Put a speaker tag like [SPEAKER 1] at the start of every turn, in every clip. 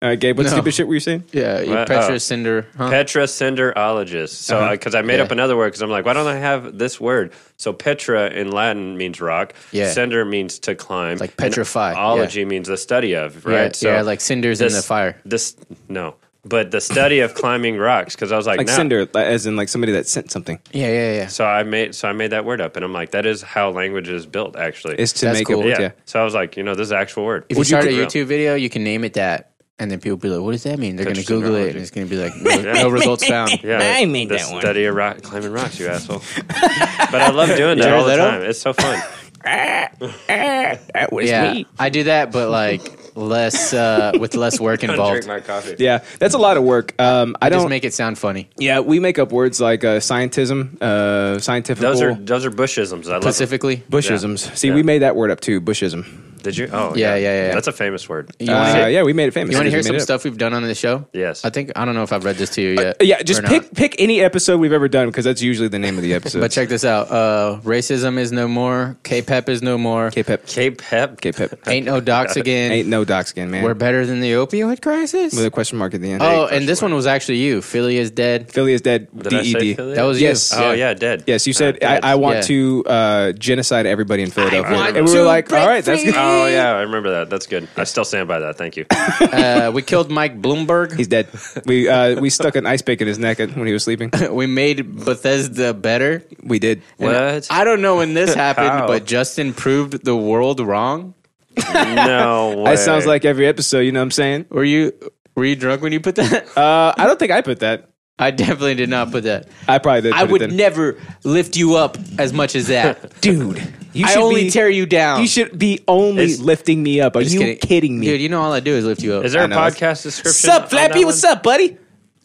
[SPEAKER 1] right, Uh, Gabe, what
[SPEAKER 2] No.
[SPEAKER 1] stupid shit were you saying?
[SPEAKER 2] Yeah, you
[SPEAKER 3] What?
[SPEAKER 2] Petra
[SPEAKER 3] Oh.
[SPEAKER 2] Cinder. Huh?
[SPEAKER 3] Petracinderologist. So, because I made
[SPEAKER 2] Uh-huh. Yeah.
[SPEAKER 3] up another word, because I'm like, why don't I have this word? So, petra in Latin means rock.
[SPEAKER 2] Yeah.
[SPEAKER 3] Cinder means to climb.
[SPEAKER 2] like
[SPEAKER 3] and
[SPEAKER 2] petrify, yeah.
[SPEAKER 3] Ology means the study of,
[SPEAKER 2] yeah,
[SPEAKER 3] right?
[SPEAKER 2] yeah, like cinders in the fire.
[SPEAKER 3] This no, but the study of climbing rocks. Because I was like,
[SPEAKER 1] Like
[SPEAKER 3] no.
[SPEAKER 1] cinder, li- as in like somebody that sent something.
[SPEAKER 2] Yeah, yeah, yeah.
[SPEAKER 3] So I made so I made that word up, and I'm like, that is how language is built, actually.
[SPEAKER 1] Is to
[SPEAKER 2] That's
[SPEAKER 1] make
[SPEAKER 2] cool.
[SPEAKER 1] it.
[SPEAKER 3] yeah.
[SPEAKER 1] Yeah. yeah.
[SPEAKER 3] So I was like, you know, this is an actual word.
[SPEAKER 2] If you start a YouTube video, you can name it that, and then people be like, "What does that mean?" They're gonna
[SPEAKER 3] Petra
[SPEAKER 2] Google it,
[SPEAKER 3] Cinderology.
[SPEAKER 2] and it's gonna be like, "No, no results found."
[SPEAKER 3] Yeah,
[SPEAKER 4] I made
[SPEAKER 3] the
[SPEAKER 4] that one.
[SPEAKER 3] Study of rock, climbing rocks, you asshole. but I love doing that
[SPEAKER 2] Jared
[SPEAKER 3] all the
[SPEAKER 2] Leto?
[SPEAKER 3] time. It's so fun.
[SPEAKER 4] That was
[SPEAKER 2] Yeah,
[SPEAKER 4] me.
[SPEAKER 2] I do that, but like less uh, with less work involved.
[SPEAKER 3] Drink my coffee.
[SPEAKER 1] That's a lot of work. Um, I
[SPEAKER 2] Just
[SPEAKER 1] don't.
[SPEAKER 2] make it sound funny.
[SPEAKER 1] yeah, we make up words like uh, scientism, uh, scientific.
[SPEAKER 3] Those are those are Bushisms. I love. them.
[SPEAKER 2] Specifically,
[SPEAKER 1] Bushisms. See,
[SPEAKER 3] Yeah.
[SPEAKER 1] we made that word up too. Bushism.
[SPEAKER 3] Did you? Oh,
[SPEAKER 2] Yeah, yeah, yeah, yeah.
[SPEAKER 3] That's a famous word.
[SPEAKER 2] You wanna
[SPEAKER 1] Uh,
[SPEAKER 2] hear-
[SPEAKER 1] yeah, we made it famous.
[SPEAKER 2] you want to
[SPEAKER 1] because
[SPEAKER 2] hear
[SPEAKER 1] we
[SPEAKER 2] some
[SPEAKER 1] made it up.
[SPEAKER 2] stuff we've done on the show?
[SPEAKER 3] Yes.
[SPEAKER 2] I think I don't know if I've read this to you yet.
[SPEAKER 1] Yeah,
[SPEAKER 2] or
[SPEAKER 1] just
[SPEAKER 2] not.
[SPEAKER 1] pick pick any episode we've ever done because that's usually the name of the episode.
[SPEAKER 2] But check this out. Uh, racism is no more. K-pep is no more.
[SPEAKER 1] K-pep.
[SPEAKER 3] Cape Hep.
[SPEAKER 1] K-pep.
[SPEAKER 2] Ain't no docs again.
[SPEAKER 1] Ain't no dark skin, man.
[SPEAKER 2] We're better than the opioid crisis.
[SPEAKER 1] with a question mark at the end.
[SPEAKER 2] oh, and this one was actually you. Philly is dead.
[SPEAKER 1] Philly is dead. E
[SPEAKER 3] Did I say
[SPEAKER 1] DED.
[SPEAKER 3] Philly?
[SPEAKER 2] That was
[SPEAKER 1] Yes.
[SPEAKER 2] you.
[SPEAKER 3] Oh yeah, dead.
[SPEAKER 1] Yes, you
[SPEAKER 3] Uh,
[SPEAKER 1] said
[SPEAKER 3] dead.
[SPEAKER 1] I, I want
[SPEAKER 2] Yeah.
[SPEAKER 1] to uh, genocide everybody in Philadelphia,
[SPEAKER 3] want
[SPEAKER 1] and we
[SPEAKER 2] to
[SPEAKER 1] were like,
[SPEAKER 2] break
[SPEAKER 1] "All right, that's
[SPEAKER 2] free."
[SPEAKER 1] good."
[SPEAKER 3] Oh yeah, I remember that. That's good. I still stand by that. Thank you.
[SPEAKER 2] Uh, we killed Mike Bloomberg.
[SPEAKER 1] He's dead. We uh, we stuck an ice pick in his neck when he was sleeping.
[SPEAKER 2] we made Bethesda better.
[SPEAKER 1] We did.
[SPEAKER 3] What?
[SPEAKER 2] I don't know when this happened,
[SPEAKER 3] How?
[SPEAKER 2] but Justin proved the world wrong.
[SPEAKER 3] no way.
[SPEAKER 1] That sounds like every episode. You know what I'm saying?
[SPEAKER 2] Were you were you drunk when you put that?
[SPEAKER 1] Uh, I don't think I put that.
[SPEAKER 2] I definitely did not put that.
[SPEAKER 1] I probably did.
[SPEAKER 2] I
[SPEAKER 1] put it
[SPEAKER 2] would
[SPEAKER 1] then.
[SPEAKER 2] never lift you up as much as that.
[SPEAKER 1] dude. You
[SPEAKER 2] I
[SPEAKER 1] should
[SPEAKER 2] only
[SPEAKER 1] be-
[SPEAKER 2] tear you down.
[SPEAKER 1] You should be only
[SPEAKER 3] It's-
[SPEAKER 1] lifting me up. Are
[SPEAKER 2] Just
[SPEAKER 1] you kidding, me?
[SPEAKER 2] dude? You know all I do is lift you up.
[SPEAKER 3] Is there
[SPEAKER 1] I
[SPEAKER 3] a
[SPEAKER 1] know, that's-
[SPEAKER 3] podcast description?
[SPEAKER 1] Sup,
[SPEAKER 3] on
[SPEAKER 1] Flappy?
[SPEAKER 3] that
[SPEAKER 1] What's
[SPEAKER 3] one?
[SPEAKER 1] up, buddy?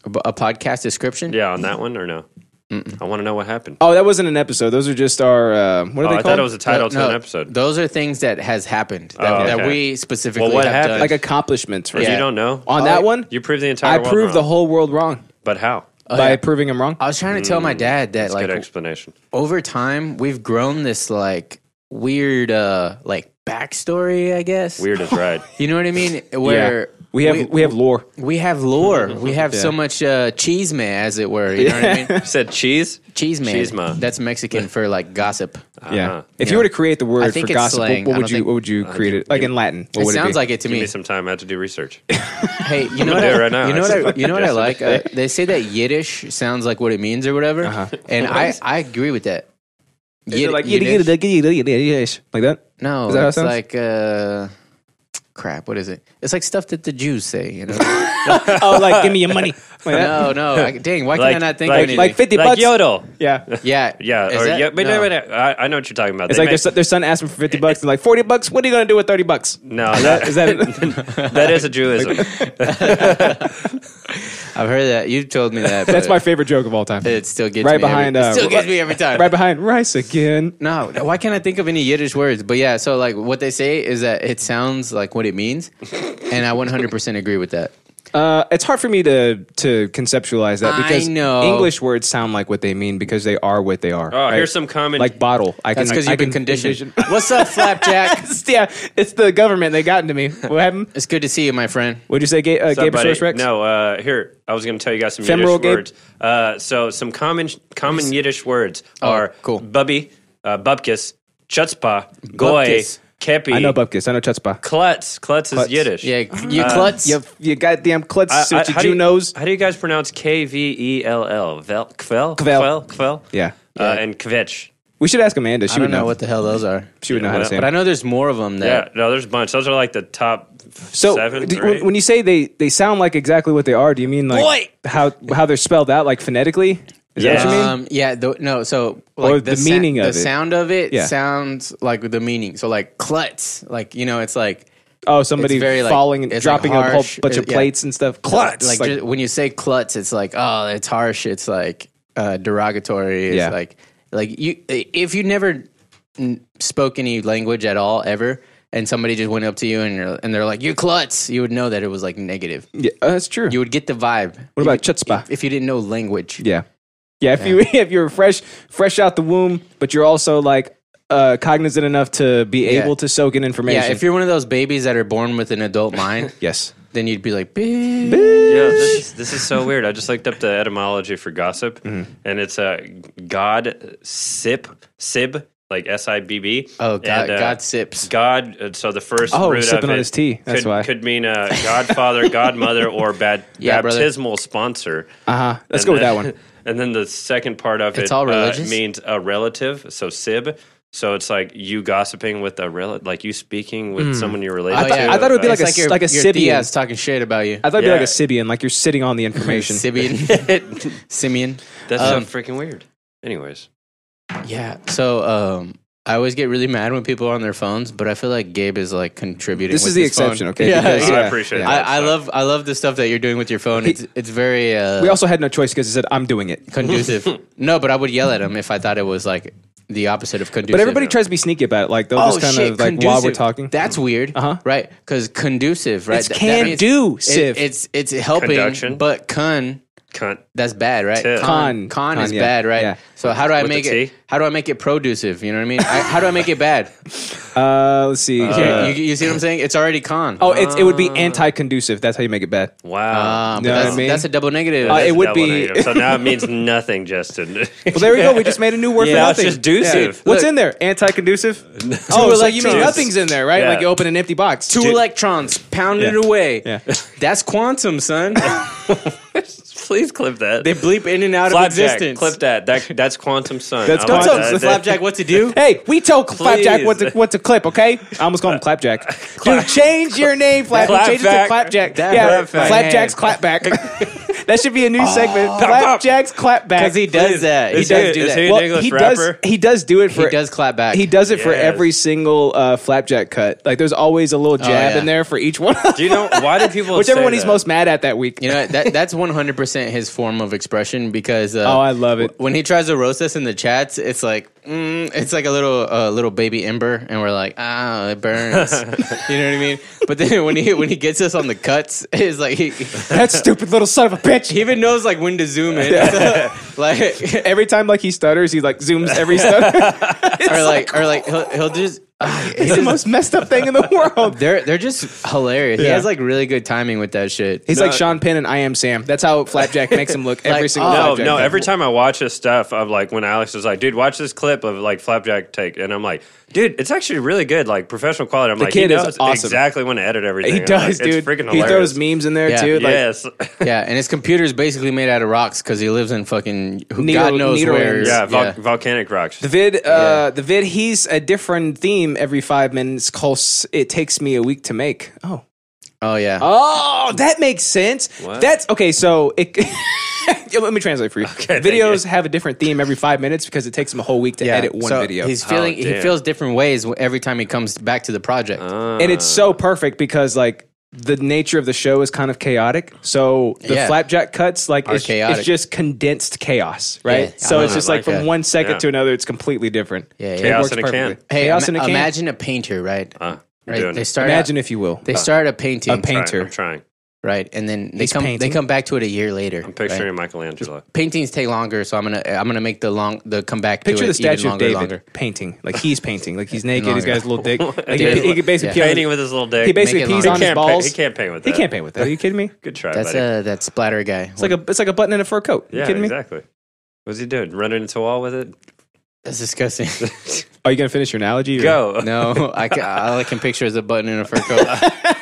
[SPEAKER 2] a, a podcast description?
[SPEAKER 3] Yeah, on that one or no? I want to know what happened.
[SPEAKER 1] Oh, that wasn't an episode. Those are just our. Uh, what are they
[SPEAKER 3] Oh, I
[SPEAKER 1] called?
[SPEAKER 3] thought it was a title
[SPEAKER 2] Uh, No,
[SPEAKER 3] to an
[SPEAKER 2] no,
[SPEAKER 3] episode.
[SPEAKER 2] Those are things that has happened that,
[SPEAKER 3] Oh,
[SPEAKER 2] that
[SPEAKER 3] okay.
[SPEAKER 2] we specifically
[SPEAKER 3] Well, what
[SPEAKER 2] have done.
[SPEAKER 3] happened?
[SPEAKER 1] like accomplishments. Right?
[SPEAKER 2] Yeah.
[SPEAKER 3] You don't know.
[SPEAKER 1] On that one,
[SPEAKER 3] you proved the
[SPEAKER 1] I
[SPEAKER 3] entire. world
[SPEAKER 1] proved the
[SPEAKER 3] wrong.
[SPEAKER 1] whole world wrong
[SPEAKER 3] But how?
[SPEAKER 1] by
[SPEAKER 2] yeah.
[SPEAKER 1] proving him wrong.
[SPEAKER 2] I was trying to tell my dad that
[SPEAKER 3] Mm, Good
[SPEAKER 2] like
[SPEAKER 3] explanation.
[SPEAKER 2] over time we've grown this like weird uh like backstory, I guess.
[SPEAKER 3] Weird is right.
[SPEAKER 2] You know what I mean? Where
[SPEAKER 1] yeah. we have Mm-hmm. we, have lore.
[SPEAKER 2] we have lore. We have so much uh cheese man as it were, you know what I mean?
[SPEAKER 3] You said cheese.
[SPEAKER 2] Cheese man.
[SPEAKER 3] Cheesema.
[SPEAKER 2] That's Mexican for like gossip.
[SPEAKER 1] Yeah.
[SPEAKER 3] Uh-huh.
[SPEAKER 1] If
[SPEAKER 2] Yeah.
[SPEAKER 1] you were to create the
[SPEAKER 2] I
[SPEAKER 1] word
[SPEAKER 2] think
[SPEAKER 1] for
[SPEAKER 2] it's
[SPEAKER 1] gossip,
[SPEAKER 2] slang.
[SPEAKER 1] what-
[SPEAKER 2] I
[SPEAKER 1] what
[SPEAKER 2] don't
[SPEAKER 1] would you
[SPEAKER 2] think-
[SPEAKER 1] what would you create it like in Latin? What
[SPEAKER 2] It
[SPEAKER 1] would
[SPEAKER 2] sounds
[SPEAKER 1] it be?
[SPEAKER 2] like it to
[SPEAKER 3] Give
[SPEAKER 2] me.
[SPEAKER 3] me some time. I have to do research.
[SPEAKER 2] Hey, you know what?
[SPEAKER 3] do
[SPEAKER 2] I,
[SPEAKER 3] it right now.
[SPEAKER 2] You know what? I,
[SPEAKER 3] That's-
[SPEAKER 2] you know what I
[SPEAKER 3] Justin.
[SPEAKER 2] like? Uh, they say that Yiddish sounds like what it means or whatever,
[SPEAKER 1] Uh-huh.
[SPEAKER 2] and I, I agree with that.
[SPEAKER 1] Is it
[SPEAKER 2] Yid-
[SPEAKER 1] like
[SPEAKER 2] Yiddish?
[SPEAKER 1] like that?
[SPEAKER 2] No,
[SPEAKER 1] Is that how it
[SPEAKER 2] it's
[SPEAKER 1] sounds?
[SPEAKER 2] like uh, crap. What is it? It's like stuff that the Jews say. You know?
[SPEAKER 1] Oh, like give me your money. Like that?
[SPEAKER 2] no, no. I, dang, why
[SPEAKER 3] Like-
[SPEAKER 2] can I not think
[SPEAKER 3] like-
[SPEAKER 2] of anything?
[SPEAKER 1] Like fifty
[SPEAKER 3] like
[SPEAKER 1] bucks.
[SPEAKER 3] yodel.
[SPEAKER 1] Yeah.
[SPEAKER 2] yeah,
[SPEAKER 3] Yeah.
[SPEAKER 2] Is
[SPEAKER 3] Or,
[SPEAKER 2] that-
[SPEAKER 3] yeah but
[SPEAKER 2] no.
[SPEAKER 3] no. but I, I know what you're talking about.
[SPEAKER 1] It's
[SPEAKER 3] They
[SPEAKER 1] like their,
[SPEAKER 3] make-
[SPEAKER 1] son- their son asked him for fifty bucks. and like forty bucks. What are you gonna do with thirty bucks?
[SPEAKER 3] no.
[SPEAKER 1] Is
[SPEAKER 3] That,
[SPEAKER 1] that
[SPEAKER 3] that is a Jewism.
[SPEAKER 2] I've heard that. You told me that.
[SPEAKER 1] that's
[SPEAKER 2] but
[SPEAKER 1] my favorite joke of all time?
[SPEAKER 2] It still gets
[SPEAKER 1] right
[SPEAKER 2] me every-
[SPEAKER 1] behind,
[SPEAKER 2] it
[SPEAKER 1] uh,
[SPEAKER 2] still gets
[SPEAKER 1] right-
[SPEAKER 2] me every time.
[SPEAKER 1] Right behind rice again.
[SPEAKER 2] No, why can't I think of any Yiddish words? But yeah, so like what they say is that it sounds like what it means, and I 100% agree with that.
[SPEAKER 1] Uh, it's hard for me to to conceptualize that
[SPEAKER 2] I
[SPEAKER 1] because
[SPEAKER 2] know.
[SPEAKER 1] English words sound like what they mean because they are what they are.
[SPEAKER 3] Oh, here's some common-
[SPEAKER 1] like bottle. I
[SPEAKER 2] That's
[SPEAKER 1] can-
[SPEAKER 2] because
[SPEAKER 1] I
[SPEAKER 2] you've been
[SPEAKER 1] can
[SPEAKER 2] conditioned.
[SPEAKER 1] envision-
[SPEAKER 2] What's up, Flapjack?
[SPEAKER 1] It's- yeah, it's the government. They got into me. What happened?
[SPEAKER 2] it's good to see you, my friend.
[SPEAKER 1] What'd you say, Ga- uh,
[SPEAKER 3] Somebody-
[SPEAKER 1] Gabriel Rex?
[SPEAKER 3] No, uh, here I was going to tell you guys some
[SPEAKER 1] Femoral
[SPEAKER 3] Yiddish
[SPEAKER 1] gape?
[SPEAKER 3] words. Uh, so some common common Yiddish words
[SPEAKER 1] Oh,
[SPEAKER 3] are
[SPEAKER 2] cool.
[SPEAKER 3] bubby, uh, bubkis, chutzpah, goy,
[SPEAKER 2] Bubkis.
[SPEAKER 3] kepi,
[SPEAKER 1] I know Bupkis. I know Chutzpah.
[SPEAKER 3] klutz. Klutz is
[SPEAKER 1] Klutz.
[SPEAKER 3] Yiddish.
[SPEAKER 2] Yeah, you klutz.
[SPEAKER 1] Uh, You, you goddamn klutz,
[SPEAKER 3] I- I-
[SPEAKER 1] what
[SPEAKER 3] how
[SPEAKER 1] you
[SPEAKER 3] do
[SPEAKER 1] Jew knows.
[SPEAKER 3] How do you guys pronounce K V E L L? Vel, kvel,
[SPEAKER 1] Kvel.
[SPEAKER 3] kvel, kvel.
[SPEAKER 1] Yeah.
[SPEAKER 3] Uh, and kvich.
[SPEAKER 1] We should ask Amanda. She
[SPEAKER 2] I
[SPEAKER 1] would
[SPEAKER 2] don't
[SPEAKER 1] know.
[SPEAKER 2] know what the hell those are,
[SPEAKER 1] she would know
[SPEAKER 3] Yeah,
[SPEAKER 1] how to
[SPEAKER 3] but-
[SPEAKER 1] say
[SPEAKER 2] but
[SPEAKER 1] it.
[SPEAKER 2] I know there's more of them.
[SPEAKER 3] Yeah.
[SPEAKER 2] That
[SPEAKER 3] No, there's a bunch. Those are like the top
[SPEAKER 1] So
[SPEAKER 3] seven.
[SPEAKER 1] d-
[SPEAKER 3] or
[SPEAKER 1] when,
[SPEAKER 3] eight.
[SPEAKER 1] when you say they, they sound like exactly what they are, do you mean like how how they're spelled out, like phonetically? Is that what you
[SPEAKER 3] Yeah.
[SPEAKER 1] mean?
[SPEAKER 2] um, yeah, the, no. So like
[SPEAKER 1] Or the
[SPEAKER 2] sa-
[SPEAKER 1] meaning of
[SPEAKER 2] the
[SPEAKER 1] it.
[SPEAKER 2] sound of it
[SPEAKER 1] Yeah.
[SPEAKER 2] sounds like the meaning. So like klutz, like you know, it's like
[SPEAKER 1] Oh, somebody
[SPEAKER 2] It's very, like-
[SPEAKER 1] falling and
[SPEAKER 2] it's, like,
[SPEAKER 1] dropping a whole
[SPEAKER 2] harsh.
[SPEAKER 1] bunch of
[SPEAKER 2] It- yeah.
[SPEAKER 1] plates and stuff. Klutz.
[SPEAKER 2] like,
[SPEAKER 1] Like,
[SPEAKER 2] ju- when you say klutz, it's like oh, it's harsh. It's like uh, derogatory. It's
[SPEAKER 1] Yeah.
[SPEAKER 2] like like you if you never n- spoke any language at all ever, and somebody just went up to you and you're, and they're like you klutz, you would know that it was like negative.
[SPEAKER 1] yeah, uh, that's true.
[SPEAKER 2] You would get the vibe.
[SPEAKER 1] what about chutzpah?
[SPEAKER 2] if you didn't know language?
[SPEAKER 1] yeah, yeah. If you if you're fresh fresh out the womb, but you're also like uh, cognizant enough to be
[SPEAKER 2] Yeah.
[SPEAKER 1] able to soak in information.
[SPEAKER 2] Yeah, if you're one of those babies that are born with an adult mind,
[SPEAKER 1] yes,
[SPEAKER 2] then you'd be like, "Bitch."
[SPEAKER 3] Yeah, this is, this is so weird. I just looked up the etymology for gossip,
[SPEAKER 1] Mm-hmm.
[SPEAKER 3] and it's a uh, God sip sib like S I B B.
[SPEAKER 2] Oh, God,
[SPEAKER 3] And, uh,
[SPEAKER 2] God sips.
[SPEAKER 3] God. uh, So the first
[SPEAKER 1] Oh,
[SPEAKER 3] root
[SPEAKER 1] sipping
[SPEAKER 3] of
[SPEAKER 1] on
[SPEAKER 3] it
[SPEAKER 1] his tea, that's
[SPEAKER 3] could,
[SPEAKER 1] why.
[SPEAKER 3] could mean uh, Godfather, Godmother, or bad,
[SPEAKER 2] Yeah, brother.
[SPEAKER 3] baptismal sponsor.
[SPEAKER 1] Uh huh. Let's
[SPEAKER 3] And
[SPEAKER 1] go with
[SPEAKER 3] then-
[SPEAKER 1] that one.
[SPEAKER 3] And then the second part of
[SPEAKER 2] It's
[SPEAKER 3] it
[SPEAKER 2] all
[SPEAKER 3] uh,
[SPEAKER 2] religious?
[SPEAKER 3] means a relative, so sib. So it's like you gossiping with a relative, like you speaking with someone you're related
[SPEAKER 1] thought-
[SPEAKER 3] to.
[SPEAKER 1] Hmm. I thought it would be like
[SPEAKER 3] about-
[SPEAKER 1] a
[SPEAKER 2] Oh, It's
[SPEAKER 1] like a
[SPEAKER 2] your
[SPEAKER 1] Sibian.
[SPEAKER 2] Thea's talking shit about you.
[SPEAKER 1] I thought it'd be like
[SPEAKER 3] Yeah.
[SPEAKER 1] a Sibian, like you're sitting on the information.
[SPEAKER 2] Sibian. Simeon.
[SPEAKER 3] that's
[SPEAKER 2] um,
[SPEAKER 3] so freaking weird. Anyways,
[SPEAKER 2] Yeah. So um, I always get really mad when people are on their phones, but I feel like Gabe is like contributing.
[SPEAKER 1] This
[SPEAKER 2] with
[SPEAKER 1] is the
[SPEAKER 2] his phone.
[SPEAKER 1] exception, okay?
[SPEAKER 2] Yeah.
[SPEAKER 1] Because-
[SPEAKER 3] I
[SPEAKER 1] yeah,
[SPEAKER 3] appreciate
[SPEAKER 1] yeah.
[SPEAKER 3] that.
[SPEAKER 2] I, I love I love the stuff that you're doing with your phone. It's it's very uh,
[SPEAKER 1] We also had no choice because he said, I'm doing it.
[SPEAKER 2] conducive. no, but I would yell at him if I thought it was like the opposite of conducive.
[SPEAKER 1] But everybody tries to be sneaky about it. Like, they'll just kind of, like, while we're
[SPEAKER 2] Oh, conducive.
[SPEAKER 1] talking.
[SPEAKER 2] That's weird,
[SPEAKER 1] Uh-huh.
[SPEAKER 2] right? Because conducive, right?
[SPEAKER 1] It's
[SPEAKER 2] Th- that
[SPEAKER 1] can
[SPEAKER 2] means-
[SPEAKER 1] do,
[SPEAKER 2] it-
[SPEAKER 1] sieve.
[SPEAKER 2] it's it's helping,
[SPEAKER 3] Conduction.
[SPEAKER 2] but con
[SPEAKER 3] cunt.
[SPEAKER 2] that's bad, right?
[SPEAKER 3] Tive.
[SPEAKER 1] Con.
[SPEAKER 2] Con, con,
[SPEAKER 1] Con,
[SPEAKER 2] is
[SPEAKER 1] yeah.
[SPEAKER 2] bad, right?
[SPEAKER 1] Yeah.
[SPEAKER 2] So how do I
[SPEAKER 3] With the
[SPEAKER 2] make it?
[SPEAKER 3] T?
[SPEAKER 2] How do I make it producive? You know what I mean? I, how do I make it bad?
[SPEAKER 1] Uh, let's see.
[SPEAKER 2] you, you see what I'm saying? It's already con.
[SPEAKER 1] oh, it's, it would
[SPEAKER 2] uh.
[SPEAKER 1] be anti conducive. That's how you make it bad.
[SPEAKER 3] Wow.
[SPEAKER 2] Um, but
[SPEAKER 1] know what I
[SPEAKER 2] that's,
[SPEAKER 1] mean?
[SPEAKER 2] that's a double negative.
[SPEAKER 1] Uh,
[SPEAKER 3] That's
[SPEAKER 1] it would
[SPEAKER 3] double
[SPEAKER 1] be-
[SPEAKER 3] negative. so now it means nothing, Justin.
[SPEAKER 1] Well, there we go. We just made a new word
[SPEAKER 3] Yeah,
[SPEAKER 1] for
[SPEAKER 3] now it's
[SPEAKER 1] nothing.
[SPEAKER 3] just ducive.
[SPEAKER 1] What's
[SPEAKER 2] Look.
[SPEAKER 1] in there? Anti-conducive. oh, so you mean
[SPEAKER 3] electrons.
[SPEAKER 1] nothing's in there, right?
[SPEAKER 3] Yeah.
[SPEAKER 1] Like you open an empty box.
[SPEAKER 2] Two electrons pounded
[SPEAKER 1] Yeah.
[SPEAKER 2] away.
[SPEAKER 1] Yeah.
[SPEAKER 2] That's quantum, son.
[SPEAKER 3] Please clip that.
[SPEAKER 2] they bleep in and out of
[SPEAKER 3] Flapjack,
[SPEAKER 2] existence.
[SPEAKER 3] clip that. that. That's quantum sun.
[SPEAKER 1] That's
[SPEAKER 3] I like
[SPEAKER 1] quantum
[SPEAKER 3] that.
[SPEAKER 1] sun.
[SPEAKER 3] That-
[SPEAKER 2] Flapjack, what to do?
[SPEAKER 1] Hey, we told Flapjack what to
[SPEAKER 3] Please.
[SPEAKER 1] what to clip. Okay, I almost called him Clapjack. Dude, change your name, Flap.
[SPEAKER 3] Clapjack.
[SPEAKER 1] Change it to Clapjack.
[SPEAKER 2] That
[SPEAKER 1] yeah,
[SPEAKER 2] hurt my
[SPEAKER 1] Flapjack's Clapback. that should be a new segment. Flapjack's Clapback.
[SPEAKER 2] Because he does that. He
[SPEAKER 3] Ah. Is
[SPEAKER 2] does
[SPEAKER 3] he-
[SPEAKER 2] do
[SPEAKER 3] is
[SPEAKER 2] that.
[SPEAKER 3] he- an English
[SPEAKER 1] he
[SPEAKER 3] rapper?
[SPEAKER 1] does. He does do it for.
[SPEAKER 2] He does clap back.
[SPEAKER 1] He does it for
[SPEAKER 3] Yes.
[SPEAKER 1] every single uh, flapjack cut. Like there's always a little jab
[SPEAKER 2] Oh, yeah.
[SPEAKER 1] in there for each one.
[SPEAKER 3] Do you know why do people?
[SPEAKER 1] Whichever
[SPEAKER 3] say
[SPEAKER 1] one he's
[SPEAKER 3] that?
[SPEAKER 1] most mad at that week.
[SPEAKER 2] You know that that's one hundred percent his form of expression because uh,
[SPEAKER 1] Oh, I love it.
[SPEAKER 2] when he tries to roast us in the chats. It's like mm, it's like a little uh, little baby ember, and we're like, ah, it burns. you know what I mean? But then when he when he gets us on the cuts, it's like he, he
[SPEAKER 1] That stupid little son of a bitch.
[SPEAKER 2] even knows like when to zoom in. like
[SPEAKER 1] every time like he stutters, he like zooms every stutter.
[SPEAKER 2] or like or
[SPEAKER 1] oh.
[SPEAKER 2] like he'll, he'll just. he
[SPEAKER 1] it's the
[SPEAKER 2] just
[SPEAKER 1] most messed up thing in the world.
[SPEAKER 2] they're they're just hilarious. He
[SPEAKER 1] Yeah.
[SPEAKER 2] has like really good timing with that shit.
[SPEAKER 1] He's like Sean Penn and I am Sam. That's how Flapjack makes him look every
[SPEAKER 2] Like,
[SPEAKER 1] single
[SPEAKER 2] oh,
[SPEAKER 3] No,
[SPEAKER 1] Flapjack
[SPEAKER 3] no.
[SPEAKER 1] cut.
[SPEAKER 3] Every time I watch his stuff, of like when Alex was like, "Dude, watch this clip of like Flapjack take," and I'm like, "Dude, it's actually really good, like professional quality." I'm like,
[SPEAKER 1] kid
[SPEAKER 3] he
[SPEAKER 1] is
[SPEAKER 3] knows
[SPEAKER 1] awesome.
[SPEAKER 3] exactly when to edit everything.
[SPEAKER 1] he
[SPEAKER 3] I'm
[SPEAKER 1] does,
[SPEAKER 3] like,
[SPEAKER 1] dude.
[SPEAKER 3] It's freaking
[SPEAKER 1] he
[SPEAKER 3] hilarious.
[SPEAKER 1] throws memes in there
[SPEAKER 2] Yeah.
[SPEAKER 1] too. Like
[SPEAKER 3] yes.
[SPEAKER 2] Yeah, and his computer is basically made out of rocks because he lives in fucking who
[SPEAKER 1] Needle-
[SPEAKER 2] God knows
[SPEAKER 1] needle
[SPEAKER 2] where.
[SPEAKER 1] rings.
[SPEAKER 3] yeah, vol- volcanic rocks.
[SPEAKER 1] the vid, uh, the vid. He's a different theme every five minutes. Calls it takes me a week to make. Oh,
[SPEAKER 2] Oh yeah.
[SPEAKER 1] Oh, that makes sense.
[SPEAKER 3] What?
[SPEAKER 1] That's okay. So it. Yeah, Let me translate for you.
[SPEAKER 3] thank
[SPEAKER 1] Videos have a different theme every five minutes because it takes them a whole week to edit one
[SPEAKER 2] So
[SPEAKER 1] video.
[SPEAKER 2] He's feeling he
[SPEAKER 3] Oh, damn.
[SPEAKER 2] feels different ways wh- every time he comes back to the project.
[SPEAKER 1] and it's so perfect because like the nature of the show is kind of chaotic. So the
[SPEAKER 2] Yeah.
[SPEAKER 1] flapjack cuts like it's,
[SPEAKER 2] chaotic.
[SPEAKER 1] it's just condensed chaos, right?
[SPEAKER 2] Yeah.
[SPEAKER 1] So
[SPEAKER 2] Oh,
[SPEAKER 1] it's
[SPEAKER 3] I
[SPEAKER 1] just
[SPEAKER 3] like
[SPEAKER 1] like from
[SPEAKER 2] that.
[SPEAKER 1] one second
[SPEAKER 3] Yeah.
[SPEAKER 1] to another, it's completely different.
[SPEAKER 2] Yeah,
[SPEAKER 1] It
[SPEAKER 2] yeah.
[SPEAKER 3] Chaos
[SPEAKER 1] works
[SPEAKER 3] in a can.
[SPEAKER 1] perfectly.
[SPEAKER 2] hey,
[SPEAKER 1] chaos in
[SPEAKER 2] ima-
[SPEAKER 1] a can.
[SPEAKER 2] imagine a painter, right?
[SPEAKER 3] Uh, I'm
[SPEAKER 2] right.
[SPEAKER 3] doing
[SPEAKER 2] They
[SPEAKER 3] it.
[SPEAKER 2] start
[SPEAKER 1] Imagine
[SPEAKER 2] out,
[SPEAKER 1] if you will.
[SPEAKER 2] they start a painting,
[SPEAKER 1] a painter.
[SPEAKER 3] Trying, I'm trying.
[SPEAKER 2] right? And then they
[SPEAKER 1] He's
[SPEAKER 2] come they
[SPEAKER 1] painting.
[SPEAKER 2] come back to it a year later.
[SPEAKER 3] I'm picturing Michelangelo.
[SPEAKER 2] Paintings take longer, so I'm gonna I'm gonna make the long the comeback to
[SPEAKER 1] Picture
[SPEAKER 2] it
[SPEAKER 1] the
[SPEAKER 2] even
[SPEAKER 1] statue
[SPEAKER 2] longer,
[SPEAKER 1] of David
[SPEAKER 2] longer.
[SPEAKER 1] painting. Like he's painting. Like he's naked. He's
[SPEAKER 2] longer.
[SPEAKER 1] got his little dick. Like,
[SPEAKER 3] Yeah.
[SPEAKER 1] he, he could basically
[SPEAKER 2] Yeah.
[SPEAKER 1] pee on
[SPEAKER 3] Painting
[SPEAKER 1] his-
[SPEAKER 3] with his little dick.
[SPEAKER 1] he basically
[SPEAKER 2] Make it
[SPEAKER 1] pees
[SPEAKER 2] longer.
[SPEAKER 1] on
[SPEAKER 3] He
[SPEAKER 1] his
[SPEAKER 3] can't paint-
[SPEAKER 1] balls.
[SPEAKER 3] he can't paint with
[SPEAKER 1] He
[SPEAKER 3] that.
[SPEAKER 1] can't paint with that. Are you kidding me?
[SPEAKER 3] Good try,
[SPEAKER 2] That's
[SPEAKER 3] buddy.
[SPEAKER 2] uh that splatter guy.
[SPEAKER 1] It's like a it's like a button and a fur coat. You
[SPEAKER 3] yeah,
[SPEAKER 1] kidding me?
[SPEAKER 3] exactly. What's he doing? Running into a wall with it?
[SPEAKER 2] That's disgusting.
[SPEAKER 1] Are you gonna finish your analogy? or-
[SPEAKER 3] Go.
[SPEAKER 2] no, I can, all I can picture is a button in a fur coat.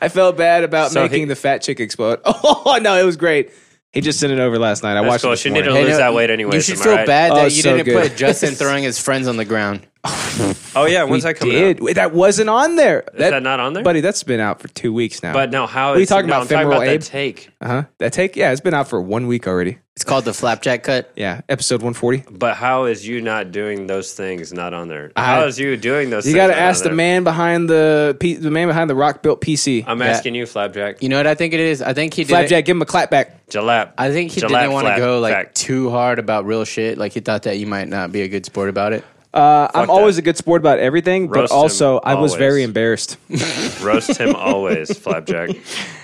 [SPEAKER 1] I felt bad about
[SPEAKER 3] So
[SPEAKER 1] making
[SPEAKER 3] he-
[SPEAKER 1] the fat chick explode. Oh no, it was great. He just sent it over last night. I watched
[SPEAKER 3] That's cool.
[SPEAKER 1] it. This
[SPEAKER 3] She needed to
[SPEAKER 1] morning.
[SPEAKER 2] Hey,
[SPEAKER 3] lose
[SPEAKER 2] no,
[SPEAKER 3] that weight anyway.
[SPEAKER 2] You should feel bad
[SPEAKER 1] Oh,
[SPEAKER 2] that you
[SPEAKER 1] so
[SPEAKER 2] didn't
[SPEAKER 1] good.
[SPEAKER 2] put Justin throwing his friends on the ground.
[SPEAKER 3] Oh yeah, when's that coming out?
[SPEAKER 1] Did Wait, that wasn't on there?
[SPEAKER 3] Is that not on there?
[SPEAKER 1] buddy? That's been out for two weeks now.
[SPEAKER 3] But no, how
[SPEAKER 1] What are you
[SPEAKER 3] is-
[SPEAKER 1] talking
[SPEAKER 3] no,
[SPEAKER 1] about,
[SPEAKER 3] I'm talking
[SPEAKER 1] femoral
[SPEAKER 3] about
[SPEAKER 1] ape?
[SPEAKER 3] that take.
[SPEAKER 1] uh huh. That take, yeah, it's been out for one week already.
[SPEAKER 2] It's called the flapjack cut.
[SPEAKER 1] Yeah, episode one forty.
[SPEAKER 3] But how is you not doing those things not on there?
[SPEAKER 1] I-
[SPEAKER 3] how is you doing those?
[SPEAKER 1] You
[SPEAKER 3] things
[SPEAKER 1] got to
[SPEAKER 3] not on
[SPEAKER 1] ask the
[SPEAKER 3] there?
[SPEAKER 1] man behind the P- the man behind the rock built PC.
[SPEAKER 3] I'm asking you, Flapjack.
[SPEAKER 2] You know what I think it is? I think he did it-
[SPEAKER 1] Flapjack, give him a clap back.
[SPEAKER 3] Jalap.
[SPEAKER 2] I think he
[SPEAKER 3] Jalap
[SPEAKER 2] didn't want to
[SPEAKER 3] flap
[SPEAKER 2] go like
[SPEAKER 3] fact.
[SPEAKER 2] too hard about real shit. Like he thought that you might not be a good sport about it.
[SPEAKER 1] Uh, I'm
[SPEAKER 3] that.
[SPEAKER 1] always a good sport about everything,
[SPEAKER 3] Roast
[SPEAKER 1] but
[SPEAKER 3] him,
[SPEAKER 1] also I was
[SPEAKER 3] always.
[SPEAKER 1] very embarrassed.
[SPEAKER 3] roast him always, Flapjack.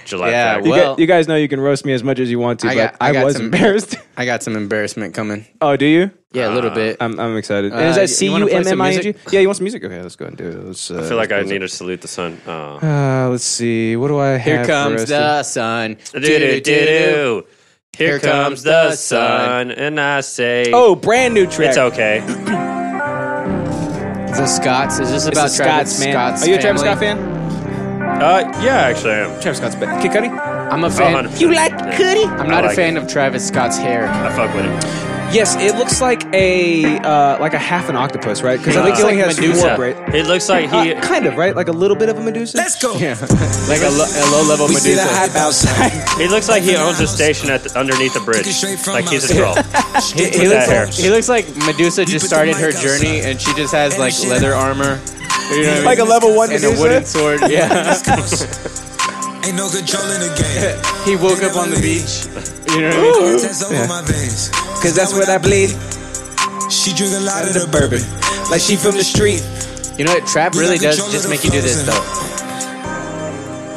[SPEAKER 3] July
[SPEAKER 2] Yeah,
[SPEAKER 3] fact.
[SPEAKER 1] You,
[SPEAKER 2] Well-
[SPEAKER 1] gu- you guys know you can roast me as much as you want to,
[SPEAKER 2] I
[SPEAKER 1] but
[SPEAKER 2] got- I
[SPEAKER 1] I,
[SPEAKER 2] got
[SPEAKER 1] was
[SPEAKER 2] some-
[SPEAKER 1] embarrassed.
[SPEAKER 2] I got some embarrassment coming.
[SPEAKER 1] oh, do you?
[SPEAKER 2] Yeah, a little
[SPEAKER 3] Ah.
[SPEAKER 2] bit.
[SPEAKER 1] I'm, I'm excited.
[SPEAKER 2] Uh,
[SPEAKER 1] and is that C
[SPEAKER 2] you wanna
[SPEAKER 1] U
[SPEAKER 2] play
[SPEAKER 1] M
[SPEAKER 2] some
[SPEAKER 1] M I N G?
[SPEAKER 2] music?
[SPEAKER 1] Yeah, you want some music? Okay, let's go and do it. Let's, uh,
[SPEAKER 3] I feel like I
[SPEAKER 1] let's-
[SPEAKER 3] need to salute the sun. Oh.
[SPEAKER 1] Uh, let's see. What do I have?
[SPEAKER 2] Here
[SPEAKER 1] for
[SPEAKER 2] comes
[SPEAKER 1] us to-
[SPEAKER 2] the sun.
[SPEAKER 3] Doo-doo,
[SPEAKER 2] Doo-doo-doo-doo.
[SPEAKER 3] doo-doo. Here comes the sun, and I say,
[SPEAKER 1] Oh, brand new track.
[SPEAKER 3] it's okay.
[SPEAKER 2] The Scots. Is
[SPEAKER 1] It's
[SPEAKER 2] this
[SPEAKER 1] the
[SPEAKER 2] about Travis
[SPEAKER 1] Scots, man.
[SPEAKER 2] Scott's
[SPEAKER 1] Are you a Travis
[SPEAKER 2] family?
[SPEAKER 1] Scott fan?
[SPEAKER 3] Uh, yeah, actually, I am.
[SPEAKER 1] Travis Scott's fan. Kid Cudi?
[SPEAKER 2] I'm a fan.
[SPEAKER 3] 100%. You Oh, like Cudi?
[SPEAKER 2] I'm not a fan of Travis Scott's hair.
[SPEAKER 3] I fuck with him.
[SPEAKER 1] Yes, it looks like a uh, like a half an octopus, right? Because I think
[SPEAKER 3] Uh,
[SPEAKER 1] he only
[SPEAKER 2] like
[SPEAKER 1] has
[SPEAKER 2] Medusa.
[SPEAKER 1] four braids.
[SPEAKER 3] It looks like he.
[SPEAKER 1] Uh, kind of, right? Like a little bit of a Medusa. Let's go.
[SPEAKER 2] Yeah, like a, lo- a low-level
[SPEAKER 1] We see
[SPEAKER 2] Medusa.
[SPEAKER 1] that hype outside.
[SPEAKER 3] He looks like he owns a station at the, underneath the bridge. Like he's a troll.
[SPEAKER 2] He, he
[SPEAKER 3] With
[SPEAKER 2] looks
[SPEAKER 3] that hair.
[SPEAKER 2] like, he looks like Medusa just started her journey, and she just has like leather armor. You know what I
[SPEAKER 1] Like a
[SPEAKER 2] mean?
[SPEAKER 1] level one
[SPEAKER 2] and a
[SPEAKER 1] Medusa?
[SPEAKER 2] wooden sword. Yeah,
[SPEAKER 5] Ain't no control in the game.
[SPEAKER 2] he woke up on the beach. You know what I mean?
[SPEAKER 5] Test over my veins.
[SPEAKER 1] Because that's where that bleed.
[SPEAKER 5] She drink a lot of the bourbon. Like she from the street.
[SPEAKER 2] You know what? Trap really does just make you do this though.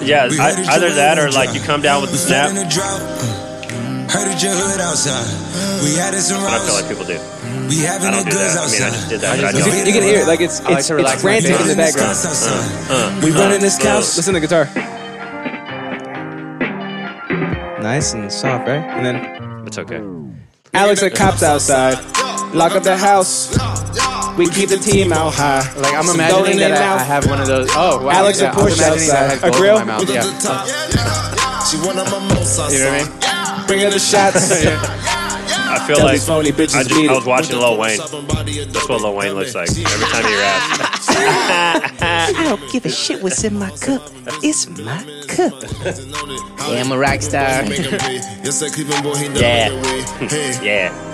[SPEAKER 3] Yeah,
[SPEAKER 5] We heard
[SPEAKER 3] I,
[SPEAKER 5] it's
[SPEAKER 3] either
[SPEAKER 5] your
[SPEAKER 3] that or
[SPEAKER 5] own
[SPEAKER 3] like
[SPEAKER 5] job.
[SPEAKER 3] you come down with
[SPEAKER 5] We
[SPEAKER 3] the
[SPEAKER 5] fell in
[SPEAKER 3] snap.
[SPEAKER 5] a drought. Mm. Heard of your hood outside. We had it some
[SPEAKER 3] But I
[SPEAKER 5] rounds.
[SPEAKER 3] feel like people do.
[SPEAKER 5] we having
[SPEAKER 3] I don't
[SPEAKER 5] the
[SPEAKER 3] do
[SPEAKER 5] goods
[SPEAKER 3] that. I mean,
[SPEAKER 5] outside.
[SPEAKER 3] I just did that, but I
[SPEAKER 5] We
[SPEAKER 3] don't.
[SPEAKER 5] hit
[SPEAKER 1] You can
[SPEAKER 5] it
[SPEAKER 1] hear
[SPEAKER 5] around.
[SPEAKER 1] it. Like it's
[SPEAKER 2] like
[SPEAKER 1] it's,
[SPEAKER 2] to
[SPEAKER 1] it's
[SPEAKER 2] relax my
[SPEAKER 1] frantic in
[SPEAKER 2] face.
[SPEAKER 1] the background.
[SPEAKER 5] Scots outside.
[SPEAKER 1] We run in this
[SPEAKER 3] uh,
[SPEAKER 1] couch. Listen to the guitar. Nice and soft, right? And then
[SPEAKER 3] It's okay.
[SPEAKER 1] Alex that cops outside. Lock up the house. We keep the team out high.
[SPEAKER 2] Like I'm
[SPEAKER 1] Some
[SPEAKER 2] imagining
[SPEAKER 1] dough in
[SPEAKER 2] that
[SPEAKER 1] their
[SPEAKER 2] I, I
[SPEAKER 1] mouth.
[SPEAKER 2] have one of those. Oh, wow,
[SPEAKER 1] Alex
[SPEAKER 2] yeah,
[SPEAKER 1] and
[SPEAKER 2] I'm
[SPEAKER 1] Porsche
[SPEAKER 2] imagining that I have
[SPEAKER 1] outside. A
[SPEAKER 2] gold in
[SPEAKER 1] grill?
[SPEAKER 2] my mouth, Yeah.
[SPEAKER 5] She want a mimosa.
[SPEAKER 2] You know what I mean?
[SPEAKER 1] Bring her the shots.
[SPEAKER 3] I feel
[SPEAKER 1] Tell
[SPEAKER 3] like
[SPEAKER 1] these phony bitches
[SPEAKER 3] I,
[SPEAKER 1] to beat
[SPEAKER 3] just, I
[SPEAKER 1] it.
[SPEAKER 3] was watching Lil Wayne. That's what Lil Wayne looks like every time he raps.
[SPEAKER 6] I don't give a shit what's in my cup. It's my cup.
[SPEAKER 2] Yeah, I'm a rock star.
[SPEAKER 5] Yeah.
[SPEAKER 3] Yeah,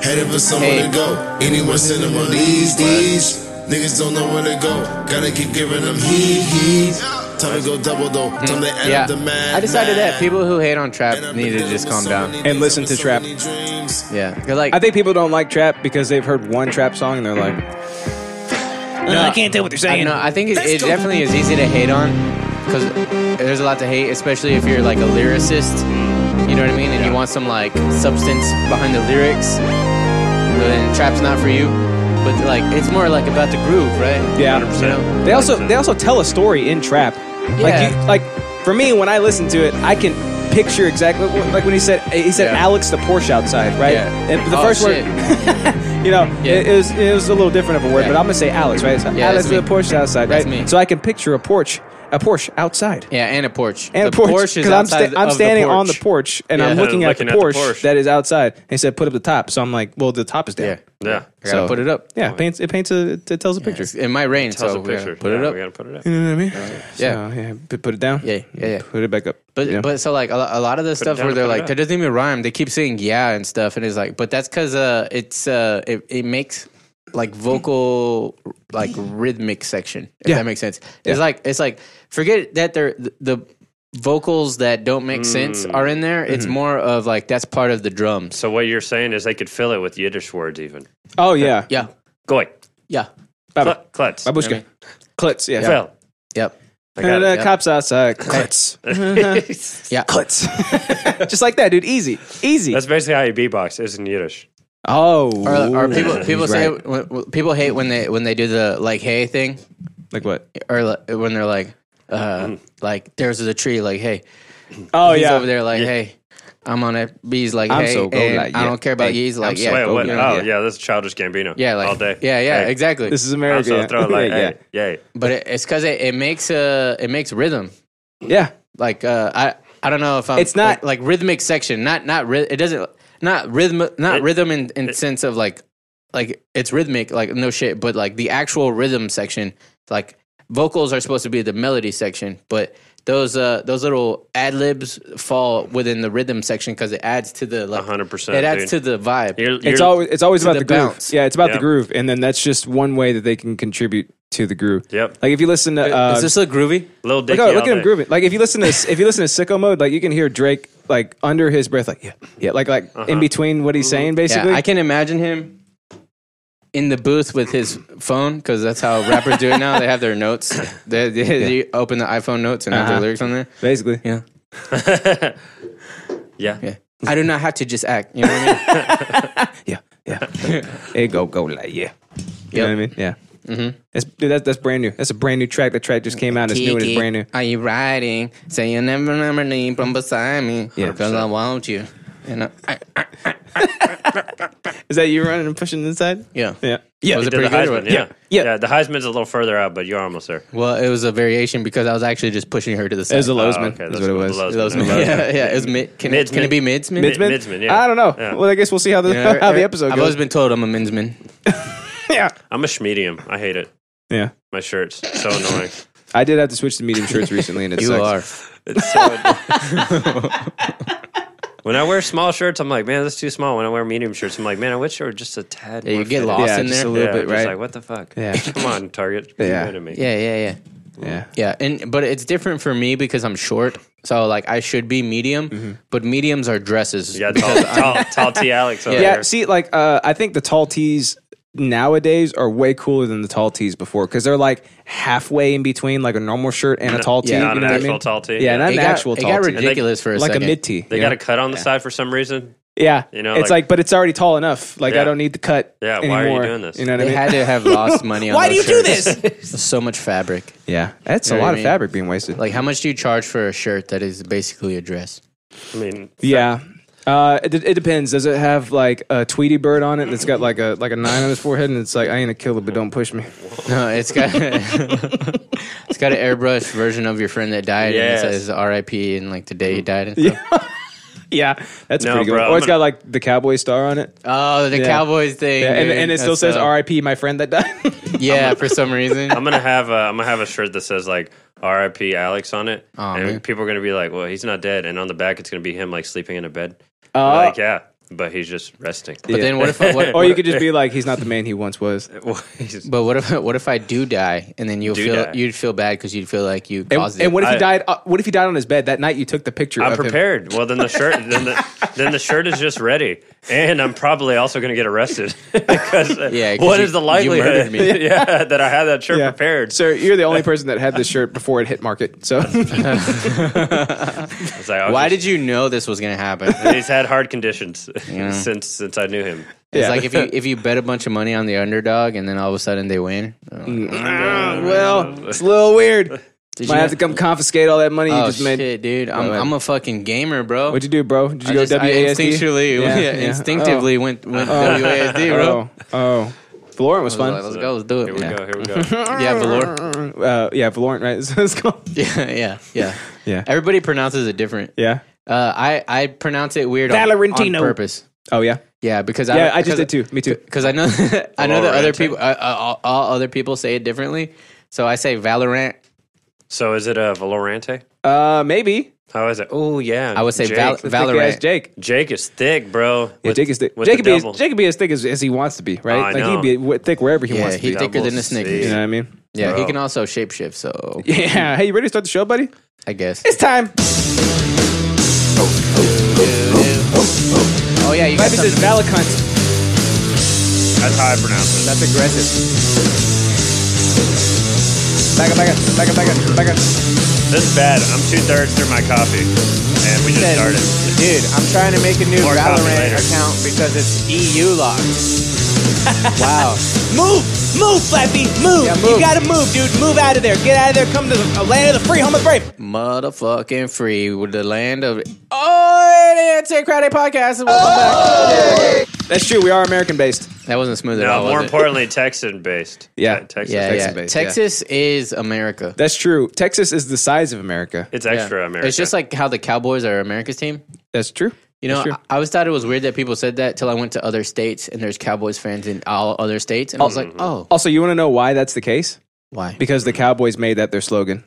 [SPEAKER 5] Headed for somewhere
[SPEAKER 2] Hey.
[SPEAKER 5] to go. Anyone send them on these, these. Niggas don't know where to go. Gotta keep giving them heat, heat. Time to go double though. Time to add
[SPEAKER 2] Mm-hmm. Yeah,
[SPEAKER 5] up the math.
[SPEAKER 2] I decided that people who hate on
[SPEAKER 5] And
[SPEAKER 2] trap
[SPEAKER 5] I've
[SPEAKER 2] need
[SPEAKER 5] been
[SPEAKER 2] to
[SPEAKER 5] dealing
[SPEAKER 2] just
[SPEAKER 5] with
[SPEAKER 2] calm
[SPEAKER 5] so
[SPEAKER 2] down.
[SPEAKER 5] many
[SPEAKER 1] And listen
[SPEAKER 5] days
[SPEAKER 1] to trap.
[SPEAKER 5] so many dreams.
[SPEAKER 2] Yeah, you're like
[SPEAKER 1] I think people don't like trap because they've heard one trap song and they're like,
[SPEAKER 6] No, I can't tell what they're
[SPEAKER 2] I don't
[SPEAKER 6] saying.
[SPEAKER 2] know. I think it, it definitely is easy to hate on because there's a lot to hate, especially if you're like a lyricist. You know what I mean? And you want some like substance behind the lyrics. Then trap's not for you. But like, it's more like about the groove, right?
[SPEAKER 1] yeah.
[SPEAKER 2] You know?
[SPEAKER 1] They also they also tell a story in trap.
[SPEAKER 2] Yeah.
[SPEAKER 1] Like you, like for me when I listen to it, I can picture exactly like when he said he said
[SPEAKER 2] Yeah.
[SPEAKER 1] Alex the Porsche outside, right?
[SPEAKER 2] Yeah.
[SPEAKER 1] And the
[SPEAKER 2] Oh,
[SPEAKER 1] first
[SPEAKER 2] shit.
[SPEAKER 1] word, you know,
[SPEAKER 2] Yeah.
[SPEAKER 1] it, it was it was a little different of a word,
[SPEAKER 2] Yeah.
[SPEAKER 1] but I'm gonna say Alex, right? So
[SPEAKER 2] Yeah,
[SPEAKER 1] Alex
[SPEAKER 2] that's me.
[SPEAKER 1] the Porsche outside,
[SPEAKER 2] That's
[SPEAKER 1] right?
[SPEAKER 2] me.
[SPEAKER 1] So I can picture a Porsche a Porsche outside.
[SPEAKER 2] Yeah, and a porch.
[SPEAKER 1] And
[SPEAKER 2] the
[SPEAKER 1] a Porsche,
[SPEAKER 2] is
[SPEAKER 1] 'cause I'm,
[SPEAKER 2] outside
[SPEAKER 1] sta- I'm
[SPEAKER 2] of
[SPEAKER 1] standing
[SPEAKER 2] the
[SPEAKER 1] on the porch and
[SPEAKER 2] Yeah.
[SPEAKER 1] I'm looking, at,
[SPEAKER 3] Looking
[SPEAKER 1] the
[SPEAKER 3] at the
[SPEAKER 1] Porsche
[SPEAKER 3] Porsche.
[SPEAKER 1] that is outside. And he said, "Put up the top." So I'm like, "Well, the top is down."
[SPEAKER 2] Yeah,
[SPEAKER 3] yeah.
[SPEAKER 2] I gotta
[SPEAKER 1] So-
[SPEAKER 2] put it up.
[SPEAKER 1] Yeah, it paints it paints a it tells a picture.
[SPEAKER 2] It's- It might rain,
[SPEAKER 3] Tell us
[SPEAKER 2] so
[SPEAKER 3] a
[SPEAKER 2] we gotta
[SPEAKER 3] picture.
[SPEAKER 2] put it
[SPEAKER 3] Yeah,
[SPEAKER 2] up.
[SPEAKER 3] We gotta put it up.
[SPEAKER 1] You know what I mean?
[SPEAKER 2] Yeah.
[SPEAKER 1] So, yeah. Put, put it down.
[SPEAKER 2] Yeah, yeah, yeah.
[SPEAKER 1] Put it back up.
[SPEAKER 2] But
[SPEAKER 1] you know?
[SPEAKER 2] but so like a, lo- a lot of the stuff
[SPEAKER 3] down
[SPEAKER 2] where
[SPEAKER 3] and
[SPEAKER 2] they're
[SPEAKER 3] put it
[SPEAKER 2] like
[SPEAKER 3] up.
[SPEAKER 2] that doesn't even rhyme. They keep saying yeah and stuff, and it's like, but that's because uh, it's uh, it, it makes like vocal like rhythmic section. If
[SPEAKER 1] Yeah.
[SPEAKER 2] that makes sense.
[SPEAKER 1] Yeah.
[SPEAKER 2] It's like it's like forget that they're the, the vocals that don't make sense
[SPEAKER 3] Mm.
[SPEAKER 2] are in there. It's
[SPEAKER 1] Mm-hmm.
[SPEAKER 2] more of like that's part of the drums.
[SPEAKER 3] So what you're saying is they could fill it with Yiddish words, even.
[SPEAKER 1] oh yeah,
[SPEAKER 2] Yeah,
[SPEAKER 3] Goy,
[SPEAKER 2] yeah,
[SPEAKER 1] Baba.
[SPEAKER 3] Cl- klutz,
[SPEAKER 1] babushka,
[SPEAKER 2] Yeah.
[SPEAKER 1] klutz, yeah.
[SPEAKER 3] fill.
[SPEAKER 2] yep.
[SPEAKER 3] I
[SPEAKER 1] And
[SPEAKER 3] got
[SPEAKER 1] the
[SPEAKER 3] it.
[SPEAKER 2] yeah.
[SPEAKER 1] cops outside, klutz,
[SPEAKER 2] Yeah.
[SPEAKER 1] klutz, just like that, dude. Easy, easy.
[SPEAKER 3] That's basically how you beatbox is in Yiddish.
[SPEAKER 1] oh,
[SPEAKER 2] Or, or people
[SPEAKER 1] he's
[SPEAKER 2] people say
[SPEAKER 1] right.
[SPEAKER 2] when- when- people hate when they when they do the like hey thing.
[SPEAKER 1] like what?
[SPEAKER 2] or like, when they're like, uh, like there's a tree, like hey,
[SPEAKER 1] Mm. Oh
[SPEAKER 2] he's
[SPEAKER 1] yeah,
[SPEAKER 2] over there, like hey, I'm on a bees, like
[SPEAKER 1] I'm
[SPEAKER 2] hey,
[SPEAKER 1] so cold,
[SPEAKER 2] and
[SPEAKER 1] like,
[SPEAKER 2] I
[SPEAKER 1] yeah.
[SPEAKER 2] don't care about
[SPEAKER 1] Hey,
[SPEAKER 2] yees,
[SPEAKER 1] I'm
[SPEAKER 2] like yeah,
[SPEAKER 1] so
[SPEAKER 3] Wait,
[SPEAKER 1] cold,
[SPEAKER 3] what?
[SPEAKER 1] you
[SPEAKER 3] oh
[SPEAKER 1] know,
[SPEAKER 3] yeah. that's childish Gambino.
[SPEAKER 2] yeah, like
[SPEAKER 3] all day.
[SPEAKER 2] yeah, yeah,
[SPEAKER 3] Hey,
[SPEAKER 2] exactly.
[SPEAKER 1] This is
[SPEAKER 3] I'm
[SPEAKER 1] America.
[SPEAKER 3] so thrilled, like,
[SPEAKER 1] yeah,
[SPEAKER 3] hey, yay.
[SPEAKER 2] but it, it's because it, it makes uh, it makes rhythm,
[SPEAKER 1] yeah. yeah.
[SPEAKER 2] like uh, I I don't know if I'm
[SPEAKER 1] It's not-
[SPEAKER 2] like, like rhythmic section, not not ry- it doesn't not rhythm not
[SPEAKER 3] It-
[SPEAKER 2] rhythm in in sense of like like it's rhythmic like no shit, but like the actual rhythm section like vocals are supposed to be the melody section, but those uh those little ad libs fall within the rhythm section because it adds to the like
[SPEAKER 3] 100%,
[SPEAKER 2] it adds
[SPEAKER 3] dude.
[SPEAKER 2] to the vibe.
[SPEAKER 3] You're,
[SPEAKER 1] It's
[SPEAKER 3] you're-
[SPEAKER 1] always it's always about
[SPEAKER 2] the
[SPEAKER 1] the, groove.
[SPEAKER 2] bounce.
[SPEAKER 1] Yeah, it's about
[SPEAKER 3] Yep.
[SPEAKER 1] the groove, and then that's just one way that they can contribute to the groove.
[SPEAKER 3] Yep.
[SPEAKER 1] Like if you listen to uh,
[SPEAKER 2] Is this look groovy?
[SPEAKER 3] little
[SPEAKER 1] Look,
[SPEAKER 3] dicky.
[SPEAKER 1] at-
[SPEAKER 3] all
[SPEAKER 1] oh, look at him
[SPEAKER 3] day.
[SPEAKER 1] grooving. Like if you listen to if you listen to sicko mode, like you can hear Drake like under his breath, like yeah, yeah, like like
[SPEAKER 3] Uh-huh.
[SPEAKER 1] in between what he's saying, basically.
[SPEAKER 2] Yeah, I can imagine him in the booth with his phone because that's how rappers do it now. They have their notes. They, they, they open the iPhone notes and have their
[SPEAKER 1] Uh-huh.
[SPEAKER 2] lyrics on there.
[SPEAKER 1] basically.
[SPEAKER 2] Yeah.
[SPEAKER 3] Yeah.
[SPEAKER 2] Yeah. I do not have to just act. You know what I mean?
[SPEAKER 1] Yeah, yeah. it go go like yeah. You know what I mean? Yeah. Mm-hmm. That's, dude, that's that's brand new. That's a brand new track. That track just came out. It's new and it's
[SPEAKER 2] Kiki,
[SPEAKER 1] brand new.
[SPEAKER 2] Are you riding? Say you never, never leave from beside me.
[SPEAKER 1] Yeah.
[SPEAKER 2] Because I want you. You know, I, I,
[SPEAKER 1] Is that you running and pushing inside?
[SPEAKER 2] yeah.
[SPEAKER 1] Yeah. Yeah.
[SPEAKER 2] Was it
[SPEAKER 3] The
[SPEAKER 2] pretty good?
[SPEAKER 3] Heisman,
[SPEAKER 2] or-
[SPEAKER 3] yeah.
[SPEAKER 1] Yeah.
[SPEAKER 3] The Heisman's a little further out, but you're almost there.
[SPEAKER 2] Well, it was a variation because I was actually just pushing her to the side.
[SPEAKER 1] It was a Lozman.
[SPEAKER 3] Uh, okay,
[SPEAKER 1] is
[SPEAKER 3] that's
[SPEAKER 1] what it
[SPEAKER 3] what
[SPEAKER 1] was.
[SPEAKER 3] the Lozman-
[SPEAKER 2] Lozman.
[SPEAKER 3] Lozman.
[SPEAKER 2] Yeah, yeah. It was mid. Can,
[SPEAKER 3] Midsman.
[SPEAKER 2] can it be midsman?
[SPEAKER 1] Midsman?
[SPEAKER 3] Midsman, yeah.
[SPEAKER 1] I don't know.
[SPEAKER 3] Yeah.
[SPEAKER 1] Well, I guess we'll see how the
[SPEAKER 2] You know,
[SPEAKER 1] how the episode
[SPEAKER 2] I've
[SPEAKER 1] goes.
[SPEAKER 2] always been told I'm a mensman.
[SPEAKER 1] yeah.
[SPEAKER 3] I'm a schmedium. I hate it.
[SPEAKER 1] Yeah.
[SPEAKER 3] My shirt's so annoying.
[SPEAKER 1] I did have to switch to medium shirts recently, and it
[SPEAKER 2] You
[SPEAKER 1] sucks.
[SPEAKER 2] are.
[SPEAKER 3] It's so when I wear small shirts, I'm like, man, that's too small. When I wear medium shirts, I'm like, man, I wish it were just a tad.
[SPEAKER 2] Yeah, you
[SPEAKER 3] more
[SPEAKER 2] get
[SPEAKER 3] fitted.
[SPEAKER 2] lost
[SPEAKER 1] Yeah,
[SPEAKER 2] in
[SPEAKER 1] just
[SPEAKER 2] there.
[SPEAKER 1] a little
[SPEAKER 3] yeah,
[SPEAKER 1] bit,
[SPEAKER 3] I'm just
[SPEAKER 1] right?
[SPEAKER 3] like, what the fuck?
[SPEAKER 1] Yeah.
[SPEAKER 3] Come on, Target.
[SPEAKER 1] Yeah.
[SPEAKER 3] Yeah. To me.
[SPEAKER 2] Yeah, yeah, yeah.
[SPEAKER 1] Yeah.
[SPEAKER 2] Yeah, and but it's different for me because I'm short. So like I should be medium,
[SPEAKER 1] Mm-hmm.
[SPEAKER 2] but mediums are dresses.
[SPEAKER 3] Yeah, tall, tall, tall T Alex over
[SPEAKER 1] Yeah,
[SPEAKER 3] there.
[SPEAKER 1] see, like uh, I think the tall tees nowadays are way cooler than the tall tees before because they're like halfway in between like a normal shirt and a tall tee.
[SPEAKER 2] yeah,
[SPEAKER 1] you
[SPEAKER 3] not an
[SPEAKER 1] know what I
[SPEAKER 3] actual
[SPEAKER 1] mean?
[SPEAKER 3] tall tee.
[SPEAKER 1] Yeah,
[SPEAKER 3] Yeah.
[SPEAKER 1] not an
[SPEAKER 2] It got,
[SPEAKER 1] actual
[SPEAKER 2] it
[SPEAKER 1] tall
[SPEAKER 2] got
[SPEAKER 1] tee.
[SPEAKER 2] ridiculous for a
[SPEAKER 1] Like a
[SPEAKER 2] second.
[SPEAKER 1] mid tee.
[SPEAKER 3] They
[SPEAKER 1] you
[SPEAKER 3] got
[SPEAKER 1] know?
[SPEAKER 3] a cut on the side for some reason.
[SPEAKER 1] Yeah,
[SPEAKER 3] you know,
[SPEAKER 1] it's like,
[SPEAKER 3] like-
[SPEAKER 1] but it's already tall enough. Like I
[SPEAKER 3] Yeah.
[SPEAKER 1] don't need the cut.
[SPEAKER 3] Yeah, why are you
[SPEAKER 1] anymore.
[SPEAKER 3] doing this?
[SPEAKER 1] You know what I
[SPEAKER 2] They
[SPEAKER 1] mean?
[SPEAKER 2] had to have lost money on
[SPEAKER 1] Why do
[SPEAKER 2] those
[SPEAKER 1] you do
[SPEAKER 2] shirts. There's so much fabric.
[SPEAKER 1] yeah, that's
[SPEAKER 2] You
[SPEAKER 1] a
[SPEAKER 2] know what
[SPEAKER 1] lot
[SPEAKER 2] I
[SPEAKER 1] of
[SPEAKER 2] mean?
[SPEAKER 1] fabric being wasted.
[SPEAKER 2] Like, how much do you charge for a shirt that is basically a dress?
[SPEAKER 3] I mean,
[SPEAKER 1] yeah. Uh, it, it depends. Does it have like a Tweety bird on it that's got like a like a nine on his forehead and it's like I ain't a killer but don't push me.
[SPEAKER 2] No, it's got it's got an airbrush version of your friend that died,
[SPEAKER 3] Yes.
[SPEAKER 2] and it says R.I.P. and like the day he died. And stuff.
[SPEAKER 1] Yeah, that's
[SPEAKER 3] No,
[SPEAKER 1] pretty good.
[SPEAKER 3] bro,
[SPEAKER 1] one.
[SPEAKER 3] I'm
[SPEAKER 1] or it's
[SPEAKER 3] gonna-
[SPEAKER 1] got like the cowboy star on it.
[SPEAKER 2] Oh, the
[SPEAKER 1] Yeah.
[SPEAKER 2] Cowboys thing,
[SPEAKER 1] Yeah, and,
[SPEAKER 2] dude.
[SPEAKER 1] and it still
[SPEAKER 2] That's
[SPEAKER 1] says
[SPEAKER 2] so-
[SPEAKER 1] "R.I.P. My friend that died."
[SPEAKER 2] Yeah, for some reason.
[SPEAKER 3] I'm gonna have a, I'm gonna have a shirt that says like R.I.P. Alex on it,
[SPEAKER 2] Aw,
[SPEAKER 3] and
[SPEAKER 2] man.
[SPEAKER 3] people are gonna be like, well, he's not dead, and on the back it's gonna be him like sleeping in a bed.
[SPEAKER 1] Uh,
[SPEAKER 3] like, yeah, but he's just resting.
[SPEAKER 2] But then what if I, what,
[SPEAKER 1] or you could just be like, "He's not the man he once was."
[SPEAKER 3] He's-
[SPEAKER 2] But what if what if I do die and then you'll
[SPEAKER 3] Do
[SPEAKER 2] feel
[SPEAKER 3] die.
[SPEAKER 2] you'd feel bad because you'd feel like you
[SPEAKER 1] And,
[SPEAKER 2] caused it.
[SPEAKER 1] and what if he
[SPEAKER 3] I-
[SPEAKER 1] died? Uh, what if he died on his bed that night? You took the picture.
[SPEAKER 3] I'm
[SPEAKER 1] of him.
[SPEAKER 3] prepared. Well, then the shirt, then the, then the shirt is just ready, and I'm probably also going to get arrested. 'Cause, uh,
[SPEAKER 2] Yeah, 'cause
[SPEAKER 3] what
[SPEAKER 2] you-
[SPEAKER 3] is the
[SPEAKER 2] you
[SPEAKER 3] likelihood?
[SPEAKER 2] murdered me.
[SPEAKER 3] yeah, that I had that shirt prepared.
[SPEAKER 1] Sir, you're the only person that had this shirt before it hit market. So
[SPEAKER 3] It's like, I was
[SPEAKER 2] Why
[SPEAKER 3] just-
[SPEAKER 2] did you know this was gonna happen?
[SPEAKER 3] He's had hard conditions since since I knew him.
[SPEAKER 1] Yeah.
[SPEAKER 2] It's like if you if you bet a bunch of money on the underdog and then all of a sudden they win. Oh,
[SPEAKER 1] Mm, well, it's a little weird.
[SPEAKER 2] did
[SPEAKER 1] Might have to come confiscate all that money you
[SPEAKER 2] Oh
[SPEAKER 1] just made.
[SPEAKER 2] shit, dude! I'm,
[SPEAKER 1] Go ahead.
[SPEAKER 2] I'm a fucking gamer, bro.
[SPEAKER 1] What'd you do, bro? Did you
[SPEAKER 2] I
[SPEAKER 1] go
[SPEAKER 2] just- I
[SPEAKER 1] WASD?
[SPEAKER 2] instinctually, yeah, instinctively went went WASD, bro.
[SPEAKER 1] Oh, oh. Valorant was fun.
[SPEAKER 2] Let's, let's go, let's do it.
[SPEAKER 3] Here we
[SPEAKER 2] yeah.
[SPEAKER 3] go. Here we go.
[SPEAKER 2] Yeah, Valor.
[SPEAKER 1] Uh, yeah, Valorant, right? That's what it's called.
[SPEAKER 2] yeah, yeah, yeah.
[SPEAKER 1] Yeah.
[SPEAKER 2] Everybody pronounces it different.
[SPEAKER 1] Yeah.
[SPEAKER 2] Uh, I I pronounce it weird on, on
[SPEAKER 1] Valorantino.
[SPEAKER 2] purpose.
[SPEAKER 1] Oh yeah.
[SPEAKER 2] Yeah, because
[SPEAKER 1] Yeah, I
[SPEAKER 2] because
[SPEAKER 1] just did too. Me too.
[SPEAKER 2] because I know I know that other
[SPEAKER 3] Valorant.
[SPEAKER 2] people, uh, uh, all, all other people say it differently. So I say Valorant.
[SPEAKER 3] So is it a Valorante?
[SPEAKER 1] Uh, maybe.
[SPEAKER 3] How is it? Oh yeah,
[SPEAKER 2] I would say
[SPEAKER 3] Jake.
[SPEAKER 2] Val-
[SPEAKER 1] Thick-ass
[SPEAKER 2] Valorant.
[SPEAKER 1] Jake.
[SPEAKER 3] Jake is thick,
[SPEAKER 1] Yeah,
[SPEAKER 3] bro. With-
[SPEAKER 1] Jake is thick.
[SPEAKER 3] with
[SPEAKER 1] Jake
[SPEAKER 3] the
[SPEAKER 1] could, be as,
[SPEAKER 3] double.
[SPEAKER 1] Jake could be as thick as, as he wants to be, right?
[SPEAKER 3] I
[SPEAKER 1] like
[SPEAKER 3] know.
[SPEAKER 1] he'd be w- thick wherever he
[SPEAKER 2] Yeah,
[SPEAKER 1] wants to
[SPEAKER 2] he
[SPEAKER 1] be.
[SPEAKER 2] thicker than
[SPEAKER 3] Double
[SPEAKER 2] a snake.
[SPEAKER 3] C.
[SPEAKER 1] You know what I mean?
[SPEAKER 2] Yeah, he
[SPEAKER 3] Bro.
[SPEAKER 2] can also shapeshift. So
[SPEAKER 1] Yeah. Hey, you ready to start the show, buddy?
[SPEAKER 2] I guess.
[SPEAKER 1] It's time.
[SPEAKER 2] Oh yeah, you got
[SPEAKER 1] Life is
[SPEAKER 2] some,
[SPEAKER 1] this Valakunt.
[SPEAKER 3] That's how I pronounce it.
[SPEAKER 1] That's aggressive. Back up, back up, back up, back up, back up.
[SPEAKER 3] This is bad. I'm two thirds through my coffee, and we just started.
[SPEAKER 2] dude. I'm trying to make a new
[SPEAKER 3] More copy
[SPEAKER 2] Valorant
[SPEAKER 3] later.
[SPEAKER 2] account because it's EU locked. wow.
[SPEAKER 6] Move, move, Flappy, move.
[SPEAKER 1] Yeah, move.
[SPEAKER 6] You gotta move, dude. Move out of there. Get out of there. Come to the uh, land of the free, home of the brave.
[SPEAKER 2] Motherfucking free with the land of Oh it is Antiquated Podcast. Welcome
[SPEAKER 1] That's true. We are American based.
[SPEAKER 2] back. That wasn't smooth at all.
[SPEAKER 3] Oh! No,
[SPEAKER 2] was
[SPEAKER 3] more
[SPEAKER 2] it?
[SPEAKER 3] importantly, Texan based.
[SPEAKER 1] Yeah.
[SPEAKER 3] Texas.
[SPEAKER 2] Yeah,
[SPEAKER 1] Texan
[SPEAKER 2] yeah.
[SPEAKER 1] based, yeah.
[SPEAKER 2] Texas is America.
[SPEAKER 1] That's true. Texas is the size of America.
[SPEAKER 3] It's
[SPEAKER 2] Yeah.
[SPEAKER 3] extra American.
[SPEAKER 2] It's just like how the Cowboys are America's team.
[SPEAKER 1] That's true.
[SPEAKER 2] You know,
[SPEAKER 1] That's true.
[SPEAKER 2] I, I always thought it was weird that people said that till I went to other states and there's Cowboys fans in all other states. And I was like,
[SPEAKER 3] Mm-hmm.
[SPEAKER 2] oh,
[SPEAKER 1] also, you want to know why that's the case?
[SPEAKER 2] why?
[SPEAKER 1] Because the Cowboys made that their slogan.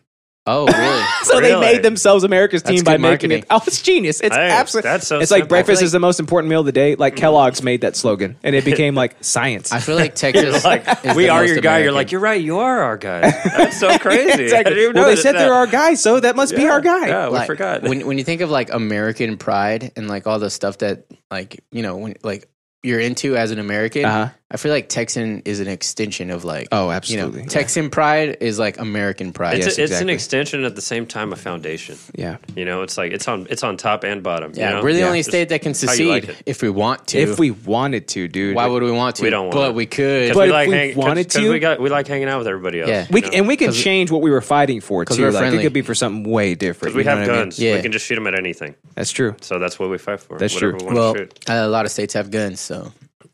[SPEAKER 2] oh, really?
[SPEAKER 1] So they
[SPEAKER 3] Really?
[SPEAKER 1] made themselves America's
[SPEAKER 2] That's
[SPEAKER 1] team by
[SPEAKER 2] good
[SPEAKER 1] making it.
[SPEAKER 2] marketing.
[SPEAKER 1] Oh, it's genius! It's
[SPEAKER 3] Hey,
[SPEAKER 1] absolutely.
[SPEAKER 3] that's so
[SPEAKER 1] It's like
[SPEAKER 3] simple. Mm.
[SPEAKER 1] breakfast
[SPEAKER 2] Like-
[SPEAKER 1] is the most important meal of the day. Like Kellogg's made that slogan, and it became like science.
[SPEAKER 2] I feel like Texas. is
[SPEAKER 3] we
[SPEAKER 2] the
[SPEAKER 3] are
[SPEAKER 2] most
[SPEAKER 3] your guy. You're
[SPEAKER 2] American.
[SPEAKER 3] like, you're right. You are our guy. That's so crazy. I didn't
[SPEAKER 1] exactly.
[SPEAKER 3] even
[SPEAKER 1] Well, they
[SPEAKER 3] notice
[SPEAKER 1] said
[SPEAKER 3] that.
[SPEAKER 1] they're our guy, so that must be
[SPEAKER 3] Yeah,
[SPEAKER 1] our guy.
[SPEAKER 3] Yeah, we
[SPEAKER 2] like,
[SPEAKER 3] forgot.
[SPEAKER 2] When when you think of like American pride and like all the stuff that like you know when like you're into as an American,
[SPEAKER 1] Uh-huh.
[SPEAKER 2] I feel like Texan is an extension of like
[SPEAKER 1] Oh,
[SPEAKER 2] You
[SPEAKER 1] absolutely.
[SPEAKER 2] know, Texan pride is like American pride.
[SPEAKER 3] It's,
[SPEAKER 2] yes,
[SPEAKER 3] a, it's an
[SPEAKER 2] exactly.
[SPEAKER 3] extension at the same time a foundation.
[SPEAKER 1] Yeah.
[SPEAKER 3] You know, it's like it's on it's on top and bottom.
[SPEAKER 2] yeah,
[SPEAKER 3] you know?
[SPEAKER 2] we're the
[SPEAKER 3] Yeah.
[SPEAKER 2] only
[SPEAKER 3] Just
[SPEAKER 2] state that can
[SPEAKER 3] how you like
[SPEAKER 2] secede
[SPEAKER 3] it.
[SPEAKER 2] if we want to.
[SPEAKER 1] If we wanted to, dude.
[SPEAKER 2] why would we want to?
[SPEAKER 3] We don't
[SPEAKER 2] but
[SPEAKER 3] wanna.
[SPEAKER 2] we could.
[SPEAKER 3] 'Cause
[SPEAKER 1] But
[SPEAKER 3] we
[SPEAKER 1] if
[SPEAKER 3] like
[SPEAKER 1] we
[SPEAKER 3] hang, 'cause-
[SPEAKER 1] wanted
[SPEAKER 3] 'cause
[SPEAKER 1] to-
[SPEAKER 3] we got we like hanging out with everybody else.
[SPEAKER 2] Yeah.
[SPEAKER 3] you
[SPEAKER 1] We
[SPEAKER 3] know?
[SPEAKER 1] c- and we can change what we were fighting for too.
[SPEAKER 2] we're
[SPEAKER 1] like
[SPEAKER 2] friendly.
[SPEAKER 1] it could be for something way different.
[SPEAKER 3] 'Cause we
[SPEAKER 1] you know
[SPEAKER 3] have
[SPEAKER 1] what I mean?
[SPEAKER 3] guns.
[SPEAKER 2] Yeah.
[SPEAKER 3] We can just shoot them at anything.
[SPEAKER 1] That's true,
[SPEAKER 3] So that's what we fight for.
[SPEAKER 1] That's
[SPEAKER 3] Whatever
[SPEAKER 1] true.
[SPEAKER 3] We
[SPEAKER 2] well,
[SPEAKER 3] want to shoot.
[SPEAKER 2] a lot of states have guns, so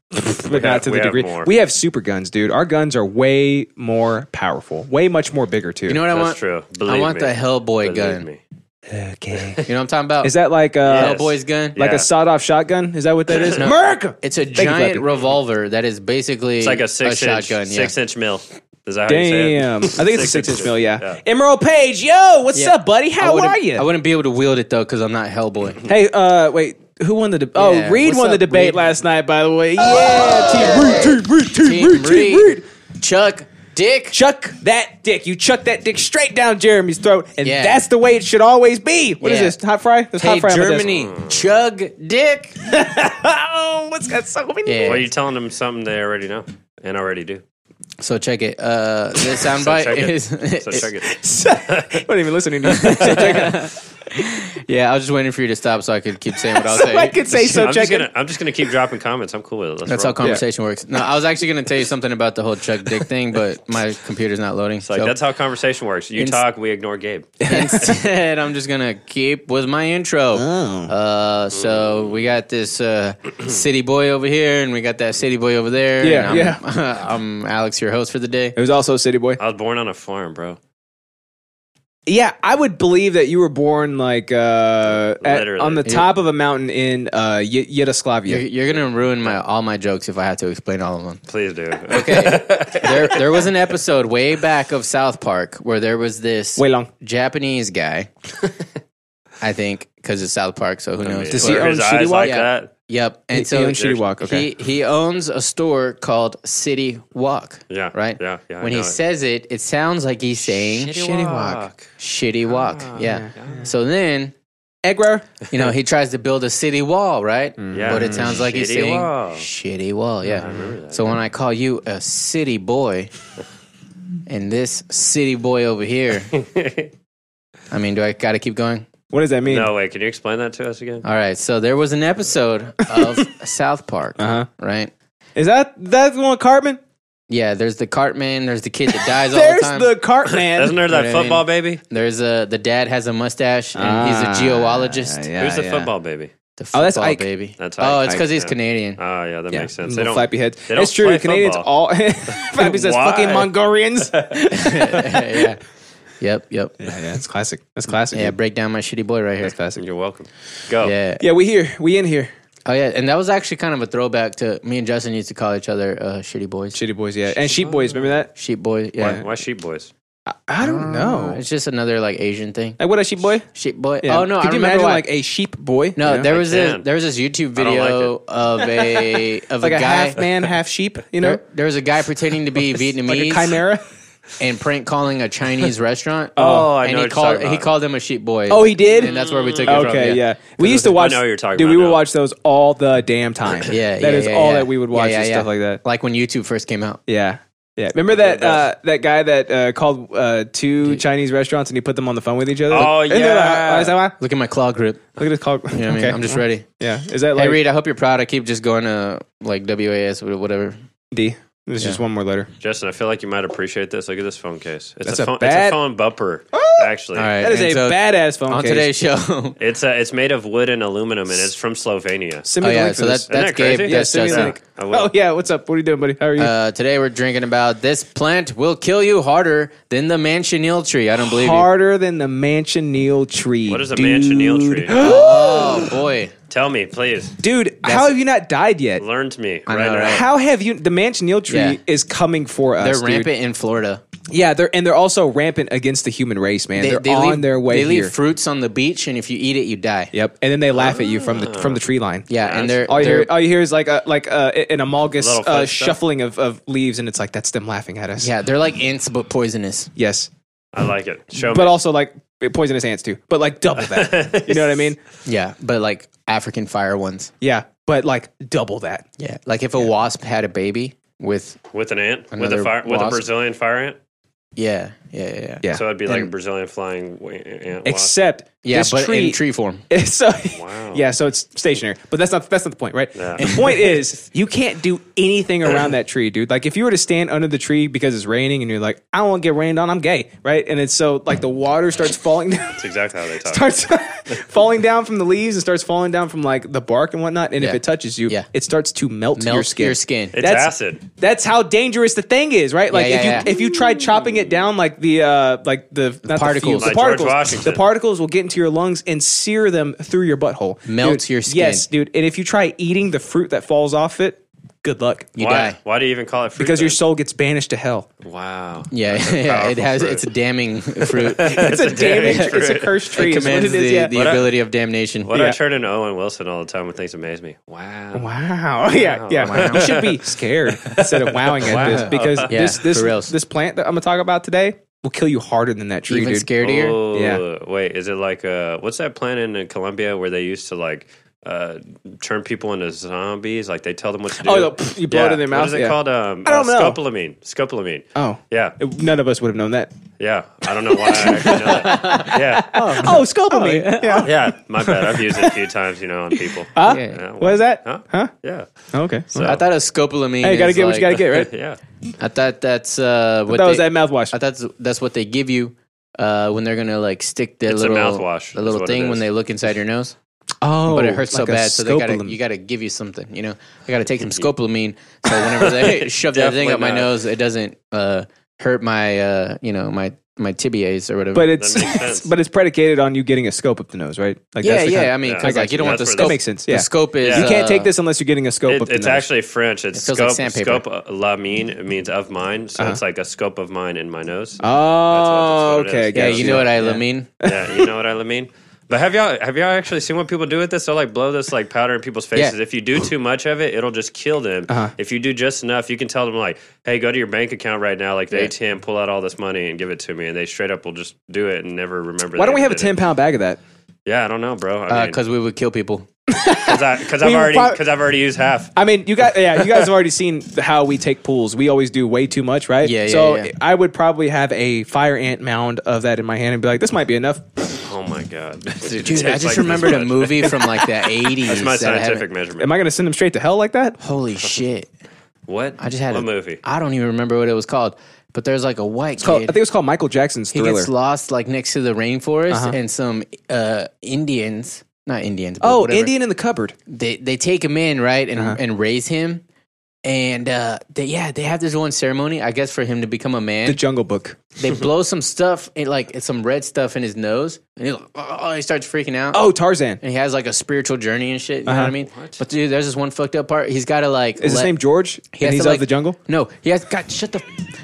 [SPEAKER 1] but not
[SPEAKER 3] have-
[SPEAKER 1] to
[SPEAKER 3] we
[SPEAKER 1] the
[SPEAKER 3] have
[SPEAKER 1] degree
[SPEAKER 3] more.
[SPEAKER 1] we have super guns, dude. Our guns are way more powerful, way much more bigger too.
[SPEAKER 2] you know what I
[SPEAKER 3] That's
[SPEAKER 2] want.
[SPEAKER 3] true. Believe
[SPEAKER 2] I want
[SPEAKER 3] me.
[SPEAKER 2] the Hellboy
[SPEAKER 3] Believe
[SPEAKER 2] gun.
[SPEAKER 3] me.
[SPEAKER 1] okay,
[SPEAKER 2] You know what I'm talking about?
[SPEAKER 1] is that like uh,
[SPEAKER 3] Yes.
[SPEAKER 2] Hellboy's gun?
[SPEAKER 1] like
[SPEAKER 3] Yeah.
[SPEAKER 1] a sawed-off shotgun? Is that what that is?
[SPEAKER 2] No.
[SPEAKER 1] America.
[SPEAKER 2] It's a
[SPEAKER 1] you,
[SPEAKER 2] giant
[SPEAKER 1] Flappy.
[SPEAKER 2] revolver that is basically
[SPEAKER 3] It's like a six inch
[SPEAKER 2] shotgun.
[SPEAKER 3] six
[SPEAKER 2] yeah.
[SPEAKER 3] inch mill. Is that how you say it?
[SPEAKER 1] Damn, I think it's a six-inch
[SPEAKER 3] inches.
[SPEAKER 1] mill. Yeah. Emerald Page, yo, what's
[SPEAKER 2] Yeah.
[SPEAKER 1] up, buddy?
[SPEAKER 2] I
[SPEAKER 1] How
[SPEAKER 2] wouldn't-
[SPEAKER 1] are you?
[SPEAKER 2] I wouldn't be able to wield it though because I'm not Hellboy.
[SPEAKER 1] Hey, uh, wait. Who won the debate? oh,
[SPEAKER 2] Yeah,
[SPEAKER 1] Reed
[SPEAKER 2] what's
[SPEAKER 1] won the
[SPEAKER 2] up,
[SPEAKER 1] debate
[SPEAKER 2] Reed? Oh,
[SPEAKER 1] last night, by the way. Yeah, Team Reed, Team Reed, Team,
[SPEAKER 2] Team
[SPEAKER 1] Reed, Team
[SPEAKER 2] Reed.
[SPEAKER 1] Reed.
[SPEAKER 2] Chuck Dick.
[SPEAKER 1] Chuck that dick. You chuck that dick straight down Jeremy's throat, and
[SPEAKER 2] Yeah.
[SPEAKER 1] that's the way it should always be. What is
[SPEAKER 2] Yeah.
[SPEAKER 1] this? Hot fry? There's
[SPEAKER 2] Hey
[SPEAKER 1] hot fry on my desk.
[SPEAKER 2] Germany, chug dick.
[SPEAKER 1] oh, what's got so many?
[SPEAKER 2] Yeah.
[SPEAKER 3] Well, you're telling them something they already know and already do.
[SPEAKER 2] So check it. Uh, the soundbite
[SPEAKER 3] check it.
[SPEAKER 2] is.
[SPEAKER 3] So check it.
[SPEAKER 1] I wasn't even listening to you. So check it.
[SPEAKER 2] yeah, I was just waiting for you to stop so I could keep saying what I was
[SPEAKER 1] So
[SPEAKER 2] saying.
[SPEAKER 1] I could say so
[SPEAKER 3] I'm
[SPEAKER 1] check
[SPEAKER 3] just
[SPEAKER 1] it.
[SPEAKER 3] gonna I'm just gonna keep dropping comments. I'm cool with it. Let's
[SPEAKER 2] That's how
[SPEAKER 3] roll.
[SPEAKER 2] conversation works. No, I was actually going to tell you something about the whole chug dick thing, but my computer's not loading.
[SPEAKER 3] It's like
[SPEAKER 2] so
[SPEAKER 3] that's how conversation works. You
[SPEAKER 2] Inst-
[SPEAKER 3] talk, we ignore Gabe.
[SPEAKER 2] instead, I'm just gonna keep with my intro.
[SPEAKER 1] Oh.
[SPEAKER 2] Uh, so we got this uh, city boy over here, and we got that city boy over there.
[SPEAKER 1] Yeah,
[SPEAKER 2] and I'm, I'm Alex, your host for the day.
[SPEAKER 1] It was also City Boy.
[SPEAKER 3] I was born on a farm, bro.
[SPEAKER 1] Yeah, I would believe that you were born like uh, at,
[SPEAKER 3] Literally.
[SPEAKER 1] on the top of a mountain in uh, y-
[SPEAKER 2] You're,
[SPEAKER 1] Yugoslavia.
[SPEAKER 2] you're gonna ruin my all my jokes if I have to explain all of them.
[SPEAKER 3] Please do.
[SPEAKER 2] Okay, there there was an episode way back of South Park where there was this
[SPEAKER 1] Way long.
[SPEAKER 2] Japanese guy. I think because it's South Park, so who knows?
[SPEAKER 1] Oh, Does he
[SPEAKER 3] Were
[SPEAKER 1] own
[SPEAKER 3] his
[SPEAKER 1] Shitty
[SPEAKER 3] eyes
[SPEAKER 1] Walk?
[SPEAKER 3] like
[SPEAKER 2] Yeah.
[SPEAKER 3] that?
[SPEAKER 2] Yep. And
[SPEAKER 1] He-
[SPEAKER 2] so
[SPEAKER 1] he owns City Walk, okay.
[SPEAKER 2] He, he owns a store called City Walk.
[SPEAKER 3] Yeah,
[SPEAKER 2] Right?
[SPEAKER 3] yeah, yeah, I
[SPEAKER 2] When he
[SPEAKER 3] know it.
[SPEAKER 2] says it, it sounds like he's saying
[SPEAKER 3] Shitty Walk.
[SPEAKER 2] Shitty Walk. yeah. So then,
[SPEAKER 1] Egro.
[SPEAKER 2] you know, he tries to build a city wall, right?
[SPEAKER 3] Yeah.
[SPEAKER 2] But it sounds like he's
[SPEAKER 3] Shitty
[SPEAKER 2] saying
[SPEAKER 3] wall.
[SPEAKER 2] Shitty Wall. Yeah. so when I call you a city boy and this city boy over here, I mean, do I got to keep going?
[SPEAKER 1] What does that mean?
[SPEAKER 3] No, wait. Can you explain that to us again?
[SPEAKER 2] All right. So there was an episode of South Park,
[SPEAKER 1] Uh-huh.
[SPEAKER 2] right?
[SPEAKER 1] Is that that's the one Cartman?
[SPEAKER 2] Yeah, there's the cart man. There's the kid that dies all the
[SPEAKER 1] There's
[SPEAKER 2] time.
[SPEAKER 1] the Cartman.
[SPEAKER 3] Isn't there
[SPEAKER 2] know
[SPEAKER 3] that
[SPEAKER 2] what I mean?
[SPEAKER 3] football baby?
[SPEAKER 2] there's a the dad has a mustache and he's a geologist.
[SPEAKER 1] Ah, yeah,
[SPEAKER 3] Who's the
[SPEAKER 1] yeah.
[SPEAKER 3] football baby?
[SPEAKER 2] The
[SPEAKER 1] Oh,
[SPEAKER 2] football
[SPEAKER 1] that's Ike.
[SPEAKER 2] baby.
[SPEAKER 3] That's
[SPEAKER 2] oh,
[SPEAKER 3] Ike.
[SPEAKER 2] it's because
[SPEAKER 3] Ike,
[SPEAKER 2] he's
[SPEAKER 3] yeah.
[SPEAKER 2] Canadian.
[SPEAKER 3] Oh, yeah, that makes sense. They
[SPEAKER 1] Little
[SPEAKER 3] don't
[SPEAKER 1] flappy heads.
[SPEAKER 3] They don't
[SPEAKER 1] It's true.
[SPEAKER 3] play
[SPEAKER 1] Canadians
[SPEAKER 3] football.
[SPEAKER 1] all Flappy says
[SPEAKER 3] Why?
[SPEAKER 1] fucking Mongolians. yeah,
[SPEAKER 2] yeah. Yep. Yep. Yeah.
[SPEAKER 1] yeah, it's classic. That's classic. dude.
[SPEAKER 2] Break down my shitty boy right here.
[SPEAKER 1] That's classic.
[SPEAKER 3] You're welcome. Go.
[SPEAKER 2] Yeah.
[SPEAKER 1] Yeah, we here. We in here.
[SPEAKER 2] Oh yeah. And that was actually kind of a throwback to me and Justin used to call each other uh, shitty boys,
[SPEAKER 1] Shitty boys. Yeah, and sheep boys.
[SPEAKER 2] Uh,
[SPEAKER 1] Remember that?
[SPEAKER 2] sheep boys. Yeah.
[SPEAKER 3] Why, why sheep boys?
[SPEAKER 1] I don't
[SPEAKER 2] uh,
[SPEAKER 1] know.
[SPEAKER 2] It's just another like Asian thing.
[SPEAKER 1] Like what a sheep boy?
[SPEAKER 2] Sheep boy.
[SPEAKER 1] Yeah.
[SPEAKER 2] Oh no.
[SPEAKER 1] Could
[SPEAKER 2] I
[SPEAKER 1] you
[SPEAKER 2] remember
[SPEAKER 1] imagine
[SPEAKER 2] why.
[SPEAKER 1] like a sheep boy?
[SPEAKER 2] no,
[SPEAKER 1] You know?
[SPEAKER 2] there was a
[SPEAKER 3] can.
[SPEAKER 2] there was this YouTube
[SPEAKER 3] don't like
[SPEAKER 2] video
[SPEAKER 3] it.
[SPEAKER 2] of a of
[SPEAKER 1] like
[SPEAKER 2] a
[SPEAKER 1] a,
[SPEAKER 2] guy.
[SPEAKER 1] half man, half sheep. You know,
[SPEAKER 2] there, there was a guy pretending to be
[SPEAKER 1] like a
[SPEAKER 2] Vietnamese.
[SPEAKER 1] chimera.
[SPEAKER 2] and prank calling a Chinese restaurant.
[SPEAKER 3] Oh, I
[SPEAKER 2] and
[SPEAKER 3] know
[SPEAKER 2] he
[SPEAKER 3] what you're
[SPEAKER 2] called
[SPEAKER 3] talking
[SPEAKER 2] he
[SPEAKER 3] about.
[SPEAKER 2] called him a sheep boy.
[SPEAKER 1] Oh, he did.
[SPEAKER 2] and that's where we took it from.
[SPEAKER 1] Okay, yeah. We used to watch.
[SPEAKER 3] know what you're talking
[SPEAKER 1] dude,
[SPEAKER 3] about
[SPEAKER 1] we would
[SPEAKER 3] now.
[SPEAKER 1] watch those all the damn time.
[SPEAKER 2] yeah,
[SPEAKER 1] that
[SPEAKER 2] yeah,
[SPEAKER 1] is
[SPEAKER 2] yeah,
[SPEAKER 1] all
[SPEAKER 2] yeah.
[SPEAKER 1] that we would watch
[SPEAKER 2] Yeah, yeah,
[SPEAKER 1] and
[SPEAKER 2] yeah.
[SPEAKER 1] stuff like that.
[SPEAKER 2] Like when YouTube first came out.
[SPEAKER 1] Yeah. Yeah. Remember that uh, that guy that uh, called uh, two Chinese restaurants and he put them on the phone with each other?
[SPEAKER 3] Oh,
[SPEAKER 1] And they're like,
[SPEAKER 3] yeah.
[SPEAKER 1] "Oh, is that why?"
[SPEAKER 2] Look at my claw grip.
[SPEAKER 1] Look at this call.
[SPEAKER 2] You know what I
[SPEAKER 1] Okay.
[SPEAKER 2] mean? I'm just ready.
[SPEAKER 1] yeah. Is that
[SPEAKER 2] Hey
[SPEAKER 1] like
[SPEAKER 2] Reed, I hope you're proud. I keep just going to like WAS or whatever.
[SPEAKER 1] D? There's just one more letter.
[SPEAKER 3] Justin, I feel like you might appreciate this. Look at this phone case. It's
[SPEAKER 1] That's a
[SPEAKER 3] a phone.
[SPEAKER 1] bad-
[SPEAKER 3] It's a phone bumper. Actually,
[SPEAKER 2] All right.
[SPEAKER 1] That is
[SPEAKER 2] and
[SPEAKER 1] a
[SPEAKER 2] so
[SPEAKER 1] badass phone
[SPEAKER 2] On
[SPEAKER 1] case.
[SPEAKER 2] today's show.
[SPEAKER 3] it's a, it's made of wood and aluminum, and it's from Slovenia.
[SPEAKER 1] send
[SPEAKER 2] Oh
[SPEAKER 1] me the
[SPEAKER 2] yeah,
[SPEAKER 1] link for
[SPEAKER 2] so
[SPEAKER 1] this.
[SPEAKER 2] that's
[SPEAKER 3] Isn't
[SPEAKER 2] that's
[SPEAKER 3] that crazy?
[SPEAKER 2] Gabe.
[SPEAKER 1] yeah,
[SPEAKER 2] That's
[SPEAKER 1] send me the
[SPEAKER 2] Justin.
[SPEAKER 1] link.
[SPEAKER 3] I will.
[SPEAKER 1] Oh yeah, what's up? What are you doing, buddy? How are you?
[SPEAKER 2] Uh, today we're drinking about this plant will kill you harder than the manchineal tree. I don't believe you.
[SPEAKER 1] Harder than the manchineal tree.
[SPEAKER 3] What is a
[SPEAKER 1] dude.
[SPEAKER 3] manchineal tree?
[SPEAKER 2] Oh boy.
[SPEAKER 3] Tell me, please.
[SPEAKER 1] Dude, how have you not died yet?
[SPEAKER 3] Learn to me
[SPEAKER 2] I
[SPEAKER 3] right
[SPEAKER 2] know,
[SPEAKER 3] now.
[SPEAKER 2] right?
[SPEAKER 1] How have you? The manchineal tree
[SPEAKER 2] Yeah.
[SPEAKER 1] is coming for us.
[SPEAKER 2] They're
[SPEAKER 1] dude.
[SPEAKER 2] rampant in Florida.
[SPEAKER 1] Yeah, they're and they're also rampant against the human race, man. They, are on
[SPEAKER 2] leave,
[SPEAKER 1] their way
[SPEAKER 2] They
[SPEAKER 1] here.
[SPEAKER 2] leave fruits on the beach, and if you eat it, you die.
[SPEAKER 1] Yep, and then they laugh at you from the from the tree line.
[SPEAKER 2] Yeah, and they're,
[SPEAKER 1] All you,
[SPEAKER 2] they're
[SPEAKER 1] hear, all you hear is like a like a, an amalgus
[SPEAKER 3] Little
[SPEAKER 1] uh,
[SPEAKER 3] footsteps.
[SPEAKER 1] shuffling of, of leaves, and it's like that's them laughing at us.
[SPEAKER 2] yeah, they're like ants but poisonous.
[SPEAKER 1] Yes,
[SPEAKER 3] I like it. Show
[SPEAKER 1] but
[SPEAKER 3] me.
[SPEAKER 1] also like poisonous ants too, but like double that. you know what I mean?
[SPEAKER 2] Yeah, but like African fire ones.
[SPEAKER 1] Yeah, but like double that.
[SPEAKER 2] Yeah, like if a wasp had a baby with
[SPEAKER 3] with an ant, with
[SPEAKER 2] Another
[SPEAKER 3] a fire, with a
[SPEAKER 2] wasp.
[SPEAKER 3] Brazilian fire ant.
[SPEAKER 2] yeah, yeah, yeah, yeah.
[SPEAKER 1] Yeah.
[SPEAKER 3] So it'd be like a
[SPEAKER 2] And-
[SPEAKER 3] Brazilian flying wa- ant. wasp.
[SPEAKER 1] Except
[SPEAKER 2] Yeah,
[SPEAKER 1] this
[SPEAKER 2] but
[SPEAKER 1] tree,
[SPEAKER 2] in tree form.
[SPEAKER 1] so
[SPEAKER 3] Wow.
[SPEAKER 1] yeah, so it's stationary. But that's not that's not the point, right?
[SPEAKER 3] Yeah.
[SPEAKER 1] The point is you can't do anything around that tree, dude. Like if you were to stand under the tree because it's raining and you're like, I don't want to get rained on, I'm gay, right? And it's so like the water starts falling down.
[SPEAKER 3] That's exactly how they talk.
[SPEAKER 1] starts falling down from the leaves and starts falling down from like the bark and whatnot. And if
[SPEAKER 2] Yeah.
[SPEAKER 1] it touches you,
[SPEAKER 2] Yeah.
[SPEAKER 1] it starts to melt,
[SPEAKER 2] Melt
[SPEAKER 1] your skin.
[SPEAKER 2] your skin.
[SPEAKER 3] it's
[SPEAKER 1] That's-
[SPEAKER 3] acid.
[SPEAKER 1] That's how dangerous the thing is, right? Like
[SPEAKER 2] yeah,
[SPEAKER 1] if you
[SPEAKER 2] yeah.
[SPEAKER 1] if you try chopping it down, like the uh, like the not the fuel,
[SPEAKER 2] particles.
[SPEAKER 1] the,
[SPEAKER 3] Like George
[SPEAKER 1] particles,
[SPEAKER 3] Washington.
[SPEAKER 1] the particles will get into your lungs and sear them through your butthole.
[SPEAKER 2] Melt
[SPEAKER 1] Dude,
[SPEAKER 2] your skin.
[SPEAKER 1] Yes, dude. And if you try eating the fruit that falls off it, good luck
[SPEAKER 2] You
[SPEAKER 3] why?
[SPEAKER 2] die.
[SPEAKER 3] Why do you even call it fruit?
[SPEAKER 1] because
[SPEAKER 3] then?
[SPEAKER 1] your soul gets banished to hell.
[SPEAKER 3] Wow.
[SPEAKER 2] Yeah,
[SPEAKER 3] That's a
[SPEAKER 2] yeah. It
[SPEAKER 3] powerful
[SPEAKER 2] has.
[SPEAKER 3] fruit.
[SPEAKER 2] It's a damning fruit.
[SPEAKER 1] It's, a damage.
[SPEAKER 3] damaged
[SPEAKER 1] It's a
[SPEAKER 3] fruit.
[SPEAKER 1] cursed tree.
[SPEAKER 2] it
[SPEAKER 1] is what
[SPEAKER 2] commands
[SPEAKER 1] it is,
[SPEAKER 2] the,
[SPEAKER 1] yeah.
[SPEAKER 2] the
[SPEAKER 3] What I-
[SPEAKER 2] ability of damnation.
[SPEAKER 3] What
[SPEAKER 1] Yeah.
[SPEAKER 3] I turn into Owen Wilson all the time when things amaze me. Wow.
[SPEAKER 1] Wow. Yeah. Yeah.
[SPEAKER 2] Wow.
[SPEAKER 1] You should be scared instead of wowing at
[SPEAKER 2] Wow.
[SPEAKER 1] this because
[SPEAKER 2] Yeah,
[SPEAKER 1] this this
[SPEAKER 2] for reals.
[SPEAKER 1] this plant that I'm gonna talk about today will kill you harder than that tree,
[SPEAKER 2] Even
[SPEAKER 1] dude.
[SPEAKER 2] scarier.
[SPEAKER 3] Oh,
[SPEAKER 1] Yeah.
[SPEAKER 3] Wait, is it like uh, what's that plant in uh, Colombia where they used to like uh, turn people into zombies? Like they tell them what to do.
[SPEAKER 1] Oh, the- you blow it in their mouth?
[SPEAKER 3] What is it
[SPEAKER 1] Yeah.
[SPEAKER 3] called? Um,
[SPEAKER 1] I don't
[SPEAKER 3] uh,
[SPEAKER 1] know.
[SPEAKER 3] Scopolamine. Scopolamine.
[SPEAKER 1] Oh.
[SPEAKER 3] Yeah,
[SPEAKER 1] It- None of us would have known that.
[SPEAKER 3] yeah. I don't know why I actually know that. Yeah,
[SPEAKER 1] Oh, scopolamine. yeah.
[SPEAKER 3] yeah. My bad. I've used it a few times, you know, on people.
[SPEAKER 1] Huh?
[SPEAKER 2] Yeah.
[SPEAKER 3] Yeah,
[SPEAKER 1] What is that?
[SPEAKER 3] Huh?
[SPEAKER 1] Huh?
[SPEAKER 3] Yeah.
[SPEAKER 1] Oh, okay.
[SPEAKER 3] So,
[SPEAKER 2] I thought a scopolamine.
[SPEAKER 1] hey, you gotta
[SPEAKER 2] is
[SPEAKER 1] get what you
[SPEAKER 2] like-
[SPEAKER 1] gotta get, right?
[SPEAKER 3] yeah.
[SPEAKER 2] I thought that's uh, what
[SPEAKER 1] that was
[SPEAKER 2] they-
[SPEAKER 1] that mouthwash.
[SPEAKER 2] I thought that's, that's what they give you uh, when they're gonna like stick their
[SPEAKER 3] It's a
[SPEAKER 2] little
[SPEAKER 3] mouthwash,
[SPEAKER 2] the
[SPEAKER 3] is
[SPEAKER 2] little
[SPEAKER 3] what it
[SPEAKER 2] thing when
[SPEAKER 3] is.
[SPEAKER 2] they look inside your nose.
[SPEAKER 1] oh,
[SPEAKER 2] but it hurts so
[SPEAKER 1] like a
[SPEAKER 2] bad, so they gotta
[SPEAKER 1] scopolamine.
[SPEAKER 2] you gotta give you something. You know, I gotta take some scopolamine. So whenever they shove that thing
[SPEAKER 3] Definitely
[SPEAKER 2] up my
[SPEAKER 3] not.
[SPEAKER 2] nose, it doesn't uh, hurt my uh, you know my my tibias or whatever.
[SPEAKER 1] but
[SPEAKER 3] That makes
[SPEAKER 1] it's
[SPEAKER 3] sense.
[SPEAKER 1] but it's predicated on you getting a scope up the nose, right? Like
[SPEAKER 2] yeah,
[SPEAKER 1] the
[SPEAKER 2] yeah.
[SPEAKER 1] kind-
[SPEAKER 2] I mean,
[SPEAKER 3] Yeah,
[SPEAKER 2] because
[SPEAKER 3] I
[SPEAKER 2] like
[SPEAKER 3] got
[SPEAKER 2] you don't
[SPEAKER 3] you.
[SPEAKER 2] want the
[SPEAKER 3] That's where
[SPEAKER 2] scope.
[SPEAKER 3] that
[SPEAKER 1] makes sense, yeah.
[SPEAKER 2] The scope is
[SPEAKER 1] you can't take
[SPEAKER 2] uh,
[SPEAKER 1] this unless you're getting a scope
[SPEAKER 3] It,
[SPEAKER 1] up the
[SPEAKER 3] it's
[SPEAKER 1] nose.
[SPEAKER 3] actually French. It's
[SPEAKER 2] feels like
[SPEAKER 3] scope,
[SPEAKER 2] sandpaper.
[SPEAKER 3] scope uh, la mine means of mine.
[SPEAKER 1] Uh-huh.
[SPEAKER 3] So it's like a scope of mine in my nose.
[SPEAKER 1] oh,
[SPEAKER 3] That's what- that's what it
[SPEAKER 1] okay.
[SPEAKER 3] is.
[SPEAKER 2] Yeah,
[SPEAKER 1] gotcha.
[SPEAKER 2] you know what I mean.
[SPEAKER 3] yeah, you know what I mean. But have y'all have y'all actually seen what people do with this? They'll like blow this like powder in people's faces.
[SPEAKER 2] Yeah. Uh-huh.
[SPEAKER 3] If you do too much of it, it'll just kill them. If you do just enough, you can tell them like, "Hey, go to your bank account right now, like the
[SPEAKER 2] Yeah.
[SPEAKER 3] ATM, pull out all this money and give it to me." And they straight up will just do it and never remember.
[SPEAKER 1] Why
[SPEAKER 3] they
[SPEAKER 1] don't we have a
[SPEAKER 3] did it.
[SPEAKER 1] ten pound bag of that?
[SPEAKER 3] Yeah, I don't know, bro. I mean,
[SPEAKER 2] Because Uh, we would kill people.
[SPEAKER 3] cause I, cause I've
[SPEAKER 1] we
[SPEAKER 3] already
[SPEAKER 1] prob-
[SPEAKER 3] because I've already used half.
[SPEAKER 1] I mean, you guys, yeah, you guys have already seen how we take pools. We always do way too much, right?
[SPEAKER 2] Yeah, yeah,
[SPEAKER 1] So
[SPEAKER 2] yeah.
[SPEAKER 1] I would probably have a fire ant mound of that in my hand and be like, "This might be enough."
[SPEAKER 3] Oh my god, dude!
[SPEAKER 2] Dude, I just remembered a movie from like the eighties.
[SPEAKER 3] That's my scientific measurement.
[SPEAKER 1] Am I going to send them straight to hell like that?
[SPEAKER 2] Holy shit!
[SPEAKER 3] what?
[SPEAKER 2] I just had
[SPEAKER 3] what
[SPEAKER 2] a
[SPEAKER 3] movie.
[SPEAKER 2] I don't even remember what it was called. But there's like a white
[SPEAKER 1] It's called- I
[SPEAKER 2] kid.
[SPEAKER 1] think it was called Michael Jackson's
[SPEAKER 2] he
[SPEAKER 1] Thriller. Uh-huh.
[SPEAKER 2] gets lost like next to the rainforest, and some uh, Indians, not Indians. But
[SPEAKER 1] oh, Uh-huh.
[SPEAKER 2] whatever,
[SPEAKER 1] Indian in the cupboard.
[SPEAKER 2] They they take him in right and and raise him, and uh, they, yeah, they have this one ceremony, I guess, for him to become a man.
[SPEAKER 1] The Jungle Book.
[SPEAKER 2] they blow some stuff, in, like it's some red stuff in his nose, and he, oh, he starts freaking out
[SPEAKER 1] Oh, Tarzan.
[SPEAKER 2] and he has like a spiritual journey and shit. You know what I mean? But dude, there's this one fucked up part. He's got to like.
[SPEAKER 1] Is his
[SPEAKER 2] let-
[SPEAKER 1] name George?
[SPEAKER 2] He
[SPEAKER 1] and
[SPEAKER 2] has
[SPEAKER 1] he's
[SPEAKER 2] to,
[SPEAKER 1] of
[SPEAKER 2] like-
[SPEAKER 1] the jungle.
[SPEAKER 2] No, he has. God, shut the.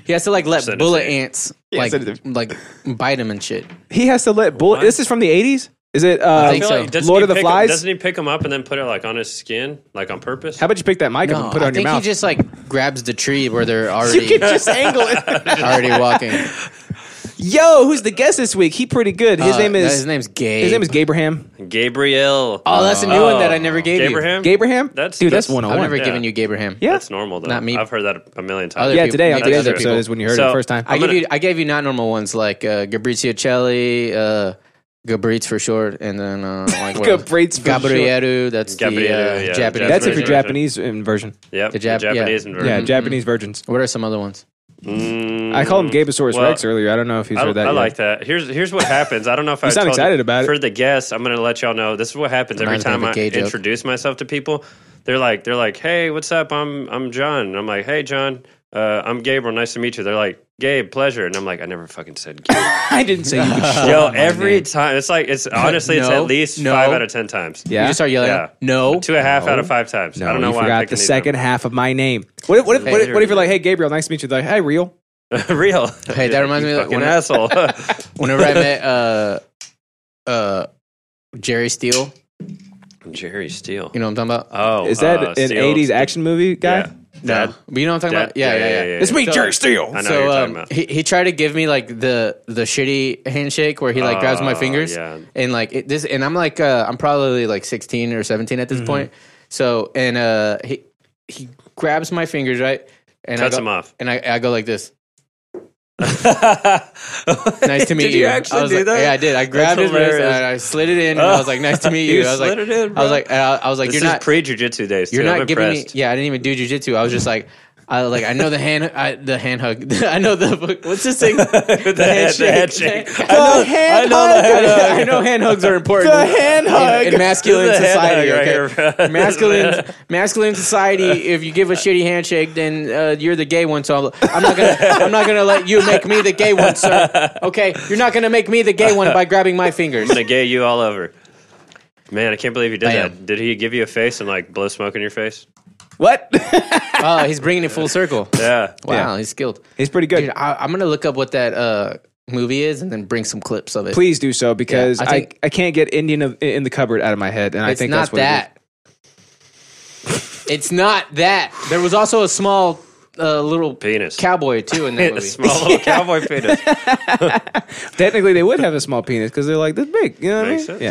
[SPEAKER 2] He has to like let
[SPEAKER 3] Send it
[SPEAKER 2] bullet
[SPEAKER 3] to you.
[SPEAKER 2] ants like
[SPEAKER 1] send it to-
[SPEAKER 2] like bite him and shit.
[SPEAKER 1] He has to let bullet. This is from the eighties. Is it uh,
[SPEAKER 2] think so.
[SPEAKER 3] doesn't
[SPEAKER 1] Lord
[SPEAKER 3] he
[SPEAKER 1] of the
[SPEAKER 3] pick 'em-
[SPEAKER 1] Flies?
[SPEAKER 3] doesn't he pick them up and then put it like on his skin, like on purpose?
[SPEAKER 1] How about you pick that mic up
[SPEAKER 2] No,
[SPEAKER 1] and put it
[SPEAKER 2] Oh, I
[SPEAKER 1] on your
[SPEAKER 2] think he
[SPEAKER 1] mouth?
[SPEAKER 2] just like grabs the tree where they're
[SPEAKER 1] You
[SPEAKER 2] already
[SPEAKER 1] can just angle it.
[SPEAKER 2] already walking.
[SPEAKER 1] Yo, who's the guest this week? He pretty good. His
[SPEAKER 2] Uh,
[SPEAKER 1] name
[SPEAKER 2] no,
[SPEAKER 1] is
[SPEAKER 2] his name's Gabe.
[SPEAKER 1] his name is Gabraham.
[SPEAKER 3] Gabriel.
[SPEAKER 2] Oh, that's a new one that I never gave
[SPEAKER 3] Gabraham?
[SPEAKER 1] Gabraham?
[SPEAKER 3] That's-
[SPEAKER 1] dude, that's,
[SPEAKER 3] that's-
[SPEAKER 1] one
[SPEAKER 2] you. I've
[SPEAKER 1] on
[SPEAKER 2] never
[SPEAKER 1] one.
[SPEAKER 3] Yeah.
[SPEAKER 2] given you Gabraham.
[SPEAKER 1] Yeah.
[SPEAKER 3] That's normal though.
[SPEAKER 2] Not me.
[SPEAKER 3] I've heard that a million
[SPEAKER 2] Other
[SPEAKER 3] times.
[SPEAKER 1] Yeah,
[SPEAKER 2] people-
[SPEAKER 1] today on
[SPEAKER 2] maybe
[SPEAKER 1] today's
[SPEAKER 2] other
[SPEAKER 1] episode
[SPEAKER 2] people.
[SPEAKER 1] is when you heard it
[SPEAKER 3] So-
[SPEAKER 1] the first time.
[SPEAKER 2] I
[SPEAKER 3] I'm
[SPEAKER 2] gave
[SPEAKER 3] gonna-
[SPEAKER 2] you I gave you not normal ones like uh, Gabrizio Celli, uh, Gabriz for short, and then uh, like what else?
[SPEAKER 1] Gabriz for
[SPEAKER 2] Gabrieru. That's
[SPEAKER 3] Gabrieru,
[SPEAKER 2] the uh,
[SPEAKER 3] yeah,
[SPEAKER 2] Japanese.
[SPEAKER 1] That's if you're
[SPEAKER 2] version.
[SPEAKER 3] version. Mm-hmm.
[SPEAKER 1] Japanese in version.
[SPEAKER 3] Yep.
[SPEAKER 2] The
[SPEAKER 3] The,
[SPEAKER 2] Jap- yeah.
[SPEAKER 3] Japanese
[SPEAKER 1] Yeah,
[SPEAKER 3] inversion.
[SPEAKER 1] Japanese virgins.
[SPEAKER 2] What are some other ones?
[SPEAKER 3] Mm,
[SPEAKER 1] I called him Gabosaurus
[SPEAKER 3] Well,
[SPEAKER 1] Rex earlier. I don't know if he's
[SPEAKER 3] I,
[SPEAKER 1] heard that.
[SPEAKER 3] I
[SPEAKER 1] yet.
[SPEAKER 3] like that. Here's here's what happens. I don't know if I
[SPEAKER 1] sound
[SPEAKER 3] told
[SPEAKER 1] excited
[SPEAKER 3] you-
[SPEAKER 1] about it.
[SPEAKER 3] For the guests, I'm gonna let y'all know. This is what happens every
[SPEAKER 2] Reminds me of
[SPEAKER 3] time
[SPEAKER 2] a
[SPEAKER 3] I
[SPEAKER 2] gay joke.
[SPEAKER 3] introduce myself to people. They're like they're like, hey, what's up? I'm I'm John. And I'm like, hey, John. Uh, I'm Gabriel. Nice to meet you. They're like, Gabe, pleasure. And I'm like, I never fucking said Gabe.
[SPEAKER 1] I didn't say you could shut
[SPEAKER 3] Yo,
[SPEAKER 1] up.
[SPEAKER 3] every time it's like it's honestly it's
[SPEAKER 2] Oh, No,
[SPEAKER 3] at least
[SPEAKER 2] no.
[SPEAKER 3] five out of ten times.
[SPEAKER 1] Yeah.
[SPEAKER 2] You just start yelling.
[SPEAKER 3] Yeah.
[SPEAKER 2] out, No.
[SPEAKER 3] Two and a half out of five times. I don't know
[SPEAKER 1] you
[SPEAKER 3] why I'm
[SPEAKER 1] forgot
[SPEAKER 3] picking
[SPEAKER 1] the
[SPEAKER 3] these
[SPEAKER 1] second half of my name. What if, what if, what if, what if you're like, hey, Gabriel, nice to meet you? They're like, hey, real.
[SPEAKER 3] numbers. real.
[SPEAKER 2] Hey, that reminds me of
[SPEAKER 3] fucking
[SPEAKER 2] when I-
[SPEAKER 3] asshole.
[SPEAKER 2] Whenever I met uh, uh, Jerry Steele,
[SPEAKER 3] Jerry Steele.
[SPEAKER 2] you know what I'm talking about?
[SPEAKER 3] Oh,
[SPEAKER 1] Is that
[SPEAKER 3] uh,
[SPEAKER 1] an
[SPEAKER 3] Steele.
[SPEAKER 1] 80s action movie guy?
[SPEAKER 3] Yeah.
[SPEAKER 2] No,
[SPEAKER 3] Dad?
[SPEAKER 2] but you know what I'm talking
[SPEAKER 3] Dad?
[SPEAKER 2] about? Yeah, yeah, yeah.
[SPEAKER 3] It's me,
[SPEAKER 2] So-
[SPEAKER 3] Jerry Steele. I know what
[SPEAKER 2] So
[SPEAKER 3] you're talking
[SPEAKER 2] um,
[SPEAKER 3] about.
[SPEAKER 2] he he tried to give me like the the shitty handshake where he like grabs my
[SPEAKER 3] Oh,
[SPEAKER 2] fingers
[SPEAKER 3] yeah.
[SPEAKER 2] and like it, this and I'm like uh, I'm probably like 16 or 17 at this point. So and uh he he grabs my fingers right and I
[SPEAKER 3] Cuts
[SPEAKER 2] go,
[SPEAKER 3] him off.
[SPEAKER 2] and I, I go like this. uh, nice to meet
[SPEAKER 7] you
[SPEAKER 2] you.
[SPEAKER 7] actually
[SPEAKER 2] I was
[SPEAKER 7] do
[SPEAKER 2] like,
[SPEAKER 7] that?
[SPEAKER 2] Yeah, I did. I grabbed his wrist and
[SPEAKER 3] hilarious.
[SPEAKER 2] I slid it in. and I was like, "Nice to meet you."
[SPEAKER 3] You
[SPEAKER 2] I was like,
[SPEAKER 3] slid it in,
[SPEAKER 2] "I
[SPEAKER 3] bro.
[SPEAKER 2] was like, and I, I was like,
[SPEAKER 3] This
[SPEAKER 2] you're
[SPEAKER 3] is
[SPEAKER 2] not
[SPEAKER 3] pre jujitsu days. Too.
[SPEAKER 2] you're not
[SPEAKER 3] I'm
[SPEAKER 2] giving me.
[SPEAKER 3] impressed.
[SPEAKER 2] Yeah, I didn't even do jujitsu. I was just like, I like I know the hand, I, the hand hug. I know the what's this thing?
[SPEAKER 3] the, the handshake.
[SPEAKER 2] I know,
[SPEAKER 1] hand
[SPEAKER 2] I know the hand
[SPEAKER 1] hug.
[SPEAKER 2] hug. I know hand hugs are important.
[SPEAKER 1] The hand hug.
[SPEAKER 2] in, in masculine
[SPEAKER 3] This is a hand
[SPEAKER 2] society.
[SPEAKER 3] hug right
[SPEAKER 2] okay?
[SPEAKER 3] here, bro.
[SPEAKER 2] masculine, masculine society. If you give a shitty handshake, then uh, you're the gay one. So I'm, I'm not gonna, I'm not gonna let you make me the gay one, sir. Okay, you're not gonna make me the gay one by grabbing my fingers.
[SPEAKER 3] I'm gonna gay you all over. Man, I can't believe you did
[SPEAKER 2] I
[SPEAKER 3] that.
[SPEAKER 2] am.
[SPEAKER 3] Did he give you a face and like blow smoke in your face?
[SPEAKER 1] What?
[SPEAKER 2] Oh, he's bringing it full circle.
[SPEAKER 3] Yeah.
[SPEAKER 2] Wow,
[SPEAKER 1] Yeah.
[SPEAKER 2] he's skilled.
[SPEAKER 1] He's pretty good.
[SPEAKER 2] Dude, I, I'm gonna look up what that uh, movie is and then bring some clips of it.
[SPEAKER 1] Please do so because
[SPEAKER 2] Yeah, I
[SPEAKER 1] I,
[SPEAKER 2] think-
[SPEAKER 1] I, can't get Indian of, in the cupboard out of my head, and I
[SPEAKER 2] it's
[SPEAKER 1] think
[SPEAKER 2] not
[SPEAKER 1] that's what It is.
[SPEAKER 2] that. it's not that. There was also a small uh, little
[SPEAKER 3] Penis.
[SPEAKER 2] cowboy too in that
[SPEAKER 3] A
[SPEAKER 2] movie.
[SPEAKER 3] small little cowboy penis.
[SPEAKER 1] Technically, they would have a small penis because they're like this big. You know what I mean?
[SPEAKER 3] Makes sense.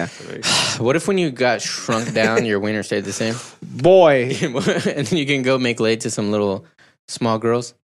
[SPEAKER 1] Yeah,
[SPEAKER 2] what if when you got shrunk down, your wiener stayed the same,
[SPEAKER 1] boy.
[SPEAKER 2] and then you can go make late to some little small girls?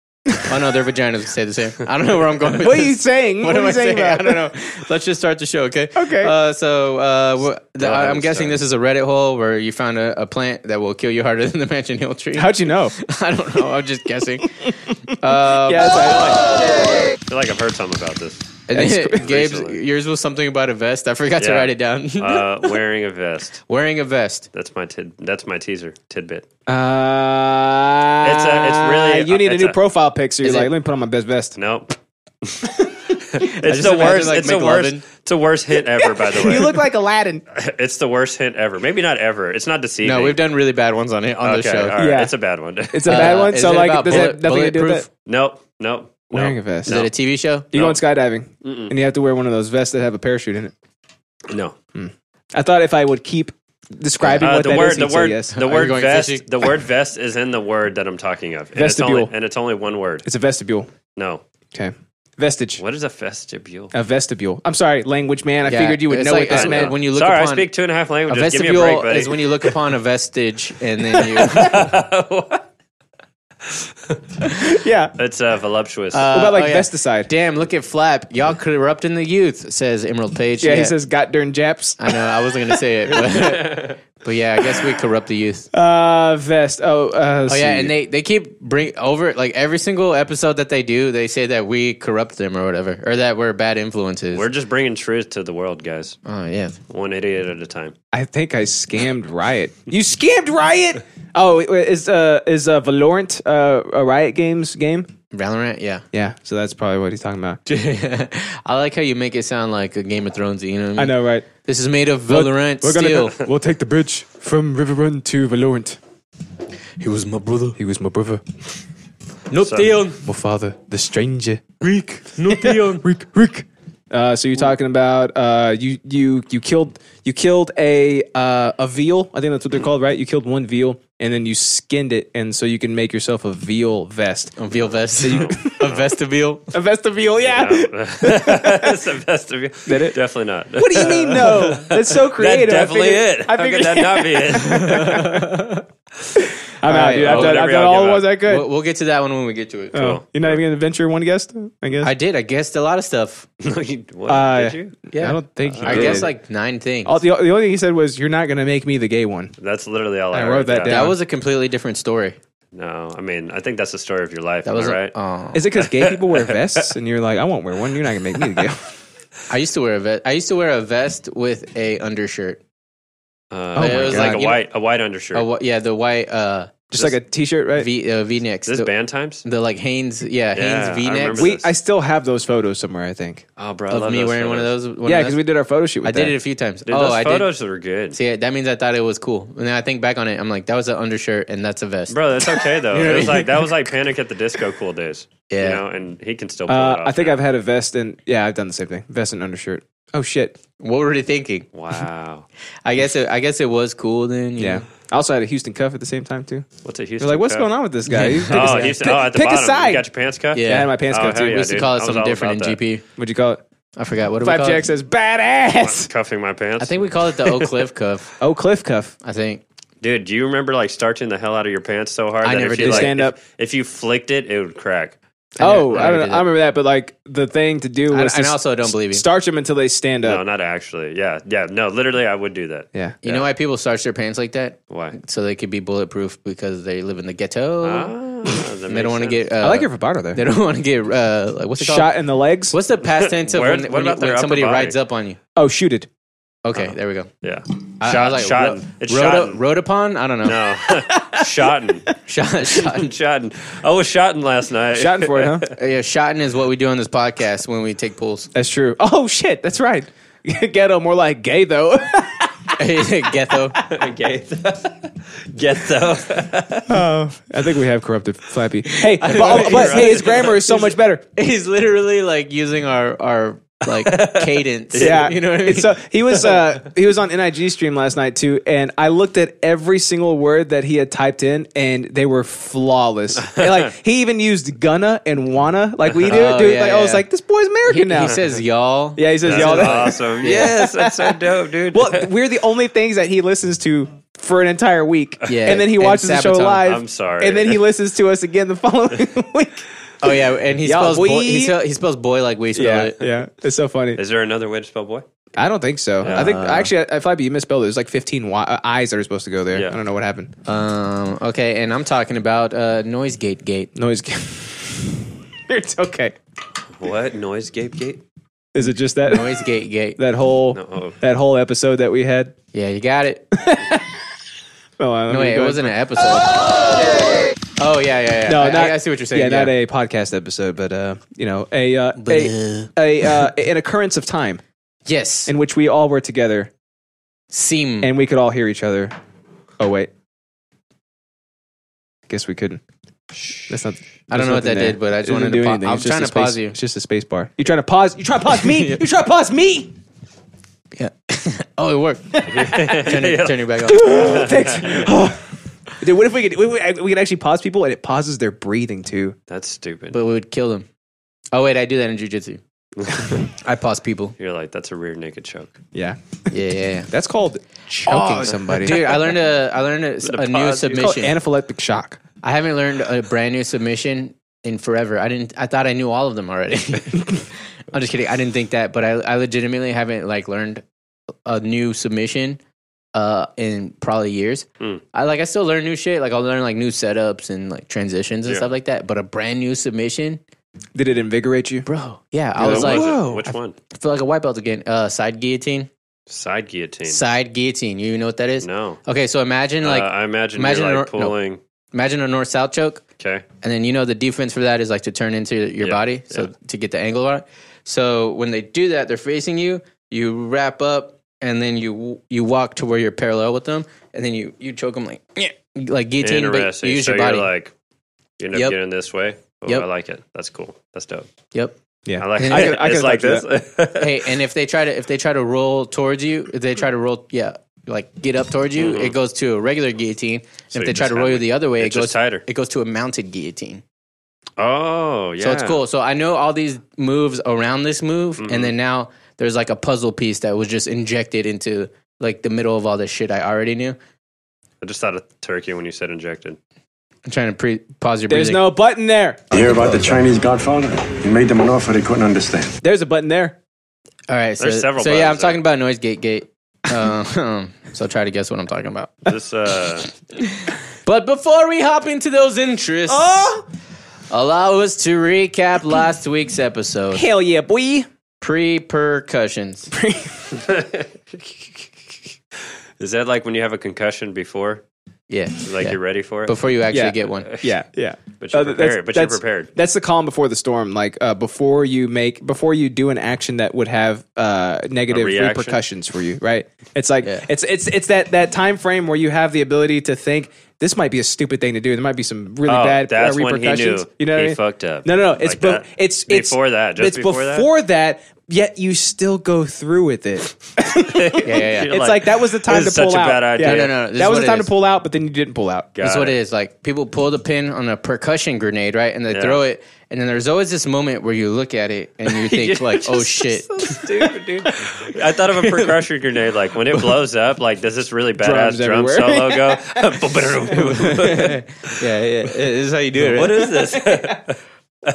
[SPEAKER 2] Oh no, their vaginas stay the same. I don't know where I'm going. With
[SPEAKER 1] What are
[SPEAKER 2] this.
[SPEAKER 1] you saying?
[SPEAKER 2] What,
[SPEAKER 1] What,
[SPEAKER 2] am
[SPEAKER 1] are
[SPEAKER 2] I
[SPEAKER 1] you saying?
[SPEAKER 2] saying? I
[SPEAKER 1] About?
[SPEAKER 2] don't know. Let's just start the show, okay?
[SPEAKER 1] Okay.
[SPEAKER 2] Uh, so uh, wh- the, I- I'm
[SPEAKER 3] haven't
[SPEAKER 2] guessing
[SPEAKER 3] started.
[SPEAKER 2] this is a Reddit hole where you found a, a plant that will kill you harder than the Mansion Hill tree.
[SPEAKER 1] How'd you know?
[SPEAKER 2] I don't know. I'm just guessing.
[SPEAKER 1] yeah, that's right.
[SPEAKER 3] I feel like I've heard something about this.
[SPEAKER 2] And then Gabe's
[SPEAKER 3] Recently.
[SPEAKER 2] yours was something about a vest. I forgot to
[SPEAKER 3] Yeah.
[SPEAKER 2] write it down.
[SPEAKER 3] Uh, wearing a vest.
[SPEAKER 2] Wearing a vest.
[SPEAKER 3] That's my tid. That's my teaser tidbit.
[SPEAKER 1] Uh,
[SPEAKER 3] It's a- it's really-
[SPEAKER 1] You need a
[SPEAKER 3] it's
[SPEAKER 1] new
[SPEAKER 3] a-
[SPEAKER 1] profile pic. So you're
[SPEAKER 2] Is
[SPEAKER 1] like,
[SPEAKER 2] it-
[SPEAKER 1] let me put on my best vest.
[SPEAKER 3] Nope.
[SPEAKER 2] just
[SPEAKER 3] it's the
[SPEAKER 2] imagine,
[SPEAKER 3] worst.
[SPEAKER 2] like,
[SPEAKER 3] it's the worst.
[SPEAKER 2] McLovin.
[SPEAKER 3] It's the worst hint ever. By the way,
[SPEAKER 1] You look like Aladdin.
[SPEAKER 3] it's the worst hint ever. Maybe not ever. It's not deceiving.
[SPEAKER 2] No, we've done really bad ones on it on
[SPEAKER 3] Okay,
[SPEAKER 2] the show.
[SPEAKER 3] all right.
[SPEAKER 1] Yeah.
[SPEAKER 3] It's a bad one.
[SPEAKER 1] It's a bad
[SPEAKER 2] Uh,
[SPEAKER 1] one.
[SPEAKER 2] is
[SPEAKER 1] So
[SPEAKER 2] it
[SPEAKER 1] like,
[SPEAKER 2] about
[SPEAKER 1] does that have
[SPEAKER 2] bullet-
[SPEAKER 1] nothing to do with
[SPEAKER 2] bulletproof?
[SPEAKER 1] that?
[SPEAKER 3] nope. Nope.
[SPEAKER 1] Wearing
[SPEAKER 3] no,
[SPEAKER 1] a vest.
[SPEAKER 2] Is it a TV show?
[SPEAKER 1] You
[SPEAKER 3] No.
[SPEAKER 1] going skydiving, and you have to wear one of those vests that have a parachute in it.
[SPEAKER 3] No.
[SPEAKER 1] I thought if I would keep describing
[SPEAKER 3] Uh,
[SPEAKER 1] what
[SPEAKER 3] the
[SPEAKER 1] that
[SPEAKER 3] word,
[SPEAKER 1] is,
[SPEAKER 3] the
[SPEAKER 1] you'd say
[SPEAKER 3] word,
[SPEAKER 1] yes.
[SPEAKER 3] the
[SPEAKER 2] you
[SPEAKER 3] word
[SPEAKER 2] going
[SPEAKER 3] vest,
[SPEAKER 2] fishing?
[SPEAKER 3] the word vest is in the word that I'm talking of. And It's
[SPEAKER 1] Vestibule.
[SPEAKER 3] only, and it's only one word.
[SPEAKER 1] It's a vestibule.
[SPEAKER 3] No.
[SPEAKER 1] Okay, vestige.
[SPEAKER 3] What is a vestibule?
[SPEAKER 1] A vestibule. I'm sorry, language man. I
[SPEAKER 2] Yeah.
[SPEAKER 1] figured you would
[SPEAKER 2] It's
[SPEAKER 1] know
[SPEAKER 2] like,
[SPEAKER 1] what this
[SPEAKER 2] uh,
[SPEAKER 1] meant.
[SPEAKER 2] When you look
[SPEAKER 3] Sorry,
[SPEAKER 2] upon,
[SPEAKER 3] I speak two and a half
[SPEAKER 2] a
[SPEAKER 3] languages. Give me a break,
[SPEAKER 2] vestibule
[SPEAKER 3] buddy.
[SPEAKER 2] is when you look upon a vestige and then you.
[SPEAKER 1] yeah.
[SPEAKER 3] it's uh, voluptuous.
[SPEAKER 1] What about like
[SPEAKER 2] oh, yeah.
[SPEAKER 1] pesticide?
[SPEAKER 2] Damn, look at Flap. Y'all corrupting the youth, says Emerald Page.
[SPEAKER 1] Yeah, he says got darn Japs.
[SPEAKER 2] I know, I wasn't going to say it. But, but yeah, I guess we corrupt the youth.
[SPEAKER 1] Uh, vest. Oh, uh,
[SPEAKER 2] oh, yeah, and they, they keep bring over, like every single episode that they do, they say that we corrupt them or whatever, or that we're bad influences.
[SPEAKER 3] We're just bringing truth to the world, guys.
[SPEAKER 2] oh, yeah.
[SPEAKER 3] One idiot at a time.
[SPEAKER 1] I think I scammed Riot. You scammed Riot? Oh, wait, wait, is uh is uh, Valorant uh, a Riot Games game?
[SPEAKER 2] Valorant, yeah.
[SPEAKER 1] Yeah, so that's probably what he's talking about.
[SPEAKER 2] I like how you make it sound like a Game of Thrones, you know what I mean?
[SPEAKER 1] I know, right?
[SPEAKER 2] This is made of Valorant steel.
[SPEAKER 1] go- we'll take the bridge from River Run to Valorant.
[SPEAKER 2] He was my brother.
[SPEAKER 1] He was my brother,
[SPEAKER 2] No Theon.
[SPEAKER 1] my father, the stranger.
[SPEAKER 2] Greek. No Theon.
[SPEAKER 1] Rick, Rick. Uh, so you're talking about uh, you you you killed you killed a uh, a veal. I think that's what they're called, right? You killed one veal and then you skinned it, and so you can make yourself a veal vest.
[SPEAKER 2] A veal vest. a vestibule.
[SPEAKER 1] A vest of veal, yeah.
[SPEAKER 3] That's the vestibule.
[SPEAKER 1] Did it?
[SPEAKER 3] Definitely not.
[SPEAKER 1] What do you mean? No, that's so creative. I
[SPEAKER 3] definitely
[SPEAKER 1] figured-
[SPEAKER 3] it.
[SPEAKER 1] I
[SPEAKER 3] How
[SPEAKER 1] figured
[SPEAKER 3] could that not be it?
[SPEAKER 1] I'm out, dude.
[SPEAKER 2] All
[SPEAKER 1] I've
[SPEAKER 2] right,
[SPEAKER 1] done,
[SPEAKER 3] I'll
[SPEAKER 1] I've
[SPEAKER 3] never
[SPEAKER 1] done all the
[SPEAKER 3] give
[SPEAKER 1] ones
[SPEAKER 3] up.
[SPEAKER 1] I could.
[SPEAKER 2] We'll, we'll get to that one when we get to it.
[SPEAKER 1] Oh, You're not even gonna venture one guess. I guess.
[SPEAKER 2] I did. I guessed a lot of stuff.
[SPEAKER 3] No, you- what,
[SPEAKER 1] Uh,
[SPEAKER 3] did you?
[SPEAKER 1] I don't think. you
[SPEAKER 2] I
[SPEAKER 1] did.
[SPEAKER 2] guessed like nine things.
[SPEAKER 1] All, the, the only thing he said was, "You're not gonna make me the gay one."
[SPEAKER 3] That's literally all I,
[SPEAKER 1] I
[SPEAKER 3] heard,
[SPEAKER 1] wrote that
[SPEAKER 3] yeah.
[SPEAKER 1] down.
[SPEAKER 2] that was a completely different story.
[SPEAKER 3] No, I mean, I think that's the story of your life.
[SPEAKER 2] That was
[SPEAKER 3] right.
[SPEAKER 2] Oh,
[SPEAKER 1] Is it because gay people wear vests, and you're like, "I won't wear one. You're not gonna make me the gay." one.
[SPEAKER 2] I used to wear a vest. I used to wear a vest with a undershirt.
[SPEAKER 3] Uh,
[SPEAKER 1] my
[SPEAKER 3] it was
[SPEAKER 1] God.
[SPEAKER 3] like
[SPEAKER 2] You
[SPEAKER 3] a
[SPEAKER 2] know-
[SPEAKER 3] white, a white undershirt.
[SPEAKER 2] Oh, wha- yeah, the white uh,
[SPEAKER 1] Just like a t-shirt, right?
[SPEAKER 2] V uh, V necks.
[SPEAKER 3] Is this
[SPEAKER 2] The,
[SPEAKER 3] band times?
[SPEAKER 2] the, like Hanes, yeah,
[SPEAKER 3] Yeah, I
[SPEAKER 2] Hanes V necks
[SPEAKER 3] remember
[SPEAKER 1] We,
[SPEAKER 3] this.
[SPEAKER 1] I still have those photos somewhere. I think.
[SPEAKER 3] Oh, bro, I
[SPEAKER 2] of
[SPEAKER 3] love
[SPEAKER 2] me
[SPEAKER 3] those
[SPEAKER 2] wearing one of
[SPEAKER 3] photos.
[SPEAKER 2] those. one
[SPEAKER 1] yeah,
[SPEAKER 2] of
[SPEAKER 1] because
[SPEAKER 2] those.
[SPEAKER 1] we did our photo shoot. With
[SPEAKER 2] I
[SPEAKER 1] that.
[SPEAKER 2] did it a few times.
[SPEAKER 3] Dude,
[SPEAKER 2] oh,
[SPEAKER 3] those
[SPEAKER 2] I did.
[SPEAKER 3] photos are good.
[SPEAKER 2] See, that means I thought it was cool, and then I think back on it, I'm like, that was an undershirt, and that's a vest.
[SPEAKER 3] Bro, that's okay though.
[SPEAKER 2] know
[SPEAKER 3] it was
[SPEAKER 2] what I
[SPEAKER 3] like that was like Panic at the Disco cool days.
[SPEAKER 2] Yeah.
[SPEAKER 3] You know, and he can still pull
[SPEAKER 1] Uh,
[SPEAKER 3] it off.
[SPEAKER 1] I think
[SPEAKER 3] now.
[SPEAKER 1] I've had a vest and yeah, I've done the same thing. Vest and undershirt. Oh shit.
[SPEAKER 2] What were they thinking?
[SPEAKER 3] Wow.
[SPEAKER 2] I guess it, I guess it was cool then. you
[SPEAKER 1] Yeah.
[SPEAKER 2] know?
[SPEAKER 1] I also had a Houston cuff at the same time too.
[SPEAKER 3] What's it, Houston?
[SPEAKER 1] They're like, what's
[SPEAKER 3] Cup?
[SPEAKER 1] going on with this guy? You pick a
[SPEAKER 3] Oh,
[SPEAKER 1] side.
[SPEAKER 3] Houston.
[SPEAKER 1] Pick-
[SPEAKER 3] Oh, at the
[SPEAKER 1] pick
[SPEAKER 3] bottom.
[SPEAKER 1] a side.
[SPEAKER 3] You got your pants cut?
[SPEAKER 2] Yeah.
[SPEAKER 1] Yeah, I had my pants
[SPEAKER 3] Oh,
[SPEAKER 1] cut
[SPEAKER 3] hell
[SPEAKER 1] too.
[SPEAKER 3] yeah,
[SPEAKER 2] we used to
[SPEAKER 3] dude.
[SPEAKER 2] call
[SPEAKER 3] I
[SPEAKER 2] it
[SPEAKER 3] was
[SPEAKER 2] something
[SPEAKER 3] all
[SPEAKER 2] different in
[SPEAKER 3] about that.
[SPEAKER 2] GP.
[SPEAKER 1] What'd you call it?
[SPEAKER 2] I forgot what do we
[SPEAKER 1] Flapjack
[SPEAKER 2] call it.
[SPEAKER 1] says badass.
[SPEAKER 3] Cuffing my pants.
[SPEAKER 2] I think we call it the Oak Cliff cuff.
[SPEAKER 1] Oh, cliff cuff.
[SPEAKER 2] I think.
[SPEAKER 3] Dude, do you remember like starching the hell out of your pants so hard
[SPEAKER 2] I
[SPEAKER 3] that
[SPEAKER 2] never
[SPEAKER 3] if you
[SPEAKER 2] did.
[SPEAKER 3] like,
[SPEAKER 1] Stand
[SPEAKER 3] if-
[SPEAKER 1] up.
[SPEAKER 3] If, you flicked it, it would crack.
[SPEAKER 1] Oh,
[SPEAKER 2] I
[SPEAKER 1] I, don't
[SPEAKER 2] did
[SPEAKER 1] know.
[SPEAKER 2] it.
[SPEAKER 1] I remember that, but like the thing to do
[SPEAKER 2] I,
[SPEAKER 1] was
[SPEAKER 2] and I
[SPEAKER 1] to
[SPEAKER 2] also don't believe you.
[SPEAKER 1] starch them until they stand
[SPEAKER 3] No,
[SPEAKER 1] up.
[SPEAKER 3] not actually. Yeah, yeah. No, literally, I would do that.
[SPEAKER 1] Yeah.
[SPEAKER 2] you know why people starch their pants like that?
[SPEAKER 3] Why?
[SPEAKER 2] So they could be bulletproof because they live in the ghetto.
[SPEAKER 3] Ah, that
[SPEAKER 2] and they
[SPEAKER 3] makes
[SPEAKER 2] don't want to
[SPEAKER 3] sense.
[SPEAKER 2] get. Uh,
[SPEAKER 1] I like your vibrato
[SPEAKER 2] They
[SPEAKER 1] there.
[SPEAKER 2] don't want to get. Uh, like, what's it called?
[SPEAKER 1] Shot in the legs.
[SPEAKER 2] What's the past tense of
[SPEAKER 3] Where-
[SPEAKER 2] when,
[SPEAKER 3] what
[SPEAKER 2] when, you-
[SPEAKER 3] about their
[SPEAKER 2] when
[SPEAKER 3] upper
[SPEAKER 2] somebody
[SPEAKER 3] body?
[SPEAKER 2] rides up on you?
[SPEAKER 1] Oh, shoot it.
[SPEAKER 2] Okay, there we go.
[SPEAKER 3] Yeah.
[SPEAKER 2] I- I
[SPEAKER 3] Shot,
[SPEAKER 2] was
[SPEAKER 3] shot.
[SPEAKER 2] ro-
[SPEAKER 3] it's
[SPEAKER 2] rode,
[SPEAKER 3] shot.
[SPEAKER 2] rode upon? I don't know.
[SPEAKER 3] no. Shotten.
[SPEAKER 2] Shot, shot.
[SPEAKER 3] Shotten. I was shotten last night.
[SPEAKER 1] Shotting for it, huh?
[SPEAKER 2] Yeah, shotting is what we do on this podcast when we take pulls.
[SPEAKER 1] That's true. Oh shit, that's right. Ghetto, more like gay though.
[SPEAKER 2] Ghetto.
[SPEAKER 3] Get though.
[SPEAKER 1] I think we have corrupted Flappy. Hey, but, but hey, his grammar is so much better.
[SPEAKER 2] He's literally like using our our like cadence.
[SPEAKER 1] Yeah,
[SPEAKER 2] you know what I mean.
[SPEAKER 1] It's so he was uh, he was on NIG stream last night too, and I looked at every single word that he had typed in, and they were flawless. And, like he even used "gunna" and "wanna" like we do.
[SPEAKER 2] Oh,
[SPEAKER 1] dude,
[SPEAKER 2] yeah,
[SPEAKER 1] like I was
[SPEAKER 2] yeah.
[SPEAKER 1] like, this boy's American
[SPEAKER 2] he,
[SPEAKER 1] now.
[SPEAKER 2] he says y'all.
[SPEAKER 1] yeah, he says
[SPEAKER 3] That's
[SPEAKER 1] y'all.
[SPEAKER 3] awesome. Yes, that's so dope, dude.
[SPEAKER 1] well, we're the only things that he listens to for an entire week.
[SPEAKER 2] Yeah,
[SPEAKER 1] and then he
[SPEAKER 2] and
[SPEAKER 1] watches the show
[SPEAKER 2] Sabaton.
[SPEAKER 1] live.
[SPEAKER 3] I'm sorry.
[SPEAKER 1] And then he listens to us again the following week.
[SPEAKER 2] Oh yeah, and he
[SPEAKER 1] Y'all,
[SPEAKER 2] spells boy.
[SPEAKER 1] we-
[SPEAKER 2] He, spell, he spells boy like we spell
[SPEAKER 1] Yeah,
[SPEAKER 2] it.
[SPEAKER 1] yeah. It's so funny.
[SPEAKER 3] Is there another way to spell boy?
[SPEAKER 1] I don't think so. I think actually, if I be you misspelled it, there's like 15 y- uh, eyes that are supposed to go there.
[SPEAKER 3] Yeah.
[SPEAKER 1] I don't know what happened.
[SPEAKER 2] Um. Okay, and I'm talking about uh, noise gate gate.
[SPEAKER 1] Noise. ga- it's okay.
[SPEAKER 3] What noise gape gate?
[SPEAKER 1] Is it just that
[SPEAKER 2] Noise gate gate.
[SPEAKER 1] that whole
[SPEAKER 3] No. oh,
[SPEAKER 1] that whole episode that we had?
[SPEAKER 2] Yeah, you got it.
[SPEAKER 1] Oh, I don't
[SPEAKER 2] No,
[SPEAKER 1] know.
[SPEAKER 2] wait, it
[SPEAKER 1] Go-
[SPEAKER 2] wasn't an episode. Oh yeah, yeah, yeah.
[SPEAKER 1] No,
[SPEAKER 2] I, I-
[SPEAKER 1] not,
[SPEAKER 2] I see what you're saying.
[SPEAKER 1] Yeah, not a podcast episode, but uh, you know, a uh, a, a uh, an occurrence of time
[SPEAKER 2] yes.
[SPEAKER 1] in which we all were together
[SPEAKER 2] Seem.
[SPEAKER 1] and we could all hear each other. Oh wait, guess we couldn't. That's not.
[SPEAKER 2] I don't know what that did, but I just wanted to pa- I was trying to pause you.
[SPEAKER 1] It's just a space bar. You trying to pause? You trying to pause me? You trying to pause me?
[SPEAKER 2] Yeah. oh, it worked. turn, your, turn your back off.
[SPEAKER 1] Thanks. Oh. Dude, what if we could we, we we could actually pause people and it pauses their breathing too?
[SPEAKER 3] That's stupid.
[SPEAKER 2] But we would kill them. Oh wait, I do that in jujitsu. I pause people.
[SPEAKER 3] You're like that's a rear naked choke.
[SPEAKER 1] Yeah,
[SPEAKER 2] Yeah, yeah, yeah.
[SPEAKER 1] that's called choking
[SPEAKER 2] Oh,
[SPEAKER 1] somebody.
[SPEAKER 2] Dude, I learned a I learned a, a new
[SPEAKER 3] pause you.
[SPEAKER 1] it's called
[SPEAKER 2] submission.
[SPEAKER 1] anaphylactic shock.
[SPEAKER 2] I haven't learned a brand new submission in forever. I didn't. I thought I knew all of them already. I'm just kidding. I didn't think that, but I, I legitimately haven't like learned a new submission uh in probably years. I like I still learn new shit. Like I'll learn like new setups and like transitions and
[SPEAKER 3] Yeah.
[SPEAKER 2] stuff like that. But a brand new submission,
[SPEAKER 1] Did it invigorate you?
[SPEAKER 2] bro. Yeah, I was
[SPEAKER 3] What
[SPEAKER 2] like,
[SPEAKER 3] it?
[SPEAKER 1] whoa.
[SPEAKER 3] which one?
[SPEAKER 2] I feel like a white belt again. Uh, side guillotine.
[SPEAKER 3] Side guillotine.
[SPEAKER 2] Side guillotine. You know what that is?
[SPEAKER 3] No.
[SPEAKER 2] Okay, so imagine like
[SPEAKER 3] uh, I imagine,
[SPEAKER 2] imagine
[SPEAKER 3] you're
[SPEAKER 2] a
[SPEAKER 3] like
[SPEAKER 2] nor- no.
[SPEAKER 3] pulling.
[SPEAKER 2] imagine a north south choke.
[SPEAKER 3] Okay.
[SPEAKER 2] And then you know the defense for that is like to turn into your
[SPEAKER 3] Yeah,
[SPEAKER 2] body, so
[SPEAKER 3] yeah.
[SPEAKER 2] to get the angle on. it. So when they do that, they're facing you. You wrap up, and then you you walk to where you're parallel with them, and then you you choke them like yeah, like guillotine. But
[SPEAKER 3] Interesting.
[SPEAKER 2] you use
[SPEAKER 3] so
[SPEAKER 2] your body.
[SPEAKER 3] you're like, you end up
[SPEAKER 2] Yep.
[SPEAKER 3] getting this way. Oh,
[SPEAKER 2] Yep.
[SPEAKER 3] I like it. That's cool. That's dope.
[SPEAKER 2] yep.
[SPEAKER 1] Yeah,
[SPEAKER 3] I like
[SPEAKER 2] I
[SPEAKER 3] it.
[SPEAKER 1] could- I
[SPEAKER 3] it's
[SPEAKER 1] could
[SPEAKER 3] like
[SPEAKER 1] touch
[SPEAKER 3] this.
[SPEAKER 2] hey, and if they try to if they try to roll towards you, if they try to roll yeah, like get up towards you, it goes to a regular guillotine. and if
[SPEAKER 3] Mm-hmm. you
[SPEAKER 2] they try
[SPEAKER 3] just
[SPEAKER 2] to roll
[SPEAKER 3] have
[SPEAKER 2] you the other way, it
[SPEAKER 3] it's just
[SPEAKER 2] goes
[SPEAKER 3] tighter.
[SPEAKER 2] It goes to a mounted guillotine.
[SPEAKER 3] oh, yeah. Mm-hmm.
[SPEAKER 2] So it's cool. So I know all these moves around this move, and then now there's like a puzzle piece that was just injected into like the middle of all this shit I already knew.
[SPEAKER 3] I just thought of turkey when you said injected.
[SPEAKER 2] I'm trying to pre- pause your
[SPEAKER 1] There's
[SPEAKER 2] breathing.
[SPEAKER 1] no button there.
[SPEAKER 7] You hear about the Chinese Godfather? He made them an offer they couldn't understand.
[SPEAKER 1] There's a button there.
[SPEAKER 2] all right. So,
[SPEAKER 3] There's several
[SPEAKER 2] so yeah, I'm
[SPEAKER 3] buttons
[SPEAKER 2] talking about noise gate gate. um, so try to guess what I'm talking about.
[SPEAKER 3] This uh,
[SPEAKER 2] But before we hop into those interests, allow us to recap last week's episode.
[SPEAKER 1] Hell yeah, boy.
[SPEAKER 2] Pre-percussions.
[SPEAKER 3] is that like when you have a concussion before,
[SPEAKER 2] Yeah.
[SPEAKER 3] like
[SPEAKER 2] yeah.
[SPEAKER 3] you're ready for it,
[SPEAKER 2] Before you actually
[SPEAKER 1] Yeah.
[SPEAKER 2] get one.
[SPEAKER 1] Yeah, yeah.
[SPEAKER 3] but you're
[SPEAKER 1] Uh,
[SPEAKER 3] prepared. but you're prepared.
[SPEAKER 1] That's the calm before the storm. Like uh, before you make, before you do an action that would have uh, negative
[SPEAKER 3] A reaction?
[SPEAKER 1] repercussions for you, right? It's like
[SPEAKER 2] Yeah.
[SPEAKER 1] it's it's it's that that time frame where you have the ability to think this might be a stupid thing to do. There might be some really
[SPEAKER 3] Oh,
[SPEAKER 1] bad uh,
[SPEAKER 3] that's when he knew
[SPEAKER 1] repercussions. you know, what
[SPEAKER 3] he
[SPEAKER 1] I mean?
[SPEAKER 3] fucked up.
[SPEAKER 1] No, no, no. It's
[SPEAKER 3] Like
[SPEAKER 1] be-
[SPEAKER 3] that.
[SPEAKER 1] it's it's
[SPEAKER 3] Before that, just
[SPEAKER 1] it's
[SPEAKER 3] before that?
[SPEAKER 1] that, Yet you still go through with it.
[SPEAKER 2] Yeah, yeah, yeah.
[SPEAKER 1] It's like, that was the time
[SPEAKER 3] this
[SPEAKER 1] to pull
[SPEAKER 3] is such
[SPEAKER 1] out.
[SPEAKER 3] a bad idea.
[SPEAKER 1] Yeah.
[SPEAKER 2] No, no, no, this is
[SPEAKER 1] that was
[SPEAKER 2] what
[SPEAKER 1] the
[SPEAKER 2] it
[SPEAKER 1] time to
[SPEAKER 2] is.
[SPEAKER 1] pull out, but then you didn't pull out.
[SPEAKER 3] Got
[SPEAKER 2] That's what
[SPEAKER 3] it.
[SPEAKER 2] it is. Like people pull the pin on a percussion grenade, right? And they
[SPEAKER 3] Yeah.
[SPEAKER 2] throw it. And then there's always this moment where you look at it and you think, like, oh shit.
[SPEAKER 3] I thought of a percussion grenade. Like when it blows up, like does this really
[SPEAKER 1] Drums
[SPEAKER 3] badass drum
[SPEAKER 1] everywhere.
[SPEAKER 3] solo go?
[SPEAKER 2] yeah, yeah. This is how you do it. Right?
[SPEAKER 3] what is this? a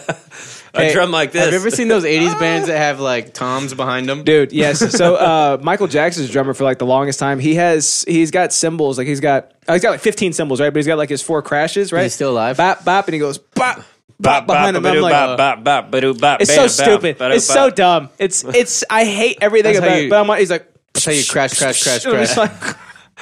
[SPEAKER 3] drum like this.
[SPEAKER 2] Have you ever seen those 80s bands that have like toms behind them?
[SPEAKER 1] dude yes so uh, michael jackson's drummer for like the longest time he has he's got cymbals like he's got oh, he's got like 15 cymbals right but he's got like his four crashes right
[SPEAKER 2] He's still alive?
[SPEAKER 1] bop bop and he goes bop bop,
[SPEAKER 3] bop,
[SPEAKER 1] behind him
[SPEAKER 3] bop,
[SPEAKER 1] I'm like,
[SPEAKER 3] bop, bop, bop, bop, bop,
[SPEAKER 1] it's so
[SPEAKER 3] bam, bam,
[SPEAKER 1] stupid
[SPEAKER 3] bada,
[SPEAKER 1] it's so
[SPEAKER 3] bop.
[SPEAKER 1] dumb it's it's i hate everything
[SPEAKER 2] That's how
[SPEAKER 1] about it
[SPEAKER 2] you-
[SPEAKER 1] but i'm like he's like
[SPEAKER 2] That's how you crash, crash, crash,
[SPEAKER 1] I'm just
[SPEAKER 2] crash.
[SPEAKER 1] like,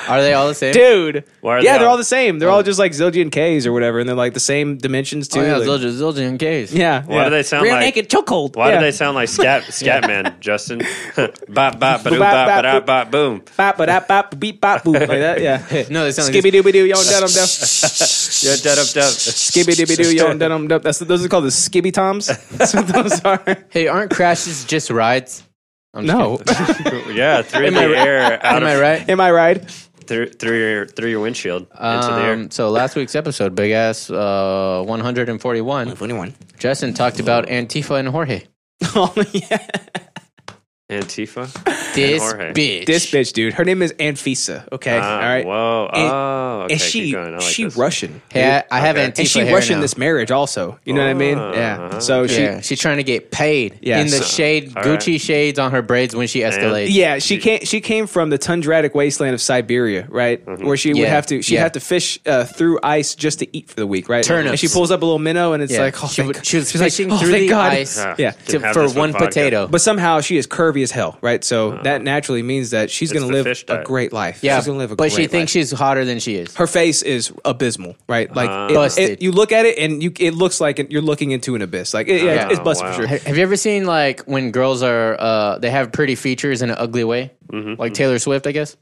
[SPEAKER 2] Are they all the same?
[SPEAKER 1] dude
[SPEAKER 3] Why are
[SPEAKER 1] yeah
[SPEAKER 3] they
[SPEAKER 1] they're
[SPEAKER 3] all-
[SPEAKER 1] all the same they're all just like zildjian k's or whatever and they're like the same dimensions too
[SPEAKER 2] Oh, yeah,
[SPEAKER 1] like-
[SPEAKER 2] Zildjian, Zildjian K's.
[SPEAKER 1] yeah
[SPEAKER 3] Why
[SPEAKER 1] yeah.
[SPEAKER 3] do they sound like?
[SPEAKER 6] chokehold.
[SPEAKER 3] Why
[SPEAKER 1] Yeah.
[SPEAKER 3] do they sound like scat scat man, Justin? bop bop bop bop
[SPEAKER 1] bop,
[SPEAKER 3] bop
[SPEAKER 1] boop.
[SPEAKER 3] bop boom.
[SPEAKER 1] bop ba da bop beep bop boop like that yeah
[SPEAKER 2] No, they sound like
[SPEAKER 1] skibby
[SPEAKER 2] this.
[SPEAKER 1] dooby doo yon dum dum
[SPEAKER 3] Yeah, da da da.
[SPEAKER 1] skibby dibby doo yon dum dum that's those are called the skibby toms that's what those are
[SPEAKER 2] Hey, aren't crashes just rides? I'm just
[SPEAKER 1] No.
[SPEAKER 2] kidding.
[SPEAKER 3] Yeah, through the air,
[SPEAKER 2] Am
[SPEAKER 3] out of,
[SPEAKER 2] I right?
[SPEAKER 1] Am I right?
[SPEAKER 3] through, through your through your windshield into the air.
[SPEAKER 2] Um, so last week's episode, big ass uh, 141,
[SPEAKER 6] Anyone?
[SPEAKER 2] Justin talked about Antifa and Jorge.
[SPEAKER 1] Oh yeah.
[SPEAKER 3] Antifa.
[SPEAKER 2] This
[SPEAKER 3] Jorge.
[SPEAKER 2] bitch.
[SPEAKER 1] This bitch, dude. Her name is Anfisa. Okay.
[SPEAKER 3] Ah,
[SPEAKER 1] All right.
[SPEAKER 3] Whoa.
[SPEAKER 1] And-
[SPEAKER 3] oh. Okay.
[SPEAKER 1] and
[SPEAKER 3] keep
[SPEAKER 1] she
[SPEAKER 3] going. I like
[SPEAKER 1] she
[SPEAKER 3] this.
[SPEAKER 1] Russian.
[SPEAKER 2] Hey, I, I have
[SPEAKER 3] Okay.
[SPEAKER 2] Antifa
[SPEAKER 1] And she
[SPEAKER 2] hair
[SPEAKER 1] Russian
[SPEAKER 2] now.
[SPEAKER 1] this marriage also. You know what I mean? Uh-huh. Yeah. So she
[SPEAKER 2] yeah, she's trying to get paid
[SPEAKER 1] Yeah,
[SPEAKER 2] in the
[SPEAKER 1] so-
[SPEAKER 2] shade,
[SPEAKER 3] all
[SPEAKER 2] Gucci shades on her braids when she escalates.
[SPEAKER 1] yeah, she came. She came from the tundratic wasteland of Siberia, right? Where she would
[SPEAKER 2] Yeah,
[SPEAKER 1] have to. She would
[SPEAKER 2] yeah.
[SPEAKER 1] have to fish uh, through ice just to eat for the week, right?
[SPEAKER 2] Turnips.
[SPEAKER 1] And she pulls up a little minnow, and it's
[SPEAKER 2] Yeah.
[SPEAKER 1] like, oh,
[SPEAKER 2] She
[SPEAKER 1] thank
[SPEAKER 2] would-
[SPEAKER 1] God.
[SPEAKER 2] she was
[SPEAKER 1] She's like,
[SPEAKER 2] fishing
[SPEAKER 1] "Oh,
[SPEAKER 2] through
[SPEAKER 1] thank
[SPEAKER 2] the
[SPEAKER 1] God."
[SPEAKER 2] ice.
[SPEAKER 3] Ah,
[SPEAKER 1] Yeah.
[SPEAKER 2] to,
[SPEAKER 3] can have
[SPEAKER 2] for
[SPEAKER 3] this with
[SPEAKER 2] one
[SPEAKER 3] vodka.
[SPEAKER 2] potato.
[SPEAKER 1] But somehow she is curvy as hell, right? So that naturally means that she's
[SPEAKER 3] Oh. It's
[SPEAKER 1] going to
[SPEAKER 3] the
[SPEAKER 1] live
[SPEAKER 3] fish
[SPEAKER 1] a
[SPEAKER 3] diet.
[SPEAKER 1] great life.
[SPEAKER 2] yeah,
[SPEAKER 1] she's going to live a
[SPEAKER 2] but
[SPEAKER 1] great
[SPEAKER 2] she
[SPEAKER 1] life.
[SPEAKER 2] thinks she's hotter than she is.
[SPEAKER 1] her face is abysmal, right? Like it-
[SPEAKER 2] Busted.
[SPEAKER 1] it- you look at it and you it looks like you're looking into an abyss. Like it, yeah, it's- it's
[SPEAKER 3] Oh,
[SPEAKER 1] busted for sure.
[SPEAKER 3] wow.
[SPEAKER 2] Have you ever seen like when girls are uh, they have pretty features in an ugly way,
[SPEAKER 1] Mm-hmm,
[SPEAKER 2] like Taylor Swift, I guess.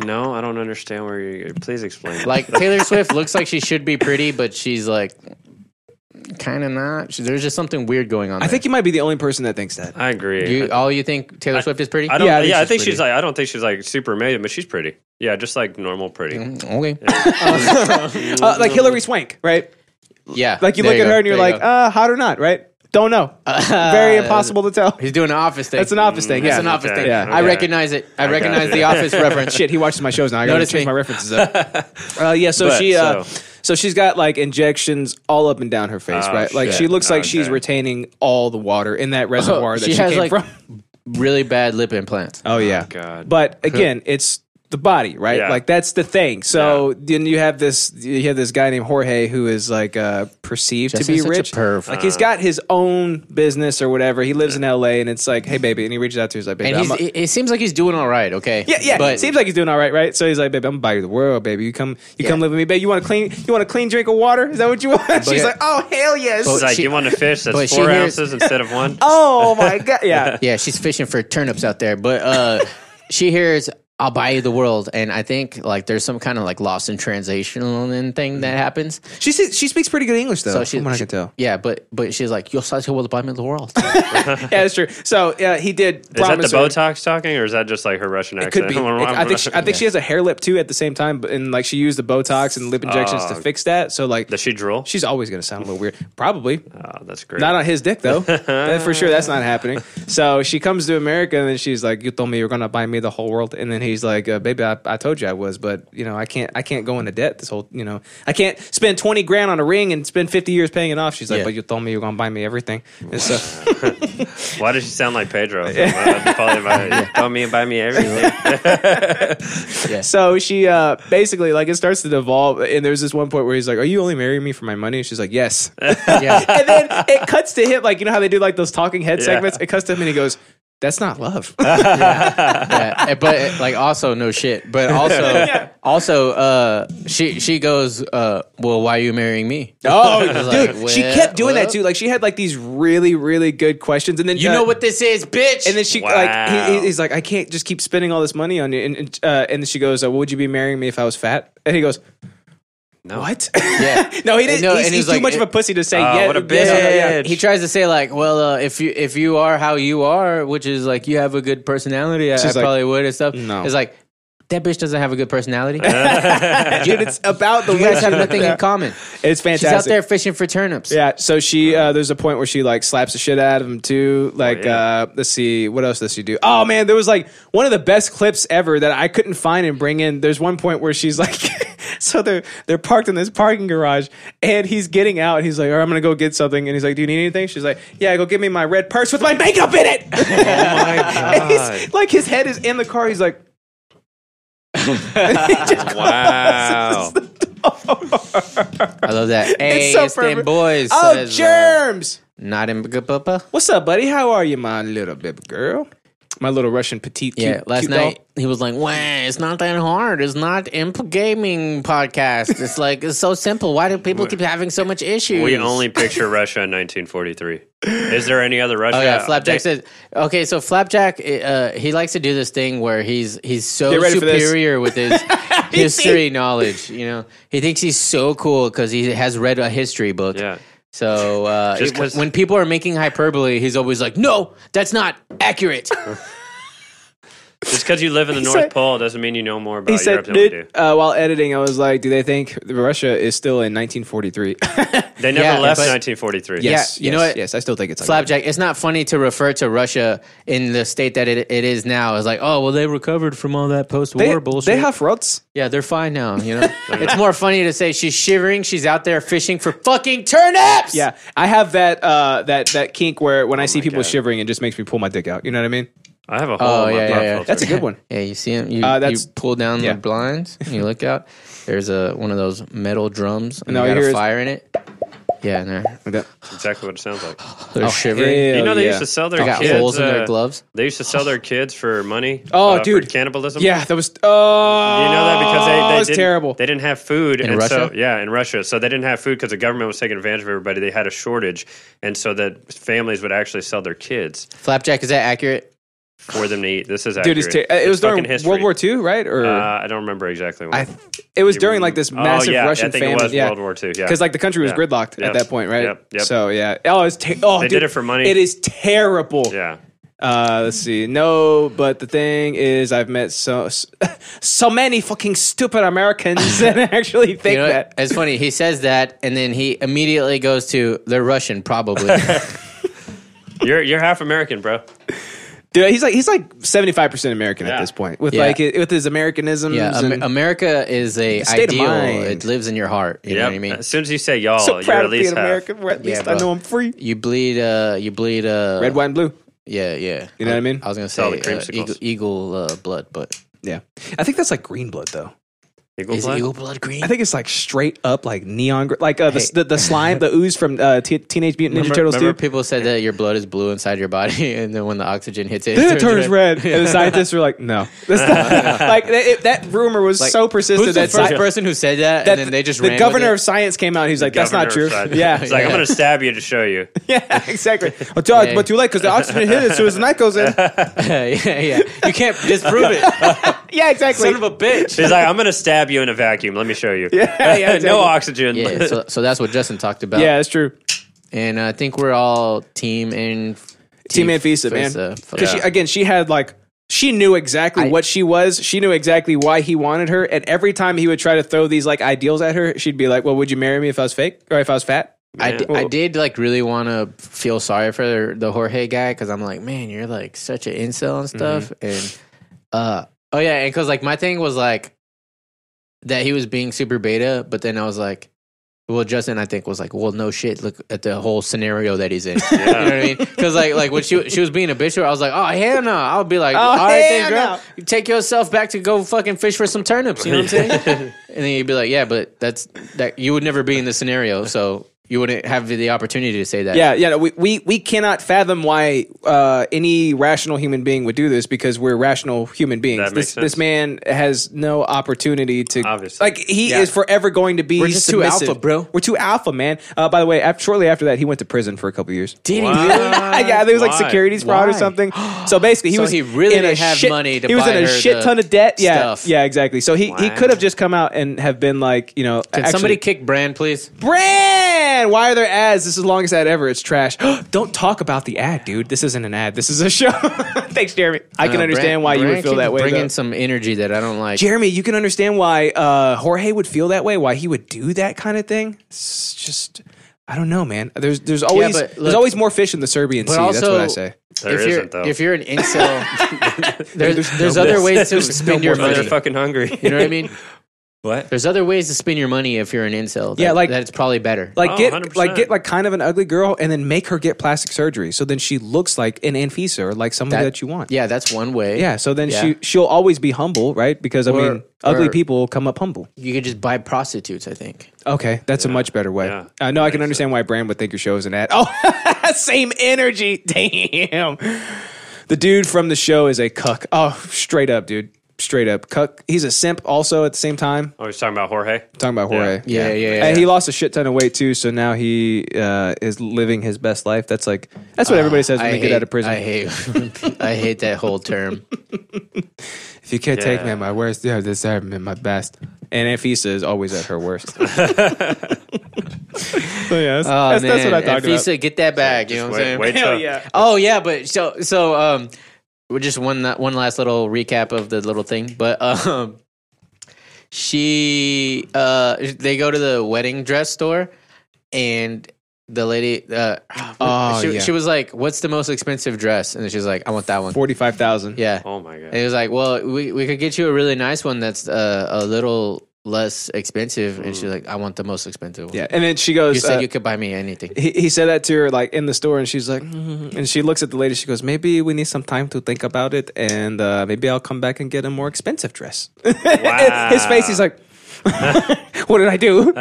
[SPEAKER 3] No, I don't understand where you. Please explain.
[SPEAKER 2] Like Taylor Swift looks like she should be pretty, but she's like kind of not. She, there's just something weird going on.
[SPEAKER 1] I think you might be the only person that thinks that.
[SPEAKER 3] I agree.
[SPEAKER 2] you all you think Taylor Swift is pretty.
[SPEAKER 3] I don't.
[SPEAKER 1] Yeah,
[SPEAKER 3] Yeah,
[SPEAKER 1] I think
[SPEAKER 3] I
[SPEAKER 1] she's
[SPEAKER 3] think she's
[SPEAKER 1] pretty.
[SPEAKER 3] like. I don't think she's like super amazing, but she's pretty. Yeah, just like normal pretty.
[SPEAKER 1] Mm-hmm.
[SPEAKER 2] Okay.
[SPEAKER 1] Uh, like Hillary Swank, right?
[SPEAKER 2] Yeah.
[SPEAKER 1] Like you
[SPEAKER 2] There
[SPEAKER 1] look at
[SPEAKER 2] go.
[SPEAKER 1] her and you're
[SPEAKER 2] There
[SPEAKER 1] like,
[SPEAKER 2] go.
[SPEAKER 1] uh, hot or not, right? Don't know. Very impossible to tell.
[SPEAKER 2] he's doing an office thing.
[SPEAKER 1] That's an office thing. Yeah.
[SPEAKER 2] That's an office
[SPEAKER 3] Okay.
[SPEAKER 2] thing.
[SPEAKER 1] Yeah.
[SPEAKER 2] I
[SPEAKER 3] Okay.
[SPEAKER 2] recognize it. I,
[SPEAKER 3] got
[SPEAKER 2] recognize
[SPEAKER 3] it.
[SPEAKER 2] the office reference.
[SPEAKER 1] Shit, he watches my shows now. I gotta
[SPEAKER 2] Notice
[SPEAKER 1] change
[SPEAKER 2] me.
[SPEAKER 1] my references up. uh, yeah, so
[SPEAKER 3] But,
[SPEAKER 1] she, uh,
[SPEAKER 3] so-
[SPEAKER 1] so. she's got like injections all up and down her face,
[SPEAKER 3] Oh,
[SPEAKER 1] right? Like
[SPEAKER 3] shit.
[SPEAKER 1] she looks like she's
[SPEAKER 3] Okay.
[SPEAKER 1] retaining all the water in that reservoir that
[SPEAKER 2] she
[SPEAKER 1] she,
[SPEAKER 2] has,
[SPEAKER 1] came
[SPEAKER 2] like-
[SPEAKER 1] from.
[SPEAKER 2] Really bad lip implants.
[SPEAKER 1] Oh yeah.
[SPEAKER 3] God.
[SPEAKER 1] But again, it's the body, right?
[SPEAKER 3] Yeah.
[SPEAKER 1] Like that's the thing. So then you have this you have this guy named Jorge who is like uh perceived to be
[SPEAKER 2] Justin's such a
[SPEAKER 1] rich.
[SPEAKER 2] perv.
[SPEAKER 1] Like he's got his own business or whatever. He lives in LA and it's like, "Hey baby." And he reaches out to her, he's like, "Baby,
[SPEAKER 2] And he's,
[SPEAKER 1] I'm a-
[SPEAKER 2] it, it seems like he's doing all right. Okay.
[SPEAKER 1] yeah, yeah.
[SPEAKER 2] But
[SPEAKER 1] Seems like he's doing all right, right? So he's like, "Baby, I'm gonna buy you the world, baby. You come, you
[SPEAKER 2] Yeah.
[SPEAKER 1] come live with me, baby. You want a clean, you want a clean drink of water? Is that what you want?" She's
[SPEAKER 2] yeah.
[SPEAKER 1] like, "Oh hell yes!
[SPEAKER 3] It's like
[SPEAKER 2] she-
[SPEAKER 3] you want a fish
[SPEAKER 2] but
[SPEAKER 3] that's
[SPEAKER 2] she
[SPEAKER 3] four
[SPEAKER 2] hears-
[SPEAKER 3] ounces instead of one.
[SPEAKER 1] oh my god, yeah,
[SPEAKER 2] yeah, she's fishing for turnips out there. But uh, she hears "I'll buy you the world," and I think like there's some kind of like lost in translation thing
[SPEAKER 1] Mm-hmm.
[SPEAKER 2] that happens.
[SPEAKER 1] she se- she speaks pretty good English though.
[SPEAKER 2] So
[SPEAKER 1] So
[SPEAKER 2] she,
[SPEAKER 1] from what I
[SPEAKER 2] she-
[SPEAKER 1] can tell,
[SPEAKER 2] Yeah, but but she's like, "You're such a will buy me the world."
[SPEAKER 1] yeah, that's true. So yeah, he did.
[SPEAKER 3] Is that the
[SPEAKER 1] promise her-
[SPEAKER 3] Botox talking, or is that just like her Russian
[SPEAKER 1] It could
[SPEAKER 3] accent?
[SPEAKER 1] be. I think she, I think she has a hair lip too at the same time, but- and like she used the Botox and lip injections to
[SPEAKER 2] Uh,
[SPEAKER 3] Oh.
[SPEAKER 1] fix that. So like
[SPEAKER 3] Does she drool?
[SPEAKER 1] she's always gonna sound a little weird. Probably
[SPEAKER 3] oh, that's great.
[SPEAKER 1] not on his dick though. That- for sure, that's not happening. So she comes to America and then she's like, "You told me you were gonna buy me the whole world," and then he's like, uh, "Baby, I, I told you I was, but you know I can't I can't go into debt this whole you know I can't spend twenty grand on a ring and spend fifty years paying it off." She's like,
[SPEAKER 2] Yeah.
[SPEAKER 1] "But you told me you were gonna buy me everything," and so.
[SPEAKER 3] Why does she sound like Pedro? From, uh, Follow Me, Buy- Follow me and buy me everything.
[SPEAKER 1] So she uh, basically like it starts to devolve, and there's this one point where he's like, "Are you only marrying me for my money?" And she's like, "Yes."
[SPEAKER 2] yeah,
[SPEAKER 1] and then it cuts to him, like you know how they do like those talking head
[SPEAKER 3] Yeah.
[SPEAKER 1] segments. It cuts to him, and he goes, That's not love.
[SPEAKER 2] yeah, but like also no shit. But also also uh she she goes uh well why are you marrying me?
[SPEAKER 1] Oh,
[SPEAKER 2] like,
[SPEAKER 1] dude, she
[SPEAKER 2] well,
[SPEAKER 1] kept doing that
[SPEAKER 2] well.
[SPEAKER 1] too. Like she had like these really, really good questions, and then
[SPEAKER 2] You
[SPEAKER 1] uh,
[SPEAKER 2] know what this is, bitch.
[SPEAKER 1] And then she like he- he, he's like, I can't just keep spending all this money on you. And and, uh, and then she goes, uh, Would you be marrying me if I was fat? And he goes,
[SPEAKER 3] No.
[SPEAKER 1] What?
[SPEAKER 2] yeah.
[SPEAKER 1] no, he didn't.
[SPEAKER 2] No,
[SPEAKER 1] he's
[SPEAKER 2] and
[SPEAKER 1] he's
[SPEAKER 2] he's
[SPEAKER 1] too
[SPEAKER 2] like, "Eh,
[SPEAKER 1] much of a pussy to say.
[SPEAKER 3] "Oh,
[SPEAKER 1] yeah,
[SPEAKER 3] what a
[SPEAKER 1] yeah,
[SPEAKER 3] bitch."
[SPEAKER 1] no, no, yeah.
[SPEAKER 3] bitch.
[SPEAKER 2] He tries to say like, well, uh, if you if you are how you are, which is like you have a good personality, I, I
[SPEAKER 1] She's like,
[SPEAKER 2] probably would and stuff.
[SPEAKER 1] "No."
[SPEAKER 2] it's like that bitch doesn't have a good personality.
[SPEAKER 1] Dude, it's about the
[SPEAKER 2] you guys have
[SPEAKER 1] relationship.
[SPEAKER 2] nothing in common.
[SPEAKER 1] It's
[SPEAKER 2] She's out
[SPEAKER 1] fantastic.
[SPEAKER 2] there fishing for turnips.
[SPEAKER 1] Yeah, so she uh, there's a point where she like slaps the shit out of him too.
[SPEAKER 2] Oh,
[SPEAKER 1] Like,
[SPEAKER 3] yeah.
[SPEAKER 1] uh, let's see, what else does she do? Oh man, there was like one of the best clips ever that I couldn't find and bring in. There's one point where she's like, so they're they're parked in this parking garage, and he's getting out. He's like, "All right, I'm gonna go get something," and he's like, "Do you need anything?" She's like, "Yeah, go get me my red purse with my makeup in it." Oh And he's-
[SPEAKER 3] God.
[SPEAKER 1] like his head is in the car. He's like,
[SPEAKER 3] Wow.
[SPEAKER 2] I love that. Hey,
[SPEAKER 1] It's
[SPEAKER 2] it's,
[SPEAKER 1] so
[SPEAKER 2] them
[SPEAKER 1] perfect.
[SPEAKER 2] boys.
[SPEAKER 1] "Oh,
[SPEAKER 2] says, uh,
[SPEAKER 1] germs!
[SPEAKER 2] Not in good papa.
[SPEAKER 1] What's up, buddy? How are you, my little baby girl?" My little Russian petite.
[SPEAKER 2] Yeah,
[SPEAKER 1] cute-
[SPEAKER 2] last
[SPEAKER 1] cute doll.
[SPEAKER 2] night he was like, "Wow, it's not that hard. It's not imp gaming podcast. It's like it's so simple. Why do people keep having so much issues?"
[SPEAKER 3] We only picture Russia in 1943. Is there any other Russia?
[SPEAKER 2] Oh yeah, Flapjack
[SPEAKER 3] They-
[SPEAKER 2] says. Okay, so Flapjack, uh, he likes to do this thing where he's he's so
[SPEAKER 1] Get ready for this.
[SPEAKER 2] superior with his history knowledge. You know, he thinks he's so cool because he has read a history book.
[SPEAKER 3] Yeah.
[SPEAKER 2] So uh,
[SPEAKER 3] Just
[SPEAKER 2] it-
[SPEAKER 3] 'cause-
[SPEAKER 2] when people are making hyperbole, he's always like, "No, that's not accurate."
[SPEAKER 3] Just because you live in the North
[SPEAKER 1] said-
[SPEAKER 3] Pole doesn't mean you know more about
[SPEAKER 1] He
[SPEAKER 3] Europe
[SPEAKER 1] said,
[SPEAKER 3] than we do.
[SPEAKER 1] "Dude," uh, while editing, I was like, "Do they think Russia is still in 1943?"
[SPEAKER 3] They never
[SPEAKER 2] yeah,
[SPEAKER 3] left
[SPEAKER 2] but-
[SPEAKER 3] 1943.
[SPEAKER 2] you know what?
[SPEAKER 1] Yes, I still think it's like
[SPEAKER 2] Flapjack, it's not funny to refer to Russia in the state that it, it is now. It's like, oh, well, they recovered from all that post-war
[SPEAKER 1] They,
[SPEAKER 2] bullshit.
[SPEAKER 1] they have rods.
[SPEAKER 2] yeah, they're fine now. You know, it's more funny to say she's shivering. She's out there fishing for fucking turnips.
[SPEAKER 1] Yeah, I have that uh, that that kink where when I see people
[SPEAKER 3] Oh God.
[SPEAKER 1] shivering, it just makes me pull my dick out. You know what I mean?
[SPEAKER 3] I have a
[SPEAKER 2] Oh,
[SPEAKER 3] hole in my
[SPEAKER 2] yeah,
[SPEAKER 3] pop
[SPEAKER 2] yeah, yeah.
[SPEAKER 3] filter.
[SPEAKER 1] That's a good one.
[SPEAKER 2] Yeah, you see him. You,
[SPEAKER 1] Uh,
[SPEAKER 2] you
[SPEAKER 1] that's-
[SPEAKER 2] pull down
[SPEAKER 1] yeah.
[SPEAKER 2] the blinds and you look out. There's a one of those metal drums and
[SPEAKER 1] And all
[SPEAKER 2] you
[SPEAKER 1] you
[SPEAKER 2] got
[SPEAKER 1] hear
[SPEAKER 2] a
[SPEAKER 1] is-
[SPEAKER 2] fire in it. Yeah, and they're,
[SPEAKER 1] Like that.
[SPEAKER 3] exactly what it sounds like.
[SPEAKER 2] they're shivering.
[SPEAKER 3] You
[SPEAKER 1] Oh, Hell
[SPEAKER 3] know they
[SPEAKER 1] yeah.
[SPEAKER 3] used to sell their
[SPEAKER 2] They got
[SPEAKER 3] kids.
[SPEAKER 2] holes in their
[SPEAKER 3] uh,
[SPEAKER 2] gloves.
[SPEAKER 3] They used to sell their kids for money. uh,
[SPEAKER 1] Oh,
[SPEAKER 3] for
[SPEAKER 1] dude.
[SPEAKER 3] cannibalism.
[SPEAKER 1] Yeah, that was.
[SPEAKER 3] You
[SPEAKER 1] Oh,
[SPEAKER 3] know that because they, they
[SPEAKER 1] it's
[SPEAKER 3] didn't,
[SPEAKER 1] terrible.
[SPEAKER 3] They didn't have food in
[SPEAKER 2] Russia?
[SPEAKER 3] So, yeah, in Russia, so they didn't have food because the government was taking advantage of everybody. They had a shortage, and so that families would actually sell their kids
[SPEAKER 2] Flapjack, is that accurate?
[SPEAKER 3] for them to eat. This is accurate.
[SPEAKER 1] Dude, it's ter- uh, it was during
[SPEAKER 3] fucking history.
[SPEAKER 1] World War II, right? Or
[SPEAKER 3] Uh, I don't remember exactly when.
[SPEAKER 1] I, it was during like this
[SPEAKER 3] Oh,
[SPEAKER 1] massive
[SPEAKER 3] yeah, I
[SPEAKER 1] Russian
[SPEAKER 3] think it
[SPEAKER 1] famine.
[SPEAKER 3] was
[SPEAKER 1] yeah,
[SPEAKER 3] World War II, yeah.
[SPEAKER 1] because like the country was
[SPEAKER 3] Yeah.
[SPEAKER 1] gridlocked
[SPEAKER 3] Yeah.
[SPEAKER 1] at that point, right?
[SPEAKER 3] Yep, yep.
[SPEAKER 1] So yeah, oh, it's ter- oh,
[SPEAKER 3] They
[SPEAKER 1] dude,
[SPEAKER 3] did it for money.
[SPEAKER 1] It is terrible.
[SPEAKER 3] yeah,
[SPEAKER 1] Uh, let's see. No, but the thing is, I've met so so many fucking stupid Americans that actually think
[SPEAKER 2] You know,
[SPEAKER 1] that.
[SPEAKER 2] it's funny. He says that and then he immediately goes to they're Russian, probably.
[SPEAKER 3] you're you're half American, bro.
[SPEAKER 1] Dude, he's like he's like seventy five percent American at
[SPEAKER 3] Yeah.
[SPEAKER 1] this point with
[SPEAKER 2] Yeah.
[SPEAKER 1] like hi- with his Americanisms.
[SPEAKER 2] yeah, Am-
[SPEAKER 1] and,
[SPEAKER 2] America is a
[SPEAKER 1] State of
[SPEAKER 2] ideal.
[SPEAKER 1] mind.
[SPEAKER 2] It lives in your heart. You know
[SPEAKER 3] Yeah.
[SPEAKER 2] what I mean?
[SPEAKER 3] As soon as you say y'all,
[SPEAKER 1] so
[SPEAKER 3] you're
[SPEAKER 1] proud
[SPEAKER 3] at
[SPEAKER 1] of being
[SPEAKER 3] least half.
[SPEAKER 1] American. Where at
[SPEAKER 2] Yeah,
[SPEAKER 1] least I
[SPEAKER 2] bro.
[SPEAKER 1] know I'm free.
[SPEAKER 2] You bleed. Uh, you bleed. Uh,
[SPEAKER 1] Red, white, and blue.
[SPEAKER 2] Yeah, yeah.
[SPEAKER 1] You know what I mean?
[SPEAKER 2] I was gonna say
[SPEAKER 3] all the
[SPEAKER 2] uh,
[SPEAKER 3] creamsicles.
[SPEAKER 2] eagle, eagle uh, blood, but
[SPEAKER 1] Yeah, I think that's like green blood though.
[SPEAKER 3] Eagle
[SPEAKER 2] is
[SPEAKER 3] blood?
[SPEAKER 2] eagle blood green?
[SPEAKER 1] I think it's like straight up like neon, gr- like uh, the,
[SPEAKER 2] Hey.
[SPEAKER 1] the the slime, the ooze from uh, Te- Teenage Mutant Ninja
[SPEAKER 2] Remember,
[SPEAKER 1] Turtles.
[SPEAKER 2] remember
[SPEAKER 1] Dude,
[SPEAKER 2] people said that your blood is blue inside your body, and then when the oxygen hits it,
[SPEAKER 1] then it turns red, and the scientists were like, "No, That's not- like that, it, that rumor was
[SPEAKER 2] Like,
[SPEAKER 1] so
[SPEAKER 2] Who's
[SPEAKER 1] persistent
[SPEAKER 2] the
[SPEAKER 1] that
[SPEAKER 2] first
[SPEAKER 1] sci-
[SPEAKER 2] person who said that,
[SPEAKER 1] that
[SPEAKER 2] and then they just
[SPEAKER 1] the
[SPEAKER 2] ran
[SPEAKER 1] governor of
[SPEAKER 2] with
[SPEAKER 1] science came out. He's like, "That's not true."
[SPEAKER 3] Governor of China.
[SPEAKER 1] Yeah,
[SPEAKER 3] It's like I'm gonna stab you to show you.
[SPEAKER 1] yeah, exactly. Oh, dude,
[SPEAKER 2] Yeah.
[SPEAKER 1] But too late because the oxygen hit it as soon as the night goes in.
[SPEAKER 2] it. yeah, yeah. You can't disprove it,
[SPEAKER 1] Yeah, exactly.
[SPEAKER 2] son of a bitch.
[SPEAKER 3] He's like, I'm gonna stab you in a vacuum. Let me show you.
[SPEAKER 1] yeah, yeah, exactly.
[SPEAKER 3] no oxygen.
[SPEAKER 2] Yeah, so, so that's what Justin talked about.
[SPEAKER 1] yeah, it's true.
[SPEAKER 2] and I think we're all team and
[SPEAKER 1] Team Anfisa, man.
[SPEAKER 2] Fuck
[SPEAKER 1] Because
[SPEAKER 2] yeah.
[SPEAKER 1] she, again, she had like she knew exactly what she was. She knew exactly why he wanted her. And every time he would try to throw these like ideals at her, she'd be like, "Well, would you marry me if I was fake or if I was fat?"
[SPEAKER 2] I, d- I did like really want to feel sorry for the Jorge guy because I'm like, man, you're like such an incel and stuff. And uh, oh yeah, and because like my thing was like that he was being super beta, but then I was like, well, Justin, I think was like, well, no shit, look at the whole scenario that he's in. You know what I mean? Because like like when she she was being a bitch, to her, I was like, oh hell no, I'll be like, all right then,
[SPEAKER 1] hell
[SPEAKER 2] girl, take yourself back to go fucking fish for some turnips. You know what I'm saying? and then you'd be like, yeah, but that's that you would never be in this scenario, so you wouldn't have the opportunity to say that.
[SPEAKER 1] Yeah, yeah. no, we, we we cannot fathom why uh, any rational human being would do this because we're rational human beings.
[SPEAKER 3] That
[SPEAKER 1] this
[SPEAKER 3] makes
[SPEAKER 1] this
[SPEAKER 3] sense.
[SPEAKER 1] man has no opportunity to
[SPEAKER 3] Obviously.
[SPEAKER 1] like he
[SPEAKER 2] Yeah.
[SPEAKER 1] is forever going to be.
[SPEAKER 2] We're just too
[SPEAKER 1] submissive.
[SPEAKER 2] alpha, bro.
[SPEAKER 1] We're too alpha, man. Uh, by the way, after, shortly after that, he went to prison for a couple years.
[SPEAKER 2] Did he
[SPEAKER 3] Wow.
[SPEAKER 2] really?
[SPEAKER 1] yeah, there was like
[SPEAKER 3] Why?
[SPEAKER 1] securities fraud or
[SPEAKER 2] Why?
[SPEAKER 1] something. So basically, he
[SPEAKER 2] So
[SPEAKER 1] was
[SPEAKER 2] he really
[SPEAKER 1] in a
[SPEAKER 2] didn't have
[SPEAKER 1] shit-
[SPEAKER 2] money to
[SPEAKER 1] He was
[SPEAKER 2] buy
[SPEAKER 1] in a
[SPEAKER 2] her
[SPEAKER 1] shit
[SPEAKER 2] the
[SPEAKER 1] ton of debt. Yeah,
[SPEAKER 2] stuff.
[SPEAKER 1] yeah, exactly. So he, he
[SPEAKER 3] Wow.
[SPEAKER 1] could have just come out and have been like, you know,
[SPEAKER 2] Can
[SPEAKER 1] actually-
[SPEAKER 2] somebody kick Brand, please?
[SPEAKER 1] Brand! Why are there ads? This is the longest ad ever. It's trash. Don't talk about the ad, dude. This isn't an ad. This is a show. Thanks, Jeremy. I can
[SPEAKER 2] Uh,
[SPEAKER 1] understand
[SPEAKER 2] Brand-
[SPEAKER 1] why you would
[SPEAKER 2] Brand
[SPEAKER 1] feel
[SPEAKER 2] keeps
[SPEAKER 1] that way.
[SPEAKER 2] Bringing
[SPEAKER 1] though.
[SPEAKER 2] some energy that I don't like.
[SPEAKER 1] Jeremy, you can understand why uh, Jorge would feel that way, why he would do that kind of thing. It's just, I don't know, man. There's there's always
[SPEAKER 2] but
[SPEAKER 1] there's
[SPEAKER 2] look-
[SPEAKER 1] always more fish in the Serbian Sea.
[SPEAKER 2] but
[SPEAKER 1] That's what I
[SPEAKER 2] also-
[SPEAKER 1] say.
[SPEAKER 3] There
[SPEAKER 2] if you're
[SPEAKER 3] isn't, though.
[SPEAKER 2] if you're an incel, there's there's,
[SPEAKER 1] no
[SPEAKER 2] other
[SPEAKER 1] more-
[SPEAKER 2] ways to
[SPEAKER 1] there's no
[SPEAKER 2] spend your
[SPEAKER 1] more
[SPEAKER 3] Well,
[SPEAKER 2] money.
[SPEAKER 3] they're fucking hungry.
[SPEAKER 2] You know what I mean?
[SPEAKER 3] What?
[SPEAKER 2] There's other ways to spend your money if you're an incel. That,
[SPEAKER 1] Yeah, like-
[SPEAKER 2] that's probably better.
[SPEAKER 1] Like
[SPEAKER 3] Oh,
[SPEAKER 1] get
[SPEAKER 3] 100%.
[SPEAKER 1] like get like kind of an ugly girl and then make her get plastic surgery. So then she looks like an Anfisa or like somebody that, you want.
[SPEAKER 2] Yeah, that's one way.
[SPEAKER 1] Yeah, so then
[SPEAKER 2] Yeah.
[SPEAKER 1] she she'll always be humble, right? Because I
[SPEAKER 2] Or-
[SPEAKER 1] mean, ugly
[SPEAKER 2] or-
[SPEAKER 1] people come up humble.
[SPEAKER 2] you could just buy prostitutes. I think.
[SPEAKER 1] Okay, that's a much better way.
[SPEAKER 3] yeah.
[SPEAKER 1] I know I can understand why Brand would think your show is an ad. Oh, same energy. Damn. The dude from the show is a cuck. Oh, straight up, dude. Straight up cuck. He's a simp also at the same time.
[SPEAKER 3] Oh, he's talking about Jorge.
[SPEAKER 1] talking about Jorge.
[SPEAKER 2] Yeah, yeah, yeah,
[SPEAKER 1] And
[SPEAKER 2] yeah.
[SPEAKER 1] he lost a shit ton of weight too, so now he uh, is living his best life. That's like that's what everybody says when
[SPEAKER 2] Uh, I
[SPEAKER 1] they
[SPEAKER 2] hate,
[SPEAKER 1] get out of prison.
[SPEAKER 2] I hate. I hate that whole term.
[SPEAKER 1] If you can't take me
[SPEAKER 3] Yeah.
[SPEAKER 1] at my worst, you have to serve me at my best. And Anfisa is always at her worst. so yeah, that's,
[SPEAKER 2] Oh,
[SPEAKER 1] that's, that's what I talked
[SPEAKER 2] If you get that bag, you know what I'm
[SPEAKER 3] Wait,
[SPEAKER 2] saying?
[SPEAKER 3] wait till-
[SPEAKER 2] Oh yeah, but so so um, we're just one one last little recap of the little thing, but um, she uh, they go to the wedding dress store, and the lady uh,
[SPEAKER 1] Oh,
[SPEAKER 2] she,
[SPEAKER 1] yeah.
[SPEAKER 2] she was like, "What's the most expensive dress?" And she's like, "I want that one."
[SPEAKER 1] about. Forty-five thousand.
[SPEAKER 2] yeah,
[SPEAKER 3] Oh my god.
[SPEAKER 2] and he was like, "Well, we, we could get you a really nice one that's uh, a little less expensive." And she's like, "I want the most expensive one."
[SPEAKER 1] yeah. And then she
[SPEAKER 2] you
[SPEAKER 1] goes.
[SPEAKER 2] said
[SPEAKER 1] uh,
[SPEAKER 2] you could buy me anything.
[SPEAKER 1] he, he said that to her like in the store, and she's like, "Mhm." and she looks at the lady. She goes, "Maybe we need some time to think about it, and uh, maybe I'll come back and get a more expensive dress."
[SPEAKER 3] Wow.
[SPEAKER 1] His face, he's like, "What did I do?"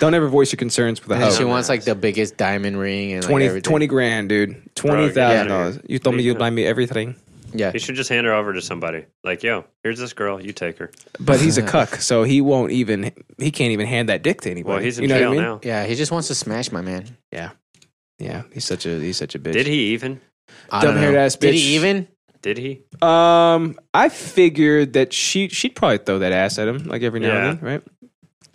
[SPEAKER 1] Don't ever voice your concerns with a
[SPEAKER 2] And
[SPEAKER 1] hoe.
[SPEAKER 2] she wants like the biggest diamond ring and like,
[SPEAKER 1] 20,
[SPEAKER 2] everything.
[SPEAKER 1] 20 grand, dude. Twenty thousand dollars. You told me you'd buy me everything,
[SPEAKER 2] Yeah.
[SPEAKER 3] You should just hand her over to somebody. Like, yo, here's this girl. You take her.
[SPEAKER 1] but he's a cuck, so he won't even. He can't even hand that dick to anybody.
[SPEAKER 3] Well, he's in
[SPEAKER 1] you know
[SPEAKER 3] jail
[SPEAKER 1] what I mean?
[SPEAKER 3] now.
[SPEAKER 2] Yeah, he just wants to smash my man.
[SPEAKER 1] Yeah, yeah. He's such a he's such a bitch.
[SPEAKER 3] Did he even?
[SPEAKER 2] I don't
[SPEAKER 1] Dumb-haired
[SPEAKER 2] know.
[SPEAKER 1] ass
[SPEAKER 2] Did
[SPEAKER 1] bitch.
[SPEAKER 2] he even?
[SPEAKER 3] Did he?
[SPEAKER 1] Um, I figured that she she'd probably throw that ass at him like every now
[SPEAKER 3] Yeah.
[SPEAKER 1] and then, right?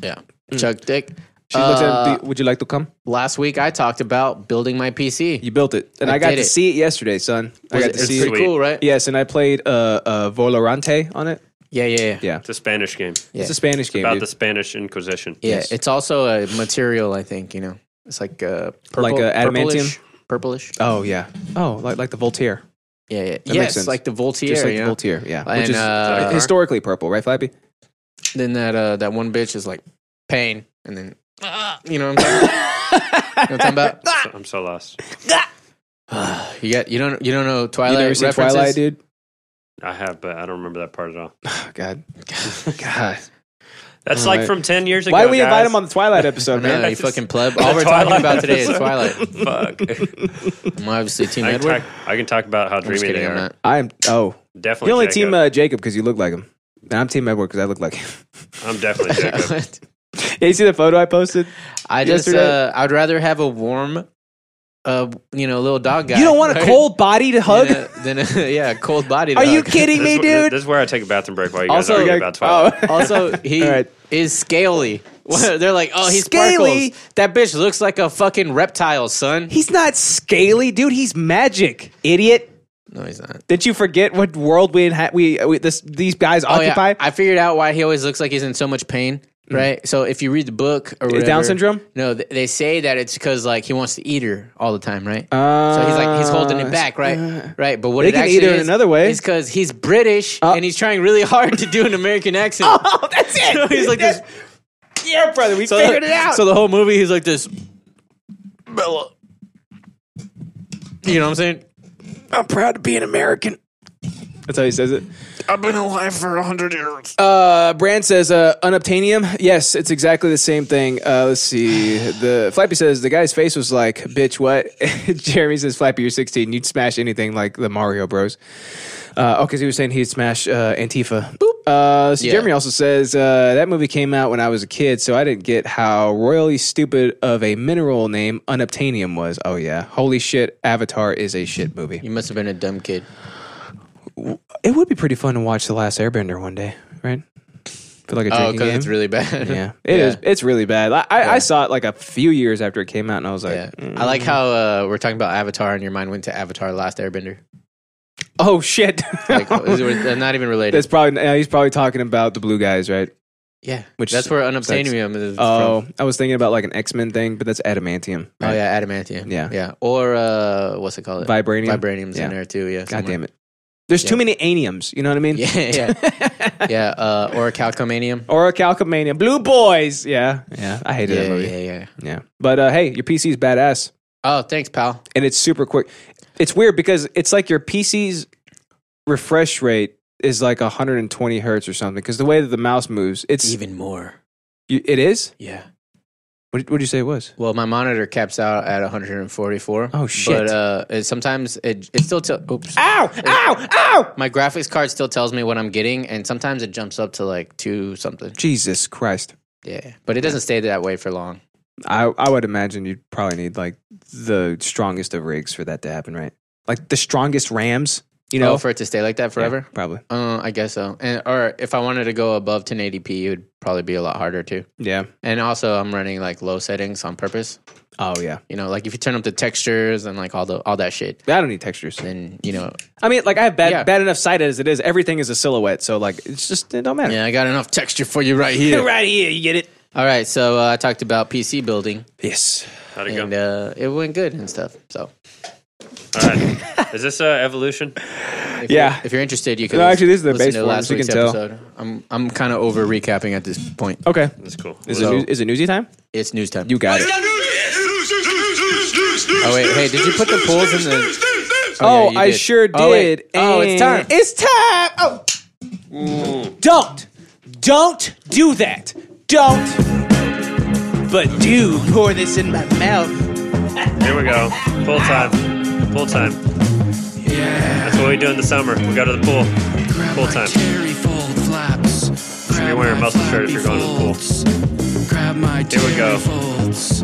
[SPEAKER 2] Yeah. Mm. Chuck Dick.
[SPEAKER 1] She looked at
[SPEAKER 2] Uh,
[SPEAKER 1] him. "Do- Would you like to come?
[SPEAKER 2] Last week I talked about building my PC.
[SPEAKER 1] You built it, and I,
[SPEAKER 2] I
[SPEAKER 1] got
[SPEAKER 2] did
[SPEAKER 1] to
[SPEAKER 2] it.
[SPEAKER 1] see it yesterday, son. I got
[SPEAKER 2] Was it-
[SPEAKER 1] to
[SPEAKER 2] it's
[SPEAKER 1] see
[SPEAKER 2] pretty
[SPEAKER 1] it.
[SPEAKER 3] Sweet.
[SPEAKER 2] cool, right?
[SPEAKER 1] Yes, and I played uh, uh Volorante on it.
[SPEAKER 2] Yeah, yeah, yeah.
[SPEAKER 1] Yeah,
[SPEAKER 3] It's a Spanish game
[SPEAKER 1] it's a Spanish game.
[SPEAKER 3] about
[SPEAKER 1] dude.
[SPEAKER 3] the Spanish Inquisition.
[SPEAKER 2] Yeah, It's also a material, I think, you know. It's like uh purple,
[SPEAKER 1] Like, uh,
[SPEAKER 2] purplish.
[SPEAKER 1] adamantium?
[SPEAKER 2] Purplish.
[SPEAKER 1] Oh yeah. Oh, like like the Voltaire,
[SPEAKER 2] Yeah, yeah.
[SPEAKER 1] makes
[SPEAKER 2] Yes,
[SPEAKER 1] sense.
[SPEAKER 2] like the Voltaire,
[SPEAKER 1] just like
[SPEAKER 2] you
[SPEAKER 1] the
[SPEAKER 2] know?
[SPEAKER 1] Voltaire. Yeah, which
[SPEAKER 2] And,
[SPEAKER 1] is
[SPEAKER 2] uh,
[SPEAKER 1] historically purple, right, Flappy?
[SPEAKER 2] Then that uh that one bitch is like pain and then ah, you know what I'm talking about? you know what I'm talking about?
[SPEAKER 3] So- I'm so lost.
[SPEAKER 2] You got you don't you don't know Twilight
[SPEAKER 1] You never seen
[SPEAKER 2] references?
[SPEAKER 1] Twilight, dude?
[SPEAKER 3] I have, but I don't remember that part at all.
[SPEAKER 1] Oh, God, God.
[SPEAKER 3] That's
[SPEAKER 1] All
[SPEAKER 3] like
[SPEAKER 1] right.
[SPEAKER 3] from ten years ago.
[SPEAKER 1] Why did we invite
[SPEAKER 3] guys.
[SPEAKER 1] him on the Twilight episode, man?
[SPEAKER 2] No, you fucking pleb. All we're talking
[SPEAKER 3] Twilight.
[SPEAKER 2] about today is Twilight.
[SPEAKER 3] Fuck.
[SPEAKER 2] I'm obviously Team
[SPEAKER 3] I can,
[SPEAKER 2] Edward.
[SPEAKER 3] talk, I can talk about how
[SPEAKER 2] I'm just
[SPEAKER 3] dreamy
[SPEAKER 2] kidding.
[SPEAKER 3] they
[SPEAKER 2] I'm
[SPEAKER 3] are.
[SPEAKER 2] not.
[SPEAKER 1] I am. Oh,
[SPEAKER 3] Definitely.
[SPEAKER 1] you only
[SPEAKER 3] Jacob.
[SPEAKER 1] team uh, Jacob because you look like him. And I'm team Edward because I look like him.
[SPEAKER 2] uh,
[SPEAKER 3] I'm definitely Jacob.
[SPEAKER 1] Yeah, you see the photo I posted?
[SPEAKER 2] I just,
[SPEAKER 1] Yesterday-
[SPEAKER 2] uh, I'd rather have a warm, uh, you know, little dog guy.
[SPEAKER 1] You don't want a
[SPEAKER 2] right?
[SPEAKER 1] cold body to hug?
[SPEAKER 2] Than a, than a- yeah, cold body. to
[SPEAKER 1] Are you
[SPEAKER 2] hug.
[SPEAKER 1] kidding
[SPEAKER 3] This,
[SPEAKER 1] me,
[SPEAKER 3] is where-
[SPEAKER 1] dude? oh.
[SPEAKER 3] this is where I take a bathroom break while you guys
[SPEAKER 2] Also- oh.
[SPEAKER 3] argue
[SPEAKER 2] Okay.
[SPEAKER 3] about Twilight.
[SPEAKER 2] Also, he
[SPEAKER 1] All right.
[SPEAKER 2] is scaly. They're like, oh, he
[SPEAKER 1] Scaly?
[SPEAKER 2] sparkles. That bitch looks like a fucking reptile, son.
[SPEAKER 1] He's not scaly, dude. He's magic, idiot.
[SPEAKER 2] No, he's not.
[SPEAKER 1] Did you forget what world we inha- we, we this these guys
[SPEAKER 2] Oh, yeah.
[SPEAKER 1] occupy? Mm.
[SPEAKER 2] I figured out why he always looks like he's in so much pain, right? So if you read the book or whatever,
[SPEAKER 1] Down syndrome?
[SPEAKER 2] No, th- they say that it's because like he wants to eat her all the time, right?
[SPEAKER 1] Ah,
[SPEAKER 2] so he's like he's holding it back, right? right. But what
[SPEAKER 1] Uh-huh. They
[SPEAKER 2] it
[SPEAKER 1] can eat
[SPEAKER 2] actually
[SPEAKER 1] her in
[SPEAKER 2] is,
[SPEAKER 1] another way.
[SPEAKER 2] is because he's British and he's trying really hard to do an American accent.
[SPEAKER 1] oh, that's it.
[SPEAKER 2] So he's like this.
[SPEAKER 1] yeah, brother. We
[SPEAKER 2] So,
[SPEAKER 1] figured it out.
[SPEAKER 2] So the whole movie, he's like this. Bella. You know what I'm saying?
[SPEAKER 1] I'm proud to be an American. That's how he says it.
[SPEAKER 5] I've been alive for a hundred years.
[SPEAKER 1] Uh, Brand says uh, unobtainium. Yes, it's exactly the same thing. Uh, let's see. The Flappy says the guy's face was like, "Bitch, what?" Jeremy says, "Flappy, you're 16. You'd smash anything like the Mario Bros." Uh, oh, because he was saying he'd smash uh, Antifa. Boop. Uh, so
[SPEAKER 2] Yeah.
[SPEAKER 1] Jeremy also says uh, that movie came out when I was a kid, so I didn't get how royally stupid of a mineral name unobtainium was. Oh yeah, holy shit! Avatar is a shit movie.
[SPEAKER 2] You must have been a dumb kid.
[SPEAKER 1] It would be pretty fun to watch The Last Airbender one day, right? Feel like a
[SPEAKER 2] Oh,
[SPEAKER 1] drinking
[SPEAKER 2] because
[SPEAKER 1] game.
[SPEAKER 2] it's really bad.
[SPEAKER 1] Yeah, it is. It's really bad. I, I, I saw it like a few years after it came out, and I was like, mm-hmm. mm.
[SPEAKER 2] Yeah. I like how uh, we're talking about Avatar, and your mind went to Avatar: Last Airbender.
[SPEAKER 1] "Oh shit!"
[SPEAKER 2] Like, these were- they're not even related.
[SPEAKER 1] That's probably yeah, he's probably talking about the blue guys, right?
[SPEAKER 2] yeah,
[SPEAKER 1] which
[SPEAKER 2] which that's where
[SPEAKER 1] sucks.
[SPEAKER 2] unobtainium is. from.
[SPEAKER 1] Oh, I was thinking about like an X Men thing, but that's adamantium.
[SPEAKER 2] oh yeah, adamantium.
[SPEAKER 1] Yeah.
[SPEAKER 2] yeah. Or uh, what's it called?
[SPEAKER 1] Vibranium?
[SPEAKER 2] Vibranium's
[SPEAKER 1] Yeah.
[SPEAKER 2] in there too. Yeah.
[SPEAKER 1] God damn
[SPEAKER 2] somewhere.
[SPEAKER 1] it! There's too
[SPEAKER 2] Yeah.
[SPEAKER 1] many aniums. You know what I mean?
[SPEAKER 2] Yeah, yeah, yeah. Uh, or calcomanium.
[SPEAKER 1] Or a calcomania. Blue boys. Yeah, yeah. I hated that
[SPEAKER 2] Yeah,
[SPEAKER 1] movie.
[SPEAKER 2] yeah, yeah.
[SPEAKER 1] yeah. But uh, hey, your PC's badass.
[SPEAKER 2] Oh, thanks, pal.
[SPEAKER 1] and it's super quick. It's weird because it's like your PC's refresh rate is like 120 hertz or something because the way that the mouse moves, it's
[SPEAKER 2] Even more.
[SPEAKER 1] you, it is.
[SPEAKER 2] Yeah.
[SPEAKER 1] What did, what did you say it was?
[SPEAKER 2] Well, my monitor caps out at 144.
[SPEAKER 1] Oh, shit.
[SPEAKER 2] But uh, it, sometimes it it still tells. Oops.
[SPEAKER 1] Ow! Ow! Ow!
[SPEAKER 2] My graphics card still tells me what I'm getting, and sometimes it jumps up to like two something.
[SPEAKER 1] Jesus Christ!
[SPEAKER 2] Yeah, but it doesn't stay that way for long.
[SPEAKER 1] I I would imagine you'd probably need like the strongest of rigs for that to happen, right? Like the strongest RAMs, you
[SPEAKER 2] You know,
[SPEAKER 1] know,
[SPEAKER 2] Oh, for it to stay like that
[SPEAKER 1] Yeah,
[SPEAKER 2] forever.
[SPEAKER 1] probably.
[SPEAKER 2] Uh, I guess so. And or if I wanted to go above 1080p, it would probably be a lot harder too.
[SPEAKER 1] Yeah.
[SPEAKER 2] And also, I'm running like low settings on purpose.
[SPEAKER 1] Oh yeah.
[SPEAKER 2] You know, like if you turn up the textures and like all the all that shit,
[SPEAKER 1] I don't need textures.
[SPEAKER 2] then you know,
[SPEAKER 1] I mean, like I have bad
[SPEAKER 2] Yeah.
[SPEAKER 1] bad enough sight as it is. Everything is a silhouette, so like it's just it don't matter.
[SPEAKER 2] yeah, I got enough texture for you right here.
[SPEAKER 1] Right here, you get it.
[SPEAKER 2] All right, so uh, I talked about PC building,
[SPEAKER 1] Yes.
[SPEAKER 3] How'd it go?
[SPEAKER 2] and uh, it went good and stuff. So
[SPEAKER 3] All right. Is this uh, evolution?
[SPEAKER 2] if
[SPEAKER 1] Yeah.
[SPEAKER 2] you're, if you're interested, you can.
[SPEAKER 1] No,
[SPEAKER 2] lis-
[SPEAKER 1] actually, this is the
[SPEAKER 2] listen
[SPEAKER 1] base
[SPEAKER 2] to
[SPEAKER 1] form,
[SPEAKER 2] last
[SPEAKER 1] so you
[SPEAKER 2] week's
[SPEAKER 1] can tell.
[SPEAKER 2] episode. I'm I'm kind of over recapping at this point.
[SPEAKER 1] Okay.
[SPEAKER 3] That's cool.
[SPEAKER 1] Is
[SPEAKER 2] So-
[SPEAKER 1] it news, is it newsy time?
[SPEAKER 2] It's news time.
[SPEAKER 1] You got it.
[SPEAKER 5] Oh
[SPEAKER 2] wait, hey, did you put the polls in
[SPEAKER 5] the?
[SPEAKER 2] yeah,
[SPEAKER 1] Oh,
[SPEAKER 2] you
[SPEAKER 1] I
[SPEAKER 2] did.
[SPEAKER 1] sure did.
[SPEAKER 2] Oh, wait. Oh, it's
[SPEAKER 1] and-
[SPEAKER 2] time.
[SPEAKER 1] It's time. Oh, don't, don't do that. Don't. But do pour this in my mouth.
[SPEAKER 3] Here we go. Full time. Full time. That's what we do in the summer. We go to the pool. Full time.
[SPEAKER 8] Should
[SPEAKER 3] be wearing a muscle shirt if you're going to the pool.
[SPEAKER 8] Grab my
[SPEAKER 3] Here we go.
[SPEAKER 8] terry folds.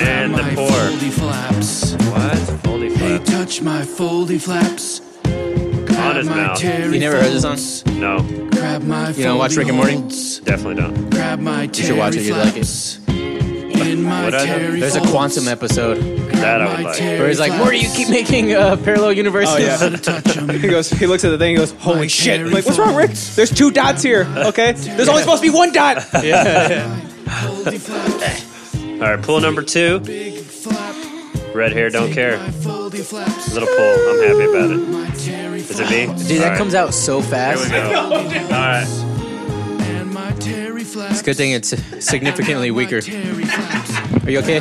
[SPEAKER 3] And the
[SPEAKER 8] Grab my
[SPEAKER 3] pour.
[SPEAKER 8] Foldy flaps.
[SPEAKER 3] What? Holy
[SPEAKER 8] Hey,
[SPEAKER 3] flap.
[SPEAKER 8] touch my foldy flaps.
[SPEAKER 3] On
[SPEAKER 8] Grab
[SPEAKER 3] his
[SPEAKER 8] my
[SPEAKER 3] mouth.
[SPEAKER 8] terry
[SPEAKER 2] You never heard this
[SPEAKER 8] folds.
[SPEAKER 3] No,
[SPEAKER 8] Grab my
[SPEAKER 2] You don't watch
[SPEAKER 8] foldy
[SPEAKER 2] Rick and Morty?
[SPEAKER 8] holds.
[SPEAKER 3] definitely don't.
[SPEAKER 8] Grab my terry
[SPEAKER 2] should watch it, you'd like it.
[SPEAKER 8] flaps. In my
[SPEAKER 3] Would I?
[SPEAKER 8] terry
[SPEAKER 2] There's a
[SPEAKER 8] folds.
[SPEAKER 2] quantum episode
[SPEAKER 3] That I would
[SPEAKER 8] My
[SPEAKER 3] like.
[SPEAKER 8] terry
[SPEAKER 2] where he's like,
[SPEAKER 8] flaps.
[SPEAKER 2] "Morty, you keep making uh, parallel universes."
[SPEAKER 1] Oh, yeah.
[SPEAKER 8] Doesn't touch 'em.
[SPEAKER 1] He goes. He looks at the thing. He goes, "Holy
[SPEAKER 8] My
[SPEAKER 1] shit!" I'm
[SPEAKER 8] cherry
[SPEAKER 1] like, what's wrong, Rick? There's two dots here. Okay. There's only supposed to be one dot.
[SPEAKER 8] Foldy flaps.
[SPEAKER 3] All right, pool number two.
[SPEAKER 8] Big flap.
[SPEAKER 3] Red hair, don't care.
[SPEAKER 8] My foldy flaps.
[SPEAKER 3] Little pool. I'm happy about it.
[SPEAKER 8] My terry
[SPEAKER 3] Is it me?
[SPEAKER 2] Dude, that
[SPEAKER 3] All right.
[SPEAKER 2] comes out so
[SPEAKER 3] Here we
[SPEAKER 2] fast.
[SPEAKER 3] go. All right.
[SPEAKER 8] And my terry flaps.
[SPEAKER 2] It's a good thing it's significantly weaker. Are you okay?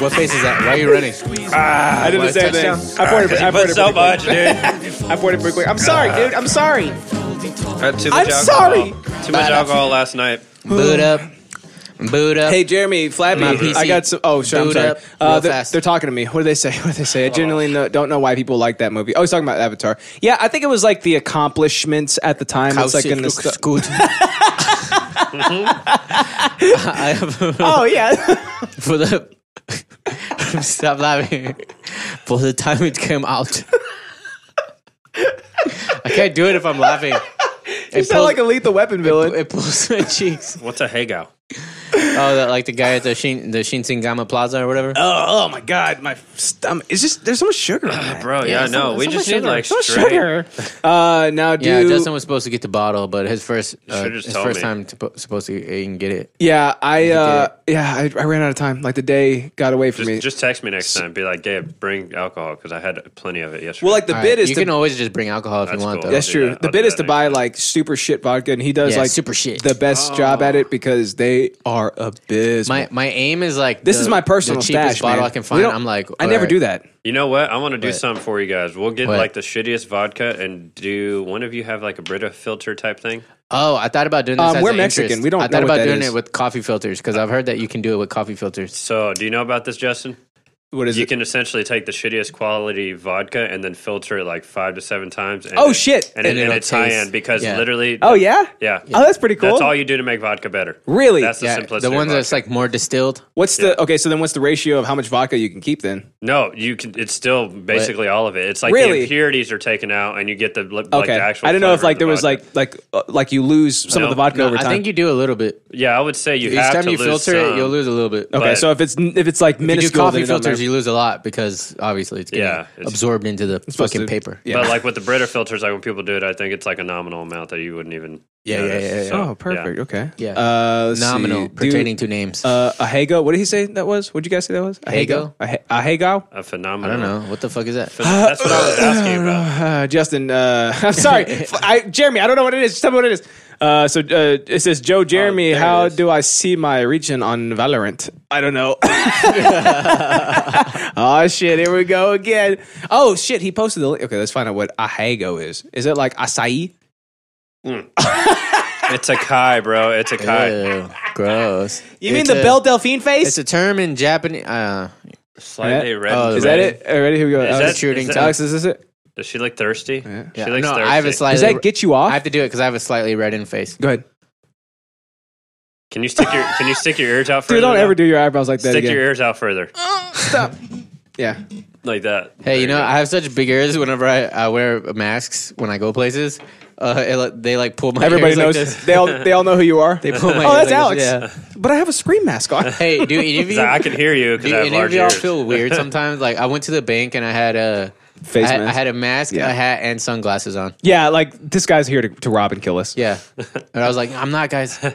[SPEAKER 2] What face is that? Why are you running?
[SPEAKER 1] I did the same thing. I poured it. I
[SPEAKER 3] You
[SPEAKER 1] poured
[SPEAKER 3] put
[SPEAKER 1] it.
[SPEAKER 3] so
[SPEAKER 1] pretty
[SPEAKER 3] much, dude.
[SPEAKER 1] quick. I poured it pretty quick. I'm sorry, dude. I'm sorry.
[SPEAKER 3] Had too
[SPEAKER 1] I'm
[SPEAKER 3] much alcohol.
[SPEAKER 1] sorry.
[SPEAKER 3] Too much alcohol last night.
[SPEAKER 2] Boot up. Boot up.
[SPEAKER 1] Hey Jeremy, Flappy,
[SPEAKER 2] My PC.
[SPEAKER 1] I got some. Oh, sure, I'm
[SPEAKER 2] Boot
[SPEAKER 1] sorry.
[SPEAKER 2] up
[SPEAKER 1] Uh,
[SPEAKER 2] real
[SPEAKER 1] they're,
[SPEAKER 2] fast.
[SPEAKER 1] they're talking to me. What do they say? What do they say? I genuinely no, don't know why people like that movie. Oh, he's talking about Avatar. Yeah, I think it was like the accomplishments at the time. It's like in the stu-
[SPEAKER 2] good. I have,
[SPEAKER 1] oh yeah,
[SPEAKER 2] for the stop laughing. For the time it came out, I can't do it if I'm laughing. It
[SPEAKER 1] you sound like a lethal weapon villain.
[SPEAKER 2] it pulls my cheeks.
[SPEAKER 3] What's a Hagow?
[SPEAKER 2] Oh, that, like the guy at the Shin the Shinsengama Plaza or whatever.
[SPEAKER 1] Oh, oh my god, my stomach. It's just there's so much sugar. in that.
[SPEAKER 3] Bro, yeah, no, we just need like
[SPEAKER 1] So much
[SPEAKER 3] straight.
[SPEAKER 1] sugar. Uh, now, dude.
[SPEAKER 2] Yeah, Justin was supposed to get the bottle, but his first uh,
[SPEAKER 3] Should've just
[SPEAKER 2] his
[SPEAKER 3] told
[SPEAKER 2] first
[SPEAKER 3] me.
[SPEAKER 2] time to, supposed to he didn't get it.
[SPEAKER 1] yeah, I. Uh,
[SPEAKER 2] did
[SPEAKER 1] yeah, I, I ran out of time. Like the day got away from me.
[SPEAKER 3] Just, just text me next time. Be like, Gabe, bring alcohol because I had plenty of it yesterday.
[SPEAKER 1] well, like the
[SPEAKER 2] All
[SPEAKER 1] bid
[SPEAKER 2] right,
[SPEAKER 1] is
[SPEAKER 2] you
[SPEAKER 1] to
[SPEAKER 2] can always just bring alcohol if you
[SPEAKER 3] That's
[SPEAKER 2] want,
[SPEAKER 3] cool.
[SPEAKER 2] though.
[SPEAKER 1] That's
[SPEAKER 3] do
[SPEAKER 1] true.
[SPEAKER 3] that.
[SPEAKER 1] The
[SPEAKER 3] I'll
[SPEAKER 1] bid
[SPEAKER 3] do
[SPEAKER 1] is
[SPEAKER 3] that
[SPEAKER 1] to
[SPEAKER 3] next
[SPEAKER 1] buy
[SPEAKER 3] time.
[SPEAKER 1] like super shit vodka, and he does
[SPEAKER 2] Yeah,
[SPEAKER 1] like
[SPEAKER 2] super shit.
[SPEAKER 1] The best job at it because they are are abysmal.
[SPEAKER 2] My my aim is like
[SPEAKER 1] this
[SPEAKER 2] the-
[SPEAKER 1] is my personal
[SPEAKER 2] the cheapest
[SPEAKER 1] stash,
[SPEAKER 2] bottle
[SPEAKER 1] man.
[SPEAKER 2] I can
[SPEAKER 1] We
[SPEAKER 2] find.
[SPEAKER 1] don't-
[SPEAKER 2] I'm like uh,
[SPEAKER 1] I never
[SPEAKER 2] alright.
[SPEAKER 1] do that.
[SPEAKER 3] You know what? I want to do
[SPEAKER 2] What?
[SPEAKER 3] something for you guys. We'll get
[SPEAKER 2] What?
[SPEAKER 3] like the shittiest vodka and do one of you have like a Brita filter type thing.
[SPEAKER 2] Oh, I thought about doing this.
[SPEAKER 1] Um,
[SPEAKER 2] as
[SPEAKER 1] we're
[SPEAKER 2] an
[SPEAKER 1] Mexican.
[SPEAKER 2] interest.
[SPEAKER 1] We don't
[SPEAKER 2] I
[SPEAKER 1] know
[SPEAKER 2] thought
[SPEAKER 1] what
[SPEAKER 2] about
[SPEAKER 1] that
[SPEAKER 2] doing
[SPEAKER 1] is.
[SPEAKER 2] it with coffee filters because I've heard that you can do it with coffee filters.
[SPEAKER 3] So, do you know about this, Justin?
[SPEAKER 1] What is
[SPEAKER 3] You
[SPEAKER 1] it?
[SPEAKER 3] can essentially take the shittiest quality vodka and then filter it like five to seven times. And
[SPEAKER 1] Oh, shit.
[SPEAKER 3] And, it,
[SPEAKER 2] And
[SPEAKER 3] and
[SPEAKER 2] it'll
[SPEAKER 3] it's high
[SPEAKER 2] taste-
[SPEAKER 3] end because
[SPEAKER 2] yeah.
[SPEAKER 3] literally.
[SPEAKER 1] oh yeah?
[SPEAKER 3] yeah.
[SPEAKER 1] Oh, that's pretty cool.
[SPEAKER 3] That's all you do to make vodka better.
[SPEAKER 1] Really?
[SPEAKER 3] That's the
[SPEAKER 2] Yeah,
[SPEAKER 3] simplicity.
[SPEAKER 2] the ones
[SPEAKER 3] of
[SPEAKER 2] that's
[SPEAKER 3] vodka.
[SPEAKER 2] like more distilled.
[SPEAKER 1] What's the okay? So then, what's the ratio of how much vodka you can keep then?
[SPEAKER 3] no, you can. It's still basically all of it. It's like
[SPEAKER 1] Really?
[SPEAKER 3] the impurities are taken out, and you get the li- like
[SPEAKER 1] Okay,
[SPEAKER 3] the actual.
[SPEAKER 1] I don't know if
[SPEAKER 3] flavor
[SPEAKER 1] like
[SPEAKER 3] of the
[SPEAKER 1] there was
[SPEAKER 3] vodka.
[SPEAKER 1] like like uh, like you lose some of
[SPEAKER 3] No,
[SPEAKER 1] the vodka
[SPEAKER 2] No,
[SPEAKER 1] over time.
[SPEAKER 2] I think you do a little bit.
[SPEAKER 3] Yeah, I would say you
[SPEAKER 2] Each
[SPEAKER 3] have
[SPEAKER 2] time
[SPEAKER 3] to
[SPEAKER 2] you
[SPEAKER 3] lose
[SPEAKER 2] filter
[SPEAKER 3] some.
[SPEAKER 2] it, you'll lose a little bit.
[SPEAKER 1] okay,
[SPEAKER 3] but-
[SPEAKER 1] so if it's if it's like
[SPEAKER 2] If you do
[SPEAKER 1] minuscule, then
[SPEAKER 2] coffee
[SPEAKER 1] it don't
[SPEAKER 2] filters,
[SPEAKER 1] matter.
[SPEAKER 2] you lose a lot because obviously it's getting
[SPEAKER 3] Yeah, it's-
[SPEAKER 2] absorbed into the
[SPEAKER 1] supposed
[SPEAKER 2] fucking
[SPEAKER 1] to-
[SPEAKER 2] paper.
[SPEAKER 1] yeah.
[SPEAKER 3] But like with the Brita filters, like when people do it, I think it's like a nominal amount that you wouldn't even.
[SPEAKER 2] Yeah, yeah,
[SPEAKER 3] notice.
[SPEAKER 2] yeah, yeah.
[SPEAKER 3] So,
[SPEAKER 1] oh, perfect. Okay.
[SPEAKER 2] Yeah.
[SPEAKER 1] Uh, let's see.
[SPEAKER 2] Nominal,
[SPEAKER 1] Dude,
[SPEAKER 2] pertaining to names.
[SPEAKER 1] uh, a hago. What did he say that was? What'd you guys say that was? A
[SPEAKER 2] Hago?
[SPEAKER 1] A, ha- a hago.
[SPEAKER 3] A phenomenal.
[SPEAKER 2] I don't know what the fuck is that.
[SPEAKER 3] That's what I was asking you about.
[SPEAKER 1] Uh, Justin, uh, I'm sorry, F- I, Jeremy. I don't know what it is. Just tell me what it is. Uh, so uh, it says, Joe
[SPEAKER 2] Oh,
[SPEAKER 1] Jeremy,
[SPEAKER 3] there it
[SPEAKER 1] how
[SPEAKER 3] is.
[SPEAKER 1] do I see my region on Valorant? I don't know. oh shit, here we go again. Oh shit, he posted the link. Okay, let's find out what ahago is. Is it like acai?
[SPEAKER 3] It's a kai, bro. It's a kai.
[SPEAKER 2] Ew, gross.
[SPEAKER 1] You mean
[SPEAKER 2] It's
[SPEAKER 1] the
[SPEAKER 2] a-
[SPEAKER 1] Belle Delphine face?
[SPEAKER 2] It's a term in Japanese. Uh,
[SPEAKER 3] Slightly
[SPEAKER 1] Yeah.
[SPEAKER 3] red.
[SPEAKER 2] Oh,
[SPEAKER 3] and
[SPEAKER 1] is that
[SPEAKER 3] red.
[SPEAKER 1] it? Oh, All right, here we go.
[SPEAKER 3] Is
[SPEAKER 1] Alex,
[SPEAKER 3] that
[SPEAKER 2] shooting
[SPEAKER 3] is that-
[SPEAKER 1] Alex, is this it?
[SPEAKER 3] Does she look thirsty?
[SPEAKER 2] yeah.
[SPEAKER 3] She looks
[SPEAKER 2] no,
[SPEAKER 3] thirsty.
[SPEAKER 2] I have a slightly.
[SPEAKER 1] Does that get you off?
[SPEAKER 2] I have to do it because I have a slightly reddened face.
[SPEAKER 1] go ahead.
[SPEAKER 3] Can you stick your Can you stick your ears out further?
[SPEAKER 1] Dude, don't
[SPEAKER 3] though?
[SPEAKER 1] ever do your eyebrows like that
[SPEAKER 3] Stick your
[SPEAKER 1] again.
[SPEAKER 3] ears out further,
[SPEAKER 1] yeah.
[SPEAKER 3] like that.
[SPEAKER 2] Hey, you know, I have such big ears whenever I, I wear masks when I go places. Uh, it, like- they like pull my
[SPEAKER 1] Everybody
[SPEAKER 2] ears like
[SPEAKER 1] knows.
[SPEAKER 2] this.
[SPEAKER 1] they all they all know who you are. They
[SPEAKER 2] pull my
[SPEAKER 1] oh,
[SPEAKER 2] ears
[SPEAKER 1] that's
[SPEAKER 2] like
[SPEAKER 1] Alex.
[SPEAKER 2] this,
[SPEAKER 1] But I have a scream mask on.
[SPEAKER 2] Hey, do any of
[SPEAKER 3] He's
[SPEAKER 2] you?
[SPEAKER 3] like, I can hear you because
[SPEAKER 2] do
[SPEAKER 3] I have
[SPEAKER 2] any of
[SPEAKER 3] large
[SPEAKER 2] y'all
[SPEAKER 3] ears.
[SPEAKER 2] feel weird sometimes? Like I went to the bank and I had a
[SPEAKER 1] Face
[SPEAKER 2] I had, I
[SPEAKER 1] mask.
[SPEAKER 2] had a mask,
[SPEAKER 1] Yeah.
[SPEAKER 2] a hat, and sunglasses on.
[SPEAKER 1] yeah, like this guy's here to, to rob and kill us.
[SPEAKER 2] Yeah, and I was like, I'm not, guys. Yeah,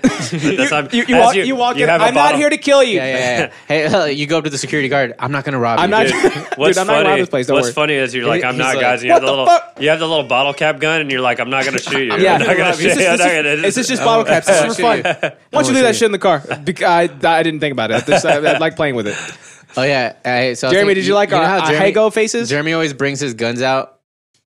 [SPEAKER 3] That's how-
[SPEAKER 1] You, you,
[SPEAKER 3] as
[SPEAKER 1] walk, you, walk in.
[SPEAKER 3] have a
[SPEAKER 1] I'm not
[SPEAKER 3] bottle-
[SPEAKER 1] here to kill you.
[SPEAKER 2] yeah, yeah. Hey, you go up to the security guard. I'm not gonna rob
[SPEAKER 1] I'm
[SPEAKER 2] you.
[SPEAKER 1] not.
[SPEAKER 2] dude."
[SPEAKER 1] Dude,
[SPEAKER 3] What's
[SPEAKER 1] I'm not
[SPEAKER 3] funny?
[SPEAKER 1] allowed this place. Don't
[SPEAKER 3] what's
[SPEAKER 1] worry.
[SPEAKER 3] funny is you're like, I'm
[SPEAKER 2] he's
[SPEAKER 3] not,
[SPEAKER 2] like,
[SPEAKER 3] guys. And you have
[SPEAKER 1] "What
[SPEAKER 3] the,
[SPEAKER 1] the
[SPEAKER 3] little,
[SPEAKER 1] fuck?"
[SPEAKER 3] you have the little bottle cap gun, and you're like, I'm not gonna shoot you.
[SPEAKER 1] Yeah,
[SPEAKER 3] I'm not gonna
[SPEAKER 1] it's
[SPEAKER 3] shoot
[SPEAKER 1] just,
[SPEAKER 3] you. I'm
[SPEAKER 1] it's,
[SPEAKER 3] not
[SPEAKER 1] just,
[SPEAKER 3] gonna-
[SPEAKER 1] it's just bottle caps. This is for
[SPEAKER 2] I'll
[SPEAKER 1] fun.
[SPEAKER 2] shoot you.
[SPEAKER 1] Why don't you leave that shit in the car? Bec- I, I didn't think about it. This- I, I like playing with it.
[SPEAKER 2] Oh yeah. Hey, so I was
[SPEAKER 1] Jeremy,
[SPEAKER 2] thinking-
[SPEAKER 1] did you like
[SPEAKER 2] know
[SPEAKER 1] our
[SPEAKER 2] how
[SPEAKER 1] our
[SPEAKER 2] Jeremy-
[SPEAKER 1] Hago faces?
[SPEAKER 2] Jeremy always brings his guns out.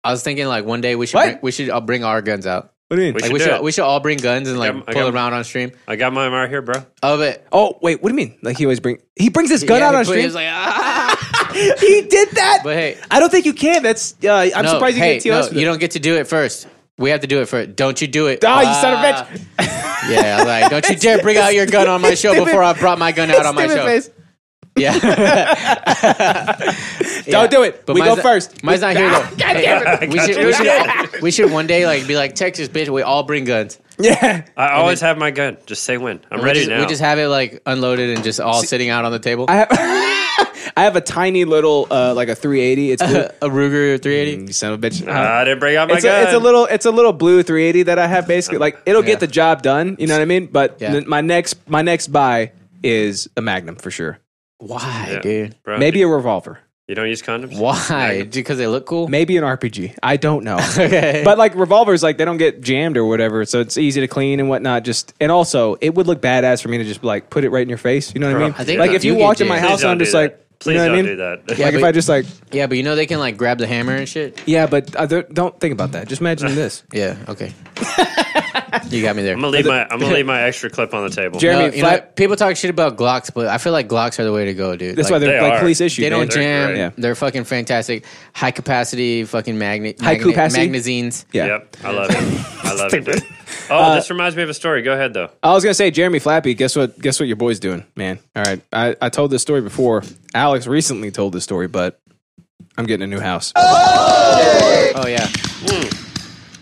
[SPEAKER 2] I was thinking like one day we should
[SPEAKER 1] What?
[SPEAKER 2] bring, we should all bring our guns out.
[SPEAKER 1] What do you mean?
[SPEAKER 3] We
[SPEAKER 2] Like
[SPEAKER 3] should
[SPEAKER 2] we
[SPEAKER 3] do
[SPEAKER 2] should
[SPEAKER 3] it.
[SPEAKER 2] we should all bring guns and like
[SPEAKER 3] got- I
[SPEAKER 2] pull
[SPEAKER 3] got-
[SPEAKER 2] around on stream.
[SPEAKER 3] I got mine right here, bro.
[SPEAKER 2] Oh, but
[SPEAKER 1] Oh wait, what do you mean? Like he always bring he brings his gun
[SPEAKER 2] yeah,
[SPEAKER 1] out
[SPEAKER 2] he
[SPEAKER 1] on
[SPEAKER 2] put- He
[SPEAKER 1] stream.
[SPEAKER 2] was like, ah.
[SPEAKER 1] he did that.
[SPEAKER 2] But hey,
[SPEAKER 1] I don't think you can. That's uh, I'm
[SPEAKER 2] no,
[SPEAKER 1] surprised you
[SPEAKER 2] hey,
[SPEAKER 1] get TOS.
[SPEAKER 2] no, you don't get to do it first. We have to do it first. Don't you do it?
[SPEAKER 1] Ah, you son of a bitch!
[SPEAKER 2] Yeah, I was like don't you dare bring out your gun on my show
[SPEAKER 1] Stupid-
[SPEAKER 2] before I brought my gun out on my
[SPEAKER 1] Stupid
[SPEAKER 2] show.
[SPEAKER 1] face.
[SPEAKER 2] Yeah,
[SPEAKER 1] Don't do it.
[SPEAKER 2] But
[SPEAKER 1] we
[SPEAKER 2] mine's
[SPEAKER 1] go
[SPEAKER 2] not-
[SPEAKER 1] first.
[SPEAKER 2] Mine's not here though. God
[SPEAKER 3] damn it.
[SPEAKER 2] We
[SPEAKER 3] God
[SPEAKER 2] should,
[SPEAKER 3] damn
[SPEAKER 2] we,
[SPEAKER 3] it.
[SPEAKER 2] should, we should one day like be like Texas bitch. We all bring guns.
[SPEAKER 1] Yeah.
[SPEAKER 3] I always have my gun. Just say when. I'm
[SPEAKER 2] We
[SPEAKER 3] ready
[SPEAKER 2] just-
[SPEAKER 3] now.
[SPEAKER 2] We just have it like unloaded and just all sitting out on the table.
[SPEAKER 1] I have, I have a tiny little uh, like a 380. It's blue.
[SPEAKER 2] a Ruger 380.
[SPEAKER 3] Mm.
[SPEAKER 1] you son of a bitch.
[SPEAKER 3] I didn't bring out Oh my
[SPEAKER 1] it's,
[SPEAKER 3] gun.
[SPEAKER 1] a, it's a little it's a little blue 380 that I have basically like it'll
[SPEAKER 2] Yeah.
[SPEAKER 1] get the job done you know what I mean but
[SPEAKER 2] Yeah.
[SPEAKER 1] n- my next my next buy is a Magnum for sure
[SPEAKER 2] Why,
[SPEAKER 3] Yeah.
[SPEAKER 2] dude?
[SPEAKER 3] Bro,
[SPEAKER 1] maybe
[SPEAKER 3] you,
[SPEAKER 1] a revolver
[SPEAKER 3] you don't use condoms.
[SPEAKER 2] Why? Because they look cool.
[SPEAKER 1] maybe an RPG I don't know
[SPEAKER 2] Okay.
[SPEAKER 1] but like revolvers like they don't get jammed or whatever so it's easy to clean and whatnot just and also it would look badass for me to just like put it right in your face you know what I
[SPEAKER 3] Bro,
[SPEAKER 1] mean
[SPEAKER 3] I
[SPEAKER 2] think
[SPEAKER 1] like
[SPEAKER 2] they
[SPEAKER 1] if you
[SPEAKER 2] do get
[SPEAKER 1] walked in my
[SPEAKER 2] jammed.
[SPEAKER 3] Please
[SPEAKER 1] house and
[SPEAKER 3] don't
[SPEAKER 1] I'm
[SPEAKER 3] do
[SPEAKER 1] just
[SPEAKER 3] that.
[SPEAKER 1] like
[SPEAKER 3] Please
[SPEAKER 1] you know
[SPEAKER 3] don't
[SPEAKER 1] what I mean
[SPEAKER 3] do that.
[SPEAKER 2] Yeah,
[SPEAKER 1] like if
[SPEAKER 2] but-
[SPEAKER 1] I just like
[SPEAKER 2] yeah, but you know they can like grab the hammer and shit.
[SPEAKER 1] yeah but I don't, don't think about that just imagine this
[SPEAKER 2] Yeah. Okay. you got me there.
[SPEAKER 3] I'm gonna leave my I'm gonna leave my extra clip on the table.
[SPEAKER 1] Jeremy,
[SPEAKER 2] No, you know,
[SPEAKER 1] flat-
[SPEAKER 2] people talk shit about Glocks, but I feel like Glocks are the way to go, dude.
[SPEAKER 1] that's
[SPEAKER 2] Like,
[SPEAKER 1] why they're
[SPEAKER 3] they
[SPEAKER 1] like
[SPEAKER 3] are.
[SPEAKER 1] police issue
[SPEAKER 2] they don't
[SPEAKER 1] man.
[SPEAKER 3] They're
[SPEAKER 2] jam.
[SPEAKER 3] great.
[SPEAKER 1] Yeah.
[SPEAKER 2] They're fucking fantastic. High capacity fucking magnet.
[SPEAKER 1] High
[SPEAKER 2] magnet-
[SPEAKER 1] capacity?
[SPEAKER 2] magazines.
[SPEAKER 1] yeah
[SPEAKER 3] Yep, I love it. I love it. dude. Oh, this reminds me of a story. Go ahead though.
[SPEAKER 1] I was gonna say Jeremy Flappy. Guess what? Guess what your boy's doing, man. All right, I, I told this story before. Alex recently told this story, but I'm getting a new house.
[SPEAKER 2] Oh yeah.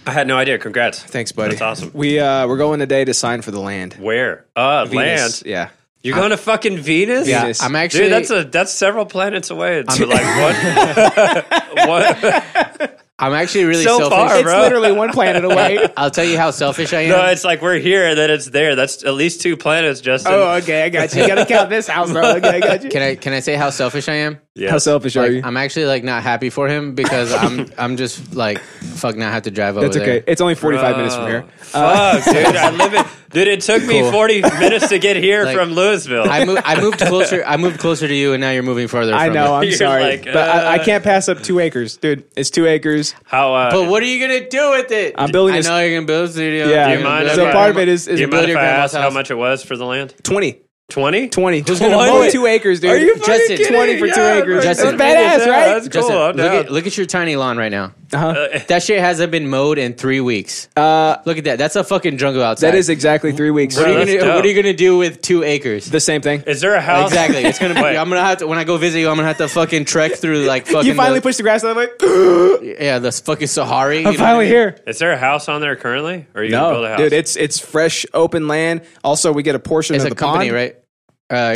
[SPEAKER 3] I had no idea. Congrats.
[SPEAKER 1] Thanks, buddy.
[SPEAKER 3] That's awesome.
[SPEAKER 1] We uh, we're going today to sign for the land.
[SPEAKER 3] Where? Uh,
[SPEAKER 1] Venus,
[SPEAKER 3] land.
[SPEAKER 1] Yeah.
[SPEAKER 3] You're going to fucking Venus?
[SPEAKER 1] Yeah.
[SPEAKER 2] I-
[SPEAKER 1] Venus.
[SPEAKER 2] I'm actually.
[SPEAKER 3] Dude, that's a that's several planets away. It's like what? what?
[SPEAKER 2] I'm actually really
[SPEAKER 3] So
[SPEAKER 2] selfish.
[SPEAKER 3] far,
[SPEAKER 1] It's
[SPEAKER 3] bro.
[SPEAKER 1] literally one planet away.
[SPEAKER 2] I'll tell you how selfish I am.
[SPEAKER 3] No, it's like we're here and then it's there. That's at least two planets, Justin.
[SPEAKER 1] oh, okay. I got you. You gotta count this house, bro. Okay, I got you.
[SPEAKER 2] Can I can I say how selfish I am?
[SPEAKER 3] Yeah.
[SPEAKER 1] How selfish are
[SPEAKER 2] Like,
[SPEAKER 1] you?
[SPEAKER 2] I'm actually like not happy for him because I'm I'm just like fuck now I have to drive over
[SPEAKER 1] That's okay.
[SPEAKER 2] there.
[SPEAKER 1] It's only 45 minutes from here.
[SPEAKER 3] Fuck, Oh, dude. I live in. Dude, it took me
[SPEAKER 2] Cool.
[SPEAKER 3] 40 minutes to get here
[SPEAKER 2] Like,
[SPEAKER 3] from Louisville.
[SPEAKER 2] I moved I moved closer I moved closer to you and now you're moving farther.
[SPEAKER 1] I
[SPEAKER 2] from
[SPEAKER 1] know.
[SPEAKER 2] me.
[SPEAKER 1] I'm
[SPEAKER 3] You're
[SPEAKER 1] sorry,
[SPEAKER 3] like,
[SPEAKER 1] but I, I
[SPEAKER 3] uh,
[SPEAKER 1] can't pass up two acres, dude. It's two acres.
[SPEAKER 3] How? Uh,
[SPEAKER 2] But what are you gonna do with it?
[SPEAKER 1] I'm building
[SPEAKER 2] I
[SPEAKER 1] a-
[SPEAKER 2] know you're gonna build a studio.
[SPEAKER 1] Yeah.
[SPEAKER 2] you're
[SPEAKER 3] do you
[SPEAKER 2] gonna
[SPEAKER 3] mind?
[SPEAKER 2] build
[SPEAKER 3] if
[SPEAKER 1] So
[SPEAKER 2] a-
[SPEAKER 3] I-
[SPEAKER 1] part of it is- is
[SPEAKER 3] do you
[SPEAKER 2] build
[SPEAKER 3] mind if
[SPEAKER 2] your
[SPEAKER 3] I
[SPEAKER 2] grandma's
[SPEAKER 3] ask how
[SPEAKER 2] house.
[SPEAKER 3] much it was for the land?
[SPEAKER 1] 20,
[SPEAKER 3] 20?
[SPEAKER 1] 20. Who's gonna mow
[SPEAKER 2] Wait.
[SPEAKER 1] two acres, dude?
[SPEAKER 3] Are you fucking
[SPEAKER 2] Justin,
[SPEAKER 3] kidding?
[SPEAKER 1] 20 for two
[SPEAKER 3] Yeah,
[SPEAKER 1] acres.
[SPEAKER 3] bro,
[SPEAKER 2] Justin.
[SPEAKER 1] That's badass,
[SPEAKER 3] yeah,
[SPEAKER 1] right?
[SPEAKER 3] That's cool.
[SPEAKER 2] Justin,
[SPEAKER 3] I'm
[SPEAKER 2] look,
[SPEAKER 3] down.
[SPEAKER 2] at, look at your tiny lawn right now.
[SPEAKER 1] Uh-huh.
[SPEAKER 2] That shit hasn't been mowed in three weeks.
[SPEAKER 1] Uh,
[SPEAKER 2] Look at that. That's a fucking jungle outside.
[SPEAKER 1] that is exactly three weeks.
[SPEAKER 2] What are,
[SPEAKER 3] Bro,
[SPEAKER 2] you
[SPEAKER 3] that's
[SPEAKER 2] gonna, what
[SPEAKER 3] dope.
[SPEAKER 2] are you gonna do with two acres?
[SPEAKER 1] The same thing.
[SPEAKER 3] Is there a house?
[SPEAKER 2] Exactly. It's gonna be.
[SPEAKER 3] Wait.
[SPEAKER 2] I'm gonna have to when I go visit you. I'm gonna have to fucking trek through like fucking.
[SPEAKER 1] You finally
[SPEAKER 2] the,
[SPEAKER 1] pushed the grass out of the way.
[SPEAKER 2] yeah, the fucking Sahara. you know
[SPEAKER 1] I'm
[SPEAKER 2] what I
[SPEAKER 1] finally
[SPEAKER 2] mean?
[SPEAKER 1] here.
[SPEAKER 3] Is there a house on there currently? Or are you gonna build
[SPEAKER 1] No,
[SPEAKER 3] a house?
[SPEAKER 1] dude, it's it's fresh open land. Also, we get a portion
[SPEAKER 2] It's
[SPEAKER 1] of
[SPEAKER 2] a
[SPEAKER 1] the
[SPEAKER 2] company,
[SPEAKER 1] pond.
[SPEAKER 2] right? Uh,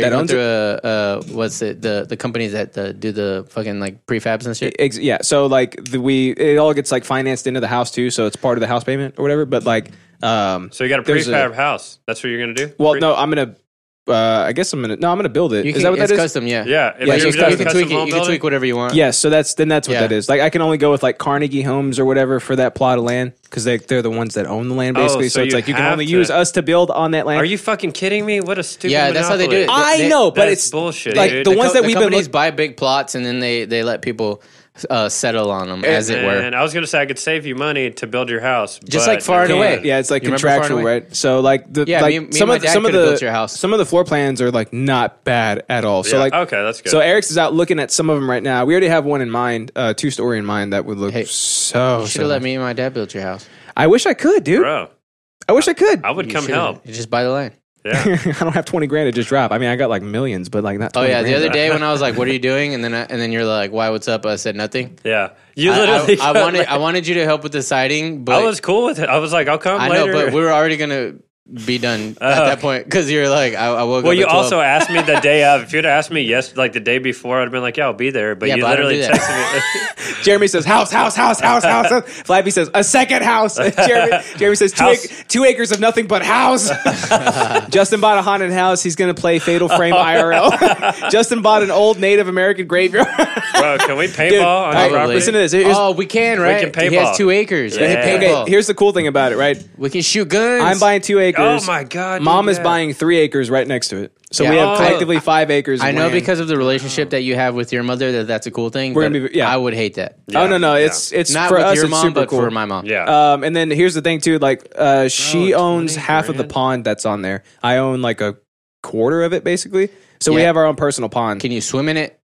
[SPEAKER 1] That
[SPEAKER 2] that
[SPEAKER 1] owns
[SPEAKER 2] owns through a, uh, what's it? The the companies that uh, do the fucking like prefabs and shit.
[SPEAKER 1] Ex- yeah, so like the, we it all gets like financed into the house too, so it's part of the house payment or whatever. But like, um,
[SPEAKER 3] so you got a
[SPEAKER 1] there's a-
[SPEAKER 3] prefab house. That's what you're gonna do.
[SPEAKER 1] well,
[SPEAKER 3] Pre-
[SPEAKER 1] no, I'm gonna, uh, I guess I'm gonna no, I'm gonna build it.
[SPEAKER 2] You
[SPEAKER 1] Is
[SPEAKER 2] can,
[SPEAKER 1] that what
[SPEAKER 2] it's
[SPEAKER 1] that is?
[SPEAKER 2] custom, yeah.
[SPEAKER 3] Yeah. If
[SPEAKER 1] Yeah,
[SPEAKER 3] you're
[SPEAKER 1] so
[SPEAKER 2] you,
[SPEAKER 1] it's
[SPEAKER 3] doing
[SPEAKER 2] you can
[SPEAKER 3] custom
[SPEAKER 2] tweak it.
[SPEAKER 3] home
[SPEAKER 2] You can
[SPEAKER 3] building?
[SPEAKER 2] tweak whatever you want.
[SPEAKER 1] Yes, so that's then that's what
[SPEAKER 2] Yeah.
[SPEAKER 1] that is. Like I can only go with like Carnegie Homes or whatever for that plot of land because they they're the ones that own the land
[SPEAKER 3] Oh,
[SPEAKER 1] basically.
[SPEAKER 3] so
[SPEAKER 1] so, it's
[SPEAKER 3] you
[SPEAKER 1] like you can
[SPEAKER 3] have
[SPEAKER 1] only
[SPEAKER 3] to-
[SPEAKER 1] use us to build on that land.
[SPEAKER 3] Are you fucking kidding me? What a stupid.
[SPEAKER 2] Yeah, that's how they do it.
[SPEAKER 3] monopoly.
[SPEAKER 1] I
[SPEAKER 2] They-
[SPEAKER 1] know, but
[SPEAKER 3] That's
[SPEAKER 1] it's
[SPEAKER 3] bullshit,
[SPEAKER 1] Like
[SPEAKER 3] dude.
[SPEAKER 1] the,
[SPEAKER 3] The
[SPEAKER 1] ones
[SPEAKER 2] Co-
[SPEAKER 1] that
[SPEAKER 2] the
[SPEAKER 1] we've been
[SPEAKER 2] companies
[SPEAKER 1] look-
[SPEAKER 2] buy big plots and then they they let people uh, settle on them, as it were.
[SPEAKER 3] And I was gonna say I could save you money to build your house,
[SPEAKER 2] Just
[SPEAKER 3] but
[SPEAKER 2] like far and
[SPEAKER 3] I
[SPEAKER 2] away.
[SPEAKER 3] can't.
[SPEAKER 1] yeah, it's like
[SPEAKER 2] You remember far and
[SPEAKER 1] contractual,
[SPEAKER 2] away?
[SPEAKER 1] right? So like the
[SPEAKER 2] Yeah,
[SPEAKER 1] like
[SPEAKER 2] me- me and
[SPEAKER 1] some
[SPEAKER 2] my
[SPEAKER 1] of the-
[SPEAKER 2] dad
[SPEAKER 1] some of
[SPEAKER 2] could've
[SPEAKER 1] the
[SPEAKER 2] built your house.
[SPEAKER 1] some of the floor plans are like not bad at all. So
[SPEAKER 3] Yeah,
[SPEAKER 1] like
[SPEAKER 3] okay, that's good.
[SPEAKER 1] So Eric's is out looking at some of them right now. We already have one in mind, uh, two story in mind that would look
[SPEAKER 2] Hey,
[SPEAKER 1] so.
[SPEAKER 2] You should
[SPEAKER 1] so
[SPEAKER 2] have let
[SPEAKER 1] nice.
[SPEAKER 2] me and my dad build your house.
[SPEAKER 1] I wish I could, dude.
[SPEAKER 3] bro.
[SPEAKER 1] I wish I could.
[SPEAKER 3] I would
[SPEAKER 2] You
[SPEAKER 3] come
[SPEAKER 2] should've-
[SPEAKER 3] help.
[SPEAKER 2] You just buy the land.
[SPEAKER 3] Yeah.
[SPEAKER 1] I don't have twenty grand to just drop. I mean, I got like millions, but like not.
[SPEAKER 2] Oh
[SPEAKER 1] 20
[SPEAKER 2] yeah, the
[SPEAKER 1] grand.
[SPEAKER 2] other day when I was like, "What are you doing?" and then I, and then you're like, "Why? What's up?" I said nothing.
[SPEAKER 3] Yeah. You
[SPEAKER 2] I-
[SPEAKER 3] literally.
[SPEAKER 2] I, I,
[SPEAKER 3] got
[SPEAKER 2] wanted
[SPEAKER 3] like-
[SPEAKER 2] I wanted you to help with the siding, but
[SPEAKER 3] I was cool with it. I was like, I'll come
[SPEAKER 2] I know,
[SPEAKER 3] later. Uh-huh.
[SPEAKER 2] but we were already gonna be done at that point because you're like, I, I woke up.
[SPEAKER 3] well, you
[SPEAKER 2] at 12.
[SPEAKER 3] also asked me the day of. If you'd asked me yes, like the day before, I'd have been like, "Yeah, I'll be there." But
[SPEAKER 2] Yeah,
[SPEAKER 3] you
[SPEAKER 2] but I don't
[SPEAKER 3] literally
[SPEAKER 2] do that.
[SPEAKER 3] texted me.
[SPEAKER 1] Jeremy says house, house, house, house, house. house. Flappy says a second house. Jeremy, Jeremy says two,
[SPEAKER 3] House.
[SPEAKER 1] ac- two acres of nothing but house. Justin bought a haunted house. He's going to play Fatal Frame IRL. Justin bought an old Native American graveyard.
[SPEAKER 3] Bro, can we paintball
[SPEAKER 1] Dude,
[SPEAKER 3] on
[SPEAKER 1] I-
[SPEAKER 2] Probably.
[SPEAKER 3] your property?
[SPEAKER 1] listen to this. Here's-
[SPEAKER 2] oh, we can right?
[SPEAKER 3] can
[SPEAKER 2] he has
[SPEAKER 3] paintball.
[SPEAKER 2] two acres. We,
[SPEAKER 3] Yeah.
[SPEAKER 2] can
[SPEAKER 1] okay,
[SPEAKER 2] paintball.
[SPEAKER 1] here's the cool thing about it, right?
[SPEAKER 2] we can shoot guns.
[SPEAKER 1] I'm buying two acres.
[SPEAKER 3] Oh my god, dude,
[SPEAKER 1] Mom is
[SPEAKER 3] yeah.
[SPEAKER 1] buying three acres right next to it. So we
[SPEAKER 2] Yeah.
[SPEAKER 1] have
[SPEAKER 2] Oh.
[SPEAKER 1] collectively five acres. of
[SPEAKER 2] I know
[SPEAKER 1] land.
[SPEAKER 2] because of the relationship that you have with your mother that that's a cool thing.
[SPEAKER 1] We're
[SPEAKER 2] but
[SPEAKER 1] gonna be- yeah.
[SPEAKER 2] I would hate that.
[SPEAKER 1] oh no no it's it's
[SPEAKER 2] Not
[SPEAKER 1] for
[SPEAKER 2] with
[SPEAKER 1] us
[SPEAKER 2] your
[SPEAKER 1] it's
[SPEAKER 2] mom,
[SPEAKER 1] super
[SPEAKER 2] but
[SPEAKER 1] cool.
[SPEAKER 2] for my mom.
[SPEAKER 3] Yeah.
[SPEAKER 1] Um, and then here's the thing too, like uh, she owns
[SPEAKER 3] 20
[SPEAKER 1] half of the
[SPEAKER 3] grand.
[SPEAKER 1] pond that's on there. I own like a quarter of it basically. So we
[SPEAKER 2] Yeah.
[SPEAKER 1] have our own personal pond.
[SPEAKER 2] Can you swim in it?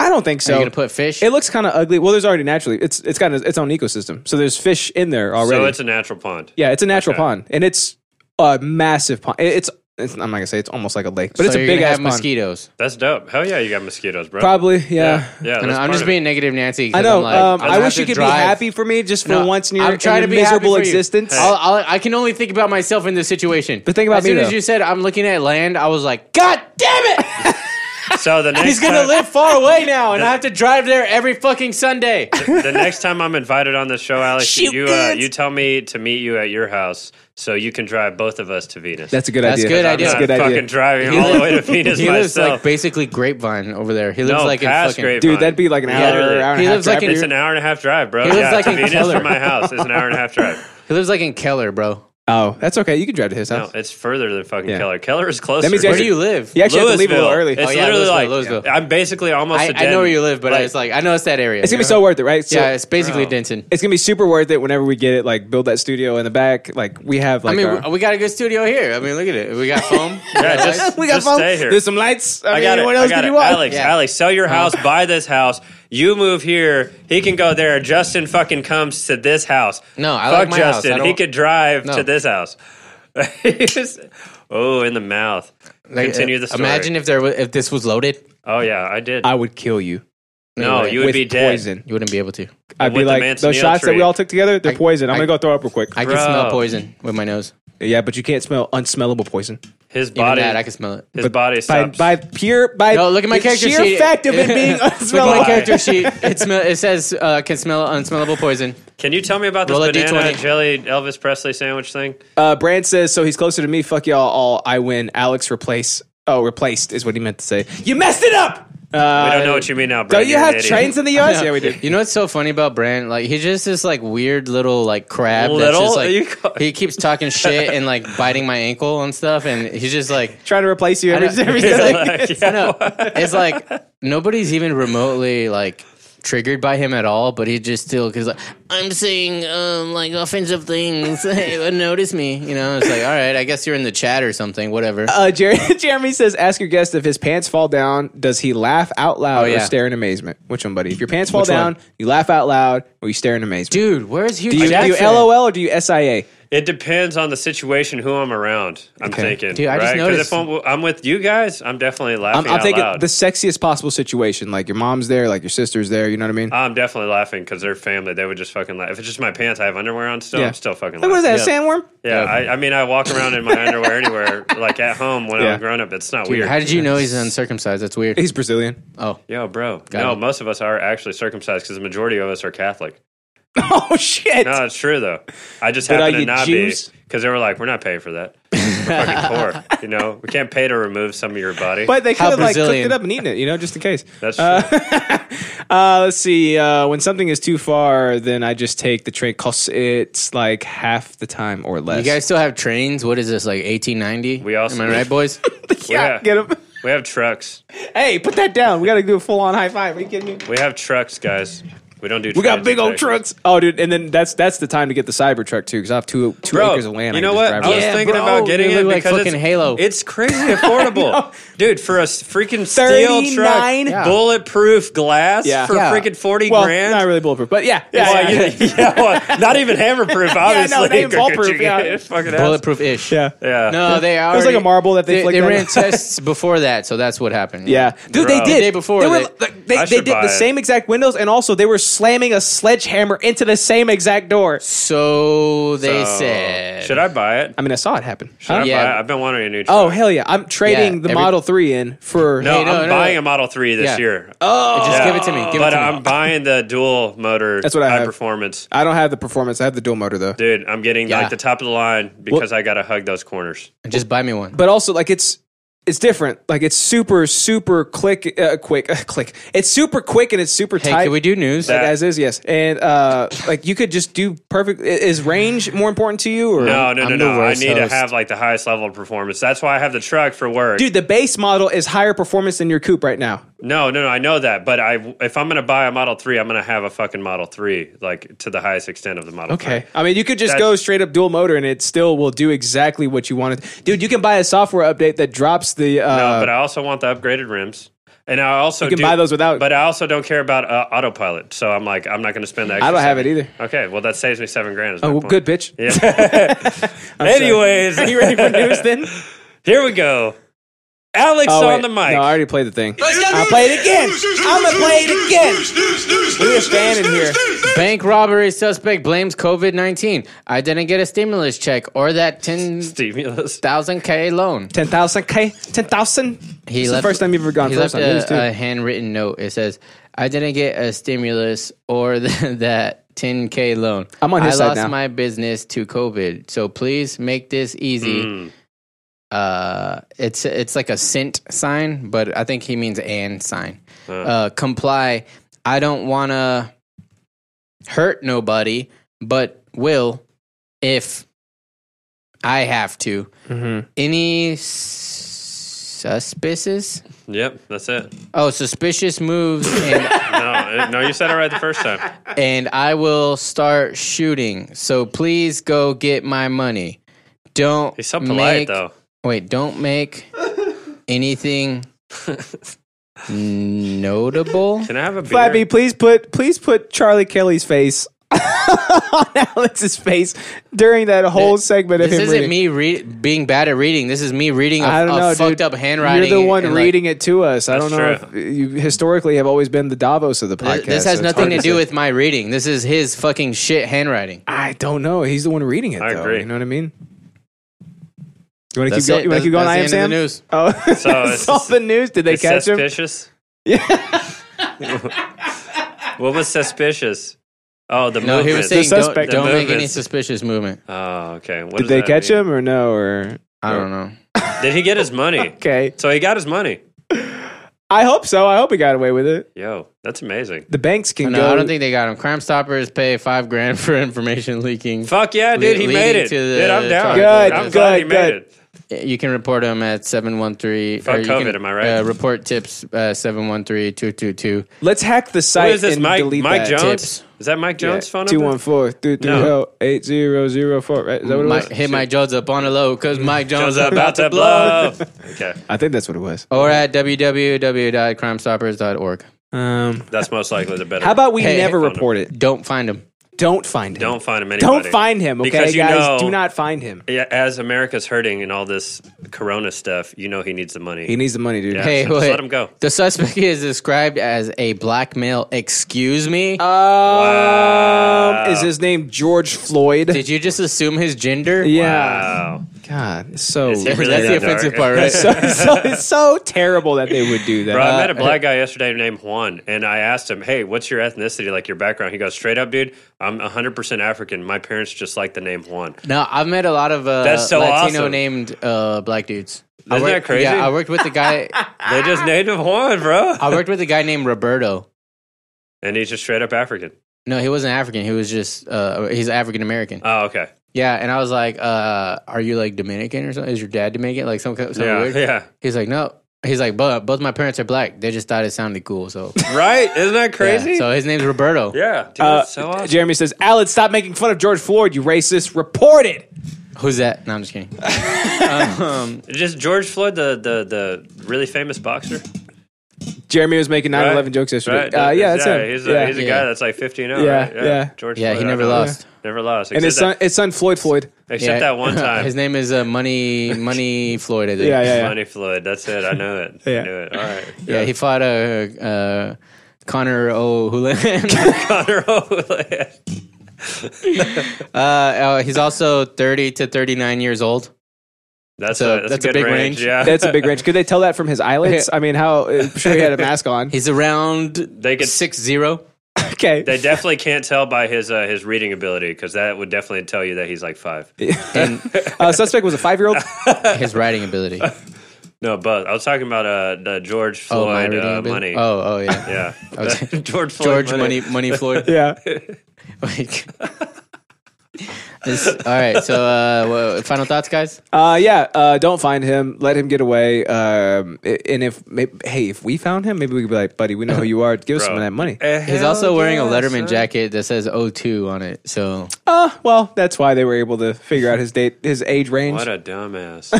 [SPEAKER 1] I don't think
[SPEAKER 2] Are you
[SPEAKER 1] so.
[SPEAKER 2] gonna put fish?
[SPEAKER 1] it looks kind of ugly. Well, there's already naturally. It's it's got its own ecosystem. So there's fish in there already.
[SPEAKER 3] So it's a natural pond.
[SPEAKER 1] yeah, it's a natural
[SPEAKER 3] Okay.
[SPEAKER 1] pond, and it's a massive pond. It- It's, it's I'm not gonna say it's almost like a lake, but
[SPEAKER 2] So
[SPEAKER 1] it's a
[SPEAKER 2] you're
[SPEAKER 1] big
[SPEAKER 2] gonna
[SPEAKER 1] ass
[SPEAKER 2] have
[SPEAKER 1] pond.
[SPEAKER 2] mosquitoes.
[SPEAKER 3] That's dope. Hell yeah, you got mosquitoes, bro.
[SPEAKER 1] Probably, yeah.
[SPEAKER 3] Yeah. Yeah.
[SPEAKER 2] And
[SPEAKER 3] that's
[SPEAKER 2] I'm
[SPEAKER 3] part
[SPEAKER 2] just
[SPEAKER 3] of it.
[SPEAKER 2] being negative, Nancy. 'cause
[SPEAKER 1] I know.
[SPEAKER 2] I'm like,
[SPEAKER 1] um,
[SPEAKER 2] I'm
[SPEAKER 1] I
[SPEAKER 2] gonna
[SPEAKER 1] wish
[SPEAKER 2] have
[SPEAKER 1] you
[SPEAKER 2] to
[SPEAKER 1] could
[SPEAKER 2] drive.
[SPEAKER 1] be happy for me just for
[SPEAKER 2] No,
[SPEAKER 1] once in your,
[SPEAKER 2] I'm trying
[SPEAKER 1] in
[SPEAKER 2] to
[SPEAKER 1] your
[SPEAKER 2] be happy
[SPEAKER 1] miserable
[SPEAKER 2] for you.
[SPEAKER 1] existence.
[SPEAKER 2] I'll, I'll, I can only think about myself in this situation.
[SPEAKER 1] But think about
[SPEAKER 2] as
[SPEAKER 1] me,
[SPEAKER 2] soon as
[SPEAKER 1] though.
[SPEAKER 2] you said I'm looking at land, I was like, God damn it!
[SPEAKER 3] So the next
[SPEAKER 2] He's gonna
[SPEAKER 3] time,
[SPEAKER 2] live far away now, and I have to drive there every fucking Sunday.
[SPEAKER 3] the next time I'm invited on the show, Alex, you uh, you tell me to meet you at your house so you can drive both of us to Venus.
[SPEAKER 1] That's a good
[SPEAKER 2] That's
[SPEAKER 1] idea.
[SPEAKER 2] good idea.
[SPEAKER 1] That's
[SPEAKER 3] I'm
[SPEAKER 1] a good
[SPEAKER 3] fucking
[SPEAKER 1] idea.
[SPEAKER 3] driving all the way to Venus
[SPEAKER 2] he lives
[SPEAKER 3] myself.
[SPEAKER 2] like basically grapevine over there. He lives
[SPEAKER 3] no,
[SPEAKER 2] like in
[SPEAKER 3] past
[SPEAKER 2] fucking.
[SPEAKER 3] grapevine.
[SPEAKER 1] Dude, that'd be like an hour,
[SPEAKER 3] Yeah, literally.
[SPEAKER 1] hour and
[SPEAKER 2] He
[SPEAKER 1] a half.
[SPEAKER 2] lives like
[SPEAKER 1] drive.
[SPEAKER 2] in-
[SPEAKER 3] It's an hour and a half drive, bro.
[SPEAKER 2] He lives
[SPEAKER 3] yeah,
[SPEAKER 2] like
[SPEAKER 3] to
[SPEAKER 2] in
[SPEAKER 3] Venus
[SPEAKER 2] Keller.
[SPEAKER 3] from my house is an hour and a half drive.
[SPEAKER 2] He lives like in Keller, bro.
[SPEAKER 1] Oh, that's okay. You can drive to his
[SPEAKER 3] No,
[SPEAKER 1] house.
[SPEAKER 3] it's further than fucking
[SPEAKER 1] Yeah.
[SPEAKER 3] Keller. Keller is closer.
[SPEAKER 1] That means you
[SPEAKER 2] Where
[SPEAKER 1] Actually-
[SPEAKER 2] do you live?
[SPEAKER 1] You actually have to leave a little early.
[SPEAKER 3] It's
[SPEAKER 2] Oh, yeah,
[SPEAKER 3] literally
[SPEAKER 2] Louisville,
[SPEAKER 3] like
[SPEAKER 2] Louisville.
[SPEAKER 3] I'm basically almost.
[SPEAKER 2] I,
[SPEAKER 3] a
[SPEAKER 2] I know
[SPEAKER 3] den.
[SPEAKER 2] where you live, but I
[SPEAKER 3] Like,
[SPEAKER 2] was like, I know it's that area.
[SPEAKER 1] it's gonna be
[SPEAKER 2] you
[SPEAKER 1] so
[SPEAKER 2] know?
[SPEAKER 1] worth it, right? So
[SPEAKER 2] yeah, it's basically
[SPEAKER 3] Bro.
[SPEAKER 2] Denton.
[SPEAKER 1] it's gonna be super worth it whenever we get it. Like build that studio in the back. Like we have. Like,
[SPEAKER 2] I mean,
[SPEAKER 1] our-
[SPEAKER 2] we- we got a good studio here. I mean, look at it. We got foam.
[SPEAKER 3] Yeah, just-
[SPEAKER 1] we got
[SPEAKER 3] just
[SPEAKER 1] phone-
[SPEAKER 3] stay here.
[SPEAKER 1] There's some lights. I,
[SPEAKER 3] I
[SPEAKER 1] mean,
[SPEAKER 3] got it.
[SPEAKER 1] what
[SPEAKER 3] I
[SPEAKER 1] else
[SPEAKER 3] got
[SPEAKER 1] did
[SPEAKER 3] it.
[SPEAKER 1] you want?
[SPEAKER 3] Alex,
[SPEAKER 2] Yeah. Uh-huh.
[SPEAKER 3] Alex, sell your house, buy this house. You move here. He can go there. Justin fucking comes to this house.
[SPEAKER 2] No, I
[SPEAKER 3] Fuck
[SPEAKER 2] like my house.
[SPEAKER 3] Justin.
[SPEAKER 2] I don't-
[SPEAKER 3] He could drive
[SPEAKER 2] No.
[SPEAKER 3] to this house. oh, in the mouth.
[SPEAKER 2] Like,
[SPEAKER 3] Continue
[SPEAKER 2] uh,
[SPEAKER 3] the story.
[SPEAKER 2] Imagine if there was, if this was loaded,
[SPEAKER 3] Oh yeah, I did.
[SPEAKER 1] I would kill you.
[SPEAKER 3] no,
[SPEAKER 2] you
[SPEAKER 3] you would
[SPEAKER 1] with
[SPEAKER 3] be dead.
[SPEAKER 1] Poison.
[SPEAKER 2] you wouldn't be able to.
[SPEAKER 1] I'd be
[SPEAKER 3] With the
[SPEAKER 1] like
[SPEAKER 3] Manzanillo
[SPEAKER 1] those shots that
[SPEAKER 3] tree.
[SPEAKER 1] we all took together. They're
[SPEAKER 2] I-
[SPEAKER 1] poison. I'm
[SPEAKER 2] I-
[SPEAKER 1] gonna go throw up real quick.
[SPEAKER 2] I can
[SPEAKER 3] Bro.
[SPEAKER 2] smell poison with my nose.
[SPEAKER 1] yeah, but you can't smell unsmellable poison.
[SPEAKER 3] His
[SPEAKER 2] Even
[SPEAKER 3] body.
[SPEAKER 2] that, I can smell it.
[SPEAKER 3] his body
[SPEAKER 1] By,
[SPEAKER 3] stops.
[SPEAKER 1] by pure by
[SPEAKER 2] No, look at my
[SPEAKER 1] the
[SPEAKER 2] character
[SPEAKER 1] sheer
[SPEAKER 2] sheet.
[SPEAKER 1] fact of it being
[SPEAKER 2] Look at
[SPEAKER 1] unsmellable.
[SPEAKER 2] my character sheet. It, smell, it says uh, can smell unsmellable poison.
[SPEAKER 3] can you tell me about this
[SPEAKER 2] Roll a
[SPEAKER 3] banana
[SPEAKER 2] D20.
[SPEAKER 3] jelly Elvis Presley sandwich thing?
[SPEAKER 1] Uh, Brand says, so he's closer to me. Fuck y'all all. I win. Alex replace. Oh, replaced is what he meant to say. You messed it up.
[SPEAKER 3] we don't know what you mean now, bro.
[SPEAKER 1] Don't you
[SPEAKER 3] You're an
[SPEAKER 1] have
[SPEAKER 3] idiot.
[SPEAKER 1] trains in the U.S.? Yeah, we do.
[SPEAKER 2] You know what's so funny about Brand? Like he's just this like weird little like crab.
[SPEAKER 3] Little? Are you
[SPEAKER 2] That's just,
[SPEAKER 3] ca-
[SPEAKER 2] like, he keeps talking shit and like biting my ankle and stuff, and he's just like.
[SPEAKER 1] Trying to replace you every,
[SPEAKER 2] I know.
[SPEAKER 1] every
[SPEAKER 2] It's
[SPEAKER 1] second.
[SPEAKER 2] like- I know. It's like nobody's even remotely like triggered by him at all, but he just still because like, I'm saying um, like offensive things. Hey, notice me, you know. It's like all right, I guess you're in the chat or something, whatever.
[SPEAKER 1] Uh, Jerry, Jeremy says, ask your guest if his pants fall down, does he laugh out loud
[SPEAKER 2] Oh, yeah.
[SPEAKER 1] or stare in amazement? Which one, buddy? If your pants fall
[SPEAKER 2] Which one?
[SPEAKER 1] down, you laugh out loud or you stare in amazement.
[SPEAKER 2] Dude, where's Hugh
[SPEAKER 1] do you, do
[SPEAKER 2] Jackman?
[SPEAKER 1] you LOL or do you SIA?
[SPEAKER 3] It depends on the situation, who I'm around. I'm
[SPEAKER 1] Okay.
[SPEAKER 3] thinking,
[SPEAKER 2] Dude, I
[SPEAKER 3] right?
[SPEAKER 2] just
[SPEAKER 3] 'Cause
[SPEAKER 2] noticed-
[SPEAKER 3] if I'm, I'm with you guys, I'm definitely
[SPEAKER 1] I'm,
[SPEAKER 3] laughing
[SPEAKER 1] I'm
[SPEAKER 3] out
[SPEAKER 1] thinking
[SPEAKER 3] loud.
[SPEAKER 1] the sexiest possible situation. Like your mom's there, like your sister's there. You know what I mean?
[SPEAKER 3] I'm definitely laughing because they're family. They would just fucking laugh. If it's just my pants, I have underwear on still.
[SPEAKER 1] Yeah.
[SPEAKER 3] I'm still fucking.
[SPEAKER 1] like, what is
[SPEAKER 3] laughing.
[SPEAKER 1] that, a sandworm?
[SPEAKER 3] Yeah, I, I mean, I walk around in my underwear anywhere, like at home when I
[SPEAKER 1] Yeah.
[SPEAKER 3] was growing up. It's not
[SPEAKER 2] Dude,
[SPEAKER 3] weird.
[SPEAKER 2] how did you know he's uncircumcised? That's weird.
[SPEAKER 1] He's Brazilian.
[SPEAKER 2] Oh,
[SPEAKER 3] Yo, bro.
[SPEAKER 2] Got
[SPEAKER 3] no,
[SPEAKER 2] it.
[SPEAKER 3] most of us are actually circumcised because the majority of us are Catholic.
[SPEAKER 1] oh, shit.
[SPEAKER 3] No, it's true though. I just
[SPEAKER 1] But are
[SPEAKER 3] happen to
[SPEAKER 1] you
[SPEAKER 3] not
[SPEAKER 1] Jews?
[SPEAKER 3] be because they were like, we're not paying for that. We're fucking poor. You know, we can't pay to remove some of your body.
[SPEAKER 1] But they could
[SPEAKER 2] How
[SPEAKER 1] have like cooked
[SPEAKER 2] Brazilian.
[SPEAKER 1] it up and eaten it, you know, just in case.
[SPEAKER 3] That's
[SPEAKER 1] uh, let's see. Uh, when something is too far, then I just take the train because it's like half the time or less.
[SPEAKER 2] you guys still have trains? What is this like 1890?
[SPEAKER 3] We also-
[SPEAKER 2] am I right, boys?
[SPEAKER 1] yeah,
[SPEAKER 3] Yeah.
[SPEAKER 1] get him.
[SPEAKER 3] we have trucks.
[SPEAKER 1] Hey, put that down. We got to do a full on high five. Are you kidding me?
[SPEAKER 3] We have trucks, guys. We don't do.
[SPEAKER 1] We got
[SPEAKER 3] transit
[SPEAKER 1] big old
[SPEAKER 3] taxis.
[SPEAKER 1] trucks. Oh, dude, and then that's that's the time to get the Cybertruck too, because I have two two
[SPEAKER 3] Bro,
[SPEAKER 1] acres of land.
[SPEAKER 3] you
[SPEAKER 1] I
[SPEAKER 3] know
[SPEAKER 1] can
[SPEAKER 3] what?
[SPEAKER 1] just
[SPEAKER 3] I
[SPEAKER 1] drive
[SPEAKER 3] was
[SPEAKER 1] around.
[SPEAKER 2] Yeah,
[SPEAKER 3] thinking
[SPEAKER 2] bro,
[SPEAKER 3] about getting
[SPEAKER 2] you
[SPEAKER 3] it
[SPEAKER 2] look like
[SPEAKER 3] because
[SPEAKER 2] fucking
[SPEAKER 3] it's
[SPEAKER 2] Halo.
[SPEAKER 3] It's crazy affordable, dude. For a s- freaking steel truck,
[SPEAKER 1] 39? Yeah.
[SPEAKER 3] bulletproof glass
[SPEAKER 1] Yeah.
[SPEAKER 3] for
[SPEAKER 1] Yeah.
[SPEAKER 3] freaking forty
[SPEAKER 1] well,
[SPEAKER 3] grand.
[SPEAKER 1] not really bulletproof, but yeah, yeah,
[SPEAKER 3] Well,
[SPEAKER 1] yeah,
[SPEAKER 3] you-
[SPEAKER 1] yeah.
[SPEAKER 3] yeah, well, not even hammerproof, obviously.
[SPEAKER 1] not even ballproof, yeah.
[SPEAKER 3] It's fucking ass.
[SPEAKER 2] Bulletproof ish.
[SPEAKER 1] yeah.
[SPEAKER 3] Yeah.
[SPEAKER 2] No, they are.
[SPEAKER 1] It was like a marble that they
[SPEAKER 2] They,
[SPEAKER 1] flicked at
[SPEAKER 2] ran
[SPEAKER 1] you.
[SPEAKER 2] tests before that, so that's what happened.
[SPEAKER 1] Yeah, dude, they
[SPEAKER 3] Bro.
[SPEAKER 1] did.
[SPEAKER 2] The day before,
[SPEAKER 1] they, were,
[SPEAKER 2] they-
[SPEAKER 1] like, they,
[SPEAKER 3] I
[SPEAKER 1] they
[SPEAKER 3] should
[SPEAKER 1] did the
[SPEAKER 3] buy it.
[SPEAKER 1] same exact windows, and also they were slamming a sledgehammer into the same exact door.
[SPEAKER 2] So they said.
[SPEAKER 3] Oh. Should I buy it?
[SPEAKER 1] I mean, I saw it happen.
[SPEAKER 3] Should I
[SPEAKER 2] Yeah.
[SPEAKER 3] buy it? I've been wanting a new truck.
[SPEAKER 1] Oh hell yeah! I'm trading
[SPEAKER 2] Yeah,
[SPEAKER 1] the
[SPEAKER 2] every-
[SPEAKER 1] Model Three in for
[SPEAKER 3] no,
[SPEAKER 2] Hey, no,
[SPEAKER 3] I'm
[SPEAKER 2] no,
[SPEAKER 3] buying
[SPEAKER 2] no.
[SPEAKER 3] a Model 3 this
[SPEAKER 2] Yeah.
[SPEAKER 3] year.
[SPEAKER 1] Oh,
[SPEAKER 2] Just
[SPEAKER 3] Yeah.
[SPEAKER 2] give it to me. Give
[SPEAKER 3] but
[SPEAKER 2] it to
[SPEAKER 3] um, I'm
[SPEAKER 2] me.
[SPEAKER 3] buying the dual motor
[SPEAKER 1] That's what I
[SPEAKER 3] high
[SPEAKER 1] have.
[SPEAKER 3] performance.
[SPEAKER 1] I don't have the performance. I have the dual motor though.
[SPEAKER 3] Dude, I'm getting
[SPEAKER 2] Yeah.
[SPEAKER 3] like the top of the line because I got to hug those corners.
[SPEAKER 2] Just buy me one.
[SPEAKER 1] But also, like it's it's different. Like it's super super click uh, quick uh, click. It's super quick and it's super
[SPEAKER 2] hey,
[SPEAKER 1] tight.
[SPEAKER 2] can we do news?
[SPEAKER 1] like, as is yes, and uh, like you could just do perfect. i- Is range more important to you or
[SPEAKER 3] No, no, no,
[SPEAKER 2] I'm the
[SPEAKER 3] no. I
[SPEAKER 2] worst
[SPEAKER 3] need
[SPEAKER 2] host.
[SPEAKER 3] to have like the highest level of performance. That's why I have the truck for work.
[SPEAKER 1] Dude, the base model is higher performance than your coupe right now.
[SPEAKER 3] No, no, no. I know that, but I if I'm going to buy a Model 3, I'm going to have a fucking Model 3 like to the highest extent of the Model 3.
[SPEAKER 1] I mean, you could just go
[SPEAKER 3] That's-
[SPEAKER 1] straight up dual motor, and it still will do exactly what you want it. Dude, you can buy a software update that drops the. Uh,
[SPEAKER 3] No, but I also want the upgraded rims. And I also
[SPEAKER 1] You can
[SPEAKER 3] do-
[SPEAKER 1] buy those without-
[SPEAKER 3] But I also don't care about uh, autopilot, so I'm like, I'm not going to spend that. Extra
[SPEAKER 1] I don't have
[SPEAKER 3] seven-
[SPEAKER 1] it either.
[SPEAKER 3] Okay, well that saves me seven grand. Is my
[SPEAKER 1] Oh, well,
[SPEAKER 3] point.
[SPEAKER 1] good bitch.
[SPEAKER 3] Anyways,
[SPEAKER 1] Are you ready for news then?
[SPEAKER 3] here we go. Alex
[SPEAKER 1] Oh,
[SPEAKER 3] on
[SPEAKER 1] wait.
[SPEAKER 3] the mic.
[SPEAKER 1] No, I already played the thing. I'll play it Oh, again. I'm going to play it again. We're standing here.
[SPEAKER 2] Bank robbery suspect blames COVID 19. I didn't get a stimulus check or that
[SPEAKER 3] Stimulus.
[SPEAKER 2] 10,000K loan.
[SPEAKER 1] 10,000, K? 10,000? It's the first time you've ever gone
[SPEAKER 2] he
[SPEAKER 1] first on
[SPEAKER 2] left
[SPEAKER 1] news, too.
[SPEAKER 2] a, a handwritten note. It says, I didn't get a stimulus or the, that 10K loan.
[SPEAKER 1] I'm on his
[SPEAKER 2] I
[SPEAKER 1] side
[SPEAKER 2] lost
[SPEAKER 1] now."
[SPEAKER 2] my business to COVID. So please make this easy. Uh, it's it's like a cent sign, but I think he means and sign. Uh, comply. I don't want to hurt nobody, but will if I have to.
[SPEAKER 1] Mm-hmm.
[SPEAKER 2] Any s- suspicious?
[SPEAKER 3] Yep, that's it.
[SPEAKER 2] Oh, suspicious moves, and,
[SPEAKER 3] No, uh, no, you said it right the first time.
[SPEAKER 2] and I will start shooting. So please go get my money. Don't.
[SPEAKER 3] He's so polite
[SPEAKER 2] make-
[SPEAKER 3] though.
[SPEAKER 2] Wait, don't make anything notable.
[SPEAKER 3] Can I have a beer?
[SPEAKER 1] Flabby, please put please put Charlie Kelly's face on Alex's face during that whole segment of
[SPEAKER 2] This
[SPEAKER 1] him
[SPEAKER 2] isn't
[SPEAKER 1] reading.
[SPEAKER 2] me re- being bad at reading. This is me reading a,
[SPEAKER 1] I don't
[SPEAKER 2] a
[SPEAKER 1] know,
[SPEAKER 2] fucked
[SPEAKER 1] dude.
[SPEAKER 2] up handwriting.
[SPEAKER 1] You're the one
[SPEAKER 2] and, like,
[SPEAKER 1] reading it to us. I don't know
[SPEAKER 3] true.
[SPEAKER 1] if you historically have always been the Davos of the
[SPEAKER 2] th-
[SPEAKER 1] podcast.
[SPEAKER 2] this has
[SPEAKER 1] so it's
[SPEAKER 2] nothing
[SPEAKER 1] hard
[SPEAKER 2] to do
[SPEAKER 1] say.
[SPEAKER 2] with my reading. This is his fucking shit handwriting.
[SPEAKER 1] I don't know. He's the one reading it.
[SPEAKER 3] I
[SPEAKER 1] though.
[SPEAKER 3] agree.
[SPEAKER 1] You know what I mean? You want to
[SPEAKER 2] That's
[SPEAKER 1] keep going?
[SPEAKER 2] it.
[SPEAKER 1] You want to keep going?
[SPEAKER 2] That's-
[SPEAKER 1] I am
[SPEAKER 2] that's the
[SPEAKER 1] Sam.
[SPEAKER 2] end of
[SPEAKER 1] Oh,
[SPEAKER 3] So
[SPEAKER 1] that's
[SPEAKER 3] it's-
[SPEAKER 1] all the news. Did they
[SPEAKER 3] It's
[SPEAKER 1] catch him?
[SPEAKER 3] suspicious. what was suspicious? Oh, the
[SPEAKER 2] No, he was
[SPEAKER 3] movement.
[SPEAKER 2] saying don't,
[SPEAKER 1] suspect.
[SPEAKER 2] don't
[SPEAKER 3] The
[SPEAKER 2] make any
[SPEAKER 3] movements.
[SPEAKER 2] suspicious movement.
[SPEAKER 3] Oh, okay. What
[SPEAKER 1] Did
[SPEAKER 3] does
[SPEAKER 1] they
[SPEAKER 3] that
[SPEAKER 1] catch
[SPEAKER 3] mean?
[SPEAKER 1] him or no? Or
[SPEAKER 2] I don't know.
[SPEAKER 3] Did he get his money?
[SPEAKER 1] okay,
[SPEAKER 3] So he got his money.
[SPEAKER 1] I hope so. I hope he got away with it.
[SPEAKER 3] Yo, that's amazing.
[SPEAKER 1] The banks can
[SPEAKER 2] No,
[SPEAKER 1] go.
[SPEAKER 2] I don't think they got him. Crime Stoppers pay five grand for information leaking.
[SPEAKER 3] Fuck yeah, dude, he
[SPEAKER 2] Leading
[SPEAKER 3] made it.
[SPEAKER 2] to the
[SPEAKER 3] Dude, I'm down.
[SPEAKER 1] Good,
[SPEAKER 3] I'm glad he
[SPEAKER 1] good,
[SPEAKER 3] made
[SPEAKER 1] good.
[SPEAKER 3] it.
[SPEAKER 2] You can report him at 713.
[SPEAKER 3] Fuck
[SPEAKER 2] or you
[SPEAKER 3] COVID,
[SPEAKER 2] can,
[SPEAKER 3] am I right?
[SPEAKER 2] Uh, report tips uh, 713-222.
[SPEAKER 1] Let's hack the
[SPEAKER 3] Who
[SPEAKER 1] site
[SPEAKER 3] is this,
[SPEAKER 1] and
[SPEAKER 3] Mike?
[SPEAKER 1] delete
[SPEAKER 3] Mike
[SPEAKER 1] that.
[SPEAKER 3] Jones?
[SPEAKER 2] tips.
[SPEAKER 3] Is that Mike Jones' phone number?
[SPEAKER 1] 214 330 8004, right? Is that what it
[SPEAKER 2] My,
[SPEAKER 1] was?
[SPEAKER 2] hit Mike Jones up on the low because Mike Jones
[SPEAKER 3] Jones
[SPEAKER 2] is
[SPEAKER 3] about to blow. okay,
[SPEAKER 1] I think that's what it was.
[SPEAKER 2] Or at www.crimestoppers.org.
[SPEAKER 1] Um,
[SPEAKER 3] that's most likely the better.
[SPEAKER 1] how about we
[SPEAKER 2] Oh. Hey,
[SPEAKER 1] never
[SPEAKER 2] phone
[SPEAKER 1] report it?
[SPEAKER 2] Don't find him.
[SPEAKER 1] Don't find him.
[SPEAKER 3] Don't find him anybody.
[SPEAKER 1] Don't find him, okay,
[SPEAKER 3] Because you
[SPEAKER 1] guys?
[SPEAKER 3] know-
[SPEAKER 1] Do not find him.
[SPEAKER 3] Yeah, as America's hurting and all this Corona stuff, you know he needs the money.
[SPEAKER 1] He needs the money, dude.
[SPEAKER 3] Yeah,
[SPEAKER 2] Hey,
[SPEAKER 3] so just
[SPEAKER 2] wait.
[SPEAKER 3] let him go.
[SPEAKER 2] The suspect is described as a black male. Excuse me?
[SPEAKER 1] Uh, Um, is his name George Floyd?
[SPEAKER 2] Did you just assume his gender?
[SPEAKER 1] yeah.
[SPEAKER 3] Wow.
[SPEAKER 1] God, it's so,
[SPEAKER 3] Is he
[SPEAKER 1] so,
[SPEAKER 3] really
[SPEAKER 2] That's the
[SPEAKER 3] that dark?
[SPEAKER 2] offensive part, right?
[SPEAKER 1] so, it's so terrible that they would do that. Uh,
[SPEAKER 3] Bro, I met a black guy yesterday named Juan, and I asked him, "Hey, what's your ethnicity? Like your background?" He goes, "Straight up, dude, I'm 100 percent African. My parents just like the name Juan."
[SPEAKER 2] No, I've met a lot of uh,
[SPEAKER 3] That's so
[SPEAKER 2] Latino
[SPEAKER 3] awesome.
[SPEAKER 2] named uh, black dudes. I
[SPEAKER 3] Isn't
[SPEAKER 2] work-
[SPEAKER 3] that crazy?
[SPEAKER 2] Yeah, I worked with a guy.
[SPEAKER 3] They just named him Juan, bro,
[SPEAKER 2] I worked with a guy named Roberto.
[SPEAKER 3] and he's just straight up African.
[SPEAKER 2] No, he wasn't African. He was just uh, he's African American.
[SPEAKER 3] Oh, okay,
[SPEAKER 2] Yeah, and I was like, uh, "Are you like Dominican or something? Is your dad Dominican? Like some something
[SPEAKER 3] yeah,
[SPEAKER 2] weird?"
[SPEAKER 3] yeah,
[SPEAKER 2] He's like, "No." He's like, "But both my parents are black. They just thought it sounded cool." So
[SPEAKER 3] right? Isn't that
[SPEAKER 2] yeah.
[SPEAKER 3] crazy? Yeah,
[SPEAKER 2] So his name's Roberto.
[SPEAKER 3] dude,
[SPEAKER 1] Uh,
[SPEAKER 3] that's so awesome.
[SPEAKER 1] Jeremy says, Alan, stop making fun of George Floyd, you racist. Report it.
[SPEAKER 2] Who's that? No, I'm just kidding.
[SPEAKER 3] just George Floyd, the the the really famous boxer.
[SPEAKER 1] Jeremy was making 9
[SPEAKER 3] right?
[SPEAKER 1] 11 jokes yesterday.
[SPEAKER 3] Right?
[SPEAKER 1] Uh, yeah, that's
[SPEAKER 3] yeah,
[SPEAKER 1] him.
[SPEAKER 3] He's a,
[SPEAKER 1] yeah.
[SPEAKER 3] he's a
[SPEAKER 2] Yeah.
[SPEAKER 3] guy that's like 15 0.
[SPEAKER 1] Yeah,
[SPEAKER 3] right?
[SPEAKER 1] yeah.
[SPEAKER 3] George
[SPEAKER 2] Yeah,
[SPEAKER 3] Floyd,
[SPEAKER 2] he never
[SPEAKER 3] I know.
[SPEAKER 2] lost.
[SPEAKER 3] Never lost.
[SPEAKER 1] and his
[SPEAKER 3] Except,
[SPEAKER 1] son,
[SPEAKER 3] that,
[SPEAKER 1] his son, Floyd Floyd.
[SPEAKER 3] except
[SPEAKER 2] Yeah.
[SPEAKER 3] that one time.
[SPEAKER 2] his name is uh, Money Money Floyd. I think.
[SPEAKER 1] Yeah, yeah, yeah.
[SPEAKER 3] Money Floyd. That's it. I knew it.
[SPEAKER 1] Yeah.
[SPEAKER 3] I knew it. All right.
[SPEAKER 2] Yeah, he fought a. Uh, uh, Connor O'Hulan.
[SPEAKER 3] Connor O'Leary.
[SPEAKER 2] uh, uh, he's also 30 to 39 years old.
[SPEAKER 3] That's,
[SPEAKER 2] a-
[SPEAKER 3] a, that's, a, good big range. Yeah.
[SPEAKER 1] That's a big range. Could they tell that from his eyelids? I mean, how? I'm sure he had a mask on.
[SPEAKER 2] He's around
[SPEAKER 3] They could-
[SPEAKER 2] six zero.
[SPEAKER 1] Okay.
[SPEAKER 3] they definitely can't tell by his uh, his reading ability because that would definitely tell you that he's like five.
[SPEAKER 1] Uh, suspect was a five year old.
[SPEAKER 2] His writing ability.
[SPEAKER 3] No, but I was talking about uh, the George
[SPEAKER 2] oh, my
[SPEAKER 3] Floyd
[SPEAKER 2] reading
[SPEAKER 3] uh,
[SPEAKER 2] ability.
[SPEAKER 3] money.
[SPEAKER 2] Oh, oh yeah.
[SPEAKER 3] Yeah,
[SPEAKER 2] Okay.
[SPEAKER 3] George Floyd
[SPEAKER 2] George Money Money Floyd.
[SPEAKER 1] Yeah.
[SPEAKER 2] Like- This- all right. So, uh, wha- final thoughts, guys.
[SPEAKER 1] Uh, yeah. Uh, don't find him. Let him get away. Um, i- and if maybe, hey, if we found him, maybe we could be like, buddy, we know who you are. Give us some of that money.
[SPEAKER 2] He's also wearing a Letterman jacket that says O2 on it. So,
[SPEAKER 1] Uh, well, that's why they were able to figure out his date, his age range.
[SPEAKER 3] What a dumbass!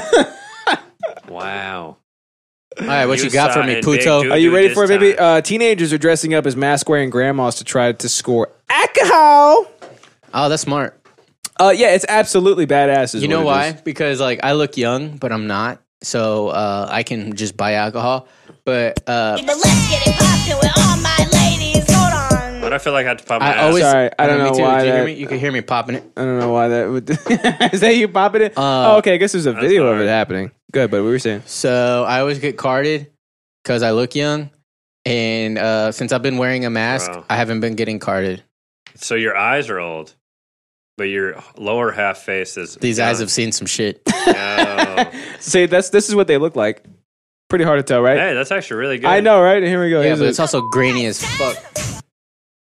[SPEAKER 3] wow.
[SPEAKER 2] all right, what you,
[SPEAKER 3] You
[SPEAKER 2] got for
[SPEAKER 3] saw
[SPEAKER 2] me,
[SPEAKER 3] it, big
[SPEAKER 2] Puto?
[SPEAKER 3] dude.
[SPEAKER 1] are you
[SPEAKER 3] do
[SPEAKER 1] ready
[SPEAKER 3] this
[SPEAKER 1] for it, baby?
[SPEAKER 3] time.
[SPEAKER 1] Uh, teenagers are dressing up as mask wearing grandmas to try to score alcohol.
[SPEAKER 2] Oh, that's smart.
[SPEAKER 1] Uh, yeah, it's absolutely badass. Is
[SPEAKER 2] You know
[SPEAKER 1] what it
[SPEAKER 2] why?
[SPEAKER 1] is.
[SPEAKER 2] Because like I look young, but I'm not. So uh, I can just buy alcohol. But uh,
[SPEAKER 9] But let's get it poppin' with all my ladies. Hold on.
[SPEAKER 3] But I feel like I had to pop my
[SPEAKER 2] I
[SPEAKER 3] ass.
[SPEAKER 2] always.
[SPEAKER 1] Sorry, I don't
[SPEAKER 2] me
[SPEAKER 1] know
[SPEAKER 2] too. Did
[SPEAKER 1] why
[SPEAKER 2] you hear
[SPEAKER 1] that-
[SPEAKER 2] me? You could hear me popping it.
[SPEAKER 1] I don't know why that would. is that you popping it?
[SPEAKER 3] Uh,
[SPEAKER 1] oh, okay, I guess there's a video of it
[SPEAKER 3] alright.
[SPEAKER 1] happening. Good, but we were saying.
[SPEAKER 2] So I always get carded because I look young, and uh, since I've been wearing a mask,
[SPEAKER 3] Wow.
[SPEAKER 2] I haven't been getting carded.
[SPEAKER 3] so your eyes are old, but your lower half face is Oh.
[SPEAKER 2] These
[SPEAKER 3] young.
[SPEAKER 2] eyes have seen some shit.
[SPEAKER 3] No.
[SPEAKER 1] See, that's this is what they look like. Pretty hard to tell, right?
[SPEAKER 3] Hey, that's actually really good.
[SPEAKER 1] I know, right? Here we go.
[SPEAKER 2] yeah,
[SPEAKER 1] Here's
[SPEAKER 2] but
[SPEAKER 1] a-
[SPEAKER 2] it's also grainy as fuck.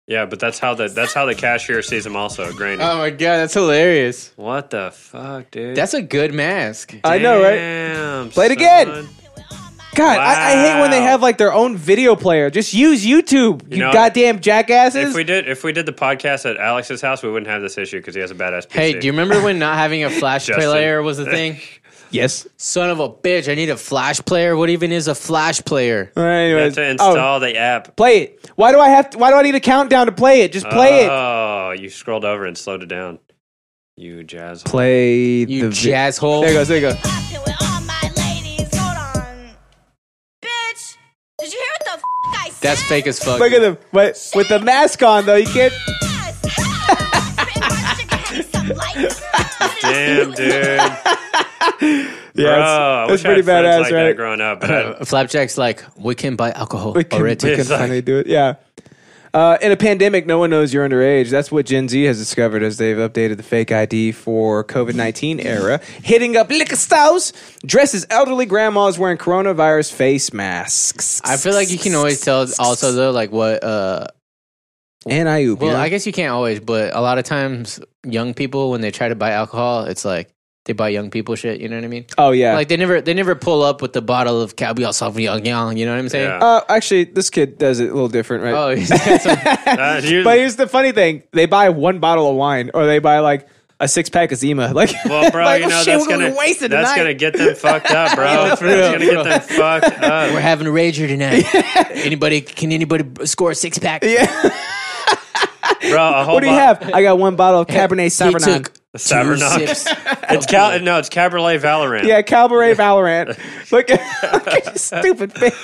[SPEAKER 3] Yeah, but that's how the that's how the cashier sees them also grainy.
[SPEAKER 1] Uh,
[SPEAKER 2] Oh my god, that's hilarious.
[SPEAKER 3] what the fuck, dude?
[SPEAKER 2] That's a good mask.
[SPEAKER 1] I know, right?
[SPEAKER 3] Damn,
[SPEAKER 1] Play it again. God, I, I hate when they
[SPEAKER 3] Wow.
[SPEAKER 1] have like their own video player. Just use YouTube, you,
[SPEAKER 3] know,
[SPEAKER 1] goddamn jackasses.
[SPEAKER 3] If we did if we did the podcast at Alex's house, we wouldn't have this issue because he has a badass PC.
[SPEAKER 2] Hey, do you remember when not having a flash
[SPEAKER 3] Justin.
[SPEAKER 2] player was a thing?
[SPEAKER 1] yes.
[SPEAKER 2] Son of a bitch, I need a flash player. What even is a flash player?
[SPEAKER 1] All right,
[SPEAKER 3] You have
[SPEAKER 1] anyways.
[SPEAKER 3] to
[SPEAKER 1] Oh,
[SPEAKER 3] install the app?
[SPEAKER 1] play it. Why do I have? To, why do I need a countdown to play it? Just play it.
[SPEAKER 3] Oh, you scrolled over and slowed it down. You jazz.
[SPEAKER 1] Play
[SPEAKER 2] You
[SPEAKER 1] the vi-
[SPEAKER 2] jazz hole.
[SPEAKER 1] There it goes. There you go.
[SPEAKER 9] Poppin' with all my ladies. Hold on. Bitch, did you hear what the f- I said?
[SPEAKER 2] That's fake as fuck.
[SPEAKER 1] Look at them, but with the mask on though, you can't.
[SPEAKER 9] Yes. Damn,
[SPEAKER 3] Damn, dude.
[SPEAKER 1] Yeah,
[SPEAKER 3] oh, I
[SPEAKER 1] it's, it's
[SPEAKER 3] wish I
[SPEAKER 1] pretty
[SPEAKER 3] had friends
[SPEAKER 1] badass,
[SPEAKER 3] like that
[SPEAKER 1] right?
[SPEAKER 3] growing up. But I,
[SPEAKER 2] Flapjack's like, we can buy alcohol
[SPEAKER 1] We can, we
[SPEAKER 2] already.
[SPEAKER 1] can
[SPEAKER 3] It's like-
[SPEAKER 1] finally do it. Yeah. Uh, in a pandemic, no one knows you're underage. That's what Gen Z has discovered as they've updated the fake ID for COVID 19 era. Hitting up liquor stores, dressed as elderly grandmas wearing coronavirus face masks.
[SPEAKER 2] I feel like you can always tell also though like what uh
[SPEAKER 1] And I
[SPEAKER 2] well I guess you can't always but a lot of times young people when they try to buy alcohol it's like they buy young people shit you know what I mean
[SPEAKER 1] Oh, yeah.
[SPEAKER 2] like they never they never pull up with the bottle of Cabernet Sauvignon you know what I'm saying
[SPEAKER 3] Yeah.
[SPEAKER 1] uh, actually, this kid does it a little different, right?
[SPEAKER 2] oh he's got some
[SPEAKER 3] Uh, you-
[SPEAKER 1] But here's the funny thing: they buy one bottle of wine, or they buy like a six pack of Zima. Like,
[SPEAKER 3] well, bro,
[SPEAKER 1] like, "Oh,
[SPEAKER 3] you know
[SPEAKER 1] shit,
[SPEAKER 3] that's
[SPEAKER 1] we're gonna
[SPEAKER 3] gonna
[SPEAKER 1] be wasted
[SPEAKER 3] that's
[SPEAKER 1] tonight.
[SPEAKER 3] gonna get them fucked up, bro. that's
[SPEAKER 2] real,
[SPEAKER 3] gonna
[SPEAKER 2] bro.
[SPEAKER 3] get them fucked
[SPEAKER 2] we're
[SPEAKER 3] up.
[SPEAKER 2] having a rager tonight anybody can anybody score a six pack
[SPEAKER 3] Bro, a whole
[SPEAKER 1] What do you
[SPEAKER 3] bo-
[SPEAKER 1] have? I got one bottle of Cabernet
[SPEAKER 2] he
[SPEAKER 1] Sauvignon.
[SPEAKER 2] took two
[SPEAKER 3] Sauvignon.
[SPEAKER 2] sips
[SPEAKER 3] It's Cal- no, it's Cabernet Valorant.
[SPEAKER 1] Yeah, Cabaret Valorant. Look at, look at your stupid face.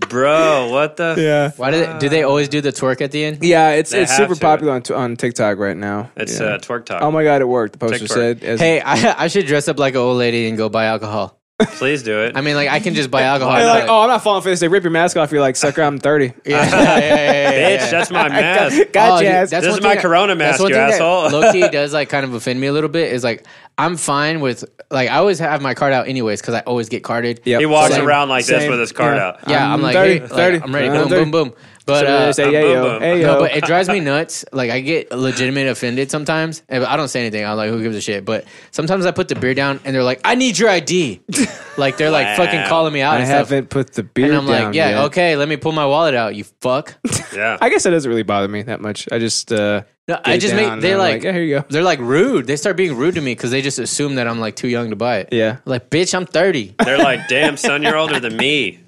[SPEAKER 3] Bro, what the
[SPEAKER 1] Yeah.
[SPEAKER 2] why do they, do they always do the twerk at the end
[SPEAKER 1] Yeah, it's
[SPEAKER 3] They
[SPEAKER 1] it's
[SPEAKER 3] have
[SPEAKER 1] super
[SPEAKER 3] to.
[SPEAKER 1] popular on, t- on TikTok right now.
[SPEAKER 3] It's
[SPEAKER 1] Yeah.
[SPEAKER 3] uh, twerk talk.
[SPEAKER 1] oh my god, it worked. The poster
[SPEAKER 3] TikTok.
[SPEAKER 1] said, as,
[SPEAKER 2] hey I, I should dress up like an old lady and go buy alcohol
[SPEAKER 3] Please do it.
[SPEAKER 2] I mean like I can just buy alcohol
[SPEAKER 1] They're like,
[SPEAKER 2] but-
[SPEAKER 1] oh, I'm not falling for this. They rip your mask off. You're like, sucker, I'm 30.
[SPEAKER 2] uh, yeah,
[SPEAKER 1] oh.
[SPEAKER 2] yeah, yeah, yeah, yeah,
[SPEAKER 3] Bitch,
[SPEAKER 2] yeah.
[SPEAKER 3] that's my mask.
[SPEAKER 2] Oh,
[SPEAKER 1] Gotcha.
[SPEAKER 2] dude,
[SPEAKER 1] ass.
[SPEAKER 2] that's
[SPEAKER 3] This
[SPEAKER 2] one
[SPEAKER 3] is my
[SPEAKER 2] thing that-
[SPEAKER 3] corona
[SPEAKER 2] that's
[SPEAKER 3] mask,
[SPEAKER 2] one
[SPEAKER 3] you
[SPEAKER 2] thing that
[SPEAKER 3] asshole.
[SPEAKER 2] Loki does like kind of offend me a little bit. Is like I'm fine with like I always have my card out anyways because I always get carded.
[SPEAKER 1] Yep.
[SPEAKER 3] he walks
[SPEAKER 2] Same,
[SPEAKER 3] around like this
[SPEAKER 1] same.
[SPEAKER 3] with his card out.
[SPEAKER 2] Yeah, I'm,
[SPEAKER 1] I'm
[SPEAKER 2] like,
[SPEAKER 1] 30,
[SPEAKER 2] hey, like,
[SPEAKER 1] 30.
[SPEAKER 2] I'm ready.
[SPEAKER 1] I'm
[SPEAKER 2] Boom,
[SPEAKER 1] 30.
[SPEAKER 2] boom, boom. But
[SPEAKER 1] So Mm, they
[SPEAKER 2] uh,
[SPEAKER 1] say,
[SPEAKER 3] I'm
[SPEAKER 1] yeah,
[SPEAKER 3] boom,
[SPEAKER 1] yo,
[SPEAKER 3] boom.
[SPEAKER 1] hey, yo.
[SPEAKER 2] no, but it drives me nuts. Like I get legitimate offended sometimes. And I don't say anything. I'm like, who gives a shit? But sometimes I put the beer down and they're like, I need your ID. like they're like fucking
[SPEAKER 3] Wow.
[SPEAKER 2] calling me out
[SPEAKER 1] I
[SPEAKER 2] and stuff.
[SPEAKER 1] haven't put the beard
[SPEAKER 2] And I'm
[SPEAKER 1] down
[SPEAKER 2] like, yeah,
[SPEAKER 1] yet.
[SPEAKER 2] okay, let me pull my wallet out, you fuck.
[SPEAKER 3] Yeah.
[SPEAKER 1] I guess that doesn't really bother me that much. I just, uh,
[SPEAKER 2] No,
[SPEAKER 1] get
[SPEAKER 2] I
[SPEAKER 1] it
[SPEAKER 2] just
[SPEAKER 1] down
[SPEAKER 2] make
[SPEAKER 1] and
[SPEAKER 2] they
[SPEAKER 1] I'm
[SPEAKER 2] like,
[SPEAKER 1] yeah, here you go.
[SPEAKER 2] They're like rude. They start being rude to me because they just assume that I'm like too young to buy it.
[SPEAKER 1] Yeah.
[SPEAKER 2] Like, bitch, I'm 30.
[SPEAKER 3] They're like, damn, son, you're older than me.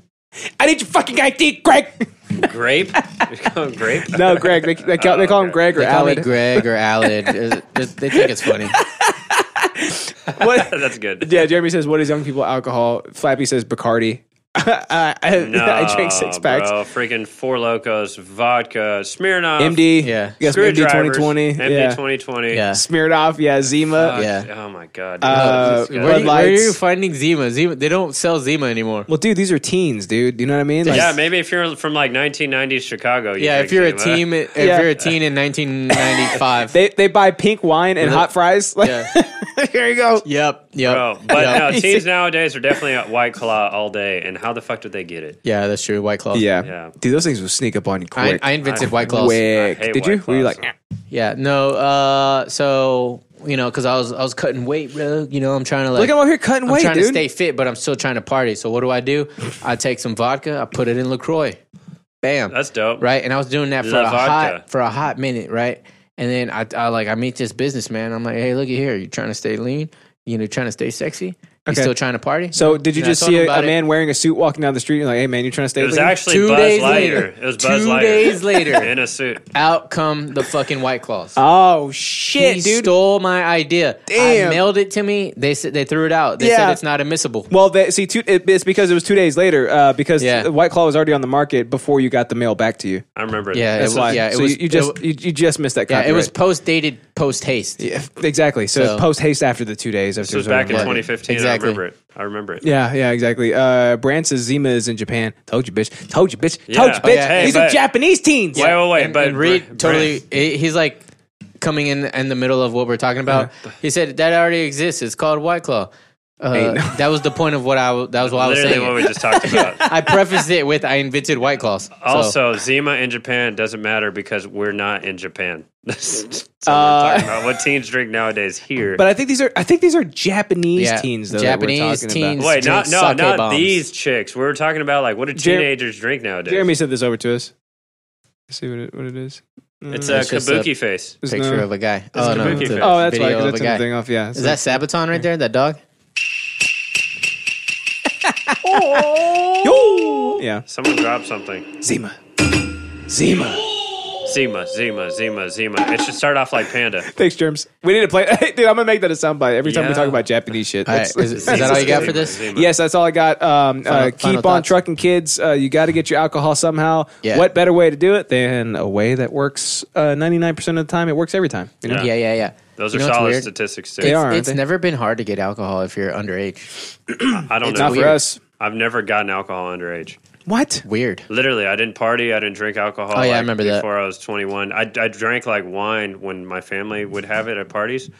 [SPEAKER 1] I need your fucking ID, Greg.
[SPEAKER 3] Grape? You call him grape?
[SPEAKER 1] no, Greg. They, they call, they call
[SPEAKER 3] Oh,
[SPEAKER 1] him Greg or
[SPEAKER 2] They call me
[SPEAKER 1] Allen.
[SPEAKER 2] Greg or Alad. Uh, they think it's funny.
[SPEAKER 1] What-
[SPEAKER 3] That's good.
[SPEAKER 1] Yeah, Jeremy says, "What is young people alcohol?" Flappy says, "Bacardi." I, I,
[SPEAKER 3] No,
[SPEAKER 1] I drink six packs.
[SPEAKER 3] Bro, freaking four locos, vodka, Smirnoff,
[SPEAKER 1] MD,
[SPEAKER 2] Yeah.
[SPEAKER 1] You got some MD twenty
[SPEAKER 3] screwdrivers,
[SPEAKER 1] twenty,
[SPEAKER 3] MD
[SPEAKER 1] yeah.
[SPEAKER 3] twenty twenty.
[SPEAKER 2] Yeah.
[SPEAKER 1] Smeared off, yeah. Zima,
[SPEAKER 2] Yeah.
[SPEAKER 3] Oh my god.
[SPEAKER 1] Uh,
[SPEAKER 3] This
[SPEAKER 2] Where,
[SPEAKER 3] guy.
[SPEAKER 2] are
[SPEAKER 1] Bud
[SPEAKER 2] you, where are you
[SPEAKER 1] Lights.
[SPEAKER 2] finding Zima? Zima? They don't sell Zima anymore.
[SPEAKER 1] Well, dude, these are teens, dude. You know what I mean? Like,
[SPEAKER 3] yeah, maybe if you're from like 1990s Chicago. You
[SPEAKER 2] Yeah, if
[SPEAKER 3] drink
[SPEAKER 2] you're a
[SPEAKER 3] Zima.
[SPEAKER 2] team, if
[SPEAKER 1] Yeah.
[SPEAKER 2] you're a teen in 1995.
[SPEAKER 1] They they buy pink wine and hot fries. Like,
[SPEAKER 2] yeah.
[SPEAKER 1] here you go.
[SPEAKER 2] Yep. Yep.
[SPEAKER 3] Bro, but
[SPEAKER 2] yep.
[SPEAKER 3] no, teams nowadays are definitely at White Claw all day. And how the fuck did they get it?
[SPEAKER 2] Yeah, that's true. White Claw.
[SPEAKER 1] Yeah.
[SPEAKER 3] Yeah.
[SPEAKER 1] dude, those things will sneak up on you
[SPEAKER 2] I,
[SPEAKER 1] quick.
[SPEAKER 2] I invented White Claws.
[SPEAKER 1] quick.
[SPEAKER 3] I hate
[SPEAKER 1] Did you?
[SPEAKER 3] White
[SPEAKER 1] Were you
[SPEAKER 3] Claws.
[SPEAKER 1] like?
[SPEAKER 2] Yeah, no. Uh, so you know, because I was I was cutting weight, bro. You know, I'm trying to like
[SPEAKER 1] Look, I'm over here cutting
[SPEAKER 2] I'm
[SPEAKER 1] weight,
[SPEAKER 2] trying
[SPEAKER 1] dude.
[SPEAKER 2] to stay fit, but I'm still trying to party. So what do I do? I take some vodka, I put it in Lacroix, bam,
[SPEAKER 3] That's dope.
[SPEAKER 2] right. And I was doing that for
[SPEAKER 3] La
[SPEAKER 2] a
[SPEAKER 3] vodka.
[SPEAKER 2] hot for a hot minute, right? And then I, I like I meet this businessman. I'm like, hey, look at here. You trying to stay lean? You know, trying to stay sexy? You
[SPEAKER 1] Okay.
[SPEAKER 2] still trying to party?
[SPEAKER 1] So did you
[SPEAKER 2] And I
[SPEAKER 1] just
[SPEAKER 2] told
[SPEAKER 1] see
[SPEAKER 2] him
[SPEAKER 1] a,
[SPEAKER 2] about
[SPEAKER 1] a
[SPEAKER 2] it.
[SPEAKER 1] man wearing a suit walking down the street? You're like, hey man, you trying to stay?
[SPEAKER 3] It was
[SPEAKER 1] lean?"
[SPEAKER 3] actually
[SPEAKER 2] Two
[SPEAKER 3] Buzz
[SPEAKER 2] days
[SPEAKER 3] Lightyear.
[SPEAKER 2] later.
[SPEAKER 3] It was Buzz
[SPEAKER 2] Two
[SPEAKER 3] Lightyear.
[SPEAKER 2] days later.
[SPEAKER 3] In a suit.
[SPEAKER 2] out come the fucking white claws.
[SPEAKER 1] oh shit,
[SPEAKER 2] he
[SPEAKER 1] dude.
[SPEAKER 2] stole my idea.
[SPEAKER 1] Damn.
[SPEAKER 2] I mailed it to me. They said they threw it out. They
[SPEAKER 1] Yeah.
[SPEAKER 2] said it's not admissible.
[SPEAKER 1] well, they, see, two, it, it's because it was two days later. Uh, because
[SPEAKER 2] Yeah.
[SPEAKER 1] White Claw was already on the market before you got the mail back to you.
[SPEAKER 3] I remember
[SPEAKER 2] Yeah,
[SPEAKER 3] that.
[SPEAKER 2] it
[SPEAKER 1] That's
[SPEAKER 2] was,
[SPEAKER 1] why.
[SPEAKER 2] yeah, it
[SPEAKER 1] so
[SPEAKER 2] was
[SPEAKER 1] you, you just
[SPEAKER 2] it,
[SPEAKER 1] you, you just missed that.
[SPEAKER 2] yeah,
[SPEAKER 1] Copyright.
[SPEAKER 2] it was post dated, post haste.
[SPEAKER 1] Yeah, exactly. So,
[SPEAKER 2] So-
[SPEAKER 1] post haste after the two days. After
[SPEAKER 3] This was
[SPEAKER 1] it
[SPEAKER 3] back in
[SPEAKER 1] over.
[SPEAKER 3] 2015.
[SPEAKER 2] Exactly.
[SPEAKER 3] I remember it. I remember it.
[SPEAKER 1] Yeah, yeah, exactly. Uh, Brand says Zima is in Japan. Told you, bitch. Told you, bitch. Told you,
[SPEAKER 3] Yeah.
[SPEAKER 1] bitch.
[SPEAKER 3] Oh, yeah. Hey,
[SPEAKER 1] These are
[SPEAKER 3] but-
[SPEAKER 1] Japanese teens.
[SPEAKER 3] Wait, wait, wait.
[SPEAKER 2] and,
[SPEAKER 3] but
[SPEAKER 2] and Reed
[SPEAKER 3] Br-
[SPEAKER 2] totally,
[SPEAKER 3] Brent,
[SPEAKER 2] he- he's like coming in in the middle of what we're talking about. He said that already exists. It's called White Claw. Uh, that was the point of what I. w- That was what I was
[SPEAKER 3] literally
[SPEAKER 2] saying.
[SPEAKER 3] what we just talked about.
[SPEAKER 2] I prefaced it with I invented White Claws. So,
[SPEAKER 3] Also, Zima in Japan doesn't matter because we're not in Japan.
[SPEAKER 2] Uh,
[SPEAKER 3] so we're talking about what teens drink nowadays here.
[SPEAKER 1] But I think these are I think these are Japanese
[SPEAKER 2] Yeah,
[SPEAKER 1] teens though. that we're
[SPEAKER 2] Japanese
[SPEAKER 1] talking
[SPEAKER 2] teens.
[SPEAKER 1] About.
[SPEAKER 3] Wait, not
[SPEAKER 2] drink
[SPEAKER 3] no,
[SPEAKER 2] sake
[SPEAKER 3] not
[SPEAKER 2] bombs.
[SPEAKER 3] these chicks. We were talking about like what do
[SPEAKER 1] Jer-
[SPEAKER 3] teenagers drink nowadays?
[SPEAKER 1] Jeremy sent this over to us. Let's see what it, what it is.
[SPEAKER 3] it's a
[SPEAKER 2] Mm, It's just
[SPEAKER 3] kabuki
[SPEAKER 2] a-
[SPEAKER 3] face.
[SPEAKER 1] There's
[SPEAKER 2] picture
[SPEAKER 1] no-
[SPEAKER 2] of a guy. Oh no,
[SPEAKER 3] kabuki
[SPEAKER 2] it's a
[SPEAKER 3] face.
[SPEAKER 1] Oh, that's why.
[SPEAKER 2] video
[SPEAKER 1] 'cause I
[SPEAKER 2] of a
[SPEAKER 1] took
[SPEAKER 2] guy.
[SPEAKER 1] the thing off. Yeah.
[SPEAKER 2] Is that Sabaton right there? That dog?
[SPEAKER 1] Yo! Yeah.
[SPEAKER 3] Someone dropped something.
[SPEAKER 1] Zima. Zima.
[SPEAKER 3] Zima, Zima, Zima, Zima. It should start off like Panda.
[SPEAKER 1] Thanks, Germs. We need to play. Dude, I'm gonna make that a soundbite every time we
[SPEAKER 3] Yeah.
[SPEAKER 1] talk about Japanese shit.
[SPEAKER 2] All right,
[SPEAKER 1] That's-
[SPEAKER 2] is, is that all you got for this?
[SPEAKER 3] Zima.
[SPEAKER 1] Yes, that's all I got. Um, uh,
[SPEAKER 2] Final-
[SPEAKER 1] keep
[SPEAKER 2] final
[SPEAKER 1] on
[SPEAKER 2] thoughts.
[SPEAKER 1] trucking, kids. Uh, you got to get your alcohol somehow.
[SPEAKER 2] Yeah.
[SPEAKER 1] What better way to do it than a way that works ninety nine percent of the time? It works every time. You know?
[SPEAKER 2] Yeah,
[SPEAKER 3] Yeah.
[SPEAKER 2] yeah, yeah.
[SPEAKER 3] Those
[SPEAKER 2] You
[SPEAKER 3] are
[SPEAKER 2] know what's
[SPEAKER 3] solid
[SPEAKER 2] weird?
[SPEAKER 3] statistics too.
[SPEAKER 1] They
[SPEAKER 2] it's,
[SPEAKER 1] are, aren't
[SPEAKER 2] it's
[SPEAKER 1] they?
[SPEAKER 2] never been hard to get alcohol if you're underage.
[SPEAKER 3] I don't
[SPEAKER 2] it's
[SPEAKER 3] know.
[SPEAKER 1] Not
[SPEAKER 2] weird.
[SPEAKER 1] for us.
[SPEAKER 3] I've never gotten alcohol underage.
[SPEAKER 1] What?
[SPEAKER 2] Weird.
[SPEAKER 3] Literally, I didn't party. I didn't drink alcohol.
[SPEAKER 2] Oh, yeah, I
[SPEAKER 3] like,
[SPEAKER 2] remember that.
[SPEAKER 3] Before I was 21, I, I drank like wine when my family would have it at parties,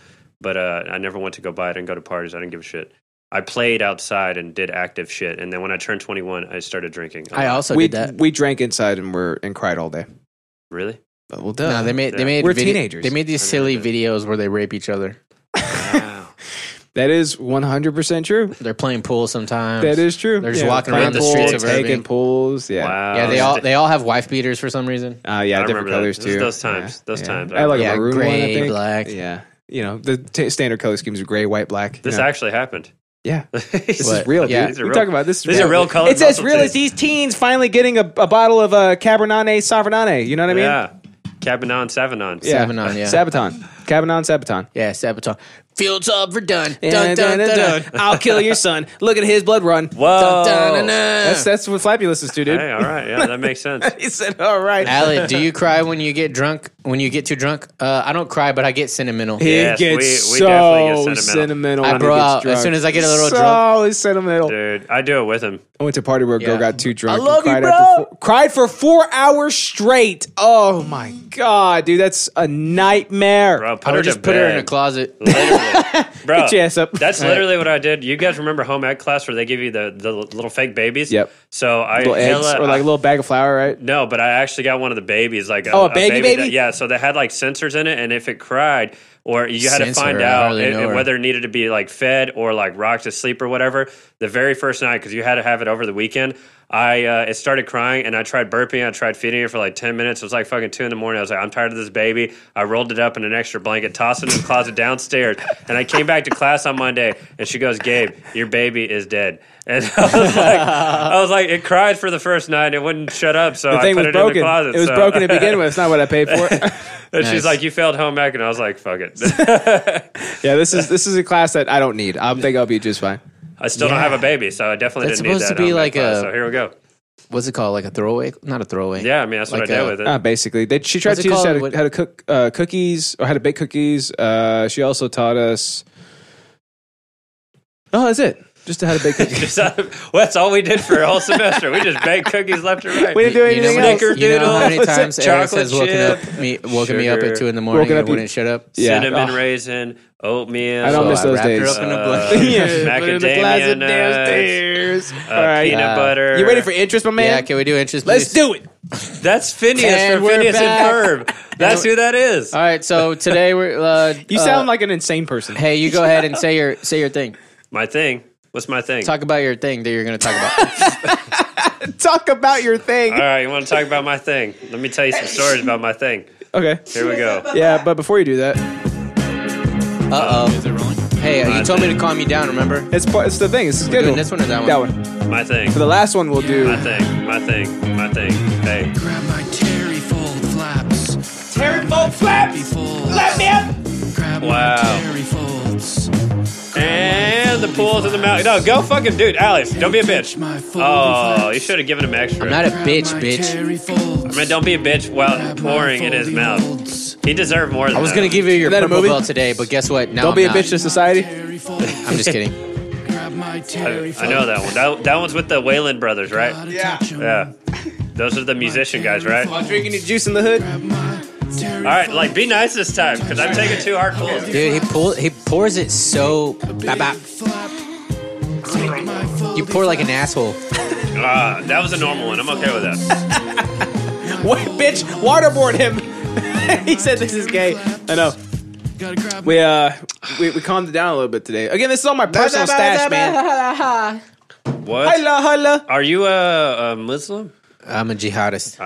[SPEAKER 3] but uh, I never went to go buy it and go to parties. I didn't give a shit. I played outside and did active shit, and then when I turned 21, I started drinking.
[SPEAKER 2] I also
[SPEAKER 1] we
[SPEAKER 2] did that.
[SPEAKER 1] we drank inside and were and cried all day.
[SPEAKER 3] really?
[SPEAKER 1] But well,
[SPEAKER 2] no,
[SPEAKER 1] duh.
[SPEAKER 2] they made they
[SPEAKER 3] Oh. Yeah.
[SPEAKER 2] made
[SPEAKER 1] We're
[SPEAKER 2] video-
[SPEAKER 1] teenagers.
[SPEAKER 2] They made these
[SPEAKER 3] I
[SPEAKER 2] silly
[SPEAKER 3] remember
[SPEAKER 2] videos where they rape each other.
[SPEAKER 3] Wow.
[SPEAKER 1] that is one hundred percent true.
[SPEAKER 2] They're playing pool sometimes.
[SPEAKER 1] That is true.
[SPEAKER 2] They're just walking
[SPEAKER 1] playing
[SPEAKER 2] around the
[SPEAKER 1] pool,
[SPEAKER 2] streets of
[SPEAKER 1] taking
[SPEAKER 2] Irving.
[SPEAKER 1] pulls. Yeah,
[SPEAKER 3] Wow.
[SPEAKER 2] Yeah, they all they all have wife beaters for some reason.
[SPEAKER 1] uh, yeah,
[SPEAKER 3] I
[SPEAKER 1] different
[SPEAKER 3] remember that.
[SPEAKER 1] colors
[SPEAKER 3] Those-
[SPEAKER 1] too.
[SPEAKER 3] those times,
[SPEAKER 1] Yeah.
[SPEAKER 3] those
[SPEAKER 1] Yeah.
[SPEAKER 3] times.
[SPEAKER 1] I like
[SPEAKER 2] Yeah,
[SPEAKER 1] a maroon one. I
[SPEAKER 2] gray,
[SPEAKER 1] think.
[SPEAKER 2] black.
[SPEAKER 1] Yeah, you know the t- standard color schemes are gray, white, black. you
[SPEAKER 3] This
[SPEAKER 1] know.
[SPEAKER 3] actually happened.
[SPEAKER 1] yeah, this
[SPEAKER 2] What?
[SPEAKER 1] is real.
[SPEAKER 2] Yeah.
[SPEAKER 1] Yeah,
[SPEAKER 3] These
[SPEAKER 1] dude.
[SPEAKER 3] are
[SPEAKER 1] we
[SPEAKER 3] real-
[SPEAKER 1] talking about this. is
[SPEAKER 3] these are real colored
[SPEAKER 1] It's as
[SPEAKER 3] muscle
[SPEAKER 1] real as
[SPEAKER 3] teens.
[SPEAKER 1] these teens finally getting a, a bottle of uh, Cabernet Sauvignon. You know what I mean?
[SPEAKER 3] yeah. Cabanon, Savanon.
[SPEAKER 1] Yeah.
[SPEAKER 2] Sauvignon, yeah.
[SPEAKER 1] Sabaton. Cabernet Sabaton.
[SPEAKER 2] Yeah, sabotage. Fields up for done.
[SPEAKER 1] Dun, dun, dun, dun. I'll kill your son. Look at his blood run.
[SPEAKER 3] Whoa.
[SPEAKER 1] That's that's what Flappy listens to, dude.
[SPEAKER 3] Hey, all right. Yeah, that makes sense.
[SPEAKER 1] He said, "All right."
[SPEAKER 2] Alec, do you cry when you get drunk? When you get too drunk? Uh, I don't cry, but I get sentimental.
[SPEAKER 1] He
[SPEAKER 3] Yes,
[SPEAKER 1] gets
[SPEAKER 3] we- we
[SPEAKER 1] so
[SPEAKER 3] definitely get sentimental.
[SPEAKER 1] sentimental.
[SPEAKER 2] I
[SPEAKER 1] when he
[SPEAKER 2] bro
[SPEAKER 1] gets
[SPEAKER 2] out as
[SPEAKER 1] drunk.
[SPEAKER 2] soon as I get a little
[SPEAKER 1] so
[SPEAKER 2] drunk.
[SPEAKER 1] sentimental.
[SPEAKER 3] Dude, I do it with him.
[SPEAKER 1] I went to a party where a girl
[SPEAKER 2] Yeah.
[SPEAKER 1] got too drunk.
[SPEAKER 2] I love you,
[SPEAKER 1] and cried
[SPEAKER 2] bro.
[SPEAKER 1] After four, cried for four hours straight. Oh my god, dude, that's a nightmare.
[SPEAKER 3] Bro, put
[SPEAKER 2] I
[SPEAKER 3] her
[SPEAKER 2] would
[SPEAKER 3] to
[SPEAKER 2] just put her in a
[SPEAKER 3] bed.
[SPEAKER 2] closet.
[SPEAKER 3] Literally. Bro,
[SPEAKER 1] Get your ass up.
[SPEAKER 3] That's literally what I did. You guys remember home ec class where they give you the, the little fake babies?
[SPEAKER 1] Yep.
[SPEAKER 3] So I
[SPEAKER 1] Little eggs
[SPEAKER 3] hella-
[SPEAKER 1] or like a little bag of flour, right?
[SPEAKER 3] no, but I actually got one of the babies, like a,
[SPEAKER 1] Oh, a baby
[SPEAKER 3] that-
[SPEAKER 1] baby?
[SPEAKER 3] yeah, so they had like sensors in it, and if it cried, or you had to
[SPEAKER 2] Sensor,
[SPEAKER 3] find
[SPEAKER 2] I
[SPEAKER 3] out
[SPEAKER 2] hardly
[SPEAKER 3] it-
[SPEAKER 2] know
[SPEAKER 3] it-
[SPEAKER 2] her.
[SPEAKER 3] whether it needed to be like fed or like rocked to sleep or whatever. The very first night, because you had to have it over the weekend, I uh, it started crying, and I tried burping, I tried feeding it for like ten minutes. It was like fucking two in the morning. I was like, I'm tired of this baby. I rolled it up in an extra blanket, tossed it in the closet downstairs, and I came back to class on Monday, and she goes, Gabe, your baby is dead. And I was like, I was like, it cried for the first night. It wouldn't shut up, so
[SPEAKER 1] The
[SPEAKER 3] I
[SPEAKER 1] thing
[SPEAKER 3] put
[SPEAKER 1] was
[SPEAKER 3] it
[SPEAKER 1] broken.
[SPEAKER 3] in the closet.
[SPEAKER 1] it was
[SPEAKER 3] so-
[SPEAKER 1] broken to begin with. It's not what I paid for.
[SPEAKER 3] and
[SPEAKER 2] Nice.
[SPEAKER 3] she's like, "You failed home ec," and I was like, "Fuck it."
[SPEAKER 1] yeah, this is this is a class that I don't need. I think I'll be just fine.
[SPEAKER 3] I still don't have a baby, so I definitely
[SPEAKER 2] That's
[SPEAKER 3] didn't need that.
[SPEAKER 2] supposed to be
[SPEAKER 3] home ec
[SPEAKER 2] like
[SPEAKER 3] class,
[SPEAKER 2] a-
[SPEAKER 3] so here we go.
[SPEAKER 2] What's it called? Like a throwaway? Not a throwaway.
[SPEAKER 3] Yeah, I mean that's
[SPEAKER 2] Like
[SPEAKER 3] what I
[SPEAKER 2] a-
[SPEAKER 3] did with it.
[SPEAKER 1] Uh, basically, they, she tried
[SPEAKER 2] What's it
[SPEAKER 1] to teach us how
[SPEAKER 2] called?
[SPEAKER 1] to,
[SPEAKER 2] What-
[SPEAKER 1] how to cook uh, cookies or how to bake cookies. Uh, she also taught us. Oh, that's it. Just how to bake cookies.
[SPEAKER 3] Just, uh, well, that's all we did for a whole semester. We just baked cookies left and right.
[SPEAKER 1] we didn't do
[SPEAKER 2] You know,
[SPEAKER 1] anything
[SPEAKER 2] what-
[SPEAKER 1] else.
[SPEAKER 2] you know how many
[SPEAKER 1] That's it.
[SPEAKER 2] times Eric
[SPEAKER 3] Chocolate
[SPEAKER 2] has woken up me woken me up
[SPEAKER 3] Sugar.
[SPEAKER 2] at two in the morning
[SPEAKER 1] Woken
[SPEAKER 2] and
[SPEAKER 1] up you-
[SPEAKER 2] wouldn't shut up.
[SPEAKER 1] Yeah.
[SPEAKER 3] Cinnamon
[SPEAKER 1] Oh.
[SPEAKER 3] raisin, oatmeal.
[SPEAKER 1] I don't miss
[SPEAKER 2] I
[SPEAKER 1] those
[SPEAKER 2] wrapped her
[SPEAKER 1] days.
[SPEAKER 2] up in a
[SPEAKER 3] Uh,
[SPEAKER 2] blanket.
[SPEAKER 1] Yeah, put it in the
[SPEAKER 3] macadamia
[SPEAKER 1] closet
[SPEAKER 3] nuts,
[SPEAKER 1] downstairs.
[SPEAKER 3] uh,
[SPEAKER 1] All right.
[SPEAKER 3] peanut
[SPEAKER 2] Uh,
[SPEAKER 3] butter.
[SPEAKER 1] You ready for interest, my man?
[SPEAKER 2] Yeah, can we do interest?
[SPEAKER 1] Let's
[SPEAKER 2] please?
[SPEAKER 1] do it.
[SPEAKER 3] That's Phineas
[SPEAKER 2] And
[SPEAKER 3] from
[SPEAKER 2] we're
[SPEAKER 3] Phineas
[SPEAKER 2] back.
[SPEAKER 3] and Ferb. That's who that is.
[SPEAKER 1] Uh,
[SPEAKER 2] All right, so today we're. Uh,
[SPEAKER 1] You sound like an insane person.
[SPEAKER 2] Hey, you go ahead and say your say your thing.
[SPEAKER 3] My thing. What's my thing?
[SPEAKER 2] Talk about your thing that you're going to talk about.
[SPEAKER 1] Talk about your
[SPEAKER 3] All
[SPEAKER 1] thing.
[SPEAKER 3] right, you want to talk about my thing? Let me tell you some stories about my thing.
[SPEAKER 1] Okay.
[SPEAKER 3] Here we go.
[SPEAKER 1] Yeah, but before you do that,
[SPEAKER 2] Uh oh. Hey, uh, you told me to calm you down. Remember?
[SPEAKER 1] it's part- it's the thing. It's the schedule.
[SPEAKER 2] Doing this one or that one?
[SPEAKER 1] That one.
[SPEAKER 3] My thing.
[SPEAKER 1] For the last one, we'll do.
[SPEAKER 3] My thing. My thing. My thing. Hey.
[SPEAKER 8] Grab my terry fold flaps.
[SPEAKER 6] Terry Fold
[SPEAKER 8] Happy
[SPEAKER 6] flaps.
[SPEAKER 8] folds.
[SPEAKER 6] Let me up.
[SPEAKER 8] Grab
[SPEAKER 3] Wow.
[SPEAKER 8] my terry folds.
[SPEAKER 3] And the pools in the mountain. No, go fucking dude, Alex. Don't be a
[SPEAKER 8] Touch
[SPEAKER 3] bitch.
[SPEAKER 8] my fold
[SPEAKER 3] Oh,
[SPEAKER 8] flaps.
[SPEAKER 3] you should have given him extra.
[SPEAKER 2] I'm not a
[SPEAKER 8] Grab
[SPEAKER 2] bitch,
[SPEAKER 8] my
[SPEAKER 2] bitch.
[SPEAKER 8] terry folds.
[SPEAKER 3] I mean, don't be a bitch while
[SPEAKER 8] Grab my
[SPEAKER 3] pouring in his
[SPEAKER 8] foldy
[SPEAKER 3] mouth.
[SPEAKER 8] folds.
[SPEAKER 3] He deserved more than
[SPEAKER 2] I was
[SPEAKER 3] that.
[SPEAKER 2] going to give you your
[SPEAKER 1] that a
[SPEAKER 2] purple
[SPEAKER 1] movie?
[SPEAKER 2] belt today, but guess what? Now
[SPEAKER 1] Don't
[SPEAKER 2] I'm
[SPEAKER 1] be a
[SPEAKER 2] not.
[SPEAKER 1] bitch to society.
[SPEAKER 8] Terry folds.
[SPEAKER 2] I'm just kidding.
[SPEAKER 8] Grab my terry
[SPEAKER 3] I
[SPEAKER 8] folds.
[SPEAKER 3] know that one. That, that one's with the Wayland brothers, right?
[SPEAKER 8] Gotta touch 'em.
[SPEAKER 3] Yeah. Those are the musician guys, right? All
[SPEAKER 1] Drinking his juice in the hood.
[SPEAKER 8] Grab my terry
[SPEAKER 3] right, like be nice this time, cause I'm taking two hard pulls.
[SPEAKER 2] Dude, he pull, he pours it so. Bop, bop.
[SPEAKER 8] flap. Take my foldy
[SPEAKER 2] You pour like an asshole.
[SPEAKER 3] Ah, that was a normal one. I'm okay with that.
[SPEAKER 1] Wait, bitch, waterboard him. he said this is gay. I know.
[SPEAKER 8] Gotta grab
[SPEAKER 1] We uh we, we calmed it down a little bit today. Again, this is all my personal stash, man. Oh,
[SPEAKER 3] What?
[SPEAKER 1] Holla, holla.
[SPEAKER 3] Are you a, a Muslim?
[SPEAKER 2] I'm a jihadist.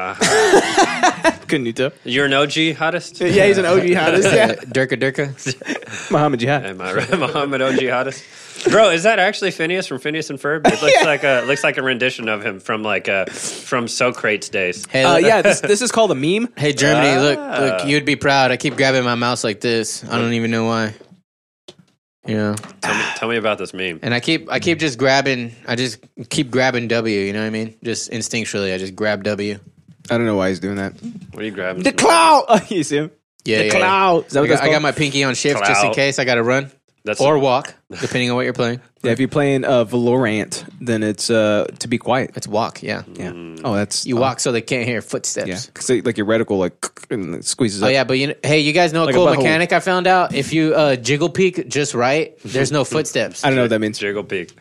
[SPEAKER 1] Couldn't you tell?
[SPEAKER 3] You're an OG hottest?
[SPEAKER 1] Yeah, he's an OG hottest.
[SPEAKER 2] Uh,
[SPEAKER 1] Yeah,
[SPEAKER 2] Durka Durka.
[SPEAKER 1] Muhammad Jihad.
[SPEAKER 3] Am I right? Muhammad OG hottest? Bro, is that actually Phineas from Phineas and Ferb? It looks like a looks like a rendition of him from like uh from Socrates days.
[SPEAKER 2] Hey,
[SPEAKER 1] Uh,
[SPEAKER 2] look-
[SPEAKER 1] yeah, this, this is called a meme.
[SPEAKER 2] Hey Germany, look,
[SPEAKER 1] Ah.
[SPEAKER 2] look, you'd be proud. I keep grabbing my mouse like this. I don't even know why. You know,
[SPEAKER 3] Tell me, tell me about this meme.
[SPEAKER 2] and I keep, I keep just grabbing. I just keep grabbing W. You know what I mean? Just instinctually, I just grab W.
[SPEAKER 1] I don't know why he's doing that.
[SPEAKER 3] What are you grabbing?
[SPEAKER 1] The cloud. you see him?
[SPEAKER 2] Yeah,
[SPEAKER 1] The
[SPEAKER 2] yeah.
[SPEAKER 1] cloud. Is that
[SPEAKER 2] I
[SPEAKER 1] what that's
[SPEAKER 2] got, I got
[SPEAKER 1] called?
[SPEAKER 2] my pinky on shift just in
[SPEAKER 3] Clout.
[SPEAKER 2] case I got to run.
[SPEAKER 3] That's
[SPEAKER 2] or walk, depending on what you're playing.
[SPEAKER 1] Yeah, if you're playing uh, Valorant, then it's uh, to be quiet.
[SPEAKER 2] It's walk, yeah.
[SPEAKER 1] Yeah. Oh, that's
[SPEAKER 2] You
[SPEAKER 1] oh,
[SPEAKER 2] walk so they can't hear footsteps.
[SPEAKER 1] Yeah, because like your reticle like and it squeezes.
[SPEAKER 2] Oh
[SPEAKER 1] up.
[SPEAKER 2] yeah, but you know, hey, you guys know a
[SPEAKER 1] Like a
[SPEAKER 2] cool
[SPEAKER 1] butthole.
[SPEAKER 2] mechanic I found out. If you uh, jiggle peek just right, there's no footsteps.
[SPEAKER 1] I don't know what that means.
[SPEAKER 3] Jiggle peak.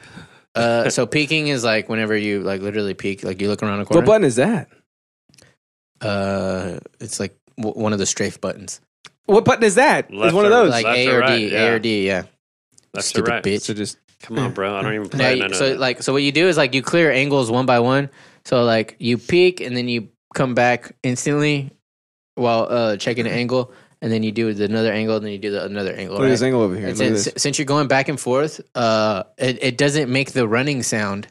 [SPEAKER 2] Uh, so peeking is like whenever you like literally peek, like you look around a corner.
[SPEAKER 1] What button is that?
[SPEAKER 2] Uh, it's like w- one of the strafe buttons,
[SPEAKER 1] What button is that? It's
[SPEAKER 3] Left
[SPEAKER 1] one of
[SPEAKER 3] or
[SPEAKER 1] those.
[SPEAKER 2] like
[SPEAKER 3] left
[SPEAKER 2] A
[SPEAKER 3] or
[SPEAKER 2] or
[SPEAKER 3] right,
[SPEAKER 2] D,
[SPEAKER 3] yeah.
[SPEAKER 2] A or D, yeah.
[SPEAKER 3] That's
[SPEAKER 2] Stupid
[SPEAKER 3] right.
[SPEAKER 2] bitch.
[SPEAKER 1] so just
[SPEAKER 3] Come on, bro. I don't even
[SPEAKER 2] Now
[SPEAKER 3] play.
[SPEAKER 2] you-
[SPEAKER 3] none of
[SPEAKER 2] so
[SPEAKER 3] that.
[SPEAKER 2] like so what you do is like you clear angles one by one. So like you peek and then you come back instantly while uh checking an angle, and then you do another angle, and then you do the, another angle.
[SPEAKER 1] look at
[SPEAKER 2] right?
[SPEAKER 1] this angle over here.
[SPEAKER 2] And
[SPEAKER 1] Look at
[SPEAKER 2] since,
[SPEAKER 1] this.
[SPEAKER 2] since you're going back and forth, uh, it, it doesn't make the running sound,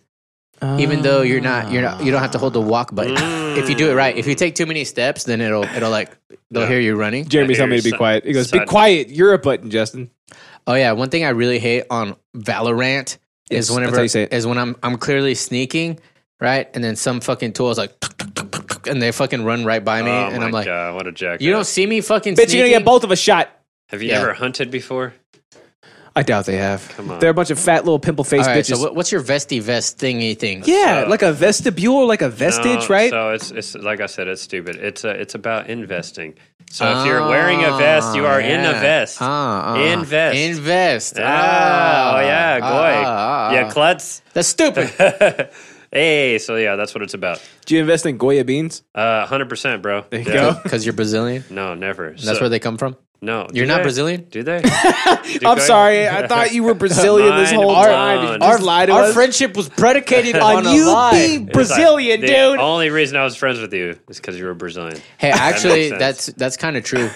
[SPEAKER 2] even though you're not you're not you don't have to hold the walk button.
[SPEAKER 3] Mm.
[SPEAKER 2] if you do it right, if you take too many steps, then it'll it'll like they'll
[SPEAKER 3] Yeah.
[SPEAKER 2] hear you running.
[SPEAKER 1] Jeremy
[SPEAKER 3] I
[SPEAKER 1] told me
[SPEAKER 3] hear
[SPEAKER 1] to be
[SPEAKER 3] so-
[SPEAKER 1] quiet. He goes, "Be
[SPEAKER 3] so-
[SPEAKER 1] quiet. You're a button, Justin."
[SPEAKER 2] Oh yeah, one thing I really hate on Valorant
[SPEAKER 1] Yes,
[SPEAKER 2] is whenever
[SPEAKER 1] that's how you say it.
[SPEAKER 2] is when I'm I'm clearly sneaking, right? And then some fucking tool is like, "Tuk, tuk, tuk, tuk, tuk," and they fucking run right by me,
[SPEAKER 3] oh
[SPEAKER 2] and
[SPEAKER 3] my
[SPEAKER 2] I'm like,
[SPEAKER 3] God, what a jackass.
[SPEAKER 2] you don't see me fucking.
[SPEAKER 1] Bitch, you're gonna
[SPEAKER 2] sneaking?"
[SPEAKER 1] get both of us shot.
[SPEAKER 3] Have you
[SPEAKER 2] Yeah.
[SPEAKER 3] ever hunted before?
[SPEAKER 1] I doubt they have.
[SPEAKER 3] Come on.
[SPEAKER 1] They're a bunch of fat little pimple
[SPEAKER 2] All
[SPEAKER 1] faced
[SPEAKER 2] right,
[SPEAKER 1] bitches.
[SPEAKER 2] so what, what's your vesty vest thingy thing?
[SPEAKER 1] yeah,
[SPEAKER 3] so-
[SPEAKER 1] like a vestibule, like a vestige,
[SPEAKER 3] No,
[SPEAKER 1] right?
[SPEAKER 3] So it's it's like I said, it's stupid. It's uh it's about investing. So if you're wearing a vest, you are in a
[SPEAKER 2] Ah, yeah.
[SPEAKER 3] vest.
[SPEAKER 2] Ah, ah.
[SPEAKER 3] Invest.
[SPEAKER 2] Invest.
[SPEAKER 3] Ah, oh yeah,
[SPEAKER 2] ah,
[SPEAKER 3] goy.
[SPEAKER 2] ah, ah.
[SPEAKER 3] yeah, klutz.
[SPEAKER 2] That's stupid.
[SPEAKER 3] hey, so yeah, that's what it's about.
[SPEAKER 1] Do you invest in Goya beans?
[SPEAKER 3] Uh, hundred percent, bro. There
[SPEAKER 1] you go.
[SPEAKER 2] Because you're Brazilian.
[SPEAKER 3] No, never.
[SPEAKER 2] That's
[SPEAKER 3] So-
[SPEAKER 2] where they come from.
[SPEAKER 3] No,
[SPEAKER 2] You're
[SPEAKER 3] do
[SPEAKER 2] not
[SPEAKER 3] they?
[SPEAKER 2] Brazilian?
[SPEAKER 3] Do they? Do
[SPEAKER 1] I'm
[SPEAKER 3] they?
[SPEAKER 1] sorry. I thought you were Brazilian this
[SPEAKER 3] Mind
[SPEAKER 1] whole
[SPEAKER 3] blown.
[SPEAKER 1] time. You just lied to
[SPEAKER 2] Our
[SPEAKER 1] us.
[SPEAKER 2] friendship was predicated on,
[SPEAKER 1] on
[SPEAKER 2] a
[SPEAKER 1] you
[SPEAKER 2] lie.
[SPEAKER 1] being
[SPEAKER 3] It's like,
[SPEAKER 1] Brazilian,
[SPEAKER 3] the
[SPEAKER 1] dude.
[SPEAKER 3] Only reason I was friends with you is because you were Brazilian.
[SPEAKER 2] Hey, actually,
[SPEAKER 3] sense.
[SPEAKER 2] that's that's kind of true.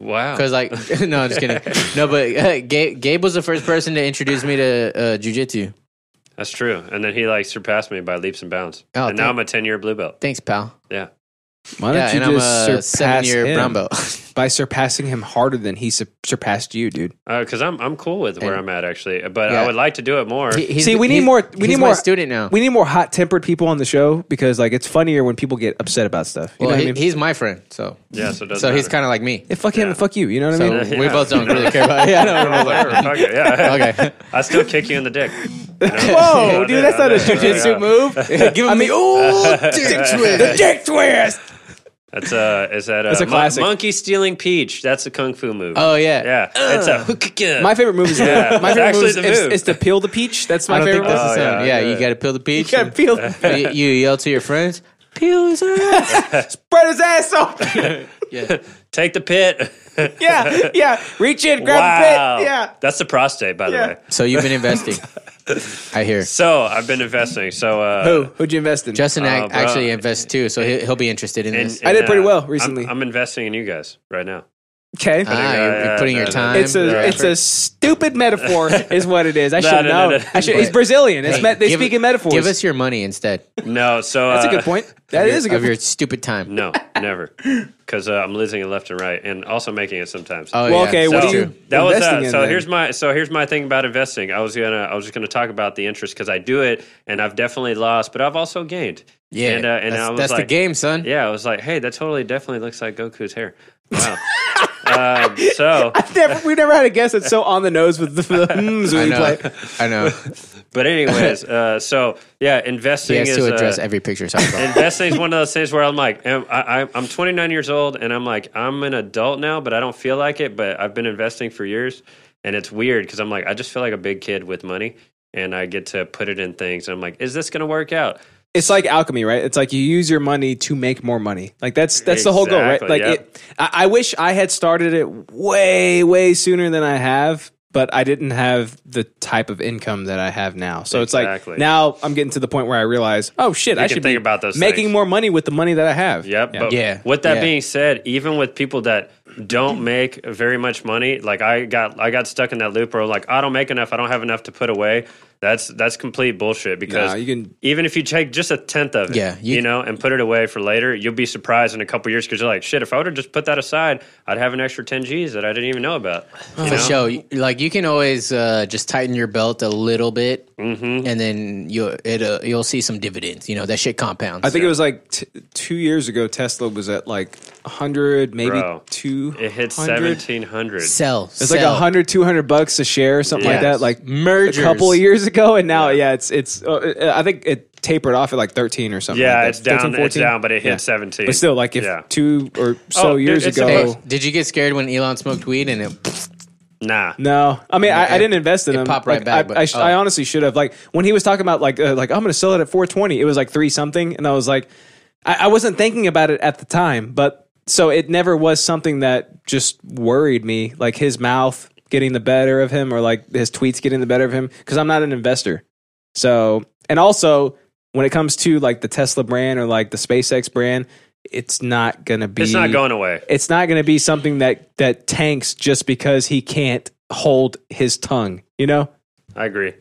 [SPEAKER 3] Wow.
[SPEAKER 2] Because like, no, I'm just kidding. No, but uh, Gabe, Gabe was the first person to introduce me to uh, jujitsu.
[SPEAKER 3] That's true. And then he like surpassed me by leaps and bounds.
[SPEAKER 2] Oh,
[SPEAKER 3] and now
[SPEAKER 2] thank-
[SPEAKER 3] I'm a ten year blue belt.
[SPEAKER 2] Thanks, pal.
[SPEAKER 3] Yeah.
[SPEAKER 1] Why
[SPEAKER 2] Yeah, and I'm a seven-year
[SPEAKER 1] him
[SPEAKER 2] brown belt.
[SPEAKER 1] by surpassing him harder than he su- surpassed you, dude?
[SPEAKER 3] because Uh, I'm I'm cool with where
[SPEAKER 2] And-
[SPEAKER 3] I'm at actually, but
[SPEAKER 2] Yeah.
[SPEAKER 3] I would like to do it more.
[SPEAKER 2] He- he's-
[SPEAKER 1] See, we need
[SPEAKER 2] he's-
[SPEAKER 1] more- we
[SPEAKER 2] he's
[SPEAKER 1] need
[SPEAKER 2] my
[SPEAKER 1] more-
[SPEAKER 2] student now.
[SPEAKER 1] We need more hot tempered people on the show because like it's funnier when people get upset about stuff. You
[SPEAKER 2] well,
[SPEAKER 1] know
[SPEAKER 2] he-
[SPEAKER 1] what I mean?
[SPEAKER 2] he's my friend, so
[SPEAKER 3] yeah, so it doesn't
[SPEAKER 2] so he's
[SPEAKER 3] matter.
[SPEAKER 2] kind of like me.
[SPEAKER 1] Yeah, fuck him and fuck you. You know what I
[SPEAKER 2] So
[SPEAKER 1] mean?
[SPEAKER 2] we both don't really care about. Yeah, no, no, no, no.
[SPEAKER 3] Whatever, fuck it, yeah.
[SPEAKER 2] okay.
[SPEAKER 3] I still kick you in the dick.
[SPEAKER 1] Whoa, dude, that's not a
[SPEAKER 3] Yeah.
[SPEAKER 1] jujitsu move. Give him the dick twist. The dick twist.
[SPEAKER 3] That's uh, is that uh,
[SPEAKER 1] That's a
[SPEAKER 3] mon-
[SPEAKER 1] classic.
[SPEAKER 3] monkey stealing peach? That's a kung fu move.
[SPEAKER 2] Oh yeah.
[SPEAKER 3] yeah, it's a hook.
[SPEAKER 1] My favorite move is
[SPEAKER 3] Yeah,
[SPEAKER 1] my
[SPEAKER 3] it's
[SPEAKER 1] favorite move
[SPEAKER 3] actually
[SPEAKER 1] is,
[SPEAKER 3] the
[SPEAKER 1] is,
[SPEAKER 3] move.
[SPEAKER 1] is to peel the peach. That's
[SPEAKER 2] I
[SPEAKER 1] my
[SPEAKER 2] don't
[SPEAKER 1] favorite.
[SPEAKER 2] think that's
[SPEAKER 1] move.
[SPEAKER 2] the sound.
[SPEAKER 3] yeah,
[SPEAKER 2] Yeah,
[SPEAKER 3] yeah.
[SPEAKER 2] you got to peel the peach.
[SPEAKER 1] You gotta peel.
[SPEAKER 2] you, you yell to your friends. Peel his ass.
[SPEAKER 1] Spread his ass open.
[SPEAKER 3] Take the pit.
[SPEAKER 1] Yeah, yeah. Reach in, grab
[SPEAKER 3] wow,
[SPEAKER 1] a bit. Yeah.
[SPEAKER 3] that's the prostate, by
[SPEAKER 1] Yeah.
[SPEAKER 3] the way.
[SPEAKER 2] So you've been investing. I hear.
[SPEAKER 3] So I've been investing. So uh,
[SPEAKER 1] Who? Who'd you invest in?
[SPEAKER 2] Justin ac-
[SPEAKER 3] Oh, bro.
[SPEAKER 2] actually invests too, so he'll, he'll be interested in
[SPEAKER 3] and-
[SPEAKER 2] this.
[SPEAKER 1] I did
[SPEAKER 3] and,
[SPEAKER 1] pretty
[SPEAKER 3] uh,
[SPEAKER 1] well
[SPEAKER 3] I'm-
[SPEAKER 1] recently.
[SPEAKER 3] I'm, investing in you guys right now.
[SPEAKER 1] Okay.
[SPEAKER 2] ah, you're, you're
[SPEAKER 3] yeah,
[SPEAKER 2] putting
[SPEAKER 3] yeah,
[SPEAKER 2] your
[SPEAKER 3] yeah.
[SPEAKER 2] time.
[SPEAKER 1] It's a
[SPEAKER 2] your
[SPEAKER 1] it's a
[SPEAKER 2] effort.
[SPEAKER 1] stupid metaphor, is what it is. I
[SPEAKER 3] No,
[SPEAKER 1] should
[SPEAKER 3] no, no,
[SPEAKER 1] know.
[SPEAKER 3] no.
[SPEAKER 1] I should. He's
[SPEAKER 2] But-
[SPEAKER 1] Brazilian. It's
[SPEAKER 2] Hey,
[SPEAKER 1] met, they
[SPEAKER 2] give-
[SPEAKER 1] speak in metaphors.
[SPEAKER 2] Give us your money instead.
[SPEAKER 3] No, so
[SPEAKER 1] That's a
[SPEAKER 3] uh,
[SPEAKER 1] good point. That is a
[SPEAKER 2] of
[SPEAKER 1] good.
[SPEAKER 2] your
[SPEAKER 1] point.
[SPEAKER 2] stupid time.
[SPEAKER 3] No, never, because uh, I'm losing it left and right, and also making it sometimes.
[SPEAKER 1] Well,
[SPEAKER 2] Oh, yeah,
[SPEAKER 1] okay.
[SPEAKER 2] so
[SPEAKER 1] What
[SPEAKER 3] So
[SPEAKER 1] are you
[SPEAKER 2] true.
[SPEAKER 3] that was
[SPEAKER 1] investing
[SPEAKER 3] uh,
[SPEAKER 1] in?
[SPEAKER 3] so
[SPEAKER 1] then?
[SPEAKER 3] here's my so here's my thing about investing. I was gonna I was just gonna talk about the interest because I do it and I've definitely lost, but I've also gained.
[SPEAKER 2] Yeah,
[SPEAKER 3] and, uh, and
[SPEAKER 2] that's,
[SPEAKER 3] I was
[SPEAKER 2] that's
[SPEAKER 3] like,
[SPEAKER 2] the game, son.
[SPEAKER 3] Yeah, I was like, hey, that totally definitely looks like Goku's hair. Wow. um, so,
[SPEAKER 1] Never, we never had a guess that's so on the nose with the, the hmms
[SPEAKER 2] I
[SPEAKER 1] when we
[SPEAKER 2] know.
[SPEAKER 1] play.
[SPEAKER 2] I know.
[SPEAKER 3] but anyways, uh, so yeah, investing
[SPEAKER 2] He has
[SPEAKER 3] is
[SPEAKER 2] to address
[SPEAKER 3] uh,
[SPEAKER 2] every picture. Sorry, bro.
[SPEAKER 3] investing is one of those things where I'm like, am- I, I, I'm 29 years old and I'm like, I'm an adult now, but I don't feel like it. But I've been investing for years, and it's weird because I'm like, I just feel like a big kid with money, and I get to put it in things. And I'm like, is this gonna work out?
[SPEAKER 1] It's like alchemy, right? It's like you use your money to make more money. Like that's that's the whole goal, right?
[SPEAKER 3] Exactly,
[SPEAKER 1] Like
[SPEAKER 3] yeah.
[SPEAKER 1] it, I, I wish I had started it way way sooner than I have, but I didn't have the type of income that I have now. So it's
[SPEAKER 3] Exactly.
[SPEAKER 1] like now I'm getting to the point where I realize, oh shit, I
[SPEAKER 3] can
[SPEAKER 1] should
[SPEAKER 3] think
[SPEAKER 1] be
[SPEAKER 3] about those
[SPEAKER 1] making
[SPEAKER 3] things.
[SPEAKER 1] more money with the money that I have.
[SPEAKER 3] Yep. But
[SPEAKER 2] Yeah.
[SPEAKER 3] With that
[SPEAKER 2] Yeah.
[SPEAKER 3] being said, even with people that don't make very much money, like I got, I got stuck in that loop where I'm like, I don't make enough. I don't have enough to put away. That's that's complete bullshit because
[SPEAKER 1] Nah, you can-
[SPEAKER 3] even if you take just a tenth of it,
[SPEAKER 2] Yeah,
[SPEAKER 3] you,
[SPEAKER 2] you-
[SPEAKER 3] know, and put it away for later, you'll be surprised in a couple years because you're like, shit, if I would have just put that aside, I'd have an extra 10 G's that I didn't even know about. You
[SPEAKER 2] For
[SPEAKER 3] know?
[SPEAKER 2] sure. You- Like you can always uh, just tighten your belt a little bit,
[SPEAKER 3] Mm-hmm.
[SPEAKER 2] and then you'll it uh, you'll see some dividends. You know that shit compounds.
[SPEAKER 1] I think it was like t- two years ago. Tesla was at like 100, maybe
[SPEAKER 3] Bro,
[SPEAKER 1] two.
[SPEAKER 3] It hit 1700.
[SPEAKER 2] sell.
[SPEAKER 1] It's like 100, 200 bucks a share or something like
[SPEAKER 2] Yes.
[SPEAKER 1] that. Like
[SPEAKER 2] Mergers.
[SPEAKER 1] a couple of years ago, and now yeah, it's it's. Uh, I think it tapered off at like thirteen or something.
[SPEAKER 3] Yeah,
[SPEAKER 1] like that.
[SPEAKER 3] it's down-
[SPEAKER 1] 13,
[SPEAKER 3] it's
[SPEAKER 1] 14?
[SPEAKER 3] down, but it hit
[SPEAKER 1] Yeah.
[SPEAKER 3] 17.
[SPEAKER 1] But still, like if
[SPEAKER 3] Yeah.
[SPEAKER 1] two or so
[SPEAKER 3] Oh, dude,
[SPEAKER 1] years
[SPEAKER 3] it's
[SPEAKER 1] ago.
[SPEAKER 3] amazing.
[SPEAKER 2] Hey, did you get scared when Elon smoked weed and it?
[SPEAKER 3] Nah.
[SPEAKER 1] No, I mean I, I
[SPEAKER 2] it-
[SPEAKER 1] didn't invest in
[SPEAKER 2] it
[SPEAKER 1] them.
[SPEAKER 2] popped right
[SPEAKER 1] Like,
[SPEAKER 2] back,
[SPEAKER 1] I,
[SPEAKER 2] but-
[SPEAKER 1] I, sh-
[SPEAKER 2] oh.
[SPEAKER 1] I honestly should have. Like when he was talking about like uh, like I'm going to sell it at 420. It was like three something, and I was like, I, I wasn't thinking about it at the time, but so it never was something that just worried me. Like his mouth getting the better of him, or like his tweets getting the better of him, because I'm not an investor. So and also when it comes to like the Tesla brand or like the SpaceX brand, it's not going to be
[SPEAKER 3] It's not going away.
[SPEAKER 1] it's not going to be something that that tanks just because he can't hold his tongue. You know,
[SPEAKER 3] I agree.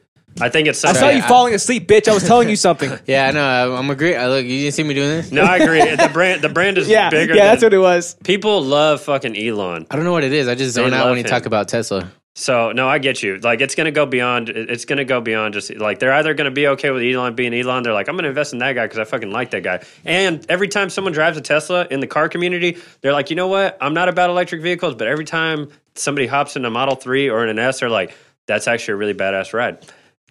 [SPEAKER 3] I think it's
[SPEAKER 1] I
[SPEAKER 3] something.
[SPEAKER 1] saw you falling asleep, bitch. I was telling you something.
[SPEAKER 2] Yeah, I know. I- I'm agree. I look. You didn't see me doing this.
[SPEAKER 3] no, I agree. The brand, the brand is
[SPEAKER 1] Yeah,
[SPEAKER 3] bigger.
[SPEAKER 1] yeah, that's
[SPEAKER 3] than-
[SPEAKER 1] what it was.
[SPEAKER 3] people love fucking Elon.
[SPEAKER 2] I don't know what it is. I just zone
[SPEAKER 3] They
[SPEAKER 2] out
[SPEAKER 3] love
[SPEAKER 2] when you
[SPEAKER 3] him.
[SPEAKER 2] talk about Tesla.
[SPEAKER 3] So no, I get you. Like it's gonna go beyond. It's gonna go beyond just like they're either gonna be okay with Elon being Elon. They're like, I'm gonna invest in that guy because I fucking like that guy. And every time someone drives a Tesla in the car community, they're like, you know what? I'm not about electric vehicles, but every time somebody hops in a Model Three or in an S, they're like, that's actually a really badass ride.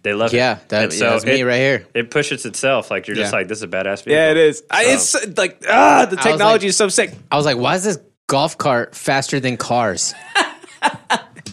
[SPEAKER 3] They love it.
[SPEAKER 2] Yeah, that,
[SPEAKER 3] And
[SPEAKER 2] yeah, that's me
[SPEAKER 3] it,
[SPEAKER 2] right here.
[SPEAKER 3] It pushes itself. Like you're just
[SPEAKER 2] Yeah.
[SPEAKER 3] like, this is a badass vehicle.
[SPEAKER 1] Yeah, it is. I, it's
[SPEAKER 3] Oh.
[SPEAKER 1] like ah, the technology is so sick.
[SPEAKER 2] I was like, why is this golf cart faster than cars?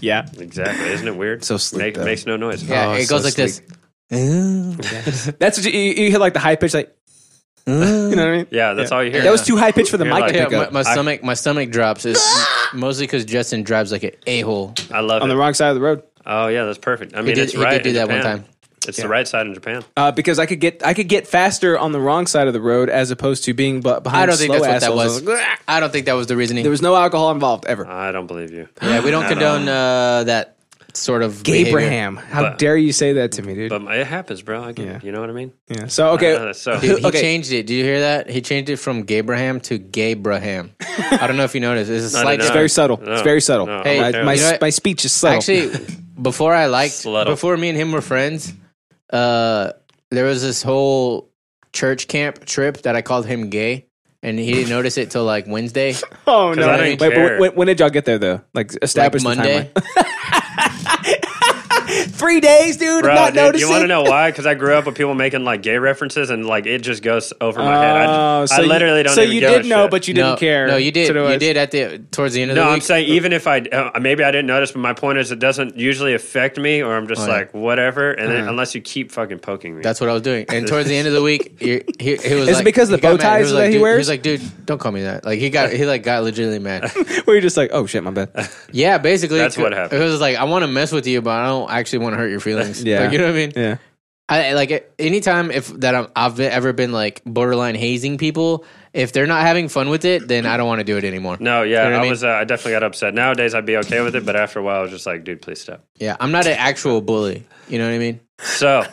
[SPEAKER 1] Yeah,
[SPEAKER 3] Exactly. Isn't it weird?
[SPEAKER 1] So sleek,
[SPEAKER 3] Make-
[SPEAKER 1] though.
[SPEAKER 3] makes no noise.
[SPEAKER 2] Yeah,
[SPEAKER 1] Oh,
[SPEAKER 2] it
[SPEAKER 1] so
[SPEAKER 2] goes like this.
[SPEAKER 1] that's what you, you, you hear like the high pitch, like you know what I mean.
[SPEAKER 3] Yeah, that's all you hear.
[SPEAKER 1] That was too high pitch for the
[SPEAKER 3] You're
[SPEAKER 1] mic
[SPEAKER 3] like-
[SPEAKER 1] to
[SPEAKER 2] Yeah,
[SPEAKER 1] pick
[SPEAKER 2] my,
[SPEAKER 1] up
[SPEAKER 2] my stomach, my stomach drops. It's mostly because Justin drives like an a hole.
[SPEAKER 3] I love
[SPEAKER 1] on
[SPEAKER 3] it.
[SPEAKER 1] the wrong side of the road
[SPEAKER 3] Oh yeah, that's perfect. I mean,
[SPEAKER 2] did-
[SPEAKER 3] it's
[SPEAKER 2] he did
[SPEAKER 3] right.
[SPEAKER 2] do
[SPEAKER 3] in
[SPEAKER 2] that one
[SPEAKER 3] Japan.
[SPEAKER 2] time.
[SPEAKER 3] It's the right side in Japan.
[SPEAKER 1] uh, because I could get I could get faster on the wrong side of the road as opposed to being bu- behind.
[SPEAKER 2] I don't think
[SPEAKER 1] slow
[SPEAKER 2] that's what that
[SPEAKER 1] assholes.
[SPEAKER 2] was. I don't think that was the reasoning.
[SPEAKER 1] There was no alcohol involved ever.
[SPEAKER 3] I don't believe you.
[SPEAKER 2] yeah, we don't condone uh, that sort of behavior.
[SPEAKER 1] Abraham, how
[SPEAKER 3] But-
[SPEAKER 1] dare you say that to me, dude?
[SPEAKER 3] But it happens, bro. I get,
[SPEAKER 1] Yeah.
[SPEAKER 3] You know what I mean?
[SPEAKER 1] yeah. So okay,
[SPEAKER 3] Uh, so
[SPEAKER 2] Dude, he
[SPEAKER 1] Okay.
[SPEAKER 2] changed it. Do you hear that? He changed it from Gabraham to Gabraham. I don't know if you noticed. It's a
[SPEAKER 3] I
[SPEAKER 2] slight
[SPEAKER 3] did
[SPEAKER 1] It's
[SPEAKER 3] No,
[SPEAKER 1] very subtle.
[SPEAKER 3] no,
[SPEAKER 1] it's very subtle.
[SPEAKER 3] no,
[SPEAKER 2] Hey,
[SPEAKER 1] my,
[SPEAKER 2] okay.
[SPEAKER 1] my,
[SPEAKER 2] you know what?
[SPEAKER 1] my speech is subtle.
[SPEAKER 2] Actually, before I liked,
[SPEAKER 3] Sluttle.
[SPEAKER 2] before me and him were friends, uh, there was this whole church camp trip that I called him gay, and he didn't notice it till like Wednesday,
[SPEAKER 1] oh
[SPEAKER 3] no. I don't
[SPEAKER 1] Wait, but
[SPEAKER 3] care.
[SPEAKER 1] when, when did y'all get there though? Like
[SPEAKER 2] like
[SPEAKER 1] establish the
[SPEAKER 2] Monday.
[SPEAKER 1] timeline. Three days, dude.
[SPEAKER 3] bro,
[SPEAKER 1] I'm not
[SPEAKER 3] dude,
[SPEAKER 1] noticing.
[SPEAKER 3] you want to know why? Because I grew up with people making like gay references, and like it just goes over my head. I,
[SPEAKER 1] Oh,
[SPEAKER 3] I literally
[SPEAKER 1] you,
[SPEAKER 3] don't.
[SPEAKER 1] So
[SPEAKER 3] even
[SPEAKER 1] you
[SPEAKER 3] give a
[SPEAKER 1] did know,
[SPEAKER 3] shit.
[SPEAKER 1] but you didn't
[SPEAKER 2] no,
[SPEAKER 1] care.
[SPEAKER 2] No, you did.
[SPEAKER 1] So there
[SPEAKER 2] you
[SPEAKER 1] was-
[SPEAKER 2] did at the towards the end of
[SPEAKER 3] No,
[SPEAKER 2] the week.
[SPEAKER 3] I'm saying even if I uh, maybe I didn't notice, but my point is it doesn't usually affect me, or I'm just
[SPEAKER 2] Oh, yeah.
[SPEAKER 3] like whatever, and
[SPEAKER 1] Uh-huh.
[SPEAKER 3] then, unless you keep fucking poking me.
[SPEAKER 2] That's what I was doing. And towards the end of the week, he, he, he was
[SPEAKER 1] Is it
[SPEAKER 2] like,
[SPEAKER 1] because of the
[SPEAKER 2] he got
[SPEAKER 1] bow
[SPEAKER 2] mad.
[SPEAKER 1] ties
[SPEAKER 2] was
[SPEAKER 1] that
[SPEAKER 2] like,
[SPEAKER 1] he
[SPEAKER 2] "Dude,"
[SPEAKER 1] wears?
[SPEAKER 2] was like, dude, don't call me that. Like he got he like got legitimately mad.
[SPEAKER 1] Were you just like, oh shit, my bad.
[SPEAKER 2] yeah, basically
[SPEAKER 3] That's what happened.
[SPEAKER 2] It was like I want to mess with you, but I don't actually want to hurt your feelings.
[SPEAKER 1] Yeah.
[SPEAKER 2] like, you know what I mean.
[SPEAKER 1] Yeah.
[SPEAKER 2] I like anytime if that I'm, I've been, ever been like borderline hazing people. If they're not having fun with it, then I don't want to do it anymore.
[SPEAKER 3] no, yeah,
[SPEAKER 2] You know what
[SPEAKER 3] I
[SPEAKER 2] I mean?
[SPEAKER 3] was. Uh, I definitely got upset. Nowadays, I'd be okay with it, but after a while, I was just like, dude, please stop.
[SPEAKER 2] Yeah, I'm not an actual bully. You know what I mean?
[SPEAKER 3] So,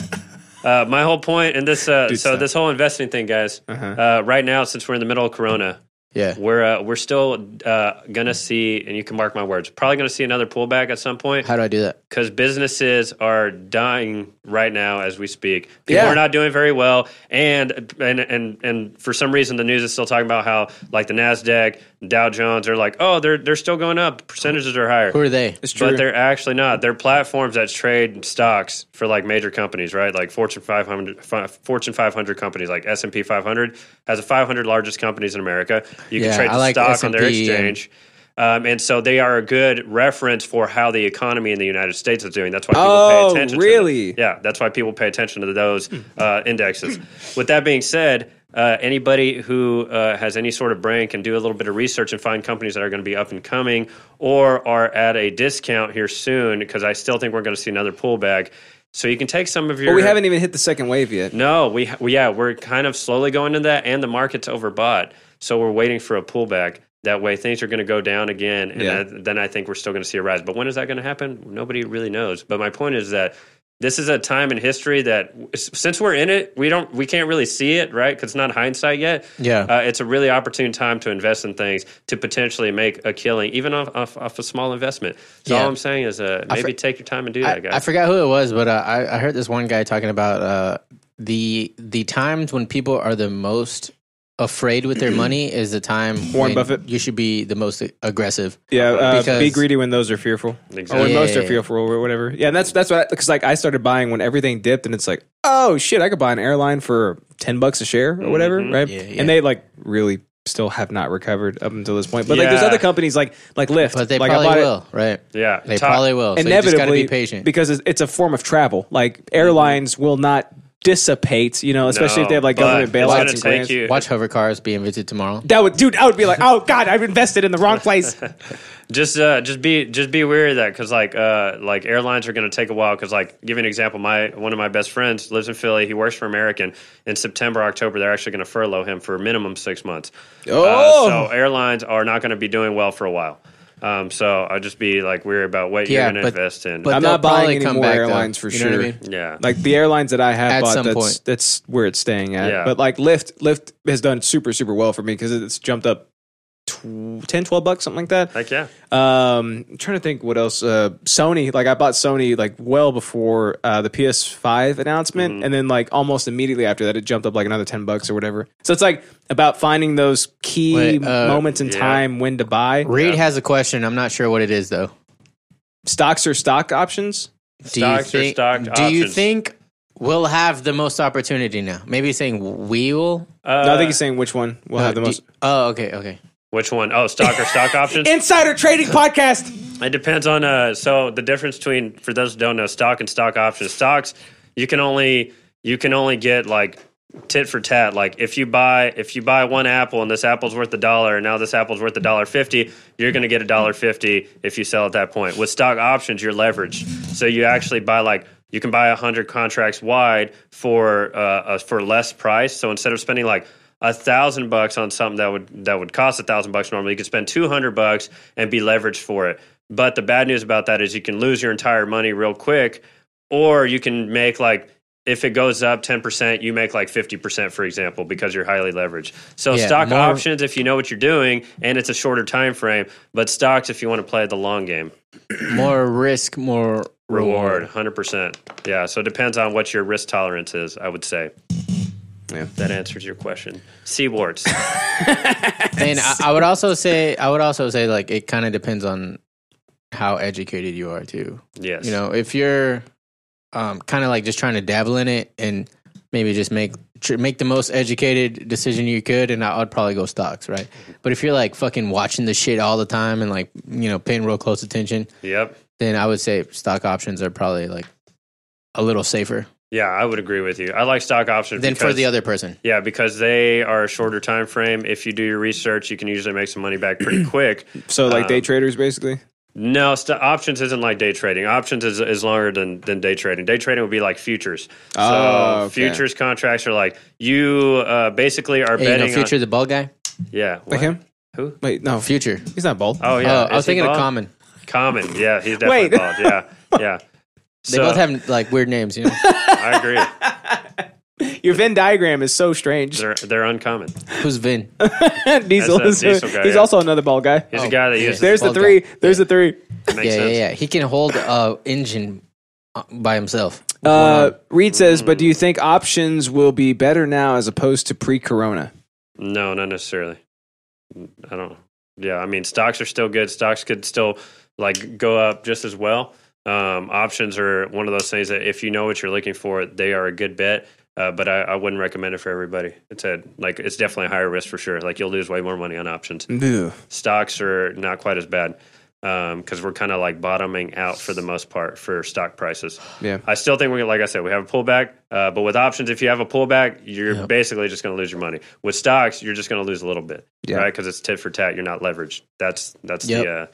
[SPEAKER 3] uh, my whole point in this, uh, so
[SPEAKER 1] stop.
[SPEAKER 3] this whole investing thing, guys.
[SPEAKER 2] Uh-huh.
[SPEAKER 3] Uh, right now, since we're in the middle of Corona,
[SPEAKER 2] Yeah.
[SPEAKER 3] we're uh, we're still uh, gonna see, and you can mark my words, probably gonna see another pullback at some point
[SPEAKER 2] How do I do that?
[SPEAKER 3] because businesses are dying right now as we speak. People
[SPEAKER 1] Yeah.
[SPEAKER 3] are not doing very well, and and and and for some reason, the news is still talking about how like the Nasdaq, Dow Jones are like, oh, they're they're still going up, percentages are higher.
[SPEAKER 2] Who are they?
[SPEAKER 3] But they're actually not. They're platforms that trade stocks for like major companies, right? Like Fortune 500, fi- Fortune 500 companies, like S and P 500 has the 500 largest companies in America. You can
[SPEAKER 2] Yeah,
[SPEAKER 3] trade
[SPEAKER 2] I
[SPEAKER 3] the
[SPEAKER 2] like
[SPEAKER 3] stock on their
[SPEAKER 2] S&P and-
[SPEAKER 3] exchange. Um, and so they are a good reference for how the economy in the United States is doing. That's why people
[SPEAKER 1] Oh,
[SPEAKER 3] pay attention.
[SPEAKER 1] really?
[SPEAKER 3] To them. Yeah, that's why people pay attention to those
[SPEAKER 1] Hmm.
[SPEAKER 3] uh, indexes. With that being said, uh, anybody who uh, has any sort of brain can do a little bit of research and find companies that are going to be up and coming or are at a discount here soon because I still think we're going to see another pullback. So you can take some of your.
[SPEAKER 1] But we haven't even hit the second wave yet.
[SPEAKER 3] No, we, ha- we yeah, we're kind of slowly going to that, and the market's overbought, so we're waiting for a pullback. That way, things are going to go down again, and
[SPEAKER 1] Yeah.
[SPEAKER 3] that- then I think we're still going to see a rise. But when is that going to happen? Nobody really knows. But my point is that this is a time in history that since we're in it, we don't we can't really see it, right? Because it's not hindsight yet.
[SPEAKER 2] Yeah.
[SPEAKER 3] uh, it's a really opportune time to invest in things to potentially make a killing, even off off, off a small investment. So
[SPEAKER 2] Yeah.
[SPEAKER 3] all I'm saying is, uh,
[SPEAKER 2] I
[SPEAKER 3] maybe
[SPEAKER 2] fr-
[SPEAKER 3] take your time and do
[SPEAKER 2] I,
[SPEAKER 3] that, guys.
[SPEAKER 2] I forgot who it was, but uh, I, I heard this one guy talking about uh, the the times when people are the most afraid with their money is the time
[SPEAKER 1] Warren
[SPEAKER 2] when
[SPEAKER 1] Buffett.
[SPEAKER 2] you should be the most aggressive.
[SPEAKER 1] Yeah, uh, be
[SPEAKER 2] Because-
[SPEAKER 1] greedy when those are fearful, or
[SPEAKER 3] Exactly.
[SPEAKER 1] when most are
[SPEAKER 2] Yeah.
[SPEAKER 1] fearful, or whatever. Yeah, and that's that's what because like I started buying when everything dipped, and it's like, oh shit, I could buy an airline for ten bucks a share or whatever, right?
[SPEAKER 2] Mm-hmm. Yeah, yeah.
[SPEAKER 1] And they like really still have not recovered up until this point. But like, there's
[SPEAKER 3] Yeah.
[SPEAKER 1] other companies like like Lyft,
[SPEAKER 2] But they
[SPEAKER 1] like
[SPEAKER 2] probably
[SPEAKER 1] bought it-
[SPEAKER 2] will, right?
[SPEAKER 3] Yeah,
[SPEAKER 2] They
[SPEAKER 3] Top-
[SPEAKER 2] probably will. So you just got to
[SPEAKER 1] inevitably
[SPEAKER 2] be patient. Mm-hmm.
[SPEAKER 1] because it's, it's a form of travel. Like airlines will not dissipate, you know, especially if they have like
[SPEAKER 3] No,
[SPEAKER 1] government
[SPEAKER 3] but it's gonna
[SPEAKER 1] bailouts and
[SPEAKER 3] take
[SPEAKER 1] grants.
[SPEAKER 3] you-
[SPEAKER 2] Watch hover cars be invented tomorrow.
[SPEAKER 1] That would, dude, I would be like, oh god, I've invested in the wrong place.
[SPEAKER 3] just uh, just be just be wary of that because like uh, like airlines are going to take a while because like give you an example my one of my best friends lives in Philly he works for American in September October they're actually going to furlough him for a minimum six months Uh,
[SPEAKER 1] Oh.
[SPEAKER 3] so airlines are not going to be doing well for a while um, so I'll just be like weary about what
[SPEAKER 2] Yeah,
[SPEAKER 3] you're going to
[SPEAKER 2] but-
[SPEAKER 3] invest in
[SPEAKER 2] but
[SPEAKER 1] I'm
[SPEAKER 2] they'll
[SPEAKER 1] not buying
[SPEAKER 2] probably
[SPEAKER 1] any
[SPEAKER 2] come
[SPEAKER 1] more
[SPEAKER 2] back, though.
[SPEAKER 1] airlines for
[SPEAKER 2] You
[SPEAKER 1] sure.
[SPEAKER 2] know what I mean?
[SPEAKER 3] yeah
[SPEAKER 1] Like the airlines that I have
[SPEAKER 2] At
[SPEAKER 1] bought,
[SPEAKER 2] some
[SPEAKER 1] that's
[SPEAKER 2] point.
[SPEAKER 1] that's where it's staying at.
[SPEAKER 3] Yeah.
[SPEAKER 1] But like Lyft, Lyft has done super super well for me because it's jumped up tw- 10, 12 bucks, something like that.
[SPEAKER 3] heck yeah
[SPEAKER 1] Um, I'm trying to think what else. Uh, Sony, like I bought Sony like well before uh, the PS5 announcement,
[SPEAKER 3] Mm-hmm.
[SPEAKER 1] and then like almost immediately after that, it jumped up like another ten bucks or whatever. So it's like about finding those key
[SPEAKER 2] Wait, uh,
[SPEAKER 1] moments in
[SPEAKER 3] yeah.
[SPEAKER 1] time when to buy
[SPEAKER 2] Reed has a question. I'm not sure what it is though.
[SPEAKER 1] stocks or stock options.
[SPEAKER 2] Do
[SPEAKER 3] Stocks or
[SPEAKER 2] you think,
[SPEAKER 3] stock
[SPEAKER 2] Do you
[SPEAKER 3] options?
[SPEAKER 2] think we'll have the most opportunity now? Maybe he's saying we will.
[SPEAKER 3] uh,
[SPEAKER 1] no, I think he's saying which one will have the
[SPEAKER 2] do-
[SPEAKER 1] most.
[SPEAKER 2] oh, okay, okay.
[SPEAKER 3] which one? Oh, stock or stock options
[SPEAKER 1] Insider Trading Podcast.
[SPEAKER 3] It depends on uh so the difference between for those who don't know stock and stock options. Stocks you can only you can only get like tit for tat. Like if you buy if you buy one apple and this apple's worth a dollar and now this apple's worth a dollar fifty, you're gonna get a dollar fifty if you sell at that point. With stock options, you're leveraged. So you actually buy like you can buy hundred contracts wide for uh, uh for less price. So instead of spending like a thousand bucks on something that would that would cost a thousand bucks normally, you could spend two hundred bucks and be leveraged for it. But the bad news about that is you can lose your entire money real quick, or you can make like if it goes up ten percent, you make like fifty percent, for example, because you're highly leveraged. So
[SPEAKER 2] Yeah,
[SPEAKER 3] stock
[SPEAKER 2] more-
[SPEAKER 3] options, if you know what you're doing, and it's a shorter time frame. But stocks, if you want to play the long game,
[SPEAKER 2] More risk, more
[SPEAKER 3] reward hundred percent. Yeah, so it depends on what your risk tolerance is. I would say. Yeah, that answers your question. Sea warts.
[SPEAKER 2] and I, I would also say I would also say like it kind of depends on how educated you are too.
[SPEAKER 3] yes.
[SPEAKER 2] You know, if you're um, kind of like just trying to dabble in it and maybe just make tr- make the most educated decision you could, and I, I'd probably go stocks, right?
[SPEAKER 3] Mm-hmm.
[SPEAKER 2] But if you're like fucking watching the shit all the time and like you know paying real close attention,
[SPEAKER 3] Yep.
[SPEAKER 2] then I would say stock options are probably like a little safer
[SPEAKER 3] Yeah, I would agree with you. I like stock options
[SPEAKER 2] than for
[SPEAKER 3] because-
[SPEAKER 2] the other person.
[SPEAKER 3] Yeah, because they are a shorter time frame. If you do your research, you can usually make some money back pretty quick.
[SPEAKER 1] So like day
[SPEAKER 3] Um,
[SPEAKER 1] traders, basically.
[SPEAKER 3] No, st- options isn't like day trading. Options is, is longer than, than day trading. Day trading would be like futures. So
[SPEAKER 1] Oh, okay.
[SPEAKER 3] futures contracts are like you uh, basically are
[SPEAKER 2] Hey, you
[SPEAKER 3] betting
[SPEAKER 2] know, future the bald guy,
[SPEAKER 3] on yeah
[SPEAKER 1] Like
[SPEAKER 3] what?
[SPEAKER 1] him?
[SPEAKER 3] Who?
[SPEAKER 1] Wait, no,
[SPEAKER 2] future.
[SPEAKER 1] he's not bald.
[SPEAKER 3] Oh yeah,
[SPEAKER 2] Oh, I was
[SPEAKER 3] Is he
[SPEAKER 2] thinking of
[SPEAKER 3] bald?
[SPEAKER 2] common.
[SPEAKER 3] Common, yeah, he's definitely
[SPEAKER 1] Wait.
[SPEAKER 3] bald. Yeah, yeah.
[SPEAKER 2] They
[SPEAKER 3] So,
[SPEAKER 2] both have like weird names, you know.
[SPEAKER 3] I agree.
[SPEAKER 1] Your Venn diagram is so strange.
[SPEAKER 3] They're they're uncommon.
[SPEAKER 2] Who's Vin?
[SPEAKER 1] Diesel is
[SPEAKER 3] That's that Diesel guy,
[SPEAKER 1] he's
[SPEAKER 3] yeah.
[SPEAKER 1] also another bald guy.
[SPEAKER 3] He's
[SPEAKER 2] Oh,
[SPEAKER 3] a guy that
[SPEAKER 2] yeah.
[SPEAKER 3] uses
[SPEAKER 1] There's the
[SPEAKER 2] bald
[SPEAKER 1] three.
[SPEAKER 2] guy.
[SPEAKER 1] There's the three.
[SPEAKER 3] makes
[SPEAKER 2] Yeah, yeah,
[SPEAKER 3] sense.
[SPEAKER 2] yeah. He can hold a engine uh, by himself.
[SPEAKER 1] Uh, Reed says, but
[SPEAKER 3] Mm.
[SPEAKER 1] do you think options will be better now as opposed to pre-corona?
[SPEAKER 3] No, not necessarily. I don't. Yeah, I mean, stocks are still good. Stocks could still like go up just as well. Um, options are one of those things that if you know what you're looking for, they are a good bet. Uh, but I, I wouldn't recommend it for everybody. It's a like it's definitely a higher risk for sure. Like you'll lose way more money on options.
[SPEAKER 1] Mm.
[SPEAKER 3] Stocks are not quite as bad because we're kind of like bottoming out for the most part for stock prices.
[SPEAKER 1] Yeah.
[SPEAKER 3] I still think we like I said we have a pullback, uh, but with options, if you have a pullback, you're basically just going to lose your money. With stocks, you're just going to lose a little bit,
[SPEAKER 1] Yeah.
[SPEAKER 3] right? Because it's tit for tat. You're not leveraged. That's that's
[SPEAKER 2] Yep.
[SPEAKER 3] the uh,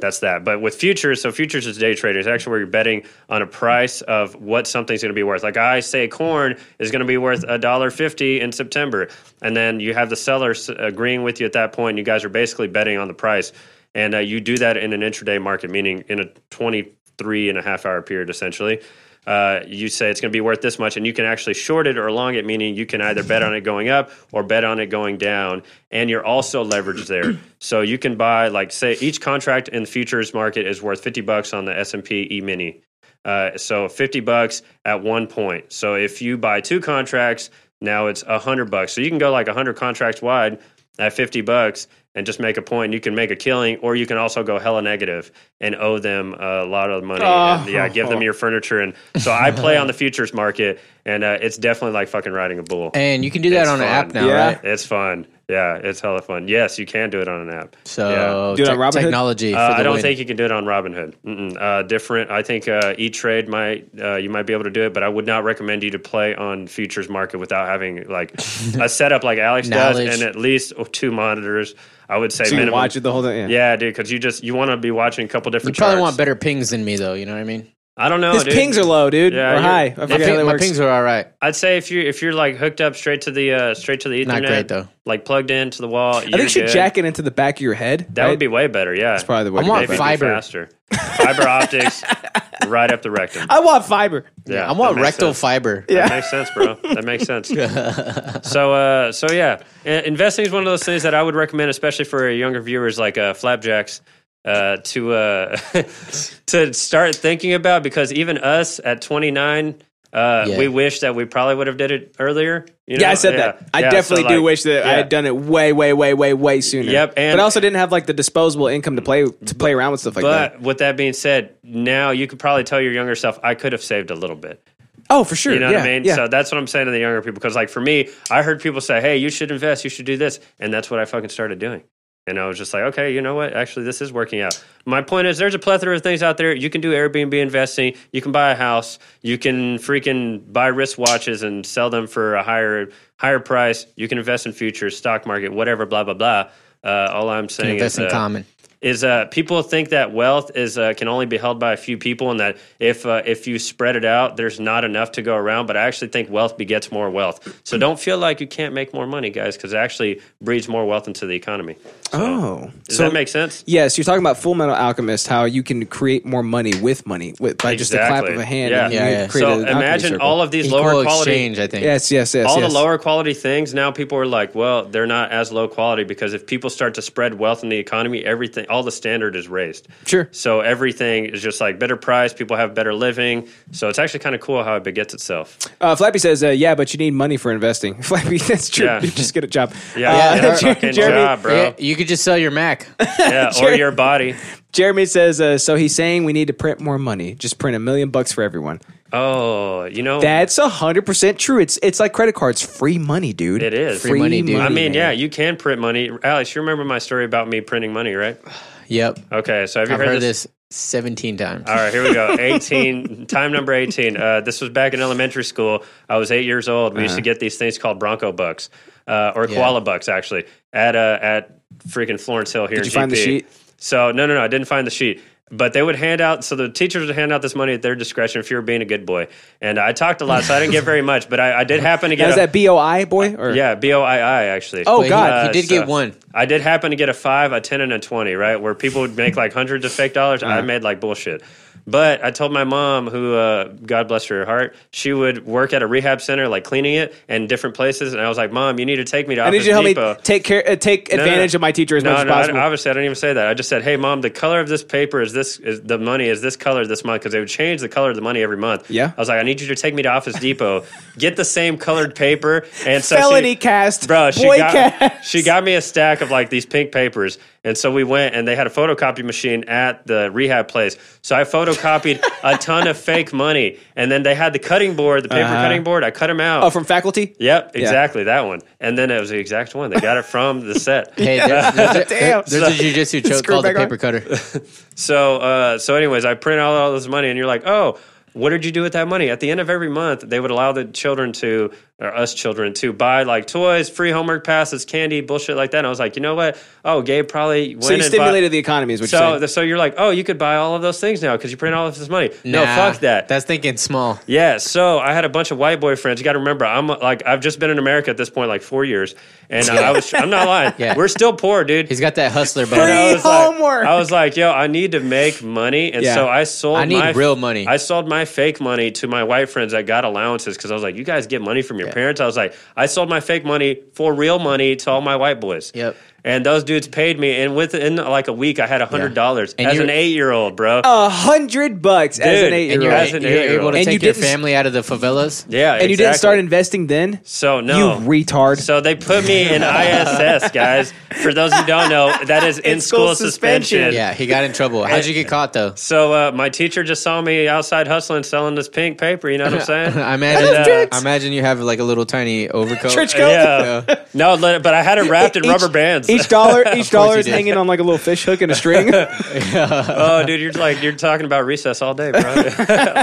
[SPEAKER 3] that's that. But with futures, so futures is day trading. It's actually where you're betting on a price of what something's going to be worth. Like I say, corn is going to be worth a dollar fifty in September, and then you have the seller s- agreeing with you at that point. You guys are basically betting on the price, and uh, you do that in an intraday market, meaning in a 23 and a half hour period essentially. uh, you say it's going to be worth this much, and you can actually short it or long it, meaning you can either bet on it going up or bet on it going down. And you're also leveraged there, so you can buy like say each contract in the futures market is worth fifty bucks on the S and P E Mini. Uh, so fifty bucks at one point. So if you buy two contracts, now it's hundred bucks. So you can go like hundred contracts wide at fifty bucks and just make a point. You can make a killing, or you can also go hella negative and owe them a lot of money. And, yeah, give them your furniture. And so I play on the futures market, and uh, it's definitely like fucking riding a bull.
[SPEAKER 2] And you can do that
[SPEAKER 3] It's
[SPEAKER 2] on an
[SPEAKER 3] fun.
[SPEAKER 2] app now,
[SPEAKER 1] Yeah.
[SPEAKER 2] right?
[SPEAKER 3] It's fun. Yeah, it's hella fun. Yes, you can do it on an app.
[SPEAKER 2] So
[SPEAKER 1] Dude,
[SPEAKER 2] te-
[SPEAKER 1] on Robinhood?
[SPEAKER 2] technology.
[SPEAKER 3] Uh,
[SPEAKER 2] for the
[SPEAKER 3] I don't
[SPEAKER 2] win.
[SPEAKER 3] think you can do it on Robinhood. Mm-mm. Uh, different. I think uh, E Trade might uh, you might be able to do it, but I would not recommend you to play on futures market without having like a setup like Alex
[SPEAKER 2] Knowledge.
[SPEAKER 3] does and at least two monitors. I would say
[SPEAKER 1] So you
[SPEAKER 3] minimum.
[SPEAKER 1] watch it the whole time.
[SPEAKER 3] Yeah, dude, because you just you want to be watching a couple
[SPEAKER 2] You
[SPEAKER 3] different.
[SPEAKER 2] probably
[SPEAKER 3] charts.
[SPEAKER 2] want better pings than me, though. You know what I mean?
[SPEAKER 3] I don't know.
[SPEAKER 1] His
[SPEAKER 3] dude.
[SPEAKER 1] pings are low, dude.
[SPEAKER 3] Yeah,
[SPEAKER 1] or
[SPEAKER 3] you're-
[SPEAKER 1] high. I forget
[SPEAKER 2] My,
[SPEAKER 1] how
[SPEAKER 2] ping,
[SPEAKER 1] that
[SPEAKER 2] my
[SPEAKER 1] works.
[SPEAKER 2] pings are all right.
[SPEAKER 3] I'd say if you if you're like hooked up straight to the uh, straight to the Ethernet,
[SPEAKER 2] Not great, though.
[SPEAKER 3] Like plugged into the wall,
[SPEAKER 1] I think you should jack it into the back of your head.
[SPEAKER 3] That
[SPEAKER 1] right?
[SPEAKER 3] would be way better. Yeah, it's
[SPEAKER 1] probably the way.
[SPEAKER 2] I
[SPEAKER 1] to
[SPEAKER 2] want
[SPEAKER 1] do it.
[SPEAKER 2] fi- fiber.
[SPEAKER 3] faster. Fiber optics, right up the rectum.
[SPEAKER 1] I want fiber.
[SPEAKER 3] Yeah,
[SPEAKER 2] I want
[SPEAKER 3] that makes
[SPEAKER 2] rectal
[SPEAKER 3] sense.
[SPEAKER 2] fiber.
[SPEAKER 3] That makes sense, bro. That makes sense. so, uh, so yeah, I- investing is one of those things that I would recommend, especially for younger viewers like uh, flapjacks, uh, to uh, to start thinking about because even us at 29. Uh,
[SPEAKER 2] Yeah.
[SPEAKER 3] We wish that we probably would have did it earlier. you know?
[SPEAKER 1] yeah, I said that. I
[SPEAKER 3] Yeah, so,
[SPEAKER 1] definitely do
[SPEAKER 3] like,
[SPEAKER 1] wish that I
[SPEAKER 3] yeah.
[SPEAKER 1] had done it way, way, way, way, way sooner.
[SPEAKER 3] Yep, and-
[SPEAKER 1] but I also didn't have like the disposable income to play to play around with stuff like
[SPEAKER 3] But
[SPEAKER 1] that.
[SPEAKER 3] with that being said, now you could probably tell your younger self, I could have saved a little bit.
[SPEAKER 1] Oh, for sure.
[SPEAKER 3] You know
[SPEAKER 1] yeah,
[SPEAKER 3] what I mean?
[SPEAKER 1] Yeah.
[SPEAKER 3] So that's what I'm saying to the younger people. Because like for me, I heard people say, "Hey, you should invest. You should do this," and that's what I fucking started doing. And I was just like, okay, you know what? Actually, this is working out. My point is, there's a plethora of things out there. You can do Airbnb investing. You can buy a house. You can freaking buy wristwatches and sell them for a higher higher price. You can invest in futures, stock market, whatever. Blah blah blah. Uh, all I'm saying
[SPEAKER 2] Invest
[SPEAKER 3] is
[SPEAKER 2] in
[SPEAKER 3] uh,
[SPEAKER 2] common.
[SPEAKER 3] is uh, people think that wealth is uh, can only be held by a few people, and that if uh, if you spread it out, there's not enough to go around. But I actually think wealth begets more wealth. So don't feel like you can't make more money, guys, because it actually breeds more wealth into the economy.
[SPEAKER 1] oh,
[SPEAKER 3] Does that make sense?
[SPEAKER 1] Yes, you're talking about Full Metal Alchemist, how you can create more money with money with, by just a clap
[SPEAKER 3] Exactly.
[SPEAKER 1] of a hand.
[SPEAKER 3] Yeah.
[SPEAKER 1] and you
[SPEAKER 2] Yeah, yeah.
[SPEAKER 1] create
[SPEAKER 3] So
[SPEAKER 1] an alchemy
[SPEAKER 3] imagine
[SPEAKER 1] circle.
[SPEAKER 3] all of these
[SPEAKER 2] Equal
[SPEAKER 3] lower quality.
[SPEAKER 2] exchange, I think.
[SPEAKER 1] Yes, yes, yes.
[SPEAKER 3] all
[SPEAKER 1] yes.
[SPEAKER 3] the lower quality things now people are like well they're not as low quality because if people start to spread wealth in the economy everything all the standard is raised
[SPEAKER 1] Sure.
[SPEAKER 3] so everything is just like better price people have better living so it's actually kind of cool how it begets itself
[SPEAKER 1] Uh, Flappy says, uh, "Yeah, but you need money for investing." Flappy, that's true.
[SPEAKER 3] Yeah.
[SPEAKER 1] You just get a job.
[SPEAKER 3] yeah,
[SPEAKER 1] Uh,
[SPEAKER 3] get a
[SPEAKER 1] Jer-
[SPEAKER 3] fucking
[SPEAKER 1] Jeremy,
[SPEAKER 3] job bro
[SPEAKER 2] Yeah, you could just sell your Mac.
[SPEAKER 3] yeah, or your body
[SPEAKER 1] Jeremy says, uh, "So he's saying we need to print more money. Just print a million bucks for everyone."
[SPEAKER 3] oh you know
[SPEAKER 1] That's hundred percent true. It's it's like credit cards, free money, dude.
[SPEAKER 3] it is
[SPEAKER 2] Free money, dude.
[SPEAKER 3] I
[SPEAKER 2] man.
[SPEAKER 3] mean, yeah, you can print money. Alex, you remember my story about me printing money, right?
[SPEAKER 2] yep.
[SPEAKER 3] Okay, so have you
[SPEAKER 2] I've heard
[SPEAKER 3] this? Uh,
[SPEAKER 2] this 17 times.
[SPEAKER 3] All right, here we go. 18, time number 18. Uh, this was back in elementary school. I was eight years old. We used
[SPEAKER 1] Uh-huh.
[SPEAKER 3] to get these things called Bronco Bucks uh, or Koala Bucks, actually, at uh, at freaking Florence Hill here
[SPEAKER 1] Did
[SPEAKER 3] in
[SPEAKER 1] you find the
[SPEAKER 3] GP.
[SPEAKER 1] sheet?
[SPEAKER 3] So, no, no, no, I didn't find the sheet. But they would hand out, so the teachers would hand out this money at their discretion if you were being a good boy. And I talked a lot, so I didn't get very much, but I, I did happen to
[SPEAKER 1] Now,
[SPEAKER 3] get
[SPEAKER 1] is
[SPEAKER 3] a,
[SPEAKER 1] that BOI boy? Or?
[SPEAKER 3] yeah, B O I I actually. uh,
[SPEAKER 1] Oh
[SPEAKER 2] But
[SPEAKER 1] God.
[SPEAKER 2] he, he did
[SPEAKER 3] so
[SPEAKER 2] get one.
[SPEAKER 3] I did happen to get a five, a ten, and a twenty. Right, where people would make like hundreds of fake dollars.
[SPEAKER 1] Uh-huh.
[SPEAKER 3] I made like bullshit. But I told my mom, who uh, God bless her heart, she would work at a rehab center, like cleaning it and different places. And I was like, Mom, you need to take me to
[SPEAKER 1] I
[SPEAKER 3] Office
[SPEAKER 1] need you to help
[SPEAKER 3] Depot.
[SPEAKER 1] me take care, uh, take
[SPEAKER 3] No, no,
[SPEAKER 1] advantage
[SPEAKER 3] no.
[SPEAKER 1] of my teacher as
[SPEAKER 3] no,
[SPEAKER 1] much
[SPEAKER 3] no,
[SPEAKER 1] as
[SPEAKER 3] I-
[SPEAKER 1] possible.
[SPEAKER 3] obviously, I didn't even say that. I just said, "Hey, mom, the color of this paper is this. Is the money is this color this month because they would change the color of the money every month."
[SPEAKER 1] Yeah.
[SPEAKER 3] I was like, "I need you to take me to Office Depot, get the same colored paper." And so
[SPEAKER 1] Felony
[SPEAKER 3] she,
[SPEAKER 1] cast,
[SPEAKER 3] bro. She
[SPEAKER 1] boy
[SPEAKER 3] got
[SPEAKER 1] cast.
[SPEAKER 3] she got me a stack of like these pink papers, and so we went and they had a photocopy machine at the rehab place. So I photocopied a ton of fake money, and then they had the cutting board, the paper cutting board. I cut them out.
[SPEAKER 1] Uh-huh. Oh, from faculty.
[SPEAKER 3] Yep, exactly that one. And then it was the exact one. They got it from the set.
[SPEAKER 2] Hey, there's, there's, a-
[SPEAKER 1] Damn.
[SPEAKER 2] there's a jujitsu choke
[SPEAKER 1] Screw
[SPEAKER 2] called the
[SPEAKER 1] back on.
[SPEAKER 2] paper cutter.
[SPEAKER 3] So, uh, so anyways, I print out all this money, and you're like, oh, what did you do with that money? At the end of every month, they would allow the children to, or us children, to buy like toys, free homework passes, candy, bullshit like that. And I was like, you know what? Oh, Gabe probably went
[SPEAKER 1] So you
[SPEAKER 3] and
[SPEAKER 1] stimulated
[SPEAKER 3] bought-
[SPEAKER 1] the economy, is what you're
[SPEAKER 3] So,
[SPEAKER 1] saying.
[SPEAKER 3] so you're like, oh, you could buy all of those things now because you print all of this money. no,
[SPEAKER 2] Nah,
[SPEAKER 3] fuck that.
[SPEAKER 2] That's thinking small.
[SPEAKER 3] Yeah, so I had a bunch of white boyfriends. You got to remember, I'm like I've just been in America at this point, like four years, and uh, I was I'm not lying.
[SPEAKER 2] Yeah.
[SPEAKER 3] We're still poor, dude.
[SPEAKER 2] He's got that hustler
[SPEAKER 3] And I
[SPEAKER 2] bone.
[SPEAKER 3] was like- I was like, yo, I need to make money, and
[SPEAKER 1] Yeah.
[SPEAKER 3] so I sold.
[SPEAKER 2] I need
[SPEAKER 3] my,
[SPEAKER 2] real money.
[SPEAKER 3] I sold my my fake money to my white friends that got allowances because I was like, you guys get money from your
[SPEAKER 2] Yeah.
[SPEAKER 3] parents. I was like, I sold my fake money for real money to all my white boys.
[SPEAKER 2] Yep.
[SPEAKER 3] And those dudes paid me, and within like a week, I had hundred dollars
[SPEAKER 2] And
[SPEAKER 3] as
[SPEAKER 2] you-
[SPEAKER 3] an eight year old, bro.
[SPEAKER 1] A hundred bucks as an
[SPEAKER 3] Dude,
[SPEAKER 1] eight
[SPEAKER 2] And
[SPEAKER 1] year
[SPEAKER 2] you're,
[SPEAKER 1] old.
[SPEAKER 3] As
[SPEAKER 2] a-
[SPEAKER 3] an
[SPEAKER 2] you're able
[SPEAKER 3] eight-year-old.
[SPEAKER 2] to
[SPEAKER 1] And you
[SPEAKER 2] take your
[SPEAKER 1] didn't s-
[SPEAKER 2] family out of the favelas.
[SPEAKER 3] yeah,
[SPEAKER 1] And you didn't start
[SPEAKER 3] exactly.
[SPEAKER 1] investing then?
[SPEAKER 3] So no,
[SPEAKER 1] You retard.
[SPEAKER 3] So they put me in ISS, guys. For those who don't know, that is in school
[SPEAKER 1] In-school suspension.
[SPEAKER 3] suspension.
[SPEAKER 2] Yeah, he got in trouble. How'd you get caught though?
[SPEAKER 3] So uh, my teacher just saw me outside hustling, selling this pink paper. You know what I'm saying?
[SPEAKER 2] I imagine.
[SPEAKER 3] And, uh,
[SPEAKER 2] I imagine you have like a little tiny overcoat.
[SPEAKER 1] Trench coat.
[SPEAKER 3] yeah. No, li- but I had it wrapped in
[SPEAKER 1] Each-
[SPEAKER 3] rubber bands.
[SPEAKER 1] Each dollar, each
[SPEAKER 2] you
[SPEAKER 1] dollar is
[SPEAKER 2] did.
[SPEAKER 1] hanging on like a little fish hook and a string.
[SPEAKER 3] oh, dude, you're like you're talking about recess all day, bro. I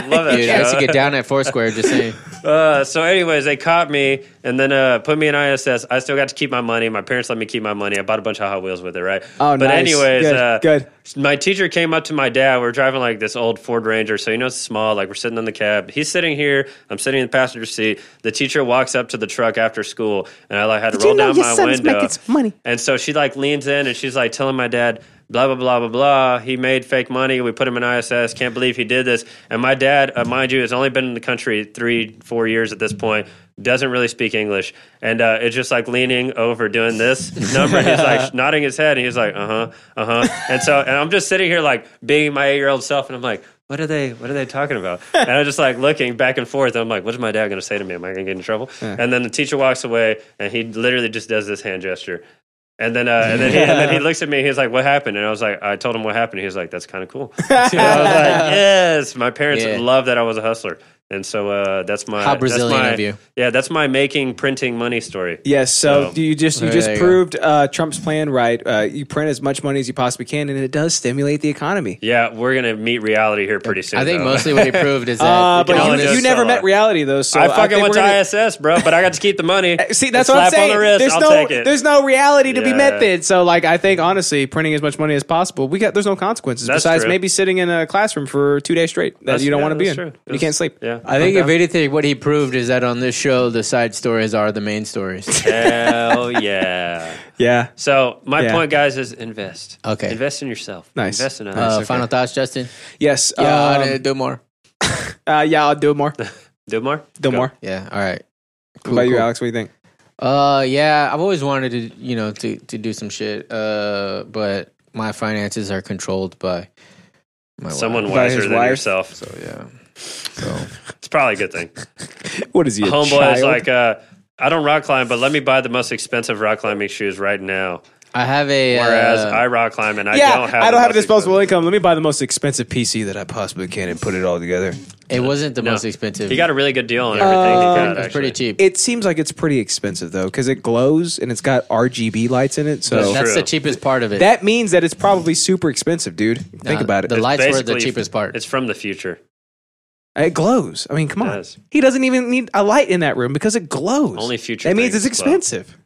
[SPEAKER 3] love that.
[SPEAKER 2] Dude, I used to
[SPEAKER 3] show.
[SPEAKER 2] get down at Foursquare. Just saying.
[SPEAKER 3] Uh, so, anyways, they caught me and then uh, put me in ISS. I still got to keep my money. My parents let me keep my money. I bought a bunch of Hot Wheels with it, right?
[SPEAKER 1] Oh,
[SPEAKER 3] but
[SPEAKER 1] nice.
[SPEAKER 3] anyways,
[SPEAKER 1] Good,
[SPEAKER 3] uh,
[SPEAKER 1] good.
[SPEAKER 3] My teacher came up to my dad. We're driving like this old Ford Ranger, so you know it's small. Like we're sitting in the cab. He's sitting here. I'm sitting in the passenger seat. The teacher walks up to the truck after school, and I like had to roll
[SPEAKER 6] you know
[SPEAKER 3] down
[SPEAKER 6] your
[SPEAKER 3] my
[SPEAKER 6] son's
[SPEAKER 3] window.
[SPEAKER 6] making some money?
[SPEAKER 3] And so she like leans in and she's like telling my dad, blah blah blah blah blah. He made fake money. We put him in ISS. Can't believe he did this. And my dad, uh, mind you, has only been in the country three four years at this point. Doesn't really speak English, and uh, it's just like leaning over doing this number. He's like nodding his head, and he's like, uh huh, uh huh. And so, and I'm just sitting here like being my eight year old self, and I'm like. What are they? What are they talking about? And I'm just like looking back and forth. And I'm like, what is my dad going to say to me? Am I going to get in trouble? And then the teacher walks away, and he literally just does this hand gesture, and then, uh, and, then he, and then he looks at me. He's like, "What happened?" And I was like, "I told him what happened." He was like, "That's kind of cool." So I was like, "Yes, my parents
[SPEAKER 2] Yeah.
[SPEAKER 3] love that I was a hustler." And so uh, that's my
[SPEAKER 2] How
[SPEAKER 3] that's
[SPEAKER 2] Brazilian
[SPEAKER 3] my-
[SPEAKER 2] of you.
[SPEAKER 3] Yeah, that's my making printing money story.
[SPEAKER 1] Yes, so,
[SPEAKER 3] So-
[SPEAKER 1] you just you
[SPEAKER 2] There
[SPEAKER 1] just
[SPEAKER 2] you go.
[SPEAKER 1] proved uh, Trump's plan right. Uh, you print as much money as you possibly can, and it does stimulate the economy.
[SPEAKER 3] Yeah, we're gonna meet reality here pretty soon.
[SPEAKER 2] I think
[SPEAKER 3] though.
[SPEAKER 2] mostly what he proved is that.
[SPEAKER 1] Uh,
[SPEAKER 2] we can all
[SPEAKER 1] but you,
[SPEAKER 3] just
[SPEAKER 2] just-
[SPEAKER 1] you never
[SPEAKER 3] sell
[SPEAKER 1] met
[SPEAKER 3] it.
[SPEAKER 1] reality though, so
[SPEAKER 3] I fucking
[SPEAKER 1] think
[SPEAKER 3] went
[SPEAKER 1] we're gonna-
[SPEAKER 3] to ISS, bro, but I got to keep the money.
[SPEAKER 1] See, that's
[SPEAKER 3] A
[SPEAKER 1] what I'm
[SPEAKER 3] slap
[SPEAKER 1] saying.
[SPEAKER 3] On the wrist,
[SPEAKER 1] there's
[SPEAKER 3] I'll
[SPEAKER 1] no
[SPEAKER 3] take it.
[SPEAKER 1] there's no reality to be
[SPEAKER 3] Yeah.
[SPEAKER 1] met then. So like I think honestly, printing as much money as possible, we got there's no consequences
[SPEAKER 3] That's
[SPEAKER 1] besides
[SPEAKER 3] true.
[SPEAKER 1] maybe sitting in a classroom for two days straight that
[SPEAKER 3] That's-
[SPEAKER 1] you don't
[SPEAKER 3] yeah,
[SPEAKER 1] want to be in.
[SPEAKER 3] that's true.
[SPEAKER 1] You can't
[SPEAKER 3] That's-
[SPEAKER 1] sleep.
[SPEAKER 3] Yeah.
[SPEAKER 2] I think if anything, what he proved is that on this show, the side stories are the main stories. Uh,
[SPEAKER 3] Hell yeah.
[SPEAKER 1] Yeah.
[SPEAKER 3] So my
[SPEAKER 1] Yeah.
[SPEAKER 3] point, guys, is invest.
[SPEAKER 2] Okay.
[SPEAKER 3] Invest in yourself.
[SPEAKER 1] Nice.
[SPEAKER 3] Invest in
[SPEAKER 2] Uh,
[SPEAKER 3] us.
[SPEAKER 2] Final thoughts, Justin.
[SPEAKER 1] Yes.
[SPEAKER 2] Yeah,
[SPEAKER 1] um,
[SPEAKER 2] I'll do more.
[SPEAKER 1] uh, yeah. I'll do more.
[SPEAKER 3] Do more.
[SPEAKER 1] Do more.
[SPEAKER 2] Yeah. All right.
[SPEAKER 1] What about you, Alex? What do you think?
[SPEAKER 2] Uh, yeah, I've always wanted to, you know, to to do some shit. Uh, but my finances are controlled by my wife.
[SPEAKER 1] By
[SPEAKER 3] Someone
[SPEAKER 1] Oh, his
[SPEAKER 3] wiser than
[SPEAKER 1] wife.
[SPEAKER 3] yourself.
[SPEAKER 2] So yeah. So
[SPEAKER 3] It's probably a good thing.
[SPEAKER 1] What is he? a
[SPEAKER 3] Homeboy is
[SPEAKER 1] child?
[SPEAKER 3] like, uh, I don't rock climb, but let me buy the most expensive rock climbing shoes right now.
[SPEAKER 2] I have a.
[SPEAKER 3] Whereas
[SPEAKER 2] uh,
[SPEAKER 3] I rock climb and I
[SPEAKER 1] yeah,
[SPEAKER 3] don't have.
[SPEAKER 1] I
[SPEAKER 3] the
[SPEAKER 1] don't have a
[SPEAKER 3] most
[SPEAKER 1] disposable
[SPEAKER 3] expensive-
[SPEAKER 1] income. Let me buy the most expensive PC that I possibly can and put it all together.
[SPEAKER 2] it wasn't the
[SPEAKER 3] No.
[SPEAKER 2] most expensive.
[SPEAKER 3] He got a really good deal on everything. he got,
[SPEAKER 2] It's
[SPEAKER 3] actually.
[SPEAKER 2] Um, pretty cheap.
[SPEAKER 1] It seems like it's pretty expensive though, because it glows and it's got RGB lights in it. So
[SPEAKER 2] That's
[SPEAKER 3] True.
[SPEAKER 2] the cheapest part of it.
[SPEAKER 1] that means that it's probably super expensive, dude. Think
[SPEAKER 2] Uh,
[SPEAKER 1] about it.
[SPEAKER 2] The lights were the
[SPEAKER 3] Basically,
[SPEAKER 2] cheapest part.
[SPEAKER 3] It's from the future.
[SPEAKER 1] It glows. I mean, come on.
[SPEAKER 3] does.
[SPEAKER 1] He doesn't even need a light in that room because it glows.
[SPEAKER 3] Only future
[SPEAKER 1] That means
[SPEAKER 3] things
[SPEAKER 1] it's
[SPEAKER 3] glow.
[SPEAKER 1] expensive.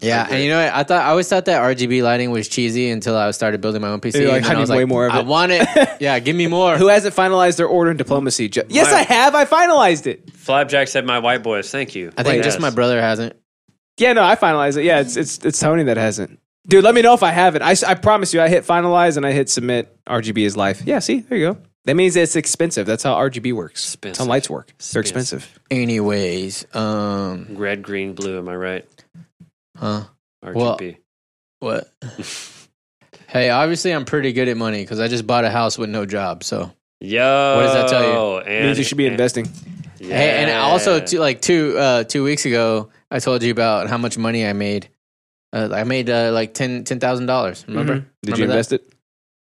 [SPEAKER 2] Yeah, and you know what? I thought I always thought that RGB lighting was cheesy until I started building my own PC.
[SPEAKER 1] You're like,
[SPEAKER 2] and
[SPEAKER 1] I
[SPEAKER 2] then I
[SPEAKER 1] need
[SPEAKER 2] was
[SPEAKER 1] way
[SPEAKER 2] like,
[SPEAKER 1] more of
[SPEAKER 2] I
[SPEAKER 1] it."
[SPEAKER 2] want it. Yeah, give me more.
[SPEAKER 1] Who hasn't finalized their order in diplomacy? Ju- yes,
[SPEAKER 3] My-
[SPEAKER 1] I have. I finalized it.
[SPEAKER 3] Flapjack said, "My white boys, thank you."
[SPEAKER 2] I think just
[SPEAKER 3] Yes.
[SPEAKER 2] my brother hasn't.
[SPEAKER 1] Yeah, no, I finalized it. Yeah, it's it's it's Tony that hasn't. Dude, let me know if I have it. I, s- I promise you, I hit finalize and I hit submit. RGB is life. Yeah, see, there you go. That means it's expensive. That's how RGB works. That's how
[SPEAKER 3] Expensive.
[SPEAKER 1] lights work. They're
[SPEAKER 3] Expensive.
[SPEAKER 1] expensive.
[SPEAKER 2] Anyways, um,
[SPEAKER 3] Red, green, blue. Am I right?
[SPEAKER 2] huh?
[SPEAKER 3] RGB.
[SPEAKER 2] Well- What? hey, obviously I'm pretty good at money because I just bought a house with no job. So
[SPEAKER 3] Yo,
[SPEAKER 2] What does that tell you?
[SPEAKER 3] And,
[SPEAKER 1] It means you should be
[SPEAKER 3] and-
[SPEAKER 1] investing.
[SPEAKER 3] Yeah.
[SPEAKER 2] hey, and also too, like two uh, two weeks ago, I told you about how much money I made. Uh, I made uh, like ten ten thousand dollars. Remember?
[SPEAKER 3] Mm-hmm.
[SPEAKER 1] Did
[SPEAKER 2] Remember
[SPEAKER 1] you
[SPEAKER 2] that?
[SPEAKER 1] invest it?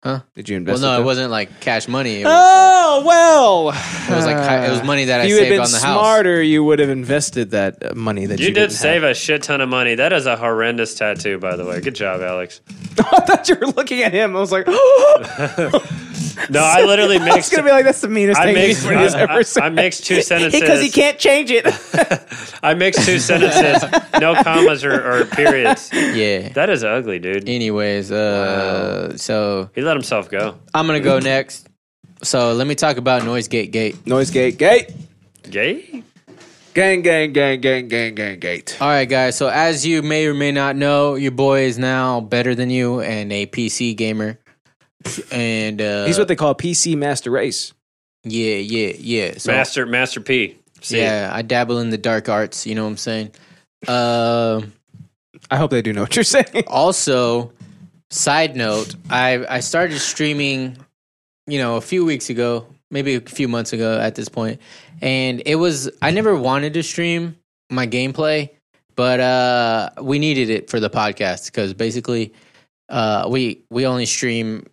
[SPEAKER 2] Huh?
[SPEAKER 1] Did you
[SPEAKER 2] Well,
[SPEAKER 1] invest it?
[SPEAKER 2] no, it
[SPEAKER 1] though?
[SPEAKER 2] wasn't like cash money. It was,
[SPEAKER 1] Oh well.
[SPEAKER 2] like, it was like hi- it was money that I
[SPEAKER 1] Uh, If you had
[SPEAKER 2] saved
[SPEAKER 1] been
[SPEAKER 2] on the house.
[SPEAKER 1] smarter, you would have invested that uh, money that you,
[SPEAKER 3] You did
[SPEAKER 1] didn't
[SPEAKER 3] save
[SPEAKER 1] Have.
[SPEAKER 3] a shit ton of money. That is a horrendous tattoo, by the way. Good job, Alex.
[SPEAKER 1] I thought you were looking at him. I was like, I
[SPEAKER 3] No, I literally mixed.
[SPEAKER 1] was gonna be like, that's the meanest
[SPEAKER 3] I
[SPEAKER 1] thing
[SPEAKER 3] mixed,
[SPEAKER 1] he's he's
[SPEAKER 3] I,
[SPEAKER 1] ever
[SPEAKER 3] I, I
[SPEAKER 1] said.
[SPEAKER 3] mixed two sentences
[SPEAKER 1] Because he can't change it.
[SPEAKER 3] I mixed two sentences, no commas or, or periods.
[SPEAKER 2] Yeah.
[SPEAKER 3] That is ugly, dude.
[SPEAKER 2] Anyways, uh, so
[SPEAKER 3] He let himself go.
[SPEAKER 2] I'm gonna go next. So let me talk about noise gate gate.
[SPEAKER 1] Noise gate, gate,
[SPEAKER 3] Gay?
[SPEAKER 1] gang, gang, gang, gang, gang, gang, gate.
[SPEAKER 2] All right, guys. So as you may or may not know, your boy is now better than you and a PC gamer. And uh,
[SPEAKER 1] He's what they call a PC master race.
[SPEAKER 2] Yeah, yeah, yeah. So
[SPEAKER 3] Master Master P. See,
[SPEAKER 2] yeah, I dabble in the dark arts. You know what I'm saying? Um.
[SPEAKER 1] I hope they do know what you're saying.
[SPEAKER 2] also, side note, I I started streaming, you know, a few weeks ago, maybe a few months ago at this point, and it was I never wanted to stream my gameplay, but uh, we needed it for the podcast because basically, uh, we we only stream,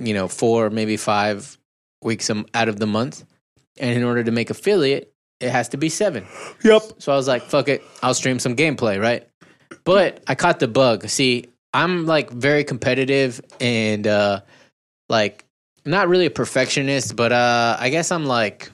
[SPEAKER 2] you know, four maybe five weeks um, out of the month, and in order to make affiliate, it has to be seven.
[SPEAKER 1] Yep.
[SPEAKER 2] So I was like, fuck it, I'll stream some gameplay, right? But I caught the bug. See, I'm like very competitive and uh like not really a perfectionist, but uh I guess I'm like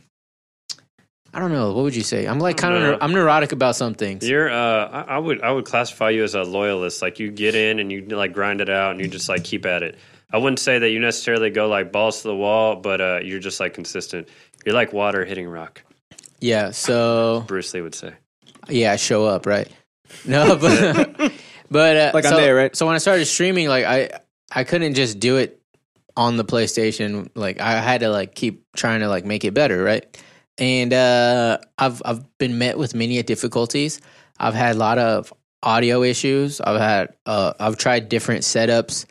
[SPEAKER 2] I don't know, what would you say? I'm like kind of
[SPEAKER 3] No.
[SPEAKER 2] I'm neurotic about some things.
[SPEAKER 3] you're. Uh, I, I would I would classify you as a loyalist. Like you get in and you like grind it out and you just like keep at it. I wouldn't say that you necessarily go like balls to the wall, but uh, you're just like consistent. You're like water hitting rock.
[SPEAKER 2] Yeah, so
[SPEAKER 3] Bruce Lee would say.
[SPEAKER 2] yeah, I show up, right? No, but but uh,
[SPEAKER 1] Like I'm
[SPEAKER 2] so-
[SPEAKER 1] there, right?
[SPEAKER 2] So when I started streaming, like I I couldn't just do it on the PlayStation. Like I had to like keep trying to like make it better, right? And uh, I've I've been met with many difficulties. I've had a lot of audio issues. I've had uh, I've tried different setups,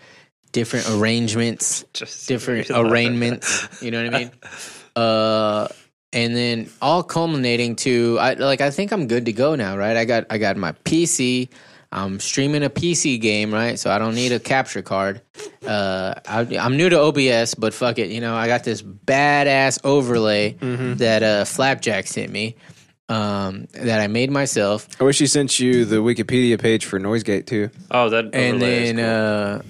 [SPEAKER 2] different arrangements
[SPEAKER 3] Just
[SPEAKER 2] different arraignments. You know what I mean? Uh, and then all culminating to I like I think I'm good to go now, right? I got I got my PC. I'm streaming a PC game, right? So I don't need a capture card. Uh, I, I'm new to OBS, but fuck it, you know I got this badass overlay
[SPEAKER 3] Mm-hmm.
[SPEAKER 2] that uh, Flapjack sent me um, that I made myself.
[SPEAKER 1] I wish he sent you the Wikipedia page for Noisegate too.
[SPEAKER 3] Oh, that
[SPEAKER 2] and
[SPEAKER 3] overlay is
[SPEAKER 2] then
[SPEAKER 3] cool.
[SPEAKER 2] uh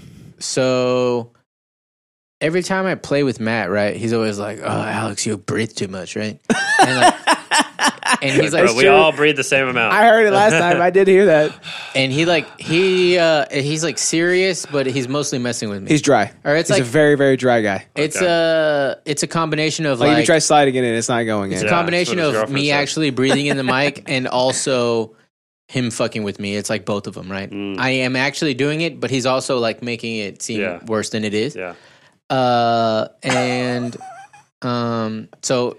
[SPEAKER 2] so every time I play with Matt, right, he's always like, "Oh, Alex, you breathe too much, right?" And, like, and he's like,
[SPEAKER 3] Bro, we all breathe the same amount.
[SPEAKER 1] I heard it last time. I did hear that.
[SPEAKER 2] and he like he uh he's like serious, but he's mostly messing with me.
[SPEAKER 1] He's dry.
[SPEAKER 2] Or it's
[SPEAKER 1] He's a
[SPEAKER 2] like-
[SPEAKER 1] very, very dry guy.
[SPEAKER 2] it's
[SPEAKER 3] Okay.
[SPEAKER 2] a it's a combination of
[SPEAKER 1] Like,
[SPEAKER 2] like,
[SPEAKER 1] if you try sliding it in, it's not going in.
[SPEAKER 2] it's a
[SPEAKER 3] Yeah,
[SPEAKER 2] combination
[SPEAKER 3] that's what his
[SPEAKER 2] of me
[SPEAKER 3] girlfriend said.
[SPEAKER 2] actually breathing in the mic and also him fucking with me. It's like both of them, right?
[SPEAKER 3] Mm.
[SPEAKER 2] I am actually doing it, but he's also like making it seem
[SPEAKER 3] Yeah.
[SPEAKER 2] worse than it is.
[SPEAKER 3] yeah.
[SPEAKER 2] Uh, and um, so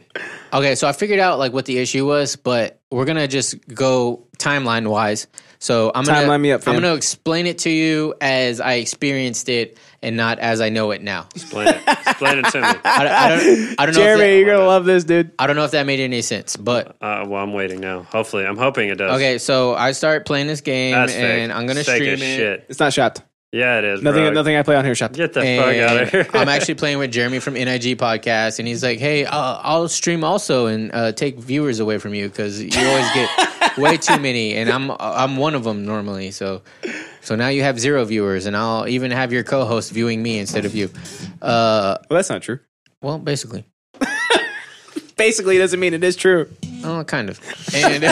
[SPEAKER 2] okay, so I figured out like what the issue was, but we're gonna just go timeline wise. So I'm gonna
[SPEAKER 1] Timeline me up,
[SPEAKER 2] I'm
[SPEAKER 1] fam.
[SPEAKER 2] gonna explain it to you as I experienced it and not as I know it now.
[SPEAKER 3] Explain it. Explain it to me.
[SPEAKER 2] I, don't- I don't I don't know.
[SPEAKER 1] Jeremy,
[SPEAKER 2] if
[SPEAKER 1] you're
[SPEAKER 2] that,
[SPEAKER 1] gonna love this, dude.
[SPEAKER 2] I don't know if that made any sense, but
[SPEAKER 3] Uh, well, I'm waiting now. Hopefully, I'm hoping it does.
[SPEAKER 2] okay. So I start playing this game
[SPEAKER 3] That's fake.
[SPEAKER 2] and I'm gonna
[SPEAKER 3] It's fake
[SPEAKER 2] stream
[SPEAKER 3] as
[SPEAKER 2] it.
[SPEAKER 3] shit.
[SPEAKER 1] It's not shopped.
[SPEAKER 3] Yeah, it is.
[SPEAKER 1] Nothing.
[SPEAKER 3] bro.
[SPEAKER 1] Nothing I play on here is shopped.
[SPEAKER 3] Get the fuck out of
[SPEAKER 2] And
[SPEAKER 3] here.
[SPEAKER 2] I'm actually playing with Jeremy from NIG podcast, and he's like, "Hey, uh, I'll stream also and uh, take viewers away from you because you always get way too many, and I'm I'm one of them normally. So, so now you have zero viewers, and I'll even have your co-host viewing me instead of you. Uh,
[SPEAKER 1] Well, that's not true.
[SPEAKER 2] well, basically,
[SPEAKER 1] Basically, it doesn't mean it is true.
[SPEAKER 2] Oh, kind of. And,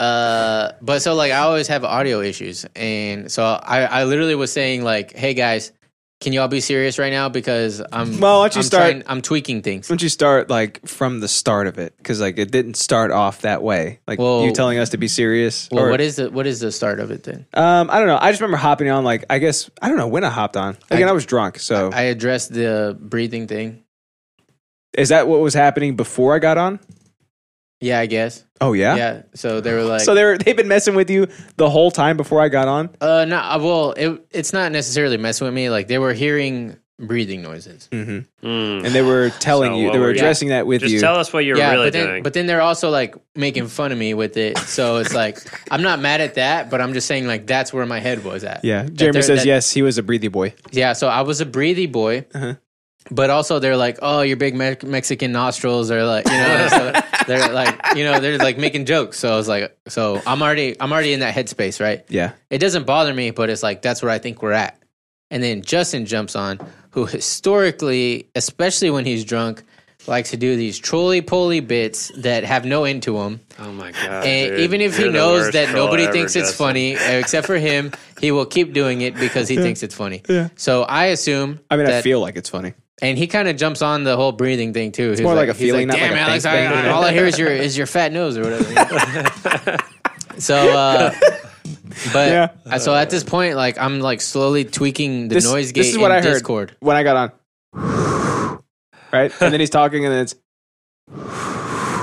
[SPEAKER 2] uh, but so like I always have audio issues, and so I, I literally was saying like, "Hey guys, can y'all be serious right now? Because I'm
[SPEAKER 1] Well, why don't you
[SPEAKER 2] I'm
[SPEAKER 1] start-
[SPEAKER 2] trying- I'm tweaking things.
[SPEAKER 1] Why don't you start like from the start of it? Because like it didn't start off that way. Like
[SPEAKER 2] Well-
[SPEAKER 1] you telling us to be serious.
[SPEAKER 2] Well,
[SPEAKER 1] or-
[SPEAKER 2] what is the what is the start of it then?
[SPEAKER 1] Um, I don't know. I just remember hopping on. Like I guess I don't know when I hopped on. Again, I, was drunk. So
[SPEAKER 2] I addressed the breathing thing.
[SPEAKER 1] is that what was happening before I got on?
[SPEAKER 2] Yeah, I guess.
[SPEAKER 1] Oh yeah.
[SPEAKER 2] Yeah. So they were like,
[SPEAKER 1] So they were, they've been messing with you the whole time before I got on.
[SPEAKER 2] uh, no, uh, well, it, it's not necessarily messing with me. Like they were hearing breathing noises.
[SPEAKER 3] Mm.
[SPEAKER 1] and they were telling
[SPEAKER 3] So
[SPEAKER 1] you
[SPEAKER 3] what
[SPEAKER 1] they were
[SPEAKER 3] were you-
[SPEAKER 1] addressing that with
[SPEAKER 3] Just
[SPEAKER 1] you.
[SPEAKER 3] tell us what you're really
[SPEAKER 2] but then,
[SPEAKER 3] doing.
[SPEAKER 2] But then they're also like making fun of me with it. So it's like I'm not mad at that, but I'm just saying like that's where my head was at.
[SPEAKER 1] yeah,
[SPEAKER 2] That
[SPEAKER 1] Jeremy
[SPEAKER 2] they're-
[SPEAKER 1] says
[SPEAKER 2] that-
[SPEAKER 1] yes. Uh-huh. He was a breathy boy.
[SPEAKER 2] Yeah, so I was a breathy boy. But also, they're like, "Oh, your big Me- Mexican nostrils are like, you know." so they're like, you know, they're like making jokes. So I was like, so I'm already, I'm already in that headspace, right?
[SPEAKER 1] Yeah,
[SPEAKER 2] It doesn't bother me, but it's like that's where I think we're at. And then Justin jumps on, who historically, especially when he's drunk, likes to do these trolley poly bits that have no end to them.
[SPEAKER 3] oh my god!
[SPEAKER 2] And
[SPEAKER 3] dude.
[SPEAKER 2] even if
[SPEAKER 3] You're
[SPEAKER 2] he
[SPEAKER 3] the
[SPEAKER 2] knows
[SPEAKER 3] worst
[SPEAKER 2] that
[SPEAKER 3] troll
[SPEAKER 2] nobody
[SPEAKER 3] ever,
[SPEAKER 2] thinks it's
[SPEAKER 3] Justin.
[SPEAKER 2] funny except for him, he will keep doing it because he thinks it's funny. So I assume.
[SPEAKER 1] I mean, I
[SPEAKER 2] that-
[SPEAKER 1] feel like it's funny.
[SPEAKER 2] and he kind of jumps on the whole breathing thing too. It's
[SPEAKER 1] more like a feeling, not
[SPEAKER 2] Damn,
[SPEAKER 1] like a
[SPEAKER 2] Alex,
[SPEAKER 1] thing,
[SPEAKER 2] I-
[SPEAKER 1] thing, you know?"
[SPEAKER 2] all I hear is your is your fat nose or whatever. so, uh, but
[SPEAKER 1] Yeah.
[SPEAKER 2] uh, so at this point, like I'm like slowly tweaking the
[SPEAKER 1] This,
[SPEAKER 2] noise gate
[SPEAKER 1] this is what
[SPEAKER 2] in
[SPEAKER 1] I heard
[SPEAKER 2] Discord.
[SPEAKER 1] when I got on. right? And then he's talking, and then it's.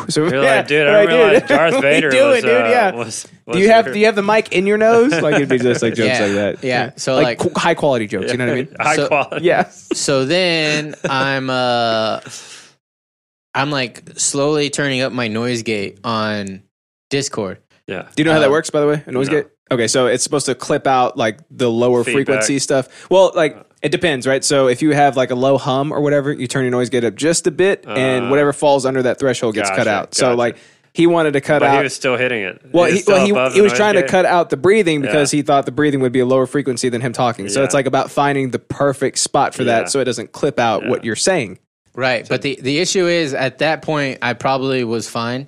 [SPEAKER 1] So,
[SPEAKER 3] You're
[SPEAKER 1] yeah,
[SPEAKER 3] like, dude,
[SPEAKER 1] what
[SPEAKER 3] I didn't
[SPEAKER 1] did.
[SPEAKER 3] realize Darth
[SPEAKER 1] What are you
[SPEAKER 3] Vader
[SPEAKER 1] doing,
[SPEAKER 3] was,
[SPEAKER 1] dude?
[SPEAKER 3] uh,
[SPEAKER 1] Yeah.
[SPEAKER 3] was, was
[SPEAKER 1] do you have
[SPEAKER 3] here.
[SPEAKER 1] do you have the mic in your nose? Like it'd be just like jokes
[SPEAKER 2] Yeah,
[SPEAKER 1] like that.
[SPEAKER 2] yeah. So, like-
[SPEAKER 1] qu- high quality jokes. You know what I mean?
[SPEAKER 3] High
[SPEAKER 2] So-
[SPEAKER 3] quality.
[SPEAKER 1] Yeah.
[SPEAKER 2] So then I'm uh I'm like slowly turning up my noise gate on Discord.
[SPEAKER 3] Yeah.
[SPEAKER 1] Do you know how that
[SPEAKER 2] Um,
[SPEAKER 1] works, by the way? A noise
[SPEAKER 3] no.
[SPEAKER 1] gate? Okay, so it's supposed to clip out like the lower
[SPEAKER 3] Feedback.
[SPEAKER 1] frequency stuff. Well, like it depends, right? So if you have like a low hum or whatever, you turn your noise gate up just a bit, and
[SPEAKER 3] Uh,
[SPEAKER 1] whatever falls under that threshold gets cut
[SPEAKER 3] gotcha,
[SPEAKER 1] out. So
[SPEAKER 3] gotcha.
[SPEAKER 1] like he wanted to cut
[SPEAKER 3] But
[SPEAKER 1] out.
[SPEAKER 3] he was still hitting it.
[SPEAKER 1] well, he,
[SPEAKER 3] was
[SPEAKER 1] well,
[SPEAKER 3] still
[SPEAKER 1] he,
[SPEAKER 3] above the
[SPEAKER 1] he was
[SPEAKER 3] noise
[SPEAKER 1] trying to
[SPEAKER 3] gate.
[SPEAKER 1] cut out the breathing because
[SPEAKER 3] Yeah.
[SPEAKER 1] he thought the breathing would be a lower frequency than him talking. So
[SPEAKER 3] Yeah.
[SPEAKER 1] it's like about finding the perfect spot for
[SPEAKER 3] Yeah.
[SPEAKER 1] that, so it doesn't clip out what you're saying.
[SPEAKER 2] Right. But the, the issue is at that point I probably was fine.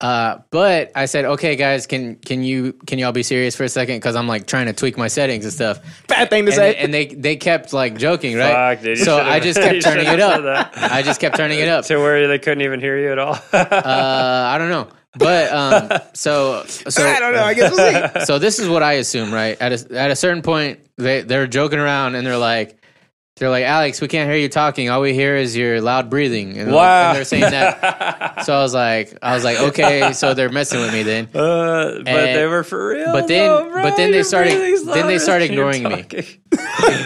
[SPEAKER 2] Uh, but I said, okay, guys, can can you can y'all be serious for a second? Because I'm like trying to tweak my settings and stuff.
[SPEAKER 1] Bad thing to
[SPEAKER 2] And,
[SPEAKER 1] say.
[SPEAKER 2] they- and they they kept like joking, right?
[SPEAKER 3] Fuck, dude, you
[SPEAKER 2] so
[SPEAKER 3] should've-
[SPEAKER 2] I just
[SPEAKER 3] you
[SPEAKER 2] kept turning
[SPEAKER 3] should've
[SPEAKER 2] it
[SPEAKER 3] said
[SPEAKER 2] up.
[SPEAKER 3] that.
[SPEAKER 2] I just kept turning it up.
[SPEAKER 3] to where they couldn't even hear you at all.
[SPEAKER 2] Uh, I don't know, but um, so so
[SPEAKER 1] I don't know. I guess we'll see.
[SPEAKER 2] so this is what I assume, right? At a, at a certain point, they they're joking around and they're like, they're like, Alex, we can't hear you talking. All we hear is your loud breathing. And,
[SPEAKER 3] Wow.
[SPEAKER 2] and they're saying that. so I was like, I was like, okay, so they're messing with me then.
[SPEAKER 3] Uh, but
[SPEAKER 2] And-
[SPEAKER 3] they were for real.
[SPEAKER 2] but then-
[SPEAKER 3] though, bro.
[SPEAKER 2] but then they
[SPEAKER 3] Your
[SPEAKER 2] started-
[SPEAKER 3] breathing's
[SPEAKER 2] then they
[SPEAKER 3] louder
[SPEAKER 2] started
[SPEAKER 3] than you're
[SPEAKER 2] ignoring me.
[SPEAKER 3] talking.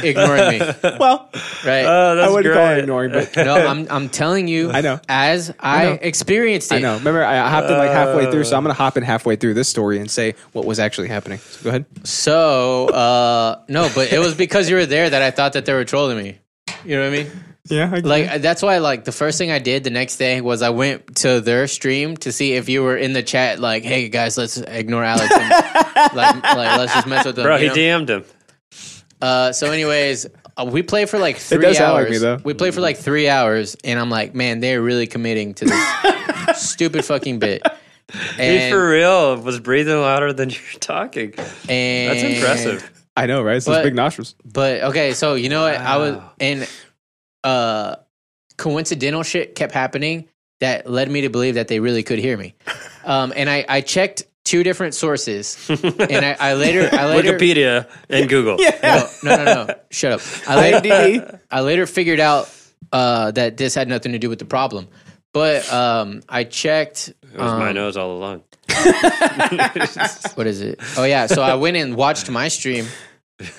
[SPEAKER 2] ignoring me,
[SPEAKER 1] Well,
[SPEAKER 2] right?
[SPEAKER 3] Oh,
[SPEAKER 1] I
[SPEAKER 3] that's
[SPEAKER 1] wouldn't call it
[SPEAKER 3] great.
[SPEAKER 1] ignoring, but
[SPEAKER 2] no, I'm I'm telling you, I
[SPEAKER 1] Uh. know.
[SPEAKER 2] as I,
[SPEAKER 1] know.
[SPEAKER 2] experienced it.
[SPEAKER 1] I know. Remember, I I hopped in like halfway through, so I'm gonna hop in halfway through this story and say what was actually happening. So go ahead.
[SPEAKER 2] So uh, no, but it was because you were there that I thought that they were trolling me. You know what I mean?
[SPEAKER 1] Yeah, I,
[SPEAKER 2] Like that's why like the first thing I did the next day was I went to their stream to see if you were in the chat like, hey guys, let's ignore Alex and like, like let's just mess with them.
[SPEAKER 3] Bro,
[SPEAKER 2] you
[SPEAKER 3] he
[SPEAKER 2] know?
[SPEAKER 3] DM'd him.
[SPEAKER 2] Uh, so anyways, uh, we play for like three
[SPEAKER 1] does
[SPEAKER 2] hours.
[SPEAKER 1] sound like me, though.
[SPEAKER 2] We play for like three hours, and I'm like, man, they're really committing to this stupid fucking bit.
[SPEAKER 3] He
[SPEAKER 2] And,
[SPEAKER 3] for real was breathing louder than you're talking. That's
[SPEAKER 2] and
[SPEAKER 3] impressive.
[SPEAKER 1] I know, right? It's
[SPEAKER 2] But-
[SPEAKER 1] those big nostrils.
[SPEAKER 2] But okay, so you know what? I was and uh coincidental shit kept happening that led me to believe that they really could hear me. Um and I I checked two different sources and I, I later I later
[SPEAKER 3] Wikipedia and Google.
[SPEAKER 2] no, no, no, no. Shut up. I later, I later figured out uh, that this had nothing to do with the problem. But um, I checked.
[SPEAKER 3] It was uh.
[SPEAKER 2] um,
[SPEAKER 3] my nose all along.
[SPEAKER 2] what is it? Oh yeah. So I went and watched my stream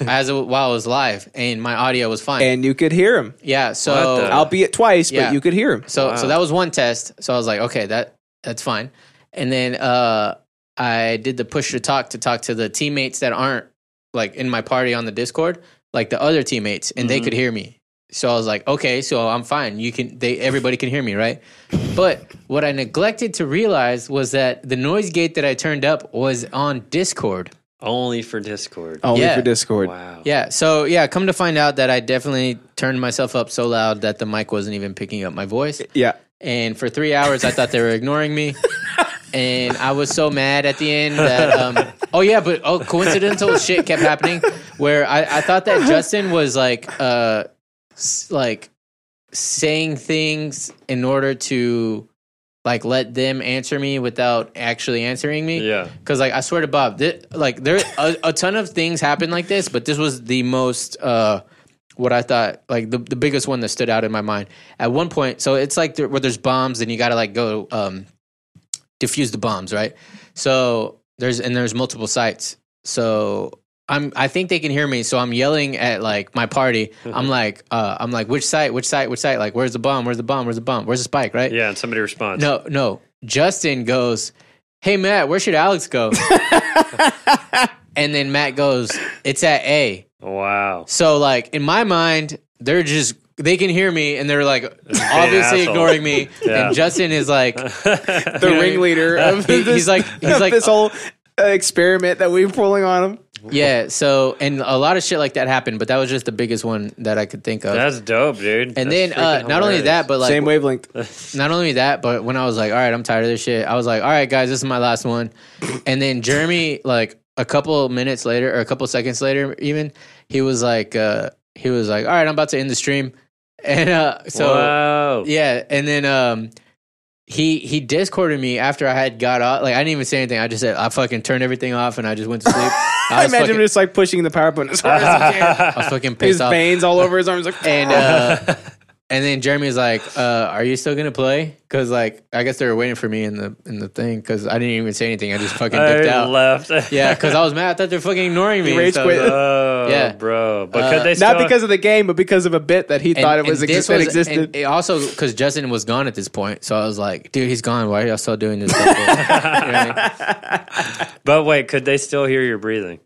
[SPEAKER 2] as a, while I was live, and my audio was fine.
[SPEAKER 1] And you could hear him,
[SPEAKER 2] yeah. So
[SPEAKER 3] What the-
[SPEAKER 1] albeit twice,
[SPEAKER 2] Yeah.
[SPEAKER 1] but you could hear him.
[SPEAKER 2] So so that was one test. So I was like, okay, that that's fine. And then uh, I did the push to talk to talk to the teammates that aren't like in my party on the Discord, like the other teammates, and they could hear me. So I was like, okay, so I'm fine. You can they everybody can hear me, right? But what I neglected to realize was that the noise gate that I turned up was on Discord.
[SPEAKER 3] Only for Discord.
[SPEAKER 1] Only
[SPEAKER 2] Yeah.
[SPEAKER 1] for Discord.
[SPEAKER 3] wow.
[SPEAKER 2] Yeah. So yeah, come to find out that I definitely turned myself up so loud that the mic wasn't even picking up my voice.
[SPEAKER 1] Yeah.
[SPEAKER 2] and for three hours I thought they were ignoring me. And I was so mad at the end that um, oh yeah, but oh coincidental shit kept happening where I, I thought that Justin was like uh s- like saying things in order to like let them answer me without actually answering me.
[SPEAKER 3] Yeah.
[SPEAKER 2] Cause like I swear to Bob, thi- like there a, a ton of things happened like this, but this was the most uh what I thought like the the biggest one that stood out in my mind. At one point, so it's like there, where there's bombs and you got to like go um diffuse the bombs, right? So there's and there's multiple sites. So I'm I think they can hear me, so I'm yelling at like my party. I'm like uh I'm like which site, which site, which site? Like where's the bomb? Where's the bomb? Where's the bomb? Where's the spike, right?
[SPEAKER 3] Yeah, and somebody responds.
[SPEAKER 2] No, no. Justin goes, Hey, Matt, where should Alex go? and then Matt goes, It's at A.
[SPEAKER 3] Wow.
[SPEAKER 2] So, like, in my mind, they're just, they can hear me and they're like obviously
[SPEAKER 3] assholes.
[SPEAKER 2] ignoring me.
[SPEAKER 3] Yeah.
[SPEAKER 2] And Justin is like,
[SPEAKER 1] The ringleader of
[SPEAKER 2] He- he's
[SPEAKER 1] this,
[SPEAKER 2] like- he's
[SPEAKER 1] of
[SPEAKER 2] like-
[SPEAKER 1] this whole uh, experiment that we're pulling on him.
[SPEAKER 2] Yeah. So, and a lot of shit like that happened, but that was just the biggest one that I could think of.
[SPEAKER 3] That's dope, dude.
[SPEAKER 2] and
[SPEAKER 3] That's
[SPEAKER 2] then, uh,
[SPEAKER 3] freaking
[SPEAKER 2] not only
[SPEAKER 3] hilarious.
[SPEAKER 2] that, but like,
[SPEAKER 1] Same wavelength.
[SPEAKER 2] not only that, but when I was like, all right, I'm tired of this shit, I was like, all right, guys, this is my last one. And then Jeremy, like a couple minutes later or a couple seconds later, even, he was like, uh, he was like, all right, I'm about to end the stream. And uh, so,
[SPEAKER 3] Whoa.
[SPEAKER 2] yeah. And then, um, he he discorded me after I had got off. Like I didn't even say anything. I just said I fucking turned everything off and I just went to sleep. I
[SPEAKER 1] I
[SPEAKER 2] was
[SPEAKER 1] imagine him
[SPEAKER 2] fucking,
[SPEAKER 1] just like pushing the power button as hard as he can.
[SPEAKER 2] I was fucking
[SPEAKER 1] His
[SPEAKER 2] pissed off.
[SPEAKER 1] veins all over his arms. Like,
[SPEAKER 2] And uh, And then Jeremy's like, uh, "Are you still gonna play?" Because like I guess they were waiting for me in the in the thing because I didn't even say anything. I just fucking dipped
[SPEAKER 3] I
[SPEAKER 2] out.
[SPEAKER 3] left.
[SPEAKER 2] Yeah, because I was mad. I thought they're fucking ignoring me.
[SPEAKER 1] rage
[SPEAKER 2] so-
[SPEAKER 1] quit.
[SPEAKER 3] oh,
[SPEAKER 2] Yeah.
[SPEAKER 3] bro. But
[SPEAKER 2] Uh,
[SPEAKER 3] could they still?
[SPEAKER 1] Not because of the game, but because of a bit that he
[SPEAKER 2] and-
[SPEAKER 1] thought it
[SPEAKER 2] and
[SPEAKER 1] was,
[SPEAKER 2] this
[SPEAKER 1] exist- that existed.
[SPEAKER 2] and it also because Justin was gone at this point, so I was like, "Dude, he's gone. Why are y'all still doing this?" You know what I
[SPEAKER 3] but wait, could they still hear your breathing?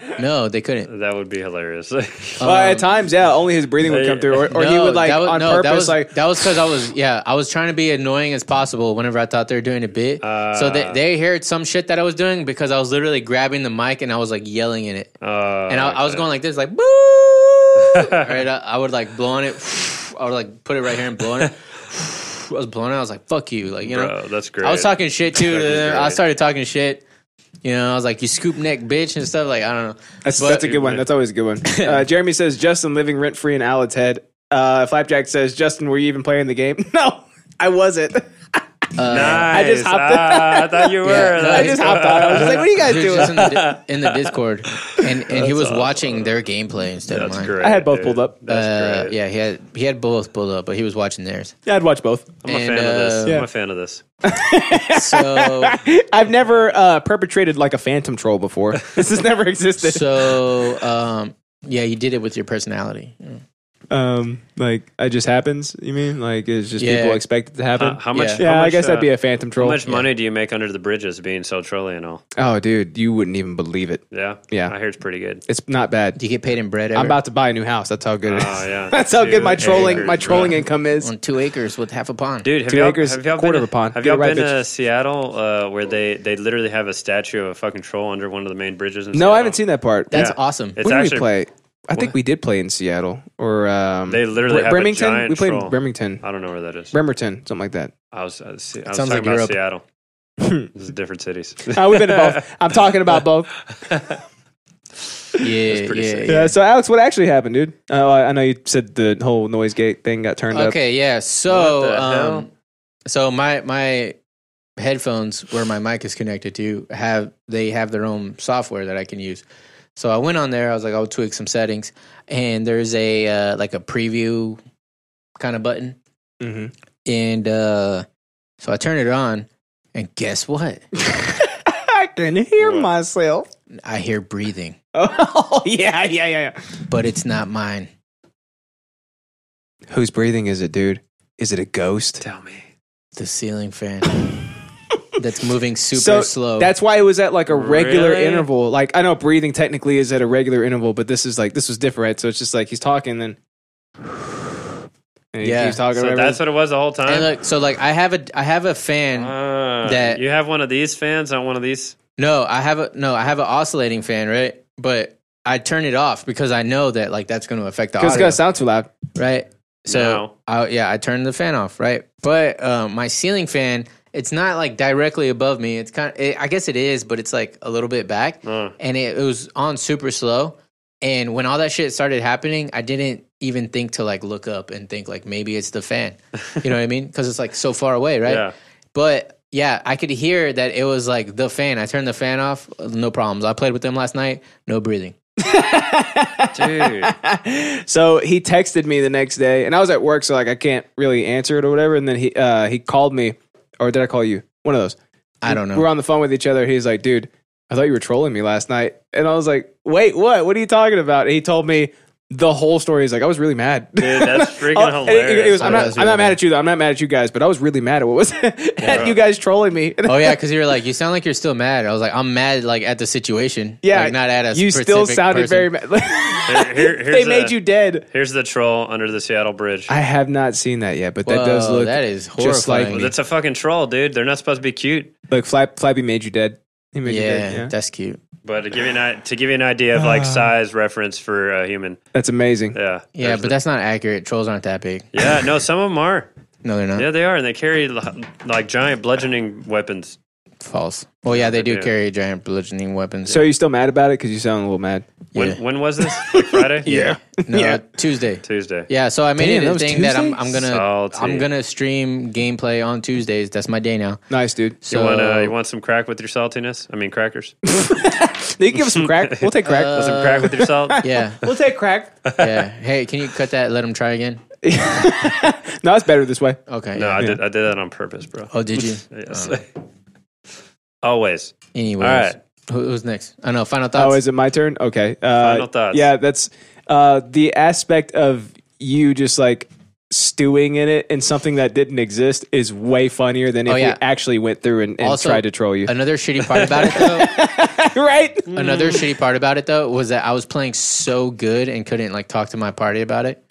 [SPEAKER 2] mean? No, they couldn't.
[SPEAKER 3] That would be hilarious.
[SPEAKER 1] well, at
[SPEAKER 2] um,
[SPEAKER 1] times, yeah, only his breathing would come through, or, or he
[SPEAKER 2] No,
[SPEAKER 1] would like
[SPEAKER 2] that was-
[SPEAKER 1] on
[SPEAKER 2] no,
[SPEAKER 1] purpose,
[SPEAKER 2] That was,
[SPEAKER 1] like
[SPEAKER 2] that was because I was yeah, I was trying to be annoying as possible whenever I thought they were doing a bit. so they
[SPEAKER 3] Uh.
[SPEAKER 2] they heard some shit that I was doing because I was literally grabbing the mic and I was like yelling in it,
[SPEAKER 3] Uh,
[SPEAKER 2] and I, I was
[SPEAKER 3] okay.
[SPEAKER 2] going like this, like boo.
[SPEAKER 3] Uh,
[SPEAKER 2] right, I, I would like blow on it. I would like put it right here and blow on it. I was blowing it. I was like, "Fuck you!" Like you know,
[SPEAKER 3] Bro, that's great.
[SPEAKER 2] I was talking shit too. to
[SPEAKER 3] That'd be
[SPEAKER 2] them. I
[SPEAKER 3] great.
[SPEAKER 2] started talking shit. You know, I was like, "You scoop neck, bitch," and stuff. Like I don't know.
[SPEAKER 1] That's,
[SPEAKER 2] But-
[SPEAKER 1] that's a good one. That's always a good one. Uh, Jeremy says Justin living rent free in Alad's head. Uh, Flapjack says Justin, were you even pking the game? No, I wasn't.
[SPEAKER 3] Nice. I
[SPEAKER 1] just hopped-
[SPEAKER 3] ah, I thought you were.
[SPEAKER 2] Yeah, no,
[SPEAKER 1] I
[SPEAKER 3] That's-
[SPEAKER 1] just hopped on. I was just like, "What are you guys
[SPEAKER 2] He was just
[SPEAKER 1] doing?"
[SPEAKER 2] in the, di- in the Discord, and and he was watching their gameplay instead
[SPEAKER 3] That's
[SPEAKER 2] of mine.
[SPEAKER 3] great.
[SPEAKER 1] I had both
[SPEAKER 3] dude.
[SPEAKER 1] pulled up.
[SPEAKER 2] Uh,
[SPEAKER 3] That's great.
[SPEAKER 2] yeah, he had he had both pulled up, but he was watching theirs.
[SPEAKER 1] Yeah, I'd watch both.
[SPEAKER 3] I'm a
[SPEAKER 2] And,
[SPEAKER 3] fan of this.
[SPEAKER 2] uh,
[SPEAKER 3] I'm a fan of this.
[SPEAKER 2] So
[SPEAKER 1] I've never uh, perpetrated like a phantom troll before. This has never existed.
[SPEAKER 2] so um, yeah, you did it with your personality.
[SPEAKER 1] um, like, it just happens. You mean like it's just
[SPEAKER 2] Yeah.
[SPEAKER 1] people expect it to happen?
[SPEAKER 3] How, how much?
[SPEAKER 2] Yeah.
[SPEAKER 1] yeah,
[SPEAKER 3] how much,
[SPEAKER 1] I guess
[SPEAKER 3] uh,
[SPEAKER 1] that'd be a phantom
[SPEAKER 3] How
[SPEAKER 1] troll.
[SPEAKER 3] much money do you make under the bridges being so trolly and all?
[SPEAKER 1] Oh, dude, you wouldn't even believe it.
[SPEAKER 3] Yeah,
[SPEAKER 1] Yeah.
[SPEAKER 3] I hear it's pretty good.
[SPEAKER 1] It's not bad.
[SPEAKER 2] Do you get paid in bread? Ever?
[SPEAKER 1] I'm about to buy a new house. That's how good it is.
[SPEAKER 3] Oh, yeah.
[SPEAKER 1] That's how good my
[SPEAKER 3] Dude,
[SPEAKER 1] trolling
[SPEAKER 3] acres,
[SPEAKER 1] my trolling
[SPEAKER 3] bro.
[SPEAKER 1] income is.
[SPEAKER 2] on two acres with half a pond.
[SPEAKER 3] Dude, have
[SPEAKER 1] Two
[SPEAKER 3] y'all,
[SPEAKER 1] acres,
[SPEAKER 3] have y'all
[SPEAKER 1] quarter
[SPEAKER 3] been,
[SPEAKER 1] of a pond.
[SPEAKER 3] Have
[SPEAKER 1] Get
[SPEAKER 3] y'all
[SPEAKER 1] it right,
[SPEAKER 3] been to
[SPEAKER 1] bitches.
[SPEAKER 3] Seattle uh, where they, they literally have a statue of a fucking troll under one of the main bridges? In
[SPEAKER 1] No,
[SPEAKER 3] Seattle?
[SPEAKER 1] I haven't seen that part.
[SPEAKER 2] That's
[SPEAKER 3] Yeah.
[SPEAKER 2] awesome.
[SPEAKER 3] It's
[SPEAKER 1] Where did
[SPEAKER 3] actually-
[SPEAKER 1] we play? I think we did play in Seattle or um,
[SPEAKER 3] They literally have a
[SPEAKER 1] Bremerton.
[SPEAKER 3] giant
[SPEAKER 1] we played in
[SPEAKER 3] troll. Oh,
[SPEAKER 1] Bremerton,
[SPEAKER 3] I don't know where that is.
[SPEAKER 1] Bremerton, something like that.
[SPEAKER 3] I was, I was, I was
[SPEAKER 2] Sounds
[SPEAKER 3] talking
[SPEAKER 2] like Europe.
[SPEAKER 3] about Seattle. this is different cities.
[SPEAKER 1] Uh, we've been to both. I'm talking about both.
[SPEAKER 2] Yeah, yeah,
[SPEAKER 3] pretty sick.
[SPEAKER 2] yeah.
[SPEAKER 1] Yeah. So Alex, what actually happened, dude? Oh, I, I know you said the whole noise gate thing got turned up.
[SPEAKER 2] Okay, yeah. So,
[SPEAKER 3] What the hell?
[SPEAKER 2] um, so my my headphones where my mic is connected to have they have their own software that I can use. So I went on there. I was like, I'll tweak some settings, and there's a uh, like a preview kind of button,
[SPEAKER 1] Mhm.
[SPEAKER 2] and uh, so I turned it on, and guess what?
[SPEAKER 1] I can hear
[SPEAKER 3] What?
[SPEAKER 1] myself.
[SPEAKER 2] I hear breathing,
[SPEAKER 1] Oh yeah, yeah, yeah,
[SPEAKER 2] but it's not mine.
[SPEAKER 1] yeah. Whose breathing is it, dude? Is it a ghost?
[SPEAKER 3] Tell me.
[SPEAKER 2] The ceiling fan that's moving super
[SPEAKER 1] so
[SPEAKER 2] slow.
[SPEAKER 1] That's why it was at like a regular
[SPEAKER 3] Really?
[SPEAKER 1] interval. Like I know breathing technically is at a regular interval, but this is like this was different. Right? So it's just like he's talking then. And he
[SPEAKER 2] Yeah.
[SPEAKER 1] keeps talking.
[SPEAKER 3] So
[SPEAKER 1] whatever.
[SPEAKER 3] that's what it was the whole time.
[SPEAKER 2] and look, so like I have a I have a fan.
[SPEAKER 3] Ah,
[SPEAKER 2] that-
[SPEAKER 3] you have one of these fans on one of these.
[SPEAKER 2] No, I have a no, I have an oscillating fan, right? But I turn it off because I know that like that's going to affect the
[SPEAKER 1] because
[SPEAKER 2] audio,
[SPEAKER 1] it's gonna sound too loud.
[SPEAKER 2] right?
[SPEAKER 3] No.
[SPEAKER 2] So, I, yeah, I turn the fan off, right? But um, my ceiling fan, it's not like directly above me. It's kind, of, it, I guess it is, but it's like a little bit back,
[SPEAKER 3] Uh.
[SPEAKER 2] and it, it was on super slow. And when all that shit started happening, I didn't even think to like look up and think like maybe it's the fan, you know what I mean? Because it's like so far away, right?
[SPEAKER 3] Yeah.
[SPEAKER 2] But yeah, I could hear that it was like the fan. I turned the fan off, no problems. I played with them last night, no breathing.
[SPEAKER 3] Dude.
[SPEAKER 1] So he texted me the next day, and I was at work, so like I can't really answer it or whatever. And then he uh, he called me, or did I call you? One of those.
[SPEAKER 2] I don't
[SPEAKER 1] We were
[SPEAKER 2] know.
[SPEAKER 1] on the phone with each other. He's like, dude, I thought you were trolling me last night. And I was like, wait, what? What are you talking about? And he told me the whole story. He's like, I was really mad.
[SPEAKER 3] Dude, that's freaking
[SPEAKER 1] Oh, and it- it- it was-
[SPEAKER 3] hilarious.
[SPEAKER 1] I'm
[SPEAKER 2] Oh,
[SPEAKER 1] not,
[SPEAKER 2] that's
[SPEAKER 1] I'm not
[SPEAKER 2] really
[SPEAKER 1] mad at you, though. I'm not mad at you guys, but I was really mad at what was at you guys trolling me.
[SPEAKER 2] Oh yeah, because you were like, you sound like you're still mad. I was like, I'm mad like at the situation.
[SPEAKER 1] yeah.
[SPEAKER 2] like, not at us.
[SPEAKER 1] You still sounded very mad.
[SPEAKER 3] Here- here-
[SPEAKER 1] they
[SPEAKER 3] here's
[SPEAKER 1] made
[SPEAKER 3] a-
[SPEAKER 1] you dead.
[SPEAKER 3] Here's the troll under the Seattle Bridge.
[SPEAKER 1] I have not seen that yet, but that
[SPEAKER 2] Whoa,
[SPEAKER 1] does look
[SPEAKER 2] that is
[SPEAKER 1] just like
[SPEAKER 2] horrifying.
[SPEAKER 1] me.
[SPEAKER 3] That's a fucking troll, dude. They're not supposed to be cute.
[SPEAKER 1] Look, Flap, Flappy made you dead. He made
[SPEAKER 2] Yeah,
[SPEAKER 1] you dead. Yeah.
[SPEAKER 2] that's cute.
[SPEAKER 3] But to give you an i- to give you an idea of like size reference for a human,
[SPEAKER 1] That's amazing.
[SPEAKER 3] yeah,
[SPEAKER 2] Yeah,
[SPEAKER 3] There's
[SPEAKER 2] but
[SPEAKER 3] the-
[SPEAKER 2] that's not accurate. Trolls aren't that big.
[SPEAKER 3] yeah, no, some of them are.
[SPEAKER 2] No, they're not.
[SPEAKER 3] Yeah, they are, and they carry li- like giant bludgeoning weapons.
[SPEAKER 2] False. Well, yeah, they do
[SPEAKER 3] Yeah.
[SPEAKER 2] carry giant bludgeoning weapons.
[SPEAKER 1] So are you still mad about it? Because you sound a little mad.
[SPEAKER 3] When
[SPEAKER 2] Yeah.
[SPEAKER 3] when was this? Like Friday?
[SPEAKER 2] yeah. No, Tuesday.
[SPEAKER 3] Tuesday.
[SPEAKER 2] Yeah, so I made
[SPEAKER 1] Damn,
[SPEAKER 2] it
[SPEAKER 1] that
[SPEAKER 2] a
[SPEAKER 1] was
[SPEAKER 2] thing that I'm,
[SPEAKER 1] Tuesday?
[SPEAKER 2] I'm gonna
[SPEAKER 3] Salty.
[SPEAKER 2] I'm gonna stream gameplay on Tuesdays. That's my day now.
[SPEAKER 1] Nice, dude.
[SPEAKER 2] So
[SPEAKER 3] You want uh, you want some crack with your saltiness? I mean crackers.
[SPEAKER 1] You can give us some crack.
[SPEAKER 3] Uh,
[SPEAKER 2] Uh,
[SPEAKER 1] We'll take crack.
[SPEAKER 3] some crack with your salt.
[SPEAKER 2] yeah,
[SPEAKER 1] we'll take crack.
[SPEAKER 2] yeah. Hey, can you cut that? Let him try again.
[SPEAKER 1] no, it's better this way.
[SPEAKER 2] Okay.
[SPEAKER 3] No,
[SPEAKER 2] yeah.
[SPEAKER 3] I did. I did that on purpose, bro.
[SPEAKER 2] Oh, did you?
[SPEAKER 3] Yes. Always.
[SPEAKER 2] Anyways.
[SPEAKER 3] All right.
[SPEAKER 2] Who, who's next? I know. Final thoughts.
[SPEAKER 1] Oh, is it my turn? Okay. Uh,
[SPEAKER 3] Final thoughts.
[SPEAKER 1] Yeah, that's uh, the aspect of you just like stewing in it and something that didn't exist is way funnier than if
[SPEAKER 2] Oh, yeah.
[SPEAKER 1] you actually went through and, and
[SPEAKER 2] Also,
[SPEAKER 1] tried to troll you.
[SPEAKER 2] Another shitty part about it though.
[SPEAKER 1] right?
[SPEAKER 2] another shitty part about it though was that I was playing so good and couldn't like talk to my party about it.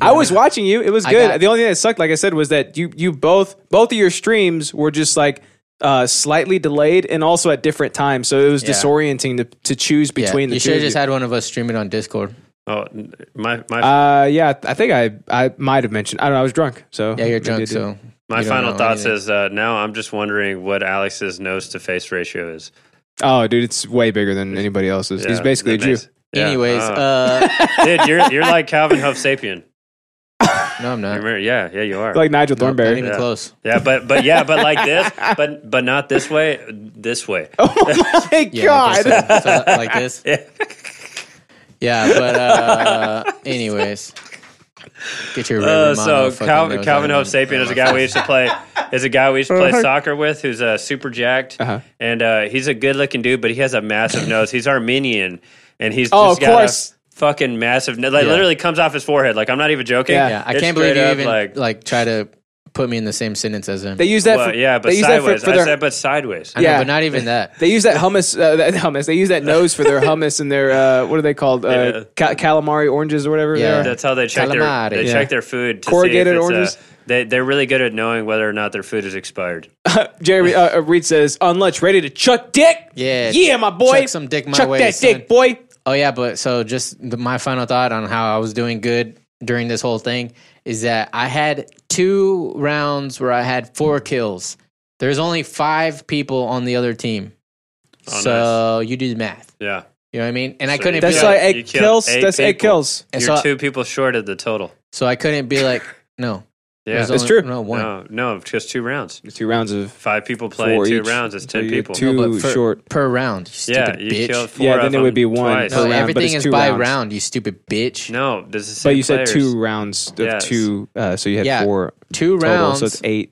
[SPEAKER 1] I was watching you. It was
[SPEAKER 2] I
[SPEAKER 1] good.
[SPEAKER 2] got-
[SPEAKER 1] the only thing that sucked, like I said, was that you you both both of your streams were just like uh, slightly delayed and also at different times. So it was
[SPEAKER 2] Yeah.
[SPEAKER 1] disorienting to, to choose
[SPEAKER 2] Yeah,
[SPEAKER 1] between the
[SPEAKER 2] you
[SPEAKER 1] two.
[SPEAKER 2] should
[SPEAKER 1] of
[SPEAKER 2] have just had one of us stream it on Discord.
[SPEAKER 3] Oh, n- my my
[SPEAKER 1] uh, yeah, I think I I might have mentioned. I don't know. I was drunk, so
[SPEAKER 2] Yeah, you're
[SPEAKER 1] maybe I
[SPEAKER 2] drunk,
[SPEAKER 1] did.
[SPEAKER 2] so
[SPEAKER 3] my
[SPEAKER 2] you don't
[SPEAKER 3] final
[SPEAKER 2] know
[SPEAKER 3] thoughts
[SPEAKER 2] anything.
[SPEAKER 3] is uh, now I'm just wondering what Alex's nose to face ratio is.
[SPEAKER 1] Oh, dude, it's way bigger than anybody else's. He's
[SPEAKER 3] Yeah,
[SPEAKER 1] basically a
[SPEAKER 3] that
[SPEAKER 1] Jew.
[SPEAKER 3] makes- yeah,
[SPEAKER 2] Anyways,
[SPEAKER 3] uh,
[SPEAKER 2] uh,
[SPEAKER 3] dude, you're you're like Calvin Huff Sapien.
[SPEAKER 2] no, I'm not.
[SPEAKER 3] Remember- Yeah, yeah, you are.
[SPEAKER 1] Like Nigel
[SPEAKER 2] Nope, not
[SPEAKER 1] Thornberry.
[SPEAKER 2] even
[SPEAKER 3] Yeah.
[SPEAKER 2] close.
[SPEAKER 3] yeah, but but yeah, but like this, but but not this way. This way.
[SPEAKER 1] oh my
[SPEAKER 2] Yeah,
[SPEAKER 1] god!
[SPEAKER 2] like this, so- so like this.
[SPEAKER 3] Yeah.
[SPEAKER 2] Yeah, but uh, anyways, get your
[SPEAKER 3] Uh,
[SPEAKER 2] Reverend
[SPEAKER 3] so
[SPEAKER 2] motherfucking
[SPEAKER 3] Calvin,
[SPEAKER 2] nose
[SPEAKER 3] Calvin
[SPEAKER 2] out
[SPEAKER 3] Hope
[SPEAKER 2] of-
[SPEAKER 3] Sapien is a guy we used to play. Is a guy we used to play soccer with, who's uh, super jacked,
[SPEAKER 1] Uh-huh.
[SPEAKER 3] and uh, he's a good-looking dude, but he has a massive nose. He's Armenian, and he's
[SPEAKER 1] Oh,
[SPEAKER 3] just
[SPEAKER 1] of
[SPEAKER 3] got
[SPEAKER 1] course.
[SPEAKER 3] a fucking massive. nose. Like
[SPEAKER 2] Yeah.
[SPEAKER 3] literally comes off his forehead. Like I'm not even joking.
[SPEAKER 1] Yeah.
[SPEAKER 2] Yeah, I
[SPEAKER 3] It's
[SPEAKER 2] can't believe
[SPEAKER 3] straight
[SPEAKER 2] you
[SPEAKER 3] up,
[SPEAKER 2] even like, try to put me in the same sentence as him.
[SPEAKER 1] They use that.
[SPEAKER 3] well,
[SPEAKER 1] for,
[SPEAKER 3] yeah, but
[SPEAKER 1] they use that
[SPEAKER 3] sideways.
[SPEAKER 1] for, for
[SPEAKER 3] I
[SPEAKER 1] their.
[SPEAKER 3] said, but sideways.
[SPEAKER 2] I know,
[SPEAKER 1] yeah.
[SPEAKER 2] but not even that.
[SPEAKER 1] they use that hummus. Uh, that hummus. They use that nose for their hummus and their uh, what are they called? Uh,
[SPEAKER 3] Yeah.
[SPEAKER 1] ca- calamari oranges or whatever.
[SPEAKER 2] Yeah.
[SPEAKER 1] They are.
[SPEAKER 3] That's how they check
[SPEAKER 2] Calamari.
[SPEAKER 3] their they
[SPEAKER 2] Yeah.
[SPEAKER 3] check their food. To
[SPEAKER 1] Corrugated
[SPEAKER 3] see if it's,
[SPEAKER 1] oranges?
[SPEAKER 3] Uh, they they're really good at knowing whether or not their food is expired.
[SPEAKER 1] Jerry uh, uh, Reed says on lunch, ready to chuck dick.
[SPEAKER 2] Yeah,
[SPEAKER 1] yeah, my boy.
[SPEAKER 2] chuck some dick my
[SPEAKER 1] Chuck
[SPEAKER 2] way,
[SPEAKER 1] that
[SPEAKER 2] son.
[SPEAKER 1] dick, boy.
[SPEAKER 2] Oh yeah, but so just the, my final thought on how I was doing good during this whole thing is that I had two rounds where I had four kills. There's only five people on the other team,
[SPEAKER 3] Oh,
[SPEAKER 2] so you do the math.
[SPEAKER 3] Yeah,
[SPEAKER 2] You know what I mean? And I
[SPEAKER 3] So
[SPEAKER 2] couldn't.
[SPEAKER 1] That's
[SPEAKER 2] be
[SPEAKER 3] killed-
[SPEAKER 1] like
[SPEAKER 2] like,
[SPEAKER 3] you
[SPEAKER 1] eight
[SPEAKER 3] killed
[SPEAKER 1] kills.
[SPEAKER 3] eight
[SPEAKER 1] That's eight
[SPEAKER 3] people.
[SPEAKER 1] kills.
[SPEAKER 2] and
[SPEAKER 3] you're
[SPEAKER 2] so,
[SPEAKER 3] two people short of the total.
[SPEAKER 2] so I couldn't be like no.
[SPEAKER 3] Yeah,
[SPEAKER 2] There's
[SPEAKER 1] That's
[SPEAKER 2] only-
[SPEAKER 1] true.
[SPEAKER 2] No one.
[SPEAKER 3] no, no, just two rounds.
[SPEAKER 1] Two rounds of
[SPEAKER 3] Five people play
[SPEAKER 1] four
[SPEAKER 3] two
[SPEAKER 1] each.
[SPEAKER 3] rounds. It's
[SPEAKER 1] So
[SPEAKER 3] ten
[SPEAKER 1] you're
[SPEAKER 3] people.
[SPEAKER 1] Two
[SPEAKER 2] No, but for-
[SPEAKER 1] short.
[SPEAKER 2] per round. You
[SPEAKER 3] yeah,
[SPEAKER 2] stupid
[SPEAKER 3] you
[SPEAKER 2] bitch.
[SPEAKER 3] killed four.
[SPEAKER 1] Yeah,
[SPEAKER 3] of
[SPEAKER 1] then it would
[SPEAKER 3] them
[SPEAKER 1] be one
[SPEAKER 3] twice.
[SPEAKER 1] per
[SPEAKER 2] No,
[SPEAKER 1] round, but
[SPEAKER 2] everything
[SPEAKER 1] it's
[SPEAKER 2] is
[SPEAKER 1] two
[SPEAKER 2] by
[SPEAKER 1] rounds.
[SPEAKER 2] round. You stupid bitch.
[SPEAKER 3] No, this is.
[SPEAKER 1] But you said two rounds of
[SPEAKER 3] Yes.
[SPEAKER 1] two, uh, so you had
[SPEAKER 2] Yeah,
[SPEAKER 1] four
[SPEAKER 2] Two
[SPEAKER 1] total.
[SPEAKER 2] rounds.
[SPEAKER 1] So it's eight.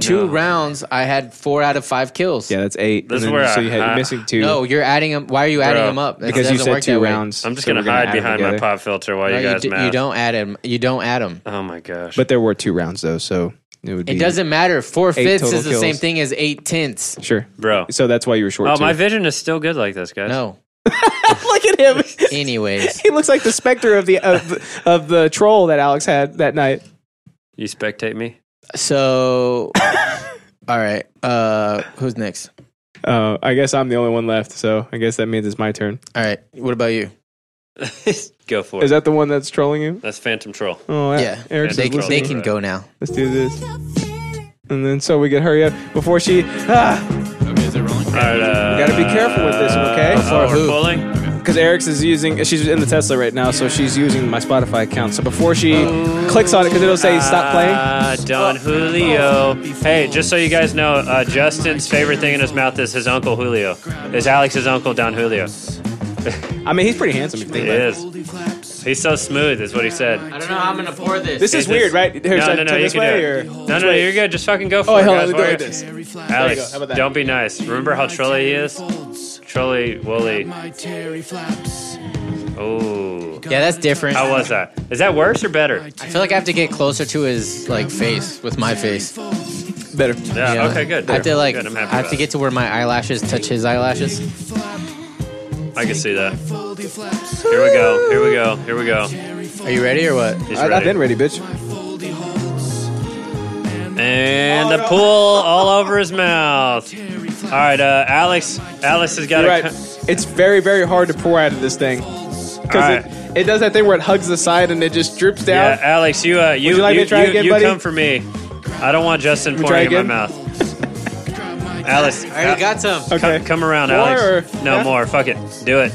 [SPEAKER 2] two
[SPEAKER 3] No.
[SPEAKER 2] rounds. I had four out of five kills.
[SPEAKER 1] Yeah, that's eight.
[SPEAKER 3] This
[SPEAKER 1] and
[SPEAKER 3] is
[SPEAKER 1] then,
[SPEAKER 3] where
[SPEAKER 1] so
[SPEAKER 3] I-
[SPEAKER 1] you had,
[SPEAKER 3] I-
[SPEAKER 1] you're missing two.
[SPEAKER 2] No, you're adding them. Why are you adding
[SPEAKER 3] Bro.
[SPEAKER 2] them up? That
[SPEAKER 1] because you
[SPEAKER 2] doesn't
[SPEAKER 1] said
[SPEAKER 2] work that
[SPEAKER 1] two
[SPEAKER 2] way.
[SPEAKER 1] rounds.
[SPEAKER 3] I'm just
[SPEAKER 1] so
[SPEAKER 3] gonna
[SPEAKER 1] we're gonna
[SPEAKER 3] hide
[SPEAKER 1] add them
[SPEAKER 3] behind my
[SPEAKER 1] together.
[SPEAKER 3] pop filter while
[SPEAKER 2] No,
[SPEAKER 3] you
[SPEAKER 2] you,
[SPEAKER 3] guys
[SPEAKER 2] do,
[SPEAKER 3] mad.
[SPEAKER 2] you don't add them. You don't add them.
[SPEAKER 3] Oh my gosh.
[SPEAKER 1] But there were two rounds though, so it would.
[SPEAKER 2] It
[SPEAKER 1] be,
[SPEAKER 2] doesn't matter. Four fifths
[SPEAKER 1] total
[SPEAKER 2] is the
[SPEAKER 1] kills.
[SPEAKER 2] same thing as eight tenths.
[SPEAKER 1] Sure,
[SPEAKER 3] Bro.
[SPEAKER 1] So that's why you were short.
[SPEAKER 3] Oh,
[SPEAKER 1] too.
[SPEAKER 3] my vision is still good like this, guys.
[SPEAKER 2] No.
[SPEAKER 1] Look at him.
[SPEAKER 2] Anyways,
[SPEAKER 1] he looks like the specter of the of, the- of the troll that Alex had that night.
[SPEAKER 3] You spectate me.
[SPEAKER 2] so all right. Uh, who's next?
[SPEAKER 1] Uh, I guess I'm the only one left, so I guess that means it's my turn.
[SPEAKER 2] All right. What about you?
[SPEAKER 3] Go for it.
[SPEAKER 1] Is that the one that's trolling you?
[SPEAKER 3] That's Phantom Troll.
[SPEAKER 1] Oh,
[SPEAKER 2] Yeah,
[SPEAKER 1] Eric
[SPEAKER 2] they,
[SPEAKER 1] says,
[SPEAKER 2] can,
[SPEAKER 1] let's,
[SPEAKER 2] they
[SPEAKER 1] do-
[SPEAKER 2] can go now.
[SPEAKER 1] let's do this, and then so we can hurry up before she. Ah,
[SPEAKER 8] Okay, is it rolling?
[SPEAKER 3] All right, uh,
[SPEAKER 1] gotta be careful with this, okay?
[SPEAKER 3] Oh,
[SPEAKER 2] Who?
[SPEAKER 3] we're pulling.
[SPEAKER 1] because Eric's is using. She's in the Tesla right now, so she's using my Spotify account. So before she clicks on it, because it'll say stop playing.
[SPEAKER 3] Ah, Don Julio. Hey, just so you guys know, uh, Justin's favorite thing in his mouth is his uncle Julio. Is Alex's uncle Don Julio?
[SPEAKER 1] I mean, he's pretty handsome if you think
[SPEAKER 3] He
[SPEAKER 1] about it.
[SPEAKER 3] is. He's so smooth, is what he said.
[SPEAKER 2] I don't know how I'm gonna pour
[SPEAKER 1] This is
[SPEAKER 3] Is
[SPEAKER 1] weird,
[SPEAKER 3] this-
[SPEAKER 1] right? Here,
[SPEAKER 3] no,
[SPEAKER 1] turn-
[SPEAKER 3] no, no,
[SPEAKER 1] turn
[SPEAKER 3] you
[SPEAKER 1] this
[SPEAKER 3] can
[SPEAKER 1] way,
[SPEAKER 3] do
[SPEAKER 1] or-
[SPEAKER 3] it. No, no, you're good. Just fucking go for
[SPEAKER 1] Oh,
[SPEAKER 3] it,
[SPEAKER 1] hold on,
[SPEAKER 3] guys.
[SPEAKER 1] let me do it like
[SPEAKER 3] Why are-
[SPEAKER 1] this.
[SPEAKER 8] Every flag.
[SPEAKER 1] you go.
[SPEAKER 3] Alex,
[SPEAKER 1] How about that?
[SPEAKER 3] don't be nice. Remember how trolly he is?
[SPEAKER 8] Folds.
[SPEAKER 3] Trolly, woolly.
[SPEAKER 8] My Terry flaps.
[SPEAKER 3] Oh,
[SPEAKER 2] Yeah, that's different.
[SPEAKER 3] how was that? Is that worse or better?
[SPEAKER 2] I feel like I have to get closer to his like face with my face.
[SPEAKER 1] Better.
[SPEAKER 3] Yeah.
[SPEAKER 2] Yeah.
[SPEAKER 3] Uh, Okay. Good.
[SPEAKER 2] I have to like.
[SPEAKER 3] Good, I'm happy
[SPEAKER 2] I have
[SPEAKER 3] about
[SPEAKER 2] to
[SPEAKER 3] it.
[SPEAKER 2] get to where my eyelashes touch his eyelashes.
[SPEAKER 3] I can see that.
[SPEAKER 8] Foldy flaps.
[SPEAKER 3] Here we go. Here we go. Here we go.
[SPEAKER 2] Are you ready or what?
[SPEAKER 3] He's
[SPEAKER 1] I, I've
[SPEAKER 3] ready.
[SPEAKER 1] been ready, bitch.
[SPEAKER 8] Foldy holds.
[SPEAKER 3] And the pool all over his mouth.
[SPEAKER 8] Oh, Terry flaps.
[SPEAKER 3] All right, uh, Alex. Alex has got
[SPEAKER 1] You're
[SPEAKER 3] a.
[SPEAKER 1] right. It's very, very hard to pour out of this thing because
[SPEAKER 3] Alright.
[SPEAKER 1] it, it does that thing where it hugs the side and it just drips
[SPEAKER 3] Yeah,
[SPEAKER 1] down.
[SPEAKER 3] Alex, you uh, you
[SPEAKER 1] you like me
[SPEAKER 3] you,
[SPEAKER 1] to try
[SPEAKER 3] you-
[SPEAKER 1] again,
[SPEAKER 3] you
[SPEAKER 1] buddy?
[SPEAKER 3] come for me. I don't want Justin
[SPEAKER 1] me try
[SPEAKER 3] pouring in my
[SPEAKER 1] again?
[SPEAKER 3] mouth. Alex, uh,
[SPEAKER 2] I already got some.
[SPEAKER 1] okay,
[SPEAKER 3] come around,
[SPEAKER 1] More
[SPEAKER 3] Alex.
[SPEAKER 1] or-
[SPEAKER 3] no
[SPEAKER 1] yeah?
[SPEAKER 3] more. Fuck it. Do it.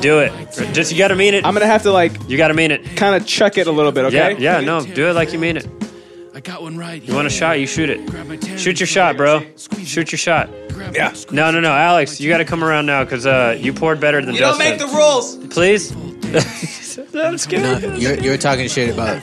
[SPEAKER 3] Do it. Just you gotta mean it.
[SPEAKER 1] I'm gonna have to like
[SPEAKER 3] you gotta mean it.
[SPEAKER 1] kind of chuck it a little bit. Okay,
[SPEAKER 3] Yeah, yeah. No, do it like you mean it.
[SPEAKER 8] I got one right.
[SPEAKER 3] You want a shot? You shoot it. Shoot your shot, bro. Shoot your shot.
[SPEAKER 8] Yeah.
[SPEAKER 3] No, no, no, Alex, you gotta come around now because uh, you poured better than Justin.
[SPEAKER 1] rules.
[SPEAKER 3] Please. I'm scared.
[SPEAKER 2] No, you're, you're talking shit about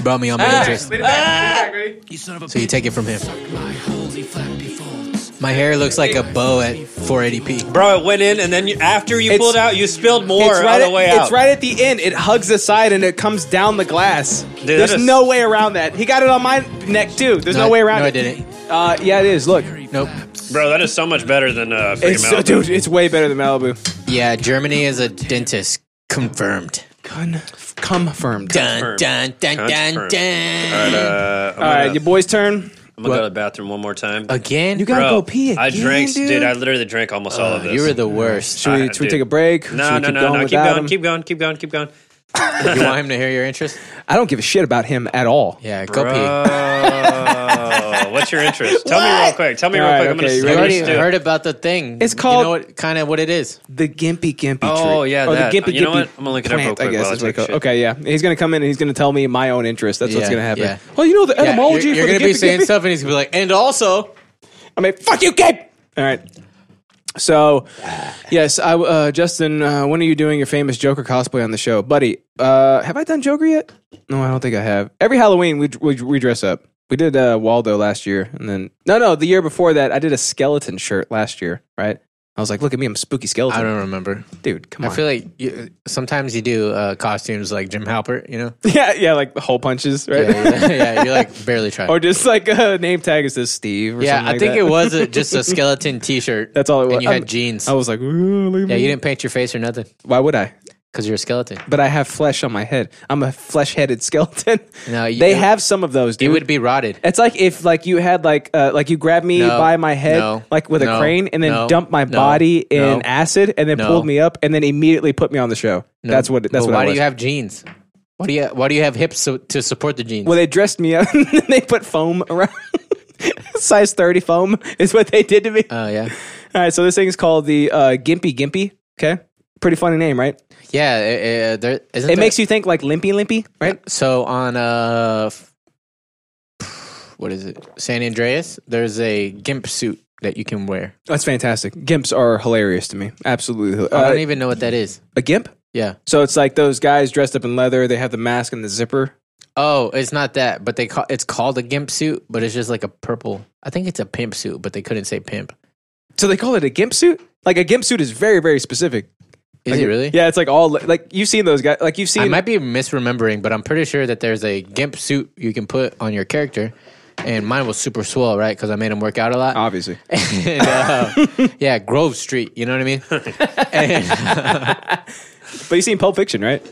[SPEAKER 2] about me on my interest.
[SPEAKER 3] Ah!
[SPEAKER 8] You son of a
[SPEAKER 2] So you
[SPEAKER 8] bitch.
[SPEAKER 2] take it from him.
[SPEAKER 8] My holy flappy folds.
[SPEAKER 2] My hair looks like a bow at 480p.
[SPEAKER 3] Bro, it went in, and then you, after you
[SPEAKER 1] It's-
[SPEAKER 3] pulled out, you spilled more
[SPEAKER 1] It's right,
[SPEAKER 3] on
[SPEAKER 1] at,
[SPEAKER 3] the way out.
[SPEAKER 1] it's right at the end. It hugs the side and it comes down the glass.
[SPEAKER 3] Dude,
[SPEAKER 1] There's
[SPEAKER 3] that is-
[SPEAKER 1] no way around that. He got it on my neck too. There's no, way around
[SPEAKER 2] No, I
[SPEAKER 1] it.
[SPEAKER 2] didn't.
[SPEAKER 1] Uh, yeah, it is. Look,
[SPEAKER 2] Nope.
[SPEAKER 3] Bro, that is so much better than uh, freaking
[SPEAKER 1] it's so,
[SPEAKER 3] Malibu.
[SPEAKER 1] dude, it's way better than Malibu.
[SPEAKER 2] Yeah, Germany is a dentist. Confirmed.
[SPEAKER 1] Con- confirmed.
[SPEAKER 2] Dun dun dun dun
[SPEAKER 3] Confirmed.
[SPEAKER 2] dun.
[SPEAKER 3] Uh, I'm
[SPEAKER 1] All
[SPEAKER 3] gonna-
[SPEAKER 1] right, your boy's turn.
[SPEAKER 3] I'm gonna go
[SPEAKER 2] What?
[SPEAKER 3] to the bathroom one more time.
[SPEAKER 2] Again, you
[SPEAKER 1] gotta go pee
[SPEAKER 3] I
[SPEAKER 1] again,
[SPEAKER 3] drank,
[SPEAKER 1] dude. Uh,
[SPEAKER 3] I literally drank almost all of this.
[SPEAKER 2] You were the worst.
[SPEAKER 1] Should we,
[SPEAKER 3] Uh,
[SPEAKER 1] should we
[SPEAKER 3] dude.
[SPEAKER 1] take a break? should
[SPEAKER 3] no,
[SPEAKER 1] we
[SPEAKER 3] no, no, no. Keep
[SPEAKER 1] without
[SPEAKER 3] going,
[SPEAKER 1] him?
[SPEAKER 3] keep going, keep going, keep going.
[SPEAKER 2] You want him to hear your interest?
[SPEAKER 1] I don't give a shit about him at all.
[SPEAKER 2] Yeah, go pee.
[SPEAKER 3] Bro, what's your interest? Tell me real quick. Tell me real
[SPEAKER 1] All right,
[SPEAKER 3] quick. I'm
[SPEAKER 1] okay,
[SPEAKER 3] gonna
[SPEAKER 1] you
[SPEAKER 2] You
[SPEAKER 3] I'm
[SPEAKER 2] already
[SPEAKER 3] gonna stew.
[SPEAKER 2] heard about the thing.
[SPEAKER 1] It's
[SPEAKER 2] You
[SPEAKER 1] called-
[SPEAKER 2] know what kind of what it is.
[SPEAKER 1] The gimpy gimpy
[SPEAKER 3] Oh,
[SPEAKER 1] tree.
[SPEAKER 3] yeah,
[SPEAKER 1] Or
[SPEAKER 3] that.
[SPEAKER 1] the gimpy
[SPEAKER 3] You know
[SPEAKER 1] gimpy
[SPEAKER 3] what? I'm gonna look it up real
[SPEAKER 1] plant,
[SPEAKER 3] quick
[SPEAKER 1] I guess
[SPEAKER 3] while I
[SPEAKER 1] is what it
[SPEAKER 3] take a
[SPEAKER 1] called.
[SPEAKER 3] shit.
[SPEAKER 1] Okay, yeah. He's gonna come in and he's gonna tell me my own interest. That's what's
[SPEAKER 2] Yeah,
[SPEAKER 1] gonna happen.
[SPEAKER 2] yeah.
[SPEAKER 1] Well, you know the
[SPEAKER 2] Yeah,
[SPEAKER 1] etymology
[SPEAKER 2] you're, you're
[SPEAKER 1] for
[SPEAKER 2] gonna
[SPEAKER 1] the
[SPEAKER 2] be
[SPEAKER 1] gimpy
[SPEAKER 2] saying
[SPEAKER 1] gimpy?
[SPEAKER 2] stuff, and he's gonna be like, "And also,
[SPEAKER 1] I mean, fuck you, Gabe. All right. So, yes, I, uh, Justin, uh, when are you doing your famous Joker cosplay on the show, buddy? Uh, have I done Joker yet? No, I don't think I have. Every Halloween, we we, we dress up. We did uh, Waldo last year, and then no, no, the year before that, I did a skeleton shirt last year. Right? I was like, look at me, I'm spooky skeleton,
[SPEAKER 2] I don't remember."
[SPEAKER 1] dude. Come
[SPEAKER 2] I
[SPEAKER 1] on,
[SPEAKER 2] feel like you, sometimes you do uh, costumes like Jim Halpert, you know?
[SPEAKER 1] yeah, yeah, like the hole punches, right?
[SPEAKER 2] Yeah, yeah, you're like barely trying.
[SPEAKER 1] or just like a name tag is this Steve? Or
[SPEAKER 2] yeah,
[SPEAKER 1] something
[SPEAKER 2] I
[SPEAKER 1] like
[SPEAKER 2] think
[SPEAKER 1] that.
[SPEAKER 2] it was a, just a skeleton T-shirt.
[SPEAKER 1] That's all it was.
[SPEAKER 2] And you had
[SPEAKER 1] I'm-
[SPEAKER 2] jeans.
[SPEAKER 1] I was like, "Ooh, look at
[SPEAKER 2] yeah,
[SPEAKER 1] me."
[SPEAKER 2] you didn't paint your face or nothing
[SPEAKER 1] Why would I?
[SPEAKER 2] because you're a skeleton.
[SPEAKER 1] but I have flesh on my head. I'm a flesh-headed skeleton.
[SPEAKER 2] No, you-
[SPEAKER 1] they have some of those,
[SPEAKER 2] You
[SPEAKER 1] dude.
[SPEAKER 2] would be rotted.
[SPEAKER 1] it's like if like you had like uh, like you grab me
[SPEAKER 2] No,
[SPEAKER 1] by my head
[SPEAKER 2] no,
[SPEAKER 1] like with
[SPEAKER 2] no,
[SPEAKER 1] a crane and then
[SPEAKER 2] no,
[SPEAKER 1] dumped my
[SPEAKER 2] no,
[SPEAKER 1] body in
[SPEAKER 2] no,
[SPEAKER 1] acid and then
[SPEAKER 2] no.
[SPEAKER 1] pulled me up and then immediately put me on the show. that's what that's
[SPEAKER 2] But
[SPEAKER 1] what
[SPEAKER 2] why
[SPEAKER 1] I
[SPEAKER 2] do
[SPEAKER 1] was.
[SPEAKER 2] you have jeans? Why do you Why do you have hips so, to support the jeans?
[SPEAKER 1] well, they dressed me up and then they put foam around. Size 30 foam is what they did to me.
[SPEAKER 2] Oh yeah,
[SPEAKER 1] All right, so this thing's called the uh, Gimpy Gimpy, okay? Pretty funny name, right?
[SPEAKER 2] yeah. It, it, there, isn't
[SPEAKER 1] It
[SPEAKER 2] there-
[SPEAKER 1] makes you think like Limpy Limpy, right?
[SPEAKER 2] so on. Uh, f- what is it? San Andreas. There's a gimp suit that you can wear.
[SPEAKER 1] That's fantastic. Gimps are hilarious to me. Absolutely.
[SPEAKER 2] I
[SPEAKER 1] Uh,
[SPEAKER 2] don't even know what that is.
[SPEAKER 1] a gimp?
[SPEAKER 2] Yeah.
[SPEAKER 1] So it's like those guys dressed up in leather. They have the mask and the zipper.
[SPEAKER 2] Oh, it's not that, but they call it's called a gimp suit, but it's just like a purple. I think it's a pimp suit, but they couldn't say pimp.
[SPEAKER 1] So they call it a gimp suit. Like a gimp suit is very very specific.
[SPEAKER 2] Is
[SPEAKER 1] Like,
[SPEAKER 2] it really?
[SPEAKER 1] Yeah, it's like all like you've seen those guys. Like you've
[SPEAKER 2] I
[SPEAKER 1] seen.
[SPEAKER 2] might be misremembering, but I'm pretty sure that there's a gimp suit you can put on your character. And mine was super swell, right? Because I made him work out a lot.
[SPEAKER 1] obviously.
[SPEAKER 2] And, uh, yeah, Grove Street. You know what I mean? And-
[SPEAKER 1] But you've seen Pulp Fiction, right?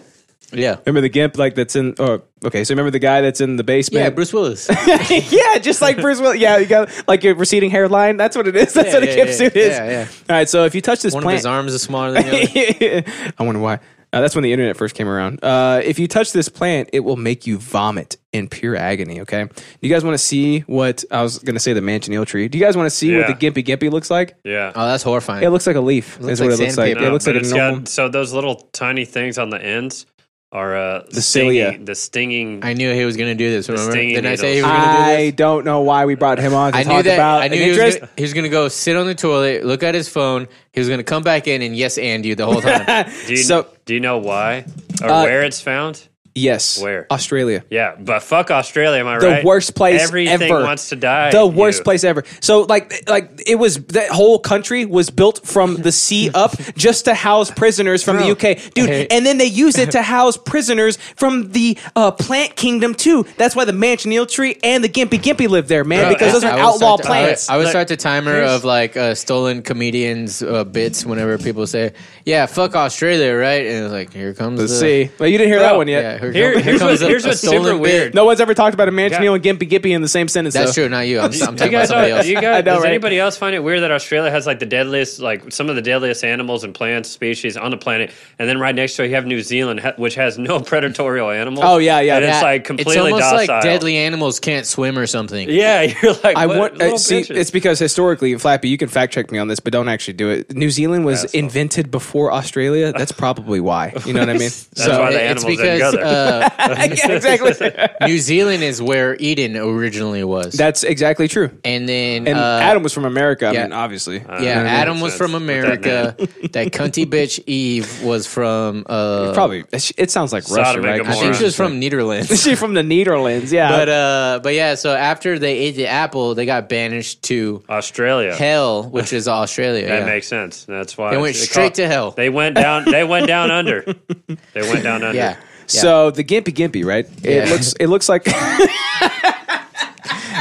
[SPEAKER 2] yeah.
[SPEAKER 1] Remember the gimp like that's in. Oh, okay. So remember the guy that's in the basement.
[SPEAKER 2] Yeah, Bruce Willis.
[SPEAKER 1] yeah, just like Bruce Willis. Yeah, you got like your receding hairline. That's what it is. That's
[SPEAKER 2] Yeah,
[SPEAKER 1] what a
[SPEAKER 2] yeah,
[SPEAKER 1] gimp
[SPEAKER 2] yeah,
[SPEAKER 1] suit is.
[SPEAKER 2] yeah, yeah.
[SPEAKER 1] All right. So if you touch this
[SPEAKER 2] One of
[SPEAKER 1] plant,
[SPEAKER 2] his arms is smaller than the other.
[SPEAKER 1] I wonder why. Uh, that's when the internet first came around. Uh, if you touch this plant, it will make you vomit in pure agony. Okay. You guys want to see what I was going to say the manchineal tree? Do you guys want to see
[SPEAKER 3] Yeah.
[SPEAKER 1] what the gimpy gimpy looks like?
[SPEAKER 3] Yeah.
[SPEAKER 2] Oh, that's horrifying.
[SPEAKER 1] It looks like a leaf.
[SPEAKER 2] looks
[SPEAKER 1] is what
[SPEAKER 2] like
[SPEAKER 1] it looks like.
[SPEAKER 2] sandpaper.
[SPEAKER 1] Uh, It looks
[SPEAKER 3] but
[SPEAKER 1] like a
[SPEAKER 3] it's
[SPEAKER 1] normal.
[SPEAKER 3] got so those little tiny things on the ends are uh, the
[SPEAKER 1] cilia.
[SPEAKER 3] stinging, the stinging.
[SPEAKER 2] I knew he was going to do this. Remember?
[SPEAKER 3] stinging
[SPEAKER 2] Didn't I say he was
[SPEAKER 3] needles.
[SPEAKER 2] going to do this?
[SPEAKER 1] I don't know why we brought him on to
[SPEAKER 2] I
[SPEAKER 1] talk
[SPEAKER 2] knew that.
[SPEAKER 1] about
[SPEAKER 2] I knew
[SPEAKER 1] an
[SPEAKER 2] he was,
[SPEAKER 1] interest.
[SPEAKER 2] gonna, he was gonna go sit on the toilet, look at his phone. He was gonna come back in and yes and you the whole time.
[SPEAKER 3] do you,
[SPEAKER 1] so-
[SPEAKER 3] do you know why or
[SPEAKER 1] Uh,
[SPEAKER 3] where it's found?
[SPEAKER 1] yes.
[SPEAKER 3] Where?
[SPEAKER 1] Australia.
[SPEAKER 3] Yeah, but fuck Australia, am I
[SPEAKER 1] the
[SPEAKER 3] right?
[SPEAKER 1] worst place
[SPEAKER 3] Everything
[SPEAKER 1] ever.
[SPEAKER 3] wants to die.
[SPEAKER 1] The worst
[SPEAKER 3] you.
[SPEAKER 1] place ever. So like like it was that whole country was built from the sea up just to house prisoners from the UK, dude.
[SPEAKER 2] Hey.
[SPEAKER 1] And then they use it to house prisoners from the uh, plant kingdom too. That's why the manchineal tree and the gimpy gimpy live there, man,
[SPEAKER 3] Bro,
[SPEAKER 1] because those
[SPEAKER 2] I
[SPEAKER 1] are
[SPEAKER 2] would
[SPEAKER 1] outlaw
[SPEAKER 2] start the- I would-
[SPEAKER 1] plants.
[SPEAKER 2] I would,
[SPEAKER 3] Look,
[SPEAKER 2] start the timer
[SPEAKER 3] here's-
[SPEAKER 2] of like uh, stolen comedians' uh, bits whenever people say, "Yeah, fuck Australia," right? And it's like, here comes
[SPEAKER 1] Let's
[SPEAKER 2] the,
[SPEAKER 1] see. Well, you didn't hear that
[SPEAKER 3] Bro,
[SPEAKER 1] one yet.
[SPEAKER 2] Yeah, here,
[SPEAKER 3] Here-
[SPEAKER 2] come-
[SPEAKER 3] here's what-
[SPEAKER 2] comes a-
[SPEAKER 3] here's
[SPEAKER 2] a
[SPEAKER 3] what's
[SPEAKER 2] stolen
[SPEAKER 3] super
[SPEAKER 2] bit.
[SPEAKER 3] weird.
[SPEAKER 1] No one's ever talked about a manchineal
[SPEAKER 3] Yeah.
[SPEAKER 1] and gimpy gimpy in the same sentence.
[SPEAKER 2] That's
[SPEAKER 1] though.
[SPEAKER 2] true. Not you. I'm, I'm
[SPEAKER 3] Do you
[SPEAKER 2] talking about
[SPEAKER 3] guys,
[SPEAKER 2] somebody
[SPEAKER 3] know,
[SPEAKER 2] else.
[SPEAKER 3] do you guys
[SPEAKER 1] know,
[SPEAKER 3] does
[SPEAKER 1] right?
[SPEAKER 3] anybody else find it weird that Australia has like the deadliest, like some of the deadliest animals and plants species on the planet, and then right next to it you have New Zealand, ha- which has no predatory animals.
[SPEAKER 1] Oh, yeah, yeah,
[SPEAKER 3] and
[SPEAKER 1] yeah.
[SPEAKER 3] it's like completely
[SPEAKER 2] it's almost
[SPEAKER 3] docile.
[SPEAKER 2] like deadly animals can't swim or something.
[SPEAKER 3] Yeah, you're like
[SPEAKER 1] I
[SPEAKER 3] what,
[SPEAKER 1] want
[SPEAKER 3] little
[SPEAKER 1] uh, see.
[SPEAKER 3] bitches.
[SPEAKER 1] It's because historically, Flappy, you can fact check me on this, but don't actually do it. New Zealand was invented before Australia. That's probably why. You know what I mean?
[SPEAKER 2] So
[SPEAKER 3] why the
[SPEAKER 2] it- it's
[SPEAKER 3] animals didn't
[SPEAKER 2] because
[SPEAKER 3] go there.
[SPEAKER 2] uh,
[SPEAKER 10] yeah, exactly.
[SPEAKER 2] New Zealand is where Eden originally was.
[SPEAKER 1] That's exactly true.
[SPEAKER 2] and then
[SPEAKER 1] And
[SPEAKER 2] uh,
[SPEAKER 1] Adam was from America. I
[SPEAKER 2] yeah.
[SPEAKER 1] mean, obviously.
[SPEAKER 2] Yeah,
[SPEAKER 3] that
[SPEAKER 2] Adam
[SPEAKER 3] makes
[SPEAKER 2] was
[SPEAKER 3] sense
[SPEAKER 2] from
[SPEAKER 3] with that
[SPEAKER 2] America. That, cunty bitch Eve was from uh,
[SPEAKER 1] Probably. It it sounds like
[SPEAKER 3] Sodom
[SPEAKER 1] Russian,
[SPEAKER 3] and
[SPEAKER 1] right?
[SPEAKER 2] I think she was from Netherlands.
[SPEAKER 1] She's from the Netherlands. Yeah.
[SPEAKER 2] But uh, but yeah, so after they ate the apple, they got banished to
[SPEAKER 3] Australia.
[SPEAKER 2] hell, which is Australia.
[SPEAKER 3] that
[SPEAKER 2] yeah.
[SPEAKER 3] makes sense. That's why
[SPEAKER 2] They went
[SPEAKER 3] it's-
[SPEAKER 2] straight to
[SPEAKER 3] call-
[SPEAKER 2] hell.
[SPEAKER 3] They went down. They went down under. They went down under.
[SPEAKER 2] yeah.
[SPEAKER 1] So the Gimpy Gimpy, right? It
[SPEAKER 2] Yeah.
[SPEAKER 1] looks it looks like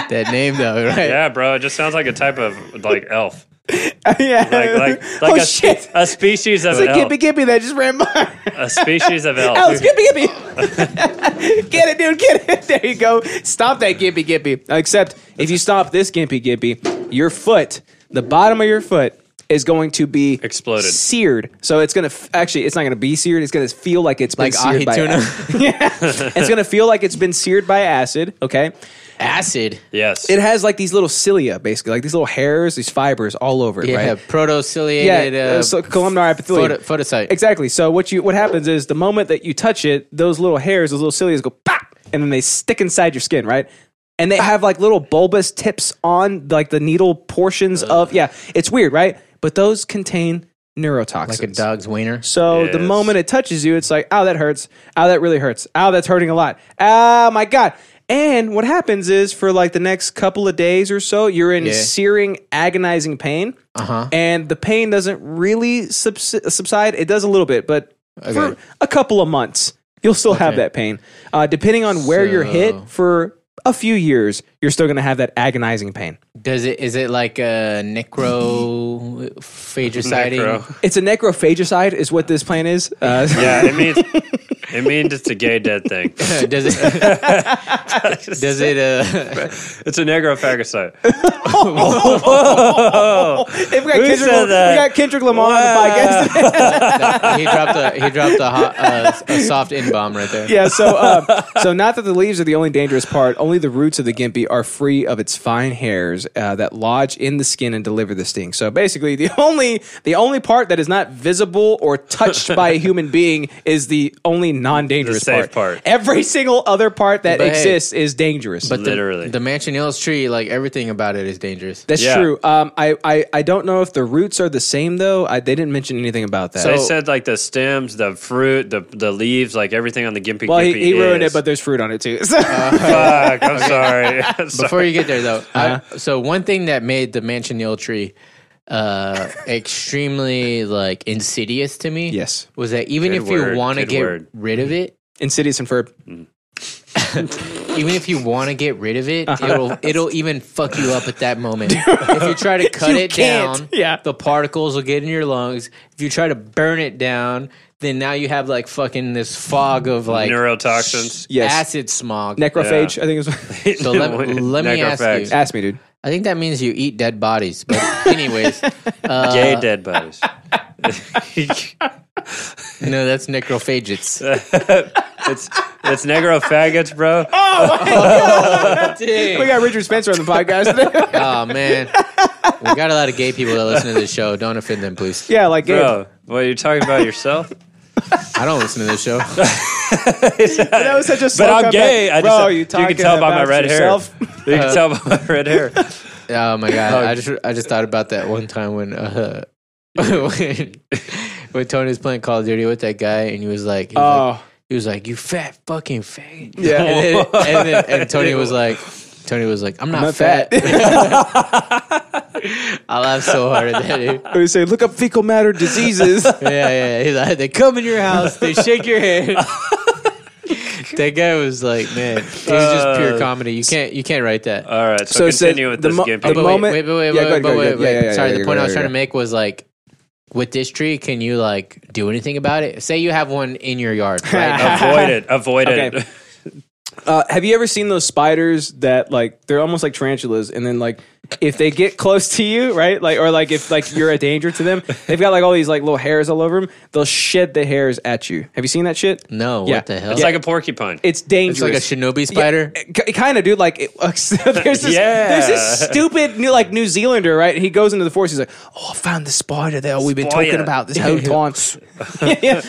[SPEAKER 2] That name though, right?
[SPEAKER 3] Yeah, bro. It just sounds like a type of like elf,
[SPEAKER 1] yeah.
[SPEAKER 3] like like like
[SPEAKER 1] oh
[SPEAKER 3] a, spe-
[SPEAKER 1] shit.
[SPEAKER 3] a species of
[SPEAKER 1] It's a
[SPEAKER 3] elf.
[SPEAKER 1] Gimpy Gimpy that just ran by.
[SPEAKER 3] a species of elf.
[SPEAKER 1] Alex, Gimpy Oh, Gimpy. get it, dude. Get it. There you go. Stop that Gimpy Gimpy. Except if you stop this Gimpy Gimpy, your foot, the bottom of your foot, is going to be
[SPEAKER 3] Exploded.
[SPEAKER 1] seared. So it's gonna f- actually, it's not gonna be seared. It's gonna feel like it's been
[SPEAKER 2] Like
[SPEAKER 1] seared
[SPEAKER 2] ahi
[SPEAKER 1] by
[SPEAKER 2] tuna.
[SPEAKER 1] acid. yeah, it's gonna feel like it's been seared by acid. Okay,
[SPEAKER 2] Acid.
[SPEAKER 3] Yes.
[SPEAKER 1] it has like these little cilia, basically, like these little hairs, these fibers all over it.
[SPEAKER 2] Yeah.
[SPEAKER 1] right?
[SPEAKER 2] Protociliated.
[SPEAKER 1] yeah,
[SPEAKER 2] uh,
[SPEAKER 1] uh, so columnar epithelium.
[SPEAKER 2] photo, photocyte.
[SPEAKER 1] Exactly. So what you what happens is the moment that you touch it, those little hairs, those little cilia go pop, and then they stick inside your skin, right? And they have like little bulbous tips on like the needle portions of yeah. It's weird, right? But those contain neurotoxins.
[SPEAKER 2] like a dog's wiener.
[SPEAKER 1] So the
[SPEAKER 3] Yes.
[SPEAKER 1] moment it touches you, it's like, ow, that hurts. Ow, that really hurts. Ow, that's hurting a lot. Oh my god. And what happens is for like the next couple of days or so, you're in
[SPEAKER 2] Yeah.
[SPEAKER 1] searing, agonizing pain.
[SPEAKER 2] Uh-huh.
[SPEAKER 1] And the pain doesn't really subs- subside. It does a little bit, but for
[SPEAKER 2] Okay.
[SPEAKER 1] a couple of months, you'll still have
[SPEAKER 2] Okay.
[SPEAKER 1] that pain. Uh, depending on where you're hit
[SPEAKER 2] So-
[SPEAKER 1] for a few years, you're still going to have that agonizing pain.
[SPEAKER 2] Does it? Is it like a necrophagocyting?
[SPEAKER 3] Necro.
[SPEAKER 1] It's a necrophagicide, is what this plan is. Uh,
[SPEAKER 3] Yeah, it means it means it's a gay dead thing.
[SPEAKER 2] Uh, does it? does it? Uh,
[SPEAKER 3] It's a negrophagocyte.
[SPEAKER 1] If we got
[SPEAKER 3] Who
[SPEAKER 1] Kendrick,
[SPEAKER 3] said
[SPEAKER 1] Lam-
[SPEAKER 3] that?
[SPEAKER 1] We got Kendrick Lamar on the podcast.
[SPEAKER 2] he dropped a he dropped a, hot, uh, a soft in bomb right there.
[SPEAKER 1] yeah. So, uh, so not that the leaves are the only dangerous part. Only the roots of the gimpy are free of its fine hairs uh, that lodge in the skin and deliver the sting. So basically, the only the only part that is not visible or touched by a human being is the only non dangerous
[SPEAKER 3] The safe part.
[SPEAKER 1] Every single other part that
[SPEAKER 2] But hey-
[SPEAKER 1] exists is dangerous.
[SPEAKER 2] But the-
[SPEAKER 3] Literally.
[SPEAKER 2] the, Manchinella's tree, like everything about it, is dangerous.
[SPEAKER 1] that's
[SPEAKER 3] Yeah.
[SPEAKER 1] true. Um, I, I I don't know if the roots are the same though. I, they didn't mention anything about that.
[SPEAKER 3] They
[SPEAKER 2] So-
[SPEAKER 3] said like the stems, the fruit, the the leaves, like everything on the gimpy.
[SPEAKER 1] well, he,
[SPEAKER 3] gimpy
[SPEAKER 1] he ruined
[SPEAKER 3] is- Uh,
[SPEAKER 1] it, but there's fruit on it too.
[SPEAKER 3] fuck. I'm sorry. I'm sorry.
[SPEAKER 2] Before you get there, though, I, so one thing that made the Manchinella tree uh, extremely like insidious to me,
[SPEAKER 1] Yes.
[SPEAKER 2] was that even
[SPEAKER 3] Good
[SPEAKER 2] if
[SPEAKER 3] word,
[SPEAKER 2] you want to
[SPEAKER 3] good
[SPEAKER 2] get
[SPEAKER 3] word.
[SPEAKER 2] rid of it,
[SPEAKER 1] Insidious and Ferb.
[SPEAKER 2] even if you want to get rid of it,
[SPEAKER 1] Uh-huh.
[SPEAKER 2] it'll it'll even fuck you up at that moment. if you try to cut it
[SPEAKER 1] can't.
[SPEAKER 2] down,
[SPEAKER 1] Yeah.
[SPEAKER 2] the particles will get in your lungs. If you try to burn it down, then now you have like fucking this fog of like
[SPEAKER 3] Neurotoxins.
[SPEAKER 1] Yes.
[SPEAKER 2] acid smog.
[SPEAKER 1] Necrophage, I think it was.
[SPEAKER 2] so let, let me ask
[SPEAKER 3] Necrophags.
[SPEAKER 2] you.
[SPEAKER 1] Ask me, dude.
[SPEAKER 2] I think that means you eat dead bodies. But anyways,
[SPEAKER 1] uh,
[SPEAKER 3] Gay dead bodies.
[SPEAKER 2] no, that's necrophagists.
[SPEAKER 3] it's it's negro faggots, bro.
[SPEAKER 1] Oh, We got Richard Spencer on the podcast today.
[SPEAKER 2] oh man, we got a lot of gay people that listen to this show. Don't offend them, please.
[SPEAKER 1] yeah, Uh, like Gabe.
[SPEAKER 3] Bro, what are you talking about yourself?
[SPEAKER 2] I don't listen to this show.
[SPEAKER 1] that was such a.
[SPEAKER 3] But
[SPEAKER 1] slow
[SPEAKER 3] I'm
[SPEAKER 1] comeback.
[SPEAKER 3] gay. I just,
[SPEAKER 1] Bro,
[SPEAKER 3] you,
[SPEAKER 1] you talking
[SPEAKER 3] can tell by my
[SPEAKER 1] about
[SPEAKER 3] red
[SPEAKER 1] yourself?
[SPEAKER 3] hair. You can tell by my red hair.
[SPEAKER 2] Oh my god! I just I just thought about that one time when uh, when, when Tony was playing Call of Duty with that guy, and he was like, he was, like,
[SPEAKER 1] Oh,
[SPEAKER 2] he was like, "You fat fucking faggot."
[SPEAKER 1] Yeah.
[SPEAKER 2] and, then, and, then, and Tony was like, Tony was like, "I'm not,
[SPEAKER 1] not
[SPEAKER 2] fat." I laughed so hard at that. Dude.
[SPEAKER 1] we say look up fecal matter diseases.
[SPEAKER 2] Yeah, yeah. yeah. He's like, they come in your house, they shake your hand. that guy was like, man, it was just pure comedy. You can't you can't write that.
[SPEAKER 3] All right,
[SPEAKER 1] So
[SPEAKER 3] so,
[SPEAKER 1] it said
[SPEAKER 3] continue with
[SPEAKER 1] the
[SPEAKER 3] this
[SPEAKER 1] mo-
[SPEAKER 3] gimpy.
[SPEAKER 1] the
[SPEAKER 2] but
[SPEAKER 1] moment-
[SPEAKER 2] Wait, wait, wait,
[SPEAKER 1] Yeah,
[SPEAKER 2] wait,
[SPEAKER 1] go ahead,
[SPEAKER 2] but
[SPEAKER 1] go ahead, go ahead.
[SPEAKER 2] wait, wait.
[SPEAKER 1] Yeah, yeah, yeah,
[SPEAKER 2] Sorry,
[SPEAKER 1] yeah,
[SPEAKER 2] the
[SPEAKER 1] go
[SPEAKER 2] point I
[SPEAKER 1] ahead,
[SPEAKER 2] was
[SPEAKER 1] go
[SPEAKER 2] trying
[SPEAKER 1] ahead.
[SPEAKER 2] to make was like, with this tree, can you like do anything about it? Say you have one in your yard, right?
[SPEAKER 3] avoid it. Avoid
[SPEAKER 1] Okay.
[SPEAKER 3] it.
[SPEAKER 1] Uh, have you ever seen those spiders that like they're almost like tarantulas, and then like if they get close to you, right? Like or like if like you're a danger to them, they've got like all these like little hairs all over them. They'll shed the hairs at you. Have you seen that shit?
[SPEAKER 2] No,
[SPEAKER 1] Yeah.
[SPEAKER 2] what the hell?
[SPEAKER 3] It's like a porcupine.
[SPEAKER 1] It's dangerous.
[SPEAKER 2] It's like a shinobi spider.
[SPEAKER 1] kind of, dude. Like, it, there's this,
[SPEAKER 3] Yeah.
[SPEAKER 1] there's this stupid new, like New Zealander, right? He goes into the forest. He's like, "Oh, I found the spider that we've been
[SPEAKER 3] Spider.
[SPEAKER 1] talking about this whole time." yeah, yeah.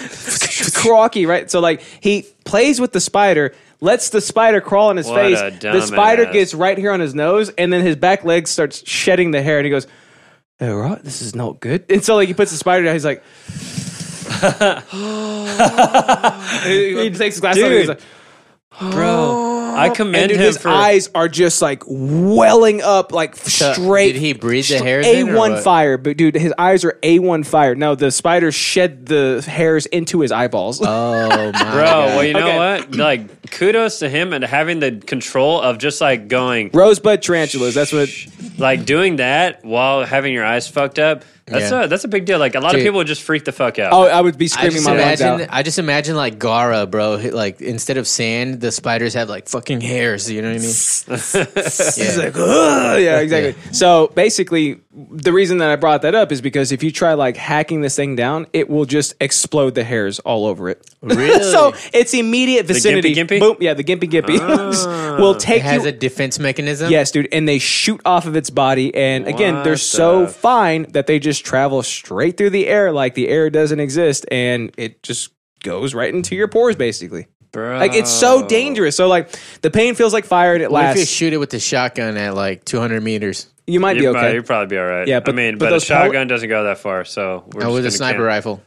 [SPEAKER 1] Crocky, right? So, like, he plays with the spider, lets the spider crawl in his
[SPEAKER 3] What
[SPEAKER 1] face.
[SPEAKER 3] a
[SPEAKER 1] The spider
[SPEAKER 3] dumbass.
[SPEAKER 1] gets right here on his nose, and then his back leg starts shedding the hair, and he goes. All right, this is not good. And so, like, he puts the spider down. He's like, he, he takes his glasses off. and He's
[SPEAKER 3] Dude.
[SPEAKER 1] like,
[SPEAKER 3] bro. I commend
[SPEAKER 1] and dude,
[SPEAKER 3] him
[SPEAKER 1] his
[SPEAKER 3] for.
[SPEAKER 1] eyes are just like welling up, like straight.
[SPEAKER 2] did he breathe the
[SPEAKER 1] stra-
[SPEAKER 2] hairs in, or
[SPEAKER 1] A1
[SPEAKER 2] what?
[SPEAKER 1] fire, but dude, his eyes are A1 fire. No, the spider shed the hairs into his eyeballs.
[SPEAKER 2] Oh my
[SPEAKER 3] Bro, well, you know
[SPEAKER 1] Okay.
[SPEAKER 3] what? Like, kudos to him and having the control of just like going,
[SPEAKER 1] Rosebud tarantulas. That's what.
[SPEAKER 3] like doing that while having your eyes fucked up. That's
[SPEAKER 2] Yeah.
[SPEAKER 3] a that's a big deal. Like a lot
[SPEAKER 2] Dude.
[SPEAKER 3] of people would just freak the fuck out.
[SPEAKER 1] Oh, I would be
[SPEAKER 2] I
[SPEAKER 1] screaming
[SPEAKER 2] just
[SPEAKER 1] my lungs out.
[SPEAKER 2] imagine. I just imagine like Gara, bro. He- Like instead of sand, the spiders have like fucking hairs. You know what I mean?
[SPEAKER 1] It's like, "Ugh." yeah, exactly. So basically, the reason that I brought that up is because if you try like hacking this thing down, it will just explode the hairs all over it.
[SPEAKER 2] Really?
[SPEAKER 1] so it's immediate vicinity.
[SPEAKER 3] Gimpy Gimpy?
[SPEAKER 1] Boom. Yeah, the gimpy gimpy will take
[SPEAKER 2] Ah. it has
[SPEAKER 1] you.
[SPEAKER 2] a defense mechanism.
[SPEAKER 1] Yes, dude, and they shoot off of its body, and again,
[SPEAKER 3] What
[SPEAKER 1] they're so
[SPEAKER 3] the-
[SPEAKER 1] fine that they just travel straight through the air, like the air doesn't exist, and it just goes right into your pores, basically.
[SPEAKER 3] bro.
[SPEAKER 1] Like it's so dangerous. So like the pain feels like fire, and it
[SPEAKER 2] What if you
[SPEAKER 1] lasts.
[SPEAKER 2] shoot it with the shotgun at like 200 meters
[SPEAKER 1] you might
[SPEAKER 3] You'd,
[SPEAKER 1] be
[SPEAKER 3] probably,
[SPEAKER 1] okay.
[SPEAKER 3] you'd probably be all right.
[SPEAKER 1] Yeah,
[SPEAKER 3] Yeah,
[SPEAKER 1] but-
[SPEAKER 3] I mean,
[SPEAKER 1] but
[SPEAKER 3] but, a
[SPEAKER 1] those pellet-
[SPEAKER 3] shotgun doesn't go that far, so we're
[SPEAKER 2] oh,
[SPEAKER 3] just
[SPEAKER 2] with a
[SPEAKER 3] gonna
[SPEAKER 2] sniper
[SPEAKER 3] camp.
[SPEAKER 2] rifle?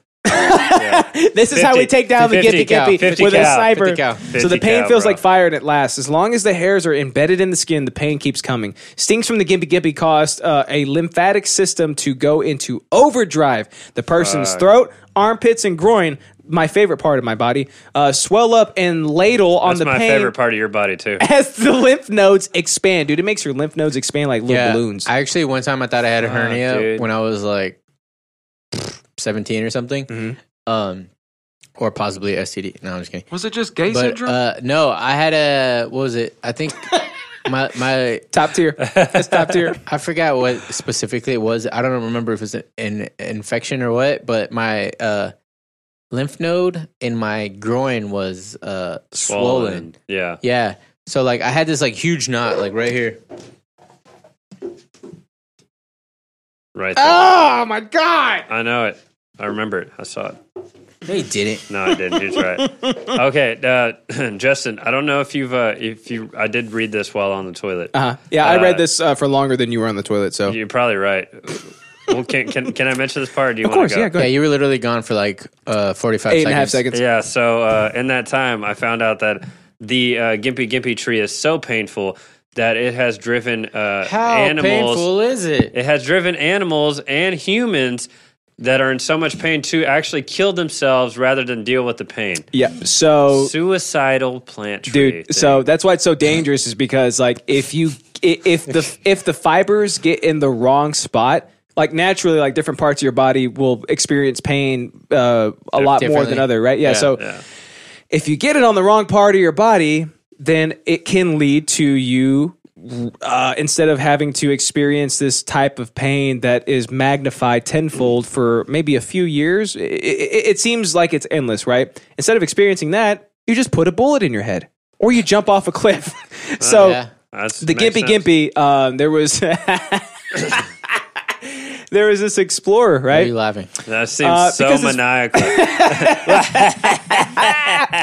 [SPEAKER 1] This is how we
[SPEAKER 3] 50
[SPEAKER 1] take down the
[SPEAKER 3] 50
[SPEAKER 1] Gimpy
[SPEAKER 3] cal,
[SPEAKER 1] Gimpy
[SPEAKER 3] 50
[SPEAKER 1] with a
[SPEAKER 3] cal,
[SPEAKER 1] sniper.
[SPEAKER 2] 50 cal.
[SPEAKER 1] So the
[SPEAKER 3] 50
[SPEAKER 1] pain
[SPEAKER 3] cal,
[SPEAKER 1] feels
[SPEAKER 3] bro.
[SPEAKER 1] like fire and it lasts. As long as the hairs are embedded in the skin, the pain keeps coming. Stings from the Gimpy Gimpy cause uh, a lymphatic system to go into overdrive. The person's throat, armpits, and groin. My favorite part of my body uh, swell up and ladle on
[SPEAKER 3] That's
[SPEAKER 1] the
[SPEAKER 3] my
[SPEAKER 1] pain
[SPEAKER 3] favorite part of your body too.
[SPEAKER 1] as the lymph nodes expand, dude. It makes your lymph nodes expand like little balloons.
[SPEAKER 2] I actually one time I thought I had a hernia
[SPEAKER 3] dude.
[SPEAKER 2] when I was like 17 or something, um, or possibly STD. No, I'm just kidding.
[SPEAKER 10] Mm-hmm. Was it just gay
[SPEAKER 2] But
[SPEAKER 10] syndrome?
[SPEAKER 2] uh, no, I had a what was it? I think my my
[SPEAKER 1] top tier. That's top tier.
[SPEAKER 2] I forgot what specifically it was. I don't remember if it was an, an infection or what, but my uh, lymph node in my groin was uh, swollen.
[SPEAKER 3] Yeah.
[SPEAKER 2] Yeah. So like I had this like huge knot like right here.
[SPEAKER 3] Right. There.
[SPEAKER 1] Ah!
[SPEAKER 3] Oh my god! I know it. I remember it. I saw it.
[SPEAKER 2] No, you didn't.
[SPEAKER 3] No, I didn't. He's right. Okay, uh, Justin. I don't know if you've uh, if you. I did read this while on the toilet.
[SPEAKER 1] Uh-huh. Yeah, I
[SPEAKER 3] Uh,
[SPEAKER 1] read this uh, for longer than you were on the toilet. So
[SPEAKER 3] You're probably right. well, can, can can I mention this part? Or do you
[SPEAKER 1] of course,
[SPEAKER 3] Go?
[SPEAKER 1] yeah, go
[SPEAKER 2] Yeah,
[SPEAKER 1] ahead.
[SPEAKER 2] you were literally gone for like uh, forty five
[SPEAKER 1] Eight
[SPEAKER 2] seconds.
[SPEAKER 1] and a half seconds.
[SPEAKER 3] Yeah, so uh, in that time, I found out that the uh, Gimpy Gimpy tree is so painful that it has driven uh,
[SPEAKER 2] How
[SPEAKER 3] animals.
[SPEAKER 2] painful is it?
[SPEAKER 3] It has driven animals and humans that are in so much pain to actually kill themselves rather than deal with the pain.
[SPEAKER 1] Yeah. So
[SPEAKER 3] Suicidal plant tree.
[SPEAKER 1] dude
[SPEAKER 3] thing.
[SPEAKER 1] so that's why it's so dangerous is because like if you i- if the if the fibers get in the wrong spot like naturally like different parts of your body will experience pain uh, a lot more than
[SPEAKER 2] Differently.
[SPEAKER 1] other right yeah, so
[SPEAKER 3] yeah.
[SPEAKER 1] if you get it on the wrong part of your body then it can lead to you uh, instead of having to experience this type of pain that is magnified tenfold for maybe a few years, it, it, it seems like it's endless, right? Instead of experiencing that, you just put a bullet in your head or you jump off a cliff. so
[SPEAKER 2] Yeah.
[SPEAKER 3] That's-
[SPEAKER 1] the
[SPEAKER 3] makes
[SPEAKER 1] Gimpy
[SPEAKER 3] sense.
[SPEAKER 1] Gimpy, um, there was. There was this explorer,
[SPEAKER 2] Why
[SPEAKER 1] right?
[SPEAKER 2] Are you laughing?
[SPEAKER 3] That seems
[SPEAKER 1] Uh,
[SPEAKER 3] so
[SPEAKER 1] because it's-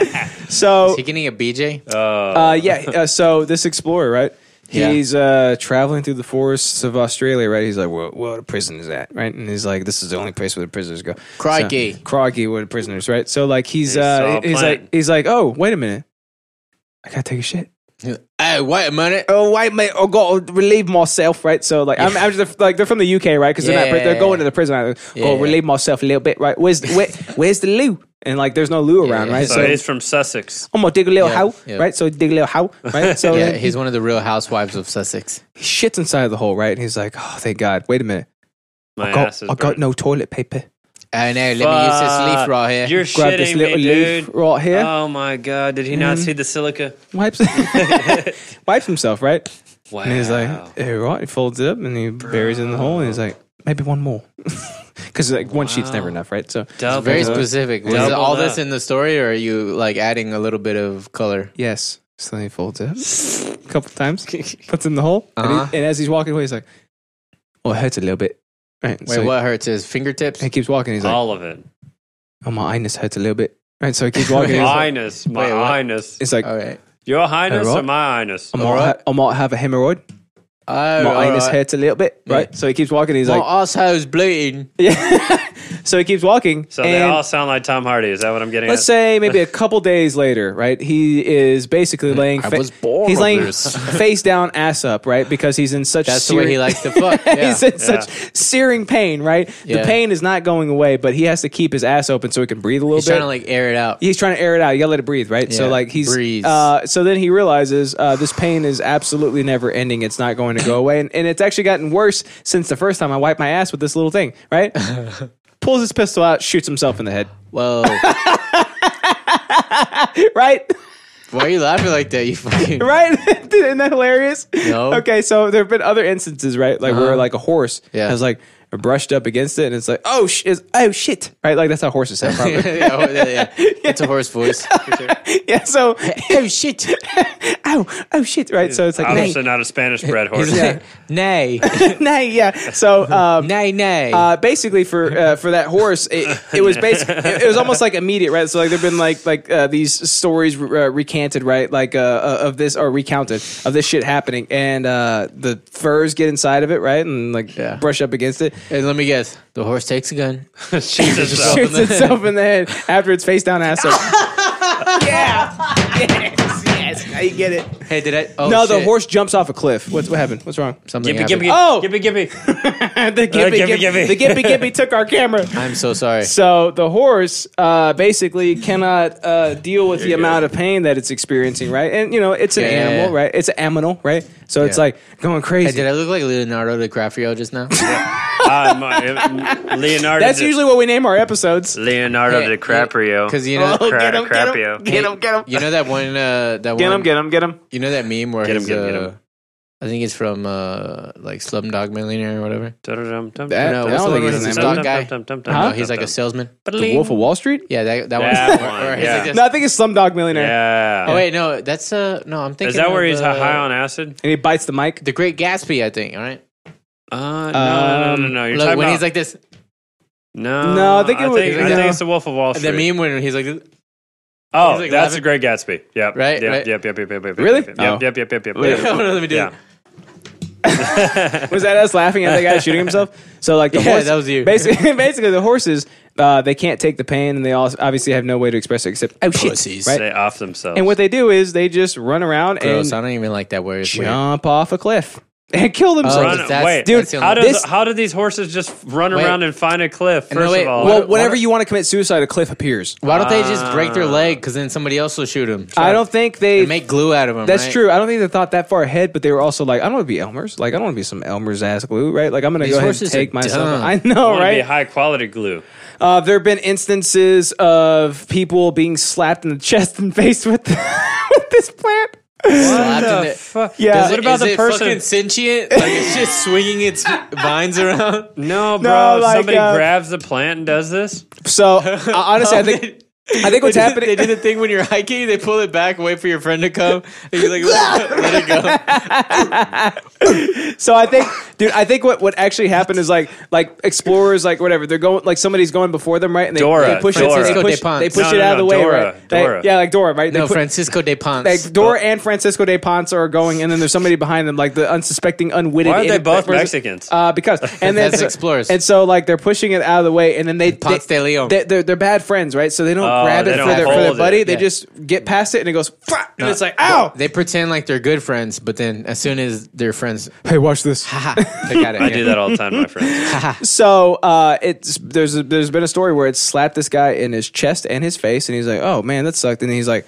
[SPEAKER 3] maniacal.
[SPEAKER 1] So,
[SPEAKER 2] Is he getting a BJ?
[SPEAKER 1] uh, yeah, uh, so this explorer, right?
[SPEAKER 2] Yeah.
[SPEAKER 1] He's uh, traveling through the forests of Australia, right? He's like, well, what a prison is that, right? And he's like, this is the only place where the prisoners go.
[SPEAKER 2] Crikey.
[SPEAKER 1] So, crikey, where the prisoners, right? So, like, he's,
[SPEAKER 3] He saw
[SPEAKER 1] uh,
[SPEAKER 3] a
[SPEAKER 1] he's
[SPEAKER 3] plant.
[SPEAKER 1] like, he's like, oh, wait a minute. I gotta take a shit.
[SPEAKER 2] hey, wait a minute.
[SPEAKER 1] oh wait mate I gotta relieve myself right so like I'm, I'm just like they're from the UK right because they're not, they're
[SPEAKER 2] Yeah.
[SPEAKER 1] going to the prison i gotta
[SPEAKER 2] Yeah.
[SPEAKER 1] relieve myself a little bit right where's the, where, where's the loo and like there's no loo around
[SPEAKER 2] Yeah.
[SPEAKER 1] right
[SPEAKER 3] So,
[SPEAKER 1] so,
[SPEAKER 3] he's from Sussex.
[SPEAKER 1] I'm gonna dig a little
[SPEAKER 2] Yeah,
[SPEAKER 1] hole
[SPEAKER 2] yeah.
[SPEAKER 1] right so dig a little hole right so
[SPEAKER 2] Yeah,
[SPEAKER 1] then
[SPEAKER 2] he's one of the real housewives of Sussex.
[SPEAKER 1] he shits inside of the hole right and he's like oh thank God wait a minute
[SPEAKER 3] My
[SPEAKER 1] I got,
[SPEAKER 3] ass is
[SPEAKER 1] I got
[SPEAKER 3] burnt.
[SPEAKER 1] no toilet paper
[SPEAKER 2] I know. Let me use this leaf
[SPEAKER 3] Fuck.
[SPEAKER 2] right here.
[SPEAKER 3] You're
[SPEAKER 1] grab
[SPEAKER 3] shitting
[SPEAKER 1] this little
[SPEAKER 3] me,
[SPEAKER 1] leaf
[SPEAKER 3] dude.
[SPEAKER 1] right here
[SPEAKER 3] Oh my god! Did he not see the silica?
[SPEAKER 1] wipes wipes himself right
[SPEAKER 3] Wow.
[SPEAKER 1] And he's like, "All right." He folds it up and he buries it in the hole. And he's like, "Maybe one more," because like one sheet's never enough, right? So
[SPEAKER 3] Double
[SPEAKER 2] Very
[SPEAKER 3] up.
[SPEAKER 2] specific. Was
[SPEAKER 3] Double
[SPEAKER 2] it all this
[SPEAKER 3] up.
[SPEAKER 2] in the story, or are you like adding a little bit of color?
[SPEAKER 1] yes. So then he folds it up a couple times, puts it in the hole,
[SPEAKER 2] Uh-huh.
[SPEAKER 1] and, he, and as he's walking away, he's like, "Oh, it hurts a little bit." Right.
[SPEAKER 2] Wait,
[SPEAKER 1] so he-
[SPEAKER 2] what hurts? His fingertips?
[SPEAKER 1] He, keeps walking. He's like,
[SPEAKER 3] all of it.
[SPEAKER 1] "Oh, my eyes hurts a little bit." Right. So he keeps walking. he's like,
[SPEAKER 3] Highness, my
[SPEAKER 2] Wait, what?
[SPEAKER 3] highness.
[SPEAKER 1] it's like,
[SPEAKER 2] All right.
[SPEAKER 3] Your highness
[SPEAKER 1] Alright.
[SPEAKER 3] or my highness?
[SPEAKER 1] I, might ha- I might have a hemorrhoid.
[SPEAKER 2] Oh,
[SPEAKER 1] My
[SPEAKER 2] all
[SPEAKER 1] anus
[SPEAKER 2] right.
[SPEAKER 1] hurts a little bit. Right. So he keeps walking. He's
[SPEAKER 2] My
[SPEAKER 1] like,
[SPEAKER 2] ass has bleeding.
[SPEAKER 1] so he keeps walking.
[SPEAKER 3] So they
[SPEAKER 1] and-
[SPEAKER 3] all sound like Tom Hardy. Is that what I'm getting
[SPEAKER 1] Let's
[SPEAKER 3] at?
[SPEAKER 1] say maybe a couple days later, right? He is basically laying.
[SPEAKER 2] I was born
[SPEAKER 1] He's
[SPEAKER 2] of
[SPEAKER 1] laying
[SPEAKER 2] this.
[SPEAKER 1] face down, ass up, right? Because he's in such.
[SPEAKER 2] That's the way he
[SPEAKER 1] searing-
[SPEAKER 2] likes to fuck. Yeah.
[SPEAKER 1] he's in such searing pain, right? The
[SPEAKER 2] Yeah.
[SPEAKER 1] pain is not going away, but he has to keep his ass open so he can breathe a little
[SPEAKER 2] He's
[SPEAKER 1] bit.
[SPEAKER 2] trying to like air it out.
[SPEAKER 1] he's trying to air it out. You gotta let it breathe, right? so
[SPEAKER 2] Yeah,
[SPEAKER 1] like he's.
[SPEAKER 2] breathe.
[SPEAKER 1] Uh, so then he realizes uh, this pain is absolutely never ending. It's not going to go away, and, and it's actually gotten worse since the first time I wiped my ass with this little thing, right? Pulls his pistol out, shoots himself in the head,
[SPEAKER 2] Whoa.
[SPEAKER 1] right?
[SPEAKER 2] Why are you laughing like that? You fucking.
[SPEAKER 1] right? Isn't that hilarious?
[SPEAKER 2] No. Uh-huh.
[SPEAKER 1] Okay, so there have been other instances, right? Like where like a horse
[SPEAKER 2] Yeah.
[SPEAKER 1] has like brushed up against it, and it's like, oh, sh- is, oh shit, right? Like that's how horses sound, probably.
[SPEAKER 2] yeah, oh, yeah, yeah. It's a horse voice.
[SPEAKER 1] yeah. So,
[SPEAKER 2] oh shit!
[SPEAKER 1] oh, oh shit, right? So it's like, nay,
[SPEAKER 3] Obviously not a Spanish bred horse.
[SPEAKER 2] He's like, nay,
[SPEAKER 1] nay, yeah. So, um,
[SPEAKER 2] nay, nay.
[SPEAKER 1] uh, basically for uh, for that horse, it, it was basic. It, it was almost like immediate, right? So like there've been like like uh, these stories uh, recanted, right? Like uh, uh, of this or recounted of this shit happening, and uh, the furs get inside of it, right, and like
[SPEAKER 2] Yeah.
[SPEAKER 1] brush up against it,
[SPEAKER 2] and let me guess. The horse takes a gun.
[SPEAKER 3] Shoots himself.
[SPEAKER 1] shoots itself in the head after it's face down ass up.
[SPEAKER 2] Hey, did I? Oh,
[SPEAKER 1] no, the
[SPEAKER 2] shit.
[SPEAKER 1] horse jumps off a cliff. What's what happened? What's wrong?
[SPEAKER 2] Something
[SPEAKER 3] Gimme, gimme,
[SPEAKER 2] happened.
[SPEAKER 1] Oh!
[SPEAKER 3] gimme. Gimme, gimme.
[SPEAKER 2] Uh,
[SPEAKER 1] the gippy,
[SPEAKER 3] gippy,
[SPEAKER 1] gippy,
[SPEAKER 3] gippy.
[SPEAKER 1] the gippy gippy took our camera.
[SPEAKER 2] I'm so sorry.
[SPEAKER 1] So the horse uh, basically cannot uh, deal with the amount of pain that it's experiencing, right? And you know, it's an
[SPEAKER 2] Yeah.
[SPEAKER 1] animal, right? It's an aminal, right? So it's
[SPEAKER 2] Yeah.
[SPEAKER 1] like going
[SPEAKER 2] Hey,
[SPEAKER 1] crazy.
[SPEAKER 2] did I look like Leonardo DiCaprio just now?
[SPEAKER 3] Ah, my- Leonardo.
[SPEAKER 1] That's usually what we name our episodes.
[SPEAKER 3] Leonardo
[SPEAKER 2] Hey,
[SPEAKER 3] DiCaprio.
[SPEAKER 2] Because you know,
[SPEAKER 1] Oh,
[SPEAKER 3] Cra-
[SPEAKER 1] get him, get him,
[SPEAKER 3] crapio.
[SPEAKER 1] get him, get him,
[SPEAKER 2] you know that one. Uh, that
[SPEAKER 1] get
[SPEAKER 2] one.
[SPEAKER 1] him, get him, get him.
[SPEAKER 2] You know that meme where
[SPEAKER 3] Get him,
[SPEAKER 2] his,
[SPEAKER 3] get him, get
[SPEAKER 2] uh,
[SPEAKER 3] him.
[SPEAKER 2] I think it's from uh, like Slumdog Millionaire or whatever.
[SPEAKER 1] That-
[SPEAKER 2] No,
[SPEAKER 1] I
[SPEAKER 2] what's
[SPEAKER 1] don't
[SPEAKER 2] the
[SPEAKER 1] think
[SPEAKER 2] one
[SPEAKER 1] he's
[SPEAKER 2] with
[SPEAKER 1] an
[SPEAKER 2] the stock
[SPEAKER 1] animal.
[SPEAKER 2] guy?
[SPEAKER 1] Huh?
[SPEAKER 2] No, he's like a salesman.
[SPEAKER 1] The Wolf of Wall Street?
[SPEAKER 2] Yeah, that that
[SPEAKER 3] That
[SPEAKER 2] one.
[SPEAKER 3] one,
[SPEAKER 2] Or he's
[SPEAKER 3] yeah.
[SPEAKER 2] like this-
[SPEAKER 1] No, I think it's Slumdog Millionaire.
[SPEAKER 3] Yeah.
[SPEAKER 2] Oh wait, no, that's uh no. I'm thinking.
[SPEAKER 3] Is that
[SPEAKER 2] of,
[SPEAKER 3] where he's
[SPEAKER 2] uh,
[SPEAKER 3] high on acid?
[SPEAKER 1] And he bites the mic.
[SPEAKER 2] The Great Gatsby, I think. All right.
[SPEAKER 3] Uh, no, no, no, no. You're
[SPEAKER 2] Look,
[SPEAKER 3] talking
[SPEAKER 2] when
[SPEAKER 3] about,
[SPEAKER 2] he's like this,
[SPEAKER 3] no,
[SPEAKER 1] No, I think it
[SPEAKER 3] I
[SPEAKER 1] was-
[SPEAKER 3] think, I
[SPEAKER 1] no.
[SPEAKER 3] think it's the Wolf of Wall
[SPEAKER 2] the
[SPEAKER 3] Street.
[SPEAKER 2] meme when he's like, this,
[SPEAKER 3] oh,
[SPEAKER 2] he's like
[SPEAKER 3] that's
[SPEAKER 2] laughing.
[SPEAKER 3] the Great Gatsby. Yep.
[SPEAKER 2] Right,
[SPEAKER 3] Yep.
[SPEAKER 2] right.
[SPEAKER 3] Yep. Yep. Yep. Yep. Yep.
[SPEAKER 1] Really?
[SPEAKER 3] Yep.
[SPEAKER 1] Oh.
[SPEAKER 3] Yep. Yep. Yep. Yep.
[SPEAKER 2] Wait,
[SPEAKER 3] yep.
[SPEAKER 2] hold on, let me do
[SPEAKER 3] Yeah.
[SPEAKER 2] it.
[SPEAKER 1] Was that us laughing at the guy shooting himself? So like the
[SPEAKER 2] Yeah,
[SPEAKER 1] horse,
[SPEAKER 2] that was you.
[SPEAKER 1] Basically, basically the horses uh, they can't take the pain, and they all obviously have no way to express it except oh shit,
[SPEAKER 2] Pussies.
[SPEAKER 1] right?
[SPEAKER 3] They off themselves.
[SPEAKER 1] And what they do is they just run around
[SPEAKER 2] Gross. Oh, I
[SPEAKER 1] and
[SPEAKER 2] don't even like that word. It's weird.
[SPEAKER 1] jump off a cliff and kill themselves.
[SPEAKER 2] Oh,
[SPEAKER 3] Run,
[SPEAKER 2] that's-
[SPEAKER 3] wait,
[SPEAKER 1] Dude,
[SPEAKER 2] the only-
[SPEAKER 3] how does
[SPEAKER 1] this-
[SPEAKER 3] how do these horses just run
[SPEAKER 2] Wait.
[SPEAKER 3] around and find a cliff? First
[SPEAKER 2] And no, wait,
[SPEAKER 3] of all,
[SPEAKER 2] what-
[SPEAKER 1] well, whenever you want to commit suicide, a cliff appears.
[SPEAKER 2] Why don't they just break
[SPEAKER 3] Ah.
[SPEAKER 2] their leg? Because then somebody else will shoot him.
[SPEAKER 1] I don't think they.
[SPEAKER 2] And make glue out of him.
[SPEAKER 1] that's true. I don't think they thought that far ahead, but they were also like, I don't want to be Elmer's. Like, I don't want to be some Elmer's ass glue, right? Like, I'm going to
[SPEAKER 2] These
[SPEAKER 1] go ahead and
[SPEAKER 2] horses are
[SPEAKER 1] take myself.
[SPEAKER 2] dumb.
[SPEAKER 1] I know, oh,
[SPEAKER 3] want to be
[SPEAKER 1] right?
[SPEAKER 3] high quality glue.
[SPEAKER 1] Uh, there have been instances of people being slapped in the chest and face with, with this plant.
[SPEAKER 2] Slapped in the-
[SPEAKER 1] Yeah.
[SPEAKER 2] Does
[SPEAKER 1] What
[SPEAKER 2] it,
[SPEAKER 3] about
[SPEAKER 2] is
[SPEAKER 3] the
[SPEAKER 2] it
[SPEAKER 3] person-
[SPEAKER 2] fucking sentient? Like it's just swinging its vines around.
[SPEAKER 3] No, bro.
[SPEAKER 1] like,
[SPEAKER 3] somebody
[SPEAKER 1] uh,
[SPEAKER 3] grabs the plant and does this.
[SPEAKER 1] So, uh, honestly, I think I think what's
[SPEAKER 2] They did-
[SPEAKER 1] happening.
[SPEAKER 2] They did the thing when you're hiking. They pull it back, wait for your friend to come. And you're like, let, it- let it go.
[SPEAKER 1] So I think, dude, I think what, what actually happened is like like explorers, like whatever they're going, like somebody's going before them, right? And they,
[SPEAKER 3] Dora,
[SPEAKER 1] they push
[SPEAKER 3] Dora.
[SPEAKER 1] it, they
[SPEAKER 2] Francisco
[SPEAKER 1] push,
[SPEAKER 2] de Ponce.
[SPEAKER 1] they push
[SPEAKER 3] No,
[SPEAKER 1] it
[SPEAKER 3] no,
[SPEAKER 1] out of the
[SPEAKER 3] no,
[SPEAKER 1] way,
[SPEAKER 3] Dora,
[SPEAKER 1] right? They-
[SPEAKER 3] Dora.
[SPEAKER 1] yeah, like Dora, right? They
[SPEAKER 2] No,
[SPEAKER 1] put-
[SPEAKER 2] Francisco de Ponce.
[SPEAKER 1] like Dora and Francisco de Ponce are going, and then there's somebody behind them, like the unsuspecting, unwitted.
[SPEAKER 3] Why are they
[SPEAKER 1] innocent
[SPEAKER 3] both
[SPEAKER 1] person.
[SPEAKER 3] Mexicans?
[SPEAKER 1] Uh, because and then
[SPEAKER 2] That's
[SPEAKER 1] so-
[SPEAKER 2] explorers.
[SPEAKER 1] and so like they're pushing it out of the way, and then they
[SPEAKER 2] Ponce
[SPEAKER 1] they,
[SPEAKER 2] de Leon.
[SPEAKER 1] They, are they're bad friends, right? So they don't
[SPEAKER 3] Oh,
[SPEAKER 1] grab
[SPEAKER 3] they
[SPEAKER 1] it
[SPEAKER 3] don't
[SPEAKER 1] for their for their
[SPEAKER 3] hold it,
[SPEAKER 1] buddy. They
[SPEAKER 2] yeah. Uh,
[SPEAKER 1] just get past it, and it goes, "Fuck," and it's like,
[SPEAKER 2] they-
[SPEAKER 1] "Ow!"
[SPEAKER 2] They pretend like they're good friends, but then as soon as they're friends,
[SPEAKER 1] Hey, watch this.
[SPEAKER 2] ha, they got it.
[SPEAKER 3] I do that all the time, my friends.
[SPEAKER 1] So uh, it's there's a, there's been a story where it slapped this guy in his chest and his face, and he's like, "Oh man, that sucked," and he's like.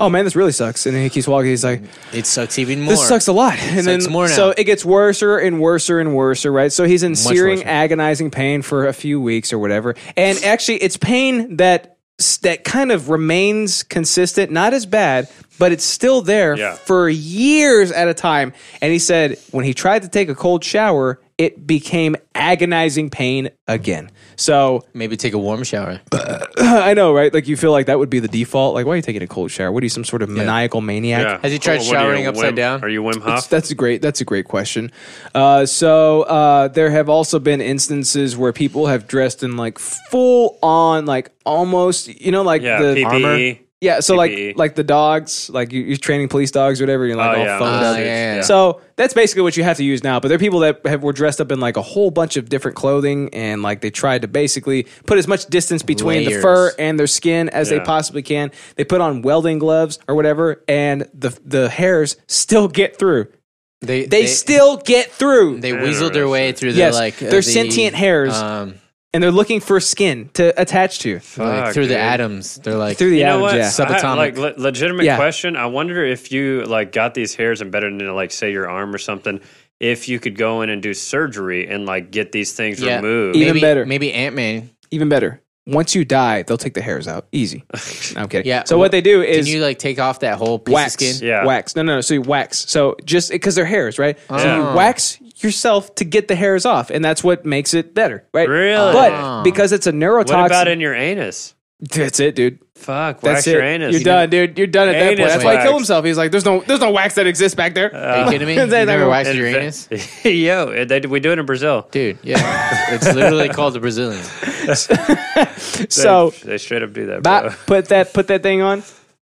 [SPEAKER 1] Oh man, this really sucks. And then he keeps walking. He's like,
[SPEAKER 2] It sucks even more.
[SPEAKER 1] "This sucks a lot." And
[SPEAKER 2] Sucks
[SPEAKER 1] then
[SPEAKER 2] more now.
[SPEAKER 1] so it gets worser and worser and worser, right? So he's in searing,
[SPEAKER 2] worser.
[SPEAKER 1] agonizing pain for a few weeks or whatever. And actually, it's pain that s- that kind of remains consistent, not as bad, but it's still there
[SPEAKER 3] Yeah.
[SPEAKER 1] for years at a time. And he said when he tried to take a cold shower, it became agonizing pain again. So
[SPEAKER 2] Maybe take a warm shower.
[SPEAKER 1] I know, right? Like you feel like that would be the default. Like, why are you taking a cold shower? What are you, some sort of maniacal maniac?
[SPEAKER 3] Yeah.
[SPEAKER 2] Has he tried
[SPEAKER 3] What are you,
[SPEAKER 2] showering upside
[SPEAKER 3] Wim-
[SPEAKER 2] down?
[SPEAKER 3] Are you Wim Hof?
[SPEAKER 1] That's a great. That's a great question. Uh, so uh, there have also been instances where people have dressed in like full on, like almost, you know, like
[SPEAKER 3] Yeah, E.
[SPEAKER 1] the
[SPEAKER 3] PPE.
[SPEAKER 1] Yeah, so
[SPEAKER 3] PPE.
[SPEAKER 1] like like the dogs, like you, you're training police dogs or whatever. You're like
[SPEAKER 3] E. Oh,
[SPEAKER 1] all
[SPEAKER 3] yeah.
[SPEAKER 1] thumbed
[SPEAKER 2] Ah,
[SPEAKER 1] up.
[SPEAKER 2] yeah, yeah, yeah.
[SPEAKER 1] So that's basically what you have to use now. But there are people that have, were dressed up in like a whole bunch of different clothing, and like they tried to basically put as much distance between the
[SPEAKER 2] Layers.
[SPEAKER 1] fur and their skin as they
[SPEAKER 3] Yeah.
[SPEAKER 1] possibly can. They put on welding gloves or whatever, and the the hairs still get through. They, still get through,
[SPEAKER 2] they weaseled their way through the
[SPEAKER 1] Yes,
[SPEAKER 2] like uh,
[SPEAKER 1] they're
[SPEAKER 2] the,
[SPEAKER 1] sentient hairs.
[SPEAKER 2] um,
[SPEAKER 1] and they're looking for skin to attach to
[SPEAKER 2] like,
[SPEAKER 3] Fuck,
[SPEAKER 2] through the
[SPEAKER 3] dude.
[SPEAKER 2] atoms. They're like
[SPEAKER 1] through the
[SPEAKER 3] You know
[SPEAKER 1] atoms.
[SPEAKER 3] what?
[SPEAKER 1] yeah.
[SPEAKER 2] So-
[SPEAKER 3] I had,
[SPEAKER 2] Subatomic.
[SPEAKER 3] like le- legitimate
[SPEAKER 1] Yeah.
[SPEAKER 3] question. I wonder if you like got these hairs embedded into like say your arm or something. If you could go in and do surgery and like get these things
[SPEAKER 2] yeah,
[SPEAKER 3] removed.
[SPEAKER 1] Even
[SPEAKER 2] maybe,
[SPEAKER 1] better.
[SPEAKER 2] Maybe Ant Man.
[SPEAKER 1] Even better. Once you die, they'll take the hairs out. Easy. No, I'm kidding.
[SPEAKER 2] Yeah.
[SPEAKER 1] So what they do
[SPEAKER 2] Can
[SPEAKER 1] is
[SPEAKER 2] you like take off that whole piece
[SPEAKER 1] wax.
[SPEAKER 2] of skin?
[SPEAKER 3] Yeah.
[SPEAKER 1] Wax. No, no, no. So you wax. So just because they're hairs, right? So
[SPEAKER 3] Yeah.
[SPEAKER 1] you wax yourself to get the hairs off, and that's what makes it better, right?
[SPEAKER 3] Really?
[SPEAKER 1] But because it's a neurotoxin,
[SPEAKER 3] What about in your anus?
[SPEAKER 1] that's it, dude.
[SPEAKER 3] Fuck,
[SPEAKER 1] That's
[SPEAKER 3] wax
[SPEAKER 1] it.
[SPEAKER 3] your anus.
[SPEAKER 1] You're done, dude. You're done at that
[SPEAKER 3] Anus
[SPEAKER 1] point. That's why he
[SPEAKER 3] wax. Uh,
[SPEAKER 1] killed himself. He's like, "There's no, there's no wax that exists back there."
[SPEAKER 2] Are you kidding me? You
[SPEAKER 1] They
[SPEAKER 2] never
[SPEAKER 1] never-
[SPEAKER 2] waxed
[SPEAKER 3] And
[SPEAKER 2] your
[SPEAKER 3] if it-
[SPEAKER 2] anus?
[SPEAKER 3] Yo, eh, they, we do it in Brazil.
[SPEAKER 2] Dude, yeah. it's literally called the Brazilian.
[SPEAKER 3] They-
[SPEAKER 1] so,
[SPEAKER 3] they straight up do that.
[SPEAKER 1] bop,
[SPEAKER 3] bro.
[SPEAKER 1] put that, put that thing on,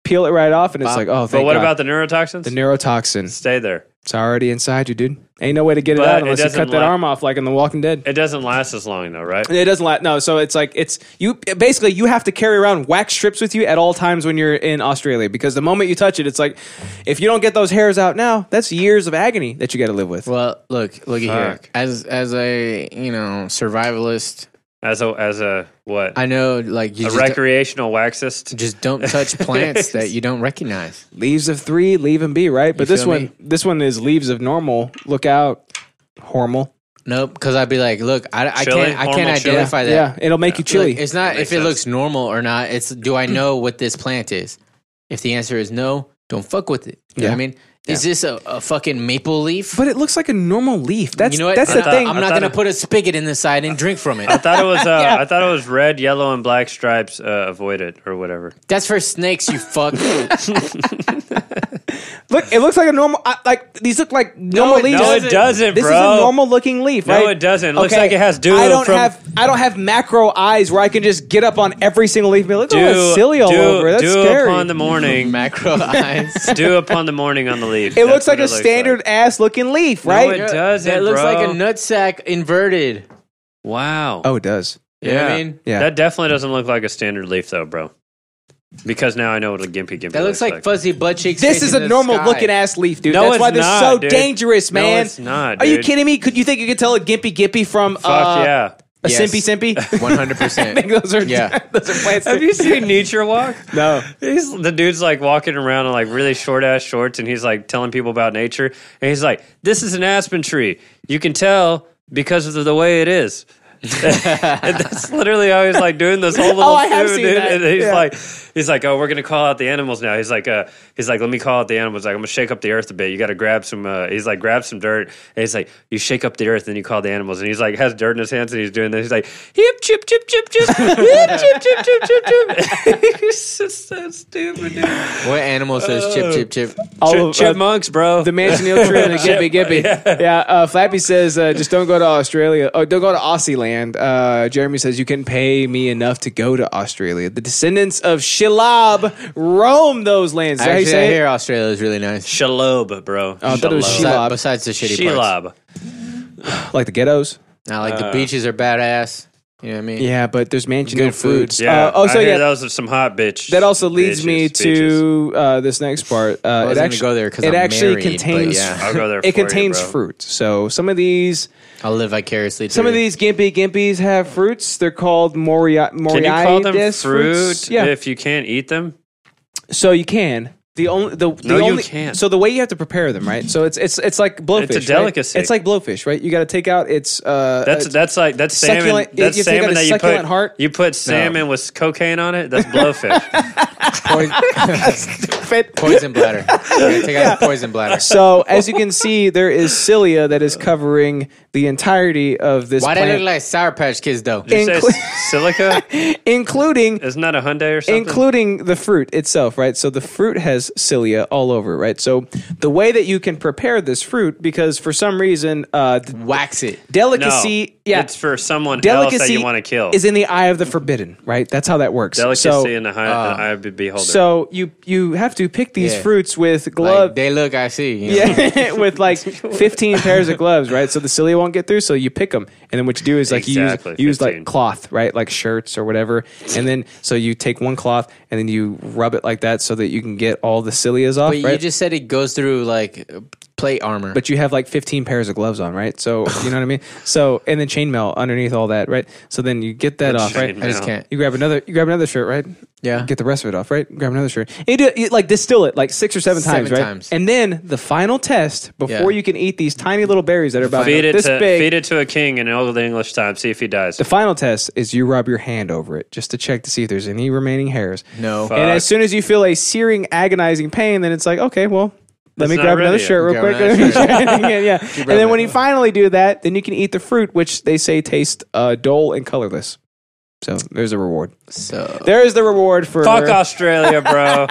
[SPEAKER 1] peel it right off, and it's like, oh, thank
[SPEAKER 3] But what
[SPEAKER 1] God.
[SPEAKER 3] about the neurotoxins?
[SPEAKER 1] the neurotoxin?
[SPEAKER 3] Stay there.
[SPEAKER 1] It's already inside you, dude. Ain't no way to get
[SPEAKER 3] But
[SPEAKER 1] it out
[SPEAKER 3] it
[SPEAKER 1] unless you
[SPEAKER 3] doesn't
[SPEAKER 1] cut that
[SPEAKER 3] la-
[SPEAKER 1] arm off, like in The Walking Dead.
[SPEAKER 3] It doesn't last as long though, right?
[SPEAKER 1] It doesn't last. No, so it's like it's you. Basically, you have to carry around wax strips with you at all times when you're in Australia because the moment you touch it, it's like if you don't get those hairs out now, that's years of agony that you got to live with.
[SPEAKER 2] Well, look, look at
[SPEAKER 3] Fuck.
[SPEAKER 2] here. As as a you know survivalist,
[SPEAKER 3] As a as a what?
[SPEAKER 2] I know like you
[SPEAKER 3] a
[SPEAKER 2] just,
[SPEAKER 3] recreational waxist.
[SPEAKER 2] just don't touch plants that you don't recognize.
[SPEAKER 1] leaves of three, leave and be right. But
[SPEAKER 2] You
[SPEAKER 1] this
[SPEAKER 2] feel
[SPEAKER 1] one,
[SPEAKER 2] me?
[SPEAKER 1] this one is leaves of normal. Look out, hormel.
[SPEAKER 2] Nope, because I'd be like, look, I, I
[SPEAKER 3] Chili?
[SPEAKER 2] can't I
[SPEAKER 3] Normal
[SPEAKER 2] can't
[SPEAKER 3] chili?
[SPEAKER 2] identify that.
[SPEAKER 1] Yeah, it'll make you chilly.
[SPEAKER 2] Look, it's not if
[SPEAKER 3] That makes
[SPEAKER 2] it
[SPEAKER 3] sense.
[SPEAKER 2] looks normal or not. It's do I know what this plant is? If the answer is no, don't fuck with it. You know what I mean? Is this a, a fucking maple leaf?
[SPEAKER 1] but it looks like a normal leaf. That's
[SPEAKER 2] you know what?
[SPEAKER 1] that's
[SPEAKER 2] I
[SPEAKER 1] the
[SPEAKER 2] thought-
[SPEAKER 1] thing.
[SPEAKER 2] I'm
[SPEAKER 3] I
[SPEAKER 2] not
[SPEAKER 3] thought
[SPEAKER 2] gonna
[SPEAKER 3] it-
[SPEAKER 2] put a spigot in the side and drink from it.
[SPEAKER 3] I thought it was uh, I thought it was red, yellow, and black stripes. Uh, avoid it or whatever.
[SPEAKER 2] That's for snakes, you fuck.
[SPEAKER 1] Look, it looks like a normal. I- Like these look like normal
[SPEAKER 2] it
[SPEAKER 1] leaves.
[SPEAKER 3] No, it doesn't,
[SPEAKER 1] This
[SPEAKER 3] bro.
[SPEAKER 1] is a normal looking leaf,
[SPEAKER 3] No,
[SPEAKER 1] right?
[SPEAKER 3] it doesn't. It looks like it has dew
[SPEAKER 1] I don't
[SPEAKER 3] from-
[SPEAKER 1] have I don't have macro eyes where I can just get up on every single leaf and be like, oh, that's silly all
[SPEAKER 3] do,
[SPEAKER 1] over. That's
[SPEAKER 3] do
[SPEAKER 1] scary.
[SPEAKER 3] upon the morning.
[SPEAKER 2] Macro eyes.
[SPEAKER 3] do upon the morning on the leaf.
[SPEAKER 1] it
[SPEAKER 3] That's
[SPEAKER 1] looks like
[SPEAKER 3] what
[SPEAKER 1] a
[SPEAKER 3] it looks
[SPEAKER 1] standard
[SPEAKER 3] like.
[SPEAKER 1] ass looking leaf,
[SPEAKER 3] No,
[SPEAKER 1] right?
[SPEAKER 3] it doesn't.
[SPEAKER 2] That looks
[SPEAKER 3] bro.
[SPEAKER 2] like a nutsack inverted.
[SPEAKER 3] Wow.
[SPEAKER 1] Oh, it does.
[SPEAKER 2] You know what I mean?
[SPEAKER 1] Yeah.
[SPEAKER 3] That definitely doesn't look like a standard leaf though, bro. Because now I know what a gimpy gimpy
[SPEAKER 2] That looks like fuzzy butt cheeks.
[SPEAKER 1] This
[SPEAKER 2] facing
[SPEAKER 1] is a
[SPEAKER 2] the
[SPEAKER 1] normal
[SPEAKER 2] sky.
[SPEAKER 1] looking ass leaf, dude.
[SPEAKER 3] No,
[SPEAKER 1] That's
[SPEAKER 3] it's
[SPEAKER 1] why this is
[SPEAKER 3] not,
[SPEAKER 1] so
[SPEAKER 3] dude.
[SPEAKER 1] dangerous,
[SPEAKER 3] No,
[SPEAKER 1] man.
[SPEAKER 3] it's not,
[SPEAKER 1] Are you
[SPEAKER 3] dude.
[SPEAKER 1] kidding me? Could you think you could tell a gimpy gimpy from
[SPEAKER 3] Fuck
[SPEAKER 1] uh,
[SPEAKER 3] yeah.
[SPEAKER 1] a
[SPEAKER 2] Yes.
[SPEAKER 1] simpy simpy?
[SPEAKER 2] One hundred
[SPEAKER 1] I think
[SPEAKER 2] percent.
[SPEAKER 1] those are
[SPEAKER 2] Yeah.
[SPEAKER 1] those are plants.
[SPEAKER 3] Have you seen Nature Walk?
[SPEAKER 1] no.
[SPEAKER 3] He's, the dude's like walking around in like really short ass shorts and he's like telling people about nature. And he's like, This is an aspen tree. You can tell because of the, the way it is. and that's literally how he's like doing this whole little
[SPEAKER 1] Oh, I have
[SPEAKER 3] food,
[SPEAKER 1] seen
[SPEAKER 3] dude.
[SPEAKER 1] that.
[SPEAKER 3] And he's
[SPEAKER 1] Yeah.
[SPEAKER 3] like he's like, Oh, we're gonna call out the animals now. He's like, uh he's like, Let me call out the animals. Like, I'm gonna shake up the earth a bit. You gotta grab some uh he's like grab some dirt and he's like, You shake up the earth and you call the animals and he's like has dirt in his hands and he's doing this. He's like, Hip chip chip chip chip hip chip chip chip chip chip He's just so stupid, dude.
[SPEAKER 2] What animal says chip chip chip?
[SPEAKER 1] All
[SPEAKER 3] Chip,
[SPEAKER 1] of, uh,
[SPEAKER 3] chipmunks, bro.
[SPEAKER 1] The Manchineal tree and the Gippy Gippy. Yeah, uh, Flappy says, uh, just don't go to Australia. Oh, don't go to Aussie land. Uh, Jeremy says, you can pay me enough to go to Australia. The descendants of Shilab roam those lands. Is that how you
[SPEAKER 2] Actually, I
[SPEAKER 1] say it?
[SPEAKER 2] hear Australia is really nice.
[SPEAKER 3] Shalob, bro.
[SPEAKER 1] Oh, I thought it was Uh, Shelob.
[SPEAKER 2] Besides, besides the shitty parts,
[SPEAKER 3] Shelob.
[SPEAKER 1] Like the ghettos?
[SPEAKER 2] now like
[SPEAKER 3] Uh,
[SPEAKER 2] the beaches are badass. You know what I mean?
[SPEAKER 1] Yeah, but there's Manchineal
[SPEAKER 2] Good food.
[SPEAKER 1] foods.
[SPEAKER 3] Yeah.
[SPEAKER 1] Uh, oh, so
[SPEAKER 3] I hear
[SPEAKER 1] yeah. That,
[SPEAKER 3] those are some hot bitch.
[SPEAKER 1] also leads me
[SPEAKER 3] bitches,
[SPEAKER 1] to
[SPEAKER 3] bitches.
[SPEAKER 1] uh, this next part. Uh,
[SPEAKER 2] wasn't
[SPEAKER 1] it
[SPEAKER 2] gonna
[SPEAKER 1] actually,
[SPEAKER 2] go there 'cause
[SPEAKER 1] it
[SPEAKER 2] I'm
[SPEAKER 1] actually
[SPEAKER 2] married, but
[SPEAKER 1] contains
[SPEAKER 2] yeah.
[SPEAKER 3] I'll go there.
[SPEAKER 1] it
[SPEAKER 3] for you,
[SPEAKER 1] contains
[SPEAKER 3] bro.
[SPEAKER 1] fruit. So some of these
[SPEAKER 2] I'll live vicariously.
[SPEAKER 1] Some
[SPEAKER 2] through
[SPEAKER 1] of these gimpy gimpies have fruits. They're called mori
[SPEAKER 3] Can you call them
[SPEAKER 1] moriades
[SPEAKER 3] fruit
[SPEAKER 1] Yeah.
[SPEAKER 3] if you can't eat them?
[SPEAKER 1] so you can. The only the, the
[SPEAKER 3] No, you
[SPEAKER 1] only
[SPEAKER 3] can't.
[SPEAKER 1] so the way you have to prepare them right so it's it's it's like blowfish
[SPEAKER 3] It's a
[SPEAKER 1] right?
[SPEAKER 3] delicacy.
[SPEAKER 1] it's like blowfish right you got to take out its uh
[SPEAKER 3] That's
[SPEAKER 1] uh,
[SPEAKER 3] that's like that's salmon.
[SPEAKER 1] Succulent-
[SPEAKER 3] That's
[SPEAKER 1] if you got
[SPEAKER 3] salmon
[SPEAKER 1] a
[SPEAKER 3] that you put
[SPEAKER 1] succulent heart-
[SPEAKER 3] you put salmon with cocaine on it. That's blowfish.
[SPEAKER 2] Poison bladder. You gotta Take out the poison bladder.
[SPEAKER 1] so as you can see there is cilia that is covering the entirety of this
[SPEAKER 2] Why do I
[SPEAKER 1] plant,
[SPEAKER 2] look like Sour Patch Kids though?
[SPEAKER 3] Did you say
[SPEAKER 1] Inclu-
[SPEAKER 3] s- silica?
[SPEAKER 1] including
[SPEAKER 3] Isn't that a Hyundai or something?
[SPEAKER 1] including the fruit itself, right? So the fruit has cilia all over, right? So the way that you can prepare this fruit, because for some reason, uh, d-
[SPEAKER 2] Wax it.
[SPEAKER 1] delicacy, yeah,
[SPEAKER 3] it's for someone else that
[SPEAKER 1] delicacy
[SPEAKER 3] you want to kill.
[SPEAKER 1] is in the eye of the forbidden, right? That's how that works.
[SPEAKER 3] delicacy
[SPEAKER 1] so,
[SPEAKER 3] in the high, uh, eye of the beholder.
[SPEAKER 1] so you you have to pick these
[SPEAKER 2] Yeah.
[SPEAKER 1] fruits with glove.
[SPEAKER 2] Like, they look, I see. you know?
[SPEAKER 1] yeah, with like 15 pairs of gloves, right? So the cilia won't get through, so you pick them. And then what you do is like
[SPEAKER 3] Exactly,
[SPEAKER 1] you use, use
[SPEAKER 3] 15.
[SPEAKER 1] like cloth, right? Like shirts or whatever. And then so you take one cloth and then you rub it like that so that you can get all the cilias off,
[SPEAKER 2] But
[SPEAKER 1] right?
[SPEAKER 2] you just said it goes through like plate armor.
[SPEAKER 1] but you have like 15 pairs of gloves on, right? So, you know what I mean? So, and then chainmail underneath all that, right? So then you get that off, right?
[SPEAKER 3] Chainmail.
[SPEAKER 2] I just can't.
[SPEAKER 1] You grab another. You grab another shirt, right?
[SPEAKER 2] Yeah.
[SPEAKER 1] Get the rest of it off, right? Grab another shirt. And you do you, like distill it like six or seven,
[SPEAKER 2] Seven
[SPEAKER 1] times, right?
[SPEAKER 2] times.
[SPEAKER 1] And then the final test before
[SPEAKER 2] Yeah.
[SPEAKER 1] you can eat these tiny little berries that are about
[SPEAKER 3] feed it
[SPEAKER 1] this
[SPEAKER 3] to
[SPEAKER 1] big.
[SPEAKER 3] feed it to a king in old English time. See if he dies.
[SPEAKER 1] The final test is you rub your hand over it just to check to see if there's any remaining hairs.
[SPEAKER 2] no.
[SPEAKER 3] Fuck.
[SPEAKER 1] And as soon as you feel a searing, agonizing pain, then it's like, okay, well, let
[SPEAKER 3] It's
[SPEAKER 1] me
[SPEAKER 3] not
[SPEAKER 1] grab
[SPEAKER 3] ready
[SPEAKER 1] another
[SPEAKER 3] yet.
[SPEAKER 1] shirt real
[SPEAKER 2] Grab
[SPEAKER 1] quick.
[SPEAKER 2] another shirt.
[SPEAKER 1] yeah, yeah. And then when
[SPEAKER 2] rubbing
[SPEAKER 1] you
[SPEAKER 2] it.
[SPEAKER 1] finally do that, then you can eat the fruit, which they say tastes uh, dull and colorless. So there's a reward.
[SPEAKER 2] So.
[SPEAKER 1] There is the reward for
[SPEAKER 3] Fuck Australia, bro.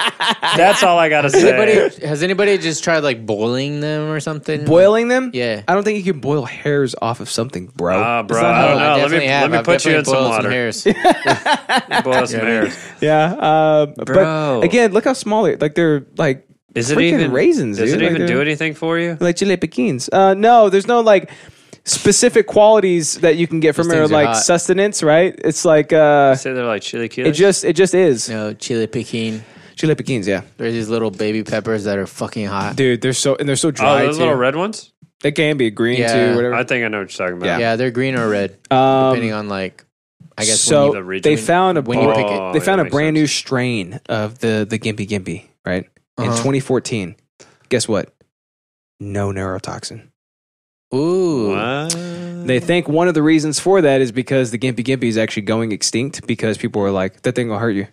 [SPEAKER 3] That's all I gotta say.
[SPEAKER 2] Anybody, has anybody just tried like boiling them or something?
[SPEAKER 1] boiling them.
[SPEAKER 2] Yeah.
[SPEAKER 1] I don't think you can boil hairs off of something, bro.
[SPEAKER 3] Ah, bro,
[SPEAKER 2] Oh,
[SPEAKER 3] I don't know. Let
[SPEAKER 2] definitely
[SPEAKER 3] me
[SPEAKER 2] have.
[SPEAKER 3] let me
[SPEAKER 2] I've
[SPEAKER 3] put you in
[SPEAKER 2] definitely
[SPEAKER 3] some
[SPEAKER 2] boiled
[SPEAKER 3] water.
[SPEAKER 2] hairs.
[SPEAKER 3] Boil some hairs.
[SPEAKER 1] yeah, uh,
[SPEAKER 2] Bro.
[SPEAKER 1] but again, look how small they like. They're like
[SPEAKER 3] Is it
[SPEAKER 1] freaking
[SPEAKER 3] even
[SPEAKER 1] raisins?
[SPEAKER 3] Does
[SPEAKER 1] dude.
[SPEAKER 3] it
[SPEAKER 1] Like,
[SPEAKER 3] even
[SPEAKER 1] they're-
[SPEAKER 3] do anything for you?
[SPEAKER 1] like chili piquins. Uh, no, there's no like specific qualities that you can get from
[SPEAKER 2] These
[SPEAKER 1] it or
[SPEAKER 2] things are
[SPEAKER 1] like
[SPEAKER 2] hot.
[SPEAKER 1] sustenance, right? It's like uh,
[SPEAKER 3] Say they're like chili
[SPEAKER 1] it
[SPEAKER 3] killers.
[SPEAKER 1] just it just is
[SPEAKER 2] no, chili piquin.
[SPEAKER 1] chili piquins. Yeah,
[SPEAKER 2] There's these little baby peppers that are fucking hot.
[SPEAKER 1] dude, they're so and they're so
[SPEAKER 3] oh,
[SPEAKER 1] dry
[SPEAKER 3] those
[SPEAKER 1] too.
[SPEAKER 3] little red ones.
[SPEAKER 1] They can be green
[SPEAKER 2] Yeah.
[SPEAKER 1] too, whatever.
[SPEAKER 3] I think I know what you're talking about.
[SPEAKER 2] Yeah, they're green or red,
[SPEAKER 1] Um,
[SPEAKER 2] depending on like. I guess
[SPEAKER 1] so
[SPEAKER 3] the region-
[SPEAKER 1] they found a
[SPEAKER 2] when you
[SPEAKER 1] bar-
[SPEAKER 2] pick
[SPEAKER 3] Oh,
[SPEAKER 2] it.
[SPEAKER 1] they
[SPEAKER 3] yeah,
[SPEAKER 1] found a
[SPEAKER 3] makes
[SPEAKER 1] brand
[SPEAKER 3] sense.
[SPEAKER 1] new strain of the the gimpy gimpy right in
[SPEAKER 2] Uh-huh.
[SPEAKER 1] 2014. Guess what? No neurotoxin.
[SPEAKER 2] Ooh, Mm.
[SPEAKER 1] They think one of the reasons for that is because the Gimpy Gimpy is actually going extinct because people were like, that thing will hurt you.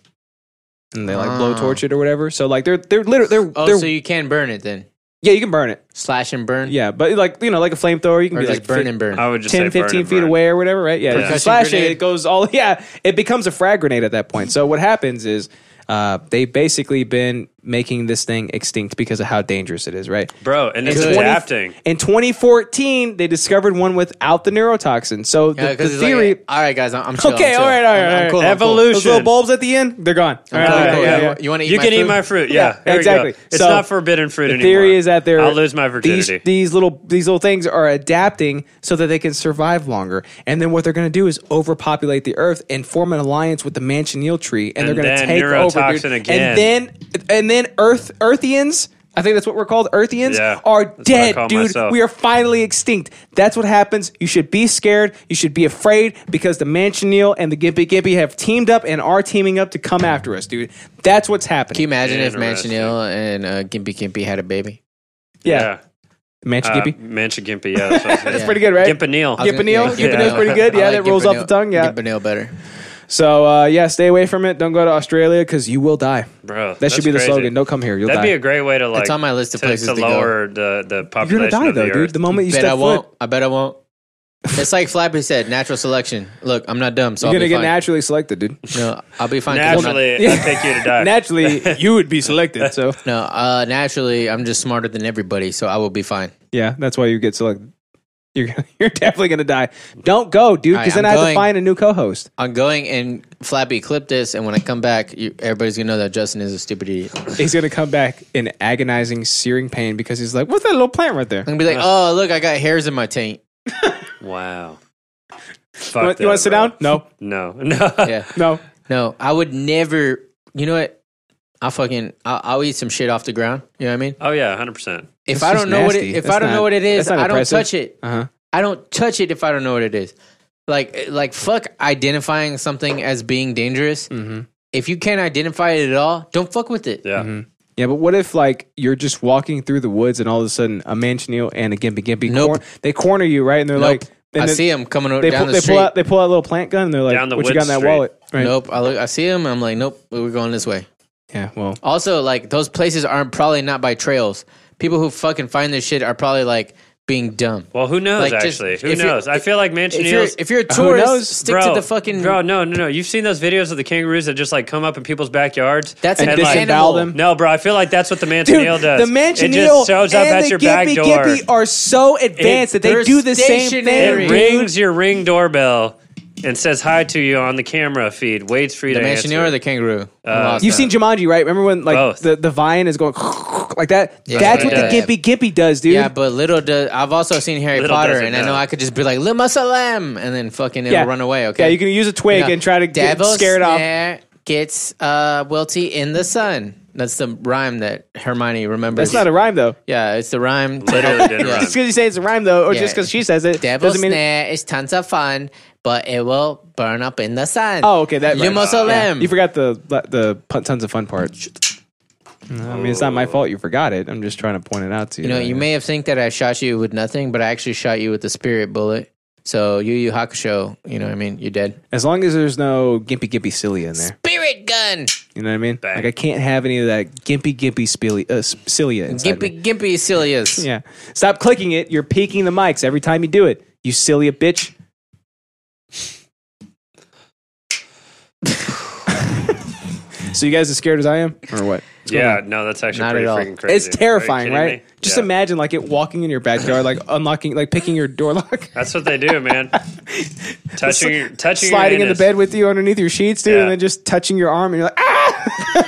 [SPEAKER 1] And they like
[SPEAKER 2] Ah.
[SPEAKER 1] blow torch it or whatever. So like they're they're literally they're,
[SPEAKER 2] oh,
[SPEAKER 1] they're
[SPEAKER 2] so you can burn it then?
[SPEAKER 1] yeah you can burn it
[SPEAKER 2] Slash and burn,
[SPEAKER 1] yeah but like you know like a flamethrower you can
[SPEAKER 2] or
[SPEAKER 1] be
[SPEAKER 2] just
[SPEAKER 1] like
[SPEAKER 2] burn
[SPEAKER 1] fi-
[SPEAKER 2] and burn.
[SPEAKER 3] I would just
[SPEAKER 1] 10,
[SPEAKER 3] say burn
[SPEAKER 1] 15
[SPEAKER 3] and
[SPEAKER 1] feet
[SPEAKER 3] burn.
[SPEAKER 1] away or whatever right yeah,
[SPEAKER 2] Percussion
[SPEAKER 1] you slash it
[SPEAKER 2] grenade.
[SPEAKER 1] it goes all yeah it becomes a frag grenade at that point so what happens is uh, they've basically been making this thing extinct because of how dangerous it is right
[SPEAKER 3] bro. And it's
[SPEAKER 1] in 20
[SPEAKER 3] adapting.
[SPEAKER 1] in 2014 they discovered one without the neurotoxin so
[SPEAKER 2] Yeah,
[SPEAKER 1] the, the
[SPEAKER 2] 'cause it's
[SPEAKER 1] theory
[SPEAKER 2] Like, all right, guys, I'm, I'm chill.
[SPEAKER 1] Okay,
[SPEAKER 2] I'm chill.
[SPEAKER 1] all right, all right,
[SPEAKER 2] I'm-
[SPEAKER 1] all
[SPEAKER 2] I'm
[SPEAKER 1] right.
[SPEAKER 2] cool, I'm cool.
[SPEAKER 3] Evolution.
[SPEAKER 1] Those little bulbs at the end, they're gone. All right,
[SPEAKER 2] cool,
[SPEAKER 1] all right,
[SPEAKER 2] cool.
[SPEAKER 1] yeah,
[SPEAKER 2] You
[SPEAKER 1] yeah.
[SPEAKER 2] want- you want to eat?
[SPEAKER 3] You
[SPEAKER 2] my
[SPEAKER 3] can
[SPEAKER 2] food?
[SPEAKER 3] eat my fruit. Yeah,
[SPEAKER 1] Yeah,
[SPEAKER 3] Here we go.
[SPEAKER 1] exactly.
[SPEAKER 3] It's
[SPEAKER 1] So,
[SPEAKER 3] not forbidden fruit
[SPEAKER 1] The
[SPEAKER 3] anymore.
[SPEAKER 1] theory is that they're
[SPEAKER 3] I'll lose my
[SPEAKER 1] these,
[SPEAKER 3] virginity.
[SPEAKER 1] these little these little things are adapting so that they can survive longer. And then what they're going to do is overpopulate the earth and form an alliance with the manchineal tree, and,
[SPEAKER 3] And
[SPEAKER 1] they're going to
[SPEAKER 3] then
[SPEAKER 1] take over. dude.
[SPEAKER 3] neurotoxin again.
[SPEAKER 1] And then and then Earth Earthians. I think that's what we're called. Earthians
[SPEAKER 3] Yeah,
[SPEAKER 1] are
[SPEAKER 3] that's what I
[SPEAKER 1] dead,
[SPEAKER 3] call
[SPEAKER 1] dude.
[SPEAKER 3] myself.
[SPEAKER 1] We are finally extinct. That's what happens. You should be scared. You should be afraid because the Manchineal and the Gimpy Gimpy have teamed up and are teaming up to come after us, dude. That's what's happening.
[SPEAKER 2] Can you imagine if
[SPEAKER 3] Interesting.
[SPEAKER 2] Manchineel and uh, Gimpy Gimpy had a baby?
[SPEAKER 1] yeah. Manchi
[SPEAKER 3] Uh,
[SPEAKER 1] Gimpy.
[SPEAKER 3] Mansion Gimpy. Yeah, that's what I was
[SPEAKER 1] That's
[SPEAKER 3] saying.
[SPEAKER 1] pretty good, right?
[SPEAKER 3] Gimpanil.
[SPEAKER 2] I was gonna-
[SPEAKER 1] Gimpanil? Gimpanil's pretty good.
[SPEAKER 2] I
[SPEAKER 1] Yeah, that rolls off the
[SPEAKER 2] Gimpanil-
[SPEAKER 1] tongue, yeah.
[SPEAKER 2] Gimpanil better.
[SPEAKER 1] So uh, yeah, stay away from it. Don't go to Australia because you will die.
[SPEAKER 3] bro.
[SPEAKER 1] That should be the
[SPEAKER 3] crazy.
[SPEAKER 1] slogan. Don't come here. You'll
[SPEAKER 3] That'd
[SPEAKER 1] die.
[SPEAKER 3] be a great way to like.
[SPEAKER 2] It's on my list of
[SPEAKER 3] to,
[SPEAKER 2] places
[SPEAKER 3] to
[SPEAKER 2] to go.
[SPEAKER 3] lower the the
[SPEAKER 1] You're gonna
[SPEAKER 3] population
[SPEAKER 1] die
[SPEAKER 3] of the
[SPEAKER 1] though,
[SPEAKER 3] earth.
[SPEAKER 1] dude. The moment you
[SPEAKER 2] bet
[SPEAKER 1] step
[SPEAKER 2] I won't.
[SPEAKER 1] foot,
[SPEAKER 2] I bet I won't. It's like Flappy said, natural selection. Look, I'm not dumb, so
[SPEAKER 1] you're
[SPEAKER 2] I'll
[SPEAKER 1] gonna
[SPEAKER 2] be
[SPEAKER 1] get
[SPEAKER 2] fine.
[SPEAKER 1] naturally selected, dude.
[SPEAKER 2] no, I'll be fine. 'cause I'm not-
[SPEAKER 3] Naturally, I take you to die.
[SPEAKER 1] naturally, you would be selected. So
[SPEAKER 2] no, uh, naturally, I'm just smarter than everybody, so I will be fine.
[SPEAKER 1] yeah, that's why you get selected. You're you're definitely gonna die. Don't go, dude,
[SPEAKER 2] All
[SPEAKER 1] because
[SPEAKER 2] right,
[SPEAKER 1] then
[SPEAKER 2] I'm
[SPEAKER 1] I have to
[SPEAKER 2] going.
[SPEAKER 1] find a new co-host.
[SPEAKER 2] I'm going and Flappy clip this, and when I come back, you, everybody's gonna know that Justin is a stupid idiot. I'm
[SPEAKER 1] He's gonna come back in agonizing, searing pain because he's like, "What's that little plant right there?"
[SPEAKER 2] gonna be like, oh, look, I got hairs in my taint.
[SPEAKER 3] Wow. Fuck
[SPEAKER 1] You want, to
[SPEAKER 3] that,
[SPEAKER 1] sit
[SPEAKER 3] bro.
[SPEAKER 1] down? No,
[SPEAKER 3] No, no.
[SPEAKER 2] Yeah,
[SPEAKER 1] no.
[SPEAKER 2] no, I would never. You know what? I'll fucking I'll, I'll eat some shit off the ground. You know what I mean?
[SPEAKER 3] Oh yeah, hundred percent.
[SPEAKER 2] If
[SPEAKER 1] That's
[SPEAKER 2] I
[SPEAKER 1] just
[SPEAKER 2] don't know what
[SPEAKER 1] nasty.
[SPEAKER 2] it, if
[SPEAKER 1] That's
[SPEAKER 2] I don't
[SPEAKER 1] not-
[SPEAKER 2] know what it
[SPEAKER 1] that's
[SPEAKER 2] is,
[SPEAKER 1] not
[SPEAKER 2] I don't
[SPEAKER 1] impressive.
[SPEAKER 2] touch it.
[SPEAKER 1] Uh huh.
[SPEAKER 2] I don't touch it if I don't know what it is. Like like fuck identifying something as being dangerous. If you can't identify it at all, don't fuck with it.
[SPEAKER 3] Yeah.
[SPEAKER 1] Mm-hmm. Yeah, but what if like you're just walking through the woods and all of a sudden a Manchineel and a Gimpy Gimpy
[SPEAKER 2] Nope.
[SPEAKER 1] corn, they corner you right and they're
[SPEAKER 2] Nope.
[SPEAKER 1] like then
[SPEAKER 2] I
[SPEAKER 1] they-
[SPEAKER 2] see him coming o-
[SPEAKER 1] They
[SPEAKER 2] down
[SPEAKER 1] pull,
[SPEAKER 2] the
[SPEAKER 1] they
[SPEAKER 2] street.
[SPEAKER 1] pull out they pull out a little plant gun and they're like
[SPEAKER 3] Down the
[SPEAKER 1] what you
[SPEAKER 3] wood
[SPEAKER 1] got in that
[SPEAKER 3] street.
[SPEAKER 1] wallet right
[SPEAKER 2] Nope. I look. I see him. I'm like, nope. We're going this way.
[SPEAKER 1] yeah well
[SPEAKER 2] Also, like those places aren't probably not by trails. People who fucking find this shit are probably like being dumb.
[SPEAKER 3] Well, who knows?
[SPEAKER 2] Like, just-
[SPEAKER 3] actually, who
[SPEAKER 2] if you're-
[SPEAKER 3] knows? I feel like
[SPEAKER 2] If you're,
[SPEAKER 3] Manchineels.
[SPEAKER 2] if you're a tourist,
[SPEAKER 1] knows?
[SPEAKER 2] stick to the fucking.
[SPEAKER 3] bro. No, no, no. You've seen those videos of the kangaroos that just like come up in people's backyards.
[SPEAKER 2] That's
[SPEAKER 1] And
[SPEAKER 2] an
[SPEAKER 1] disembowel
[SPEAKER 2] animal.
[SPEAKER 1] them.
[SPEAKER 3] No, bro. I feel like that's what the Manchineal does.
[SPEAKER 1] the Manchineel
[SPEAKER 3] it just shows up
[SPEAKER 1] and
[SPEAKER 3] at
[SPEAKER 1] the
[SPEAKER 3] your
[SPEAKER 1] Gimpy
[SPEAKER 3] back door.
[SPEAKER 1] Gimpy are so advanced that they
[SPEAKER 2] they're
[SPEAKER 1] do the same thing
[SPEAKER 2] stationary.
[SPEAKER 3] it
[SPEAKER 1] dude.
[SPEAKER 3] rings your ring doorbell and says hi to you on the camera feed. Waits for you
[SPEAKER 2] The
[SPEAKER 3] to
[SPEAKER 2] Manchineel or
[SPEAKER 3] answer.
[SPEAKER 2] the kangaroo? I
[SPEAKER 3] Uh,
[SPEAKER 2] lost
[SPEAKER 1] You've
[SPEAKER 2] that.
[SPEAKER 1] seen Jumanji, right? Remember when like
[SPEAKER 3] Both.
[SPEAKER 1] the, the vine is going like that?
[SPEAKER 2] Yeah.
[SPEAKER 1] That's what
[SPEAKER 3] Yeah.
[SPEAKER 1] the Gimpy Gimpy does, dude.
[SPEAKER 2] Yeah, but little does. I've also seen Harry
[SPEAKER 3] Little
[SPEAKER 2] Potter,
[SPEAKER 3] doesn't
[SPEAKER 2] and I know
[SPEAKER 3] know.
[SPEAKER 2] I could just be like "Lima Salam" and then fucking it'll
[SPEAKER 1] Yeah.
[SPEAKER 2] run away. Okay,
[SPEAKER 1] Yeah, you can use a twig and try to get,
[SPEAKER 2] Devil
[SPEAKER 1] scare it off.
[SPEAKER 2] snare Gets uh, wilty in the sun. That's the rhyme that Hermione remembers.
[SPEAKER 1] That's not a rhyme though.
[SPEAKER 2] yeah, it's the rhyme.
[SPEAKER 3] Literally didn't rhyme.
[SPEAKER 1] Just because you say it's a rhyme though, or
[SPEAKER 2] Yeah.
[SPEAKER 1] just because she says it,
[SPEAKER 2] Devil
[SPEAKER 1] doesn't mean. It,
[SPEAKER 2] snare is tons of fun, but it will burn up in the sun.
[SPEAKER 1] oh, okay, that
[SPEAKER 2] Lima
[SPEAKER 1] rhymes.
[SPEAKER 2] Salam.
[SPEAKER 1] You forgot the the pun- tons of fun part. No, I mean, it's not my fault you forgot it. I'm just trying to point it out to you.
[SPEAKER 2] You know, you may have think that I shot you with nothing, but I actually shot you with the spirit bullet. So Yu Yu Hakusho, you know what I mean? You're dead.
[SPEAKER 1] as long as there's no gimpy gimpy silly in there,
[SPEAKER 2] Spirit gun!
[SPEAKER 1] you know what I mean.
[SPEAKER 3] Bang.
[SPEAKER 1] Like I can't have any of that gimpy gimpy spilly, uh, s- cilia inside me.
[SPEAKER 2] Gimpy, gimpy Cilias.
[SPEAKER 1] Yeah, stop clicking it. You're peeking the mics every time you do it. You cilia bitch. so you guys as scared as I am, or what?
[SPEAKER 3] yeah, no, that's actually
[SPEAKER 2] Not
[SPEAKER 3] pretty
[SPEAKER 2] at all.
[SPEAKER 3] freaking crazy. Are
[SPEAKER 1] It's
[SPEAKER 3] you
[SPEAKER 1] terrifying,
[SPEAKER 3] kidding
[SPEAKER 1] right?
[SPEAKER 3] me?
[SPEAKER 1] Just
[SPEAKER 3] Yeah.
[SPEAKER 1] imagine like it walking in your backyard, like unlocking, like picking your door lock,
[SPEAKER 3] That's what they do, man. touching, your- touching, your
[SPEAKER 1] sliding in the
[SPEAKER 3] anus.
[SPEAKER 1] bed with you underneath your sheets, dude,
[SPEAKER 3] Yeah.
[SPEAKER 1] and then just touching your arm, and you're like, ah,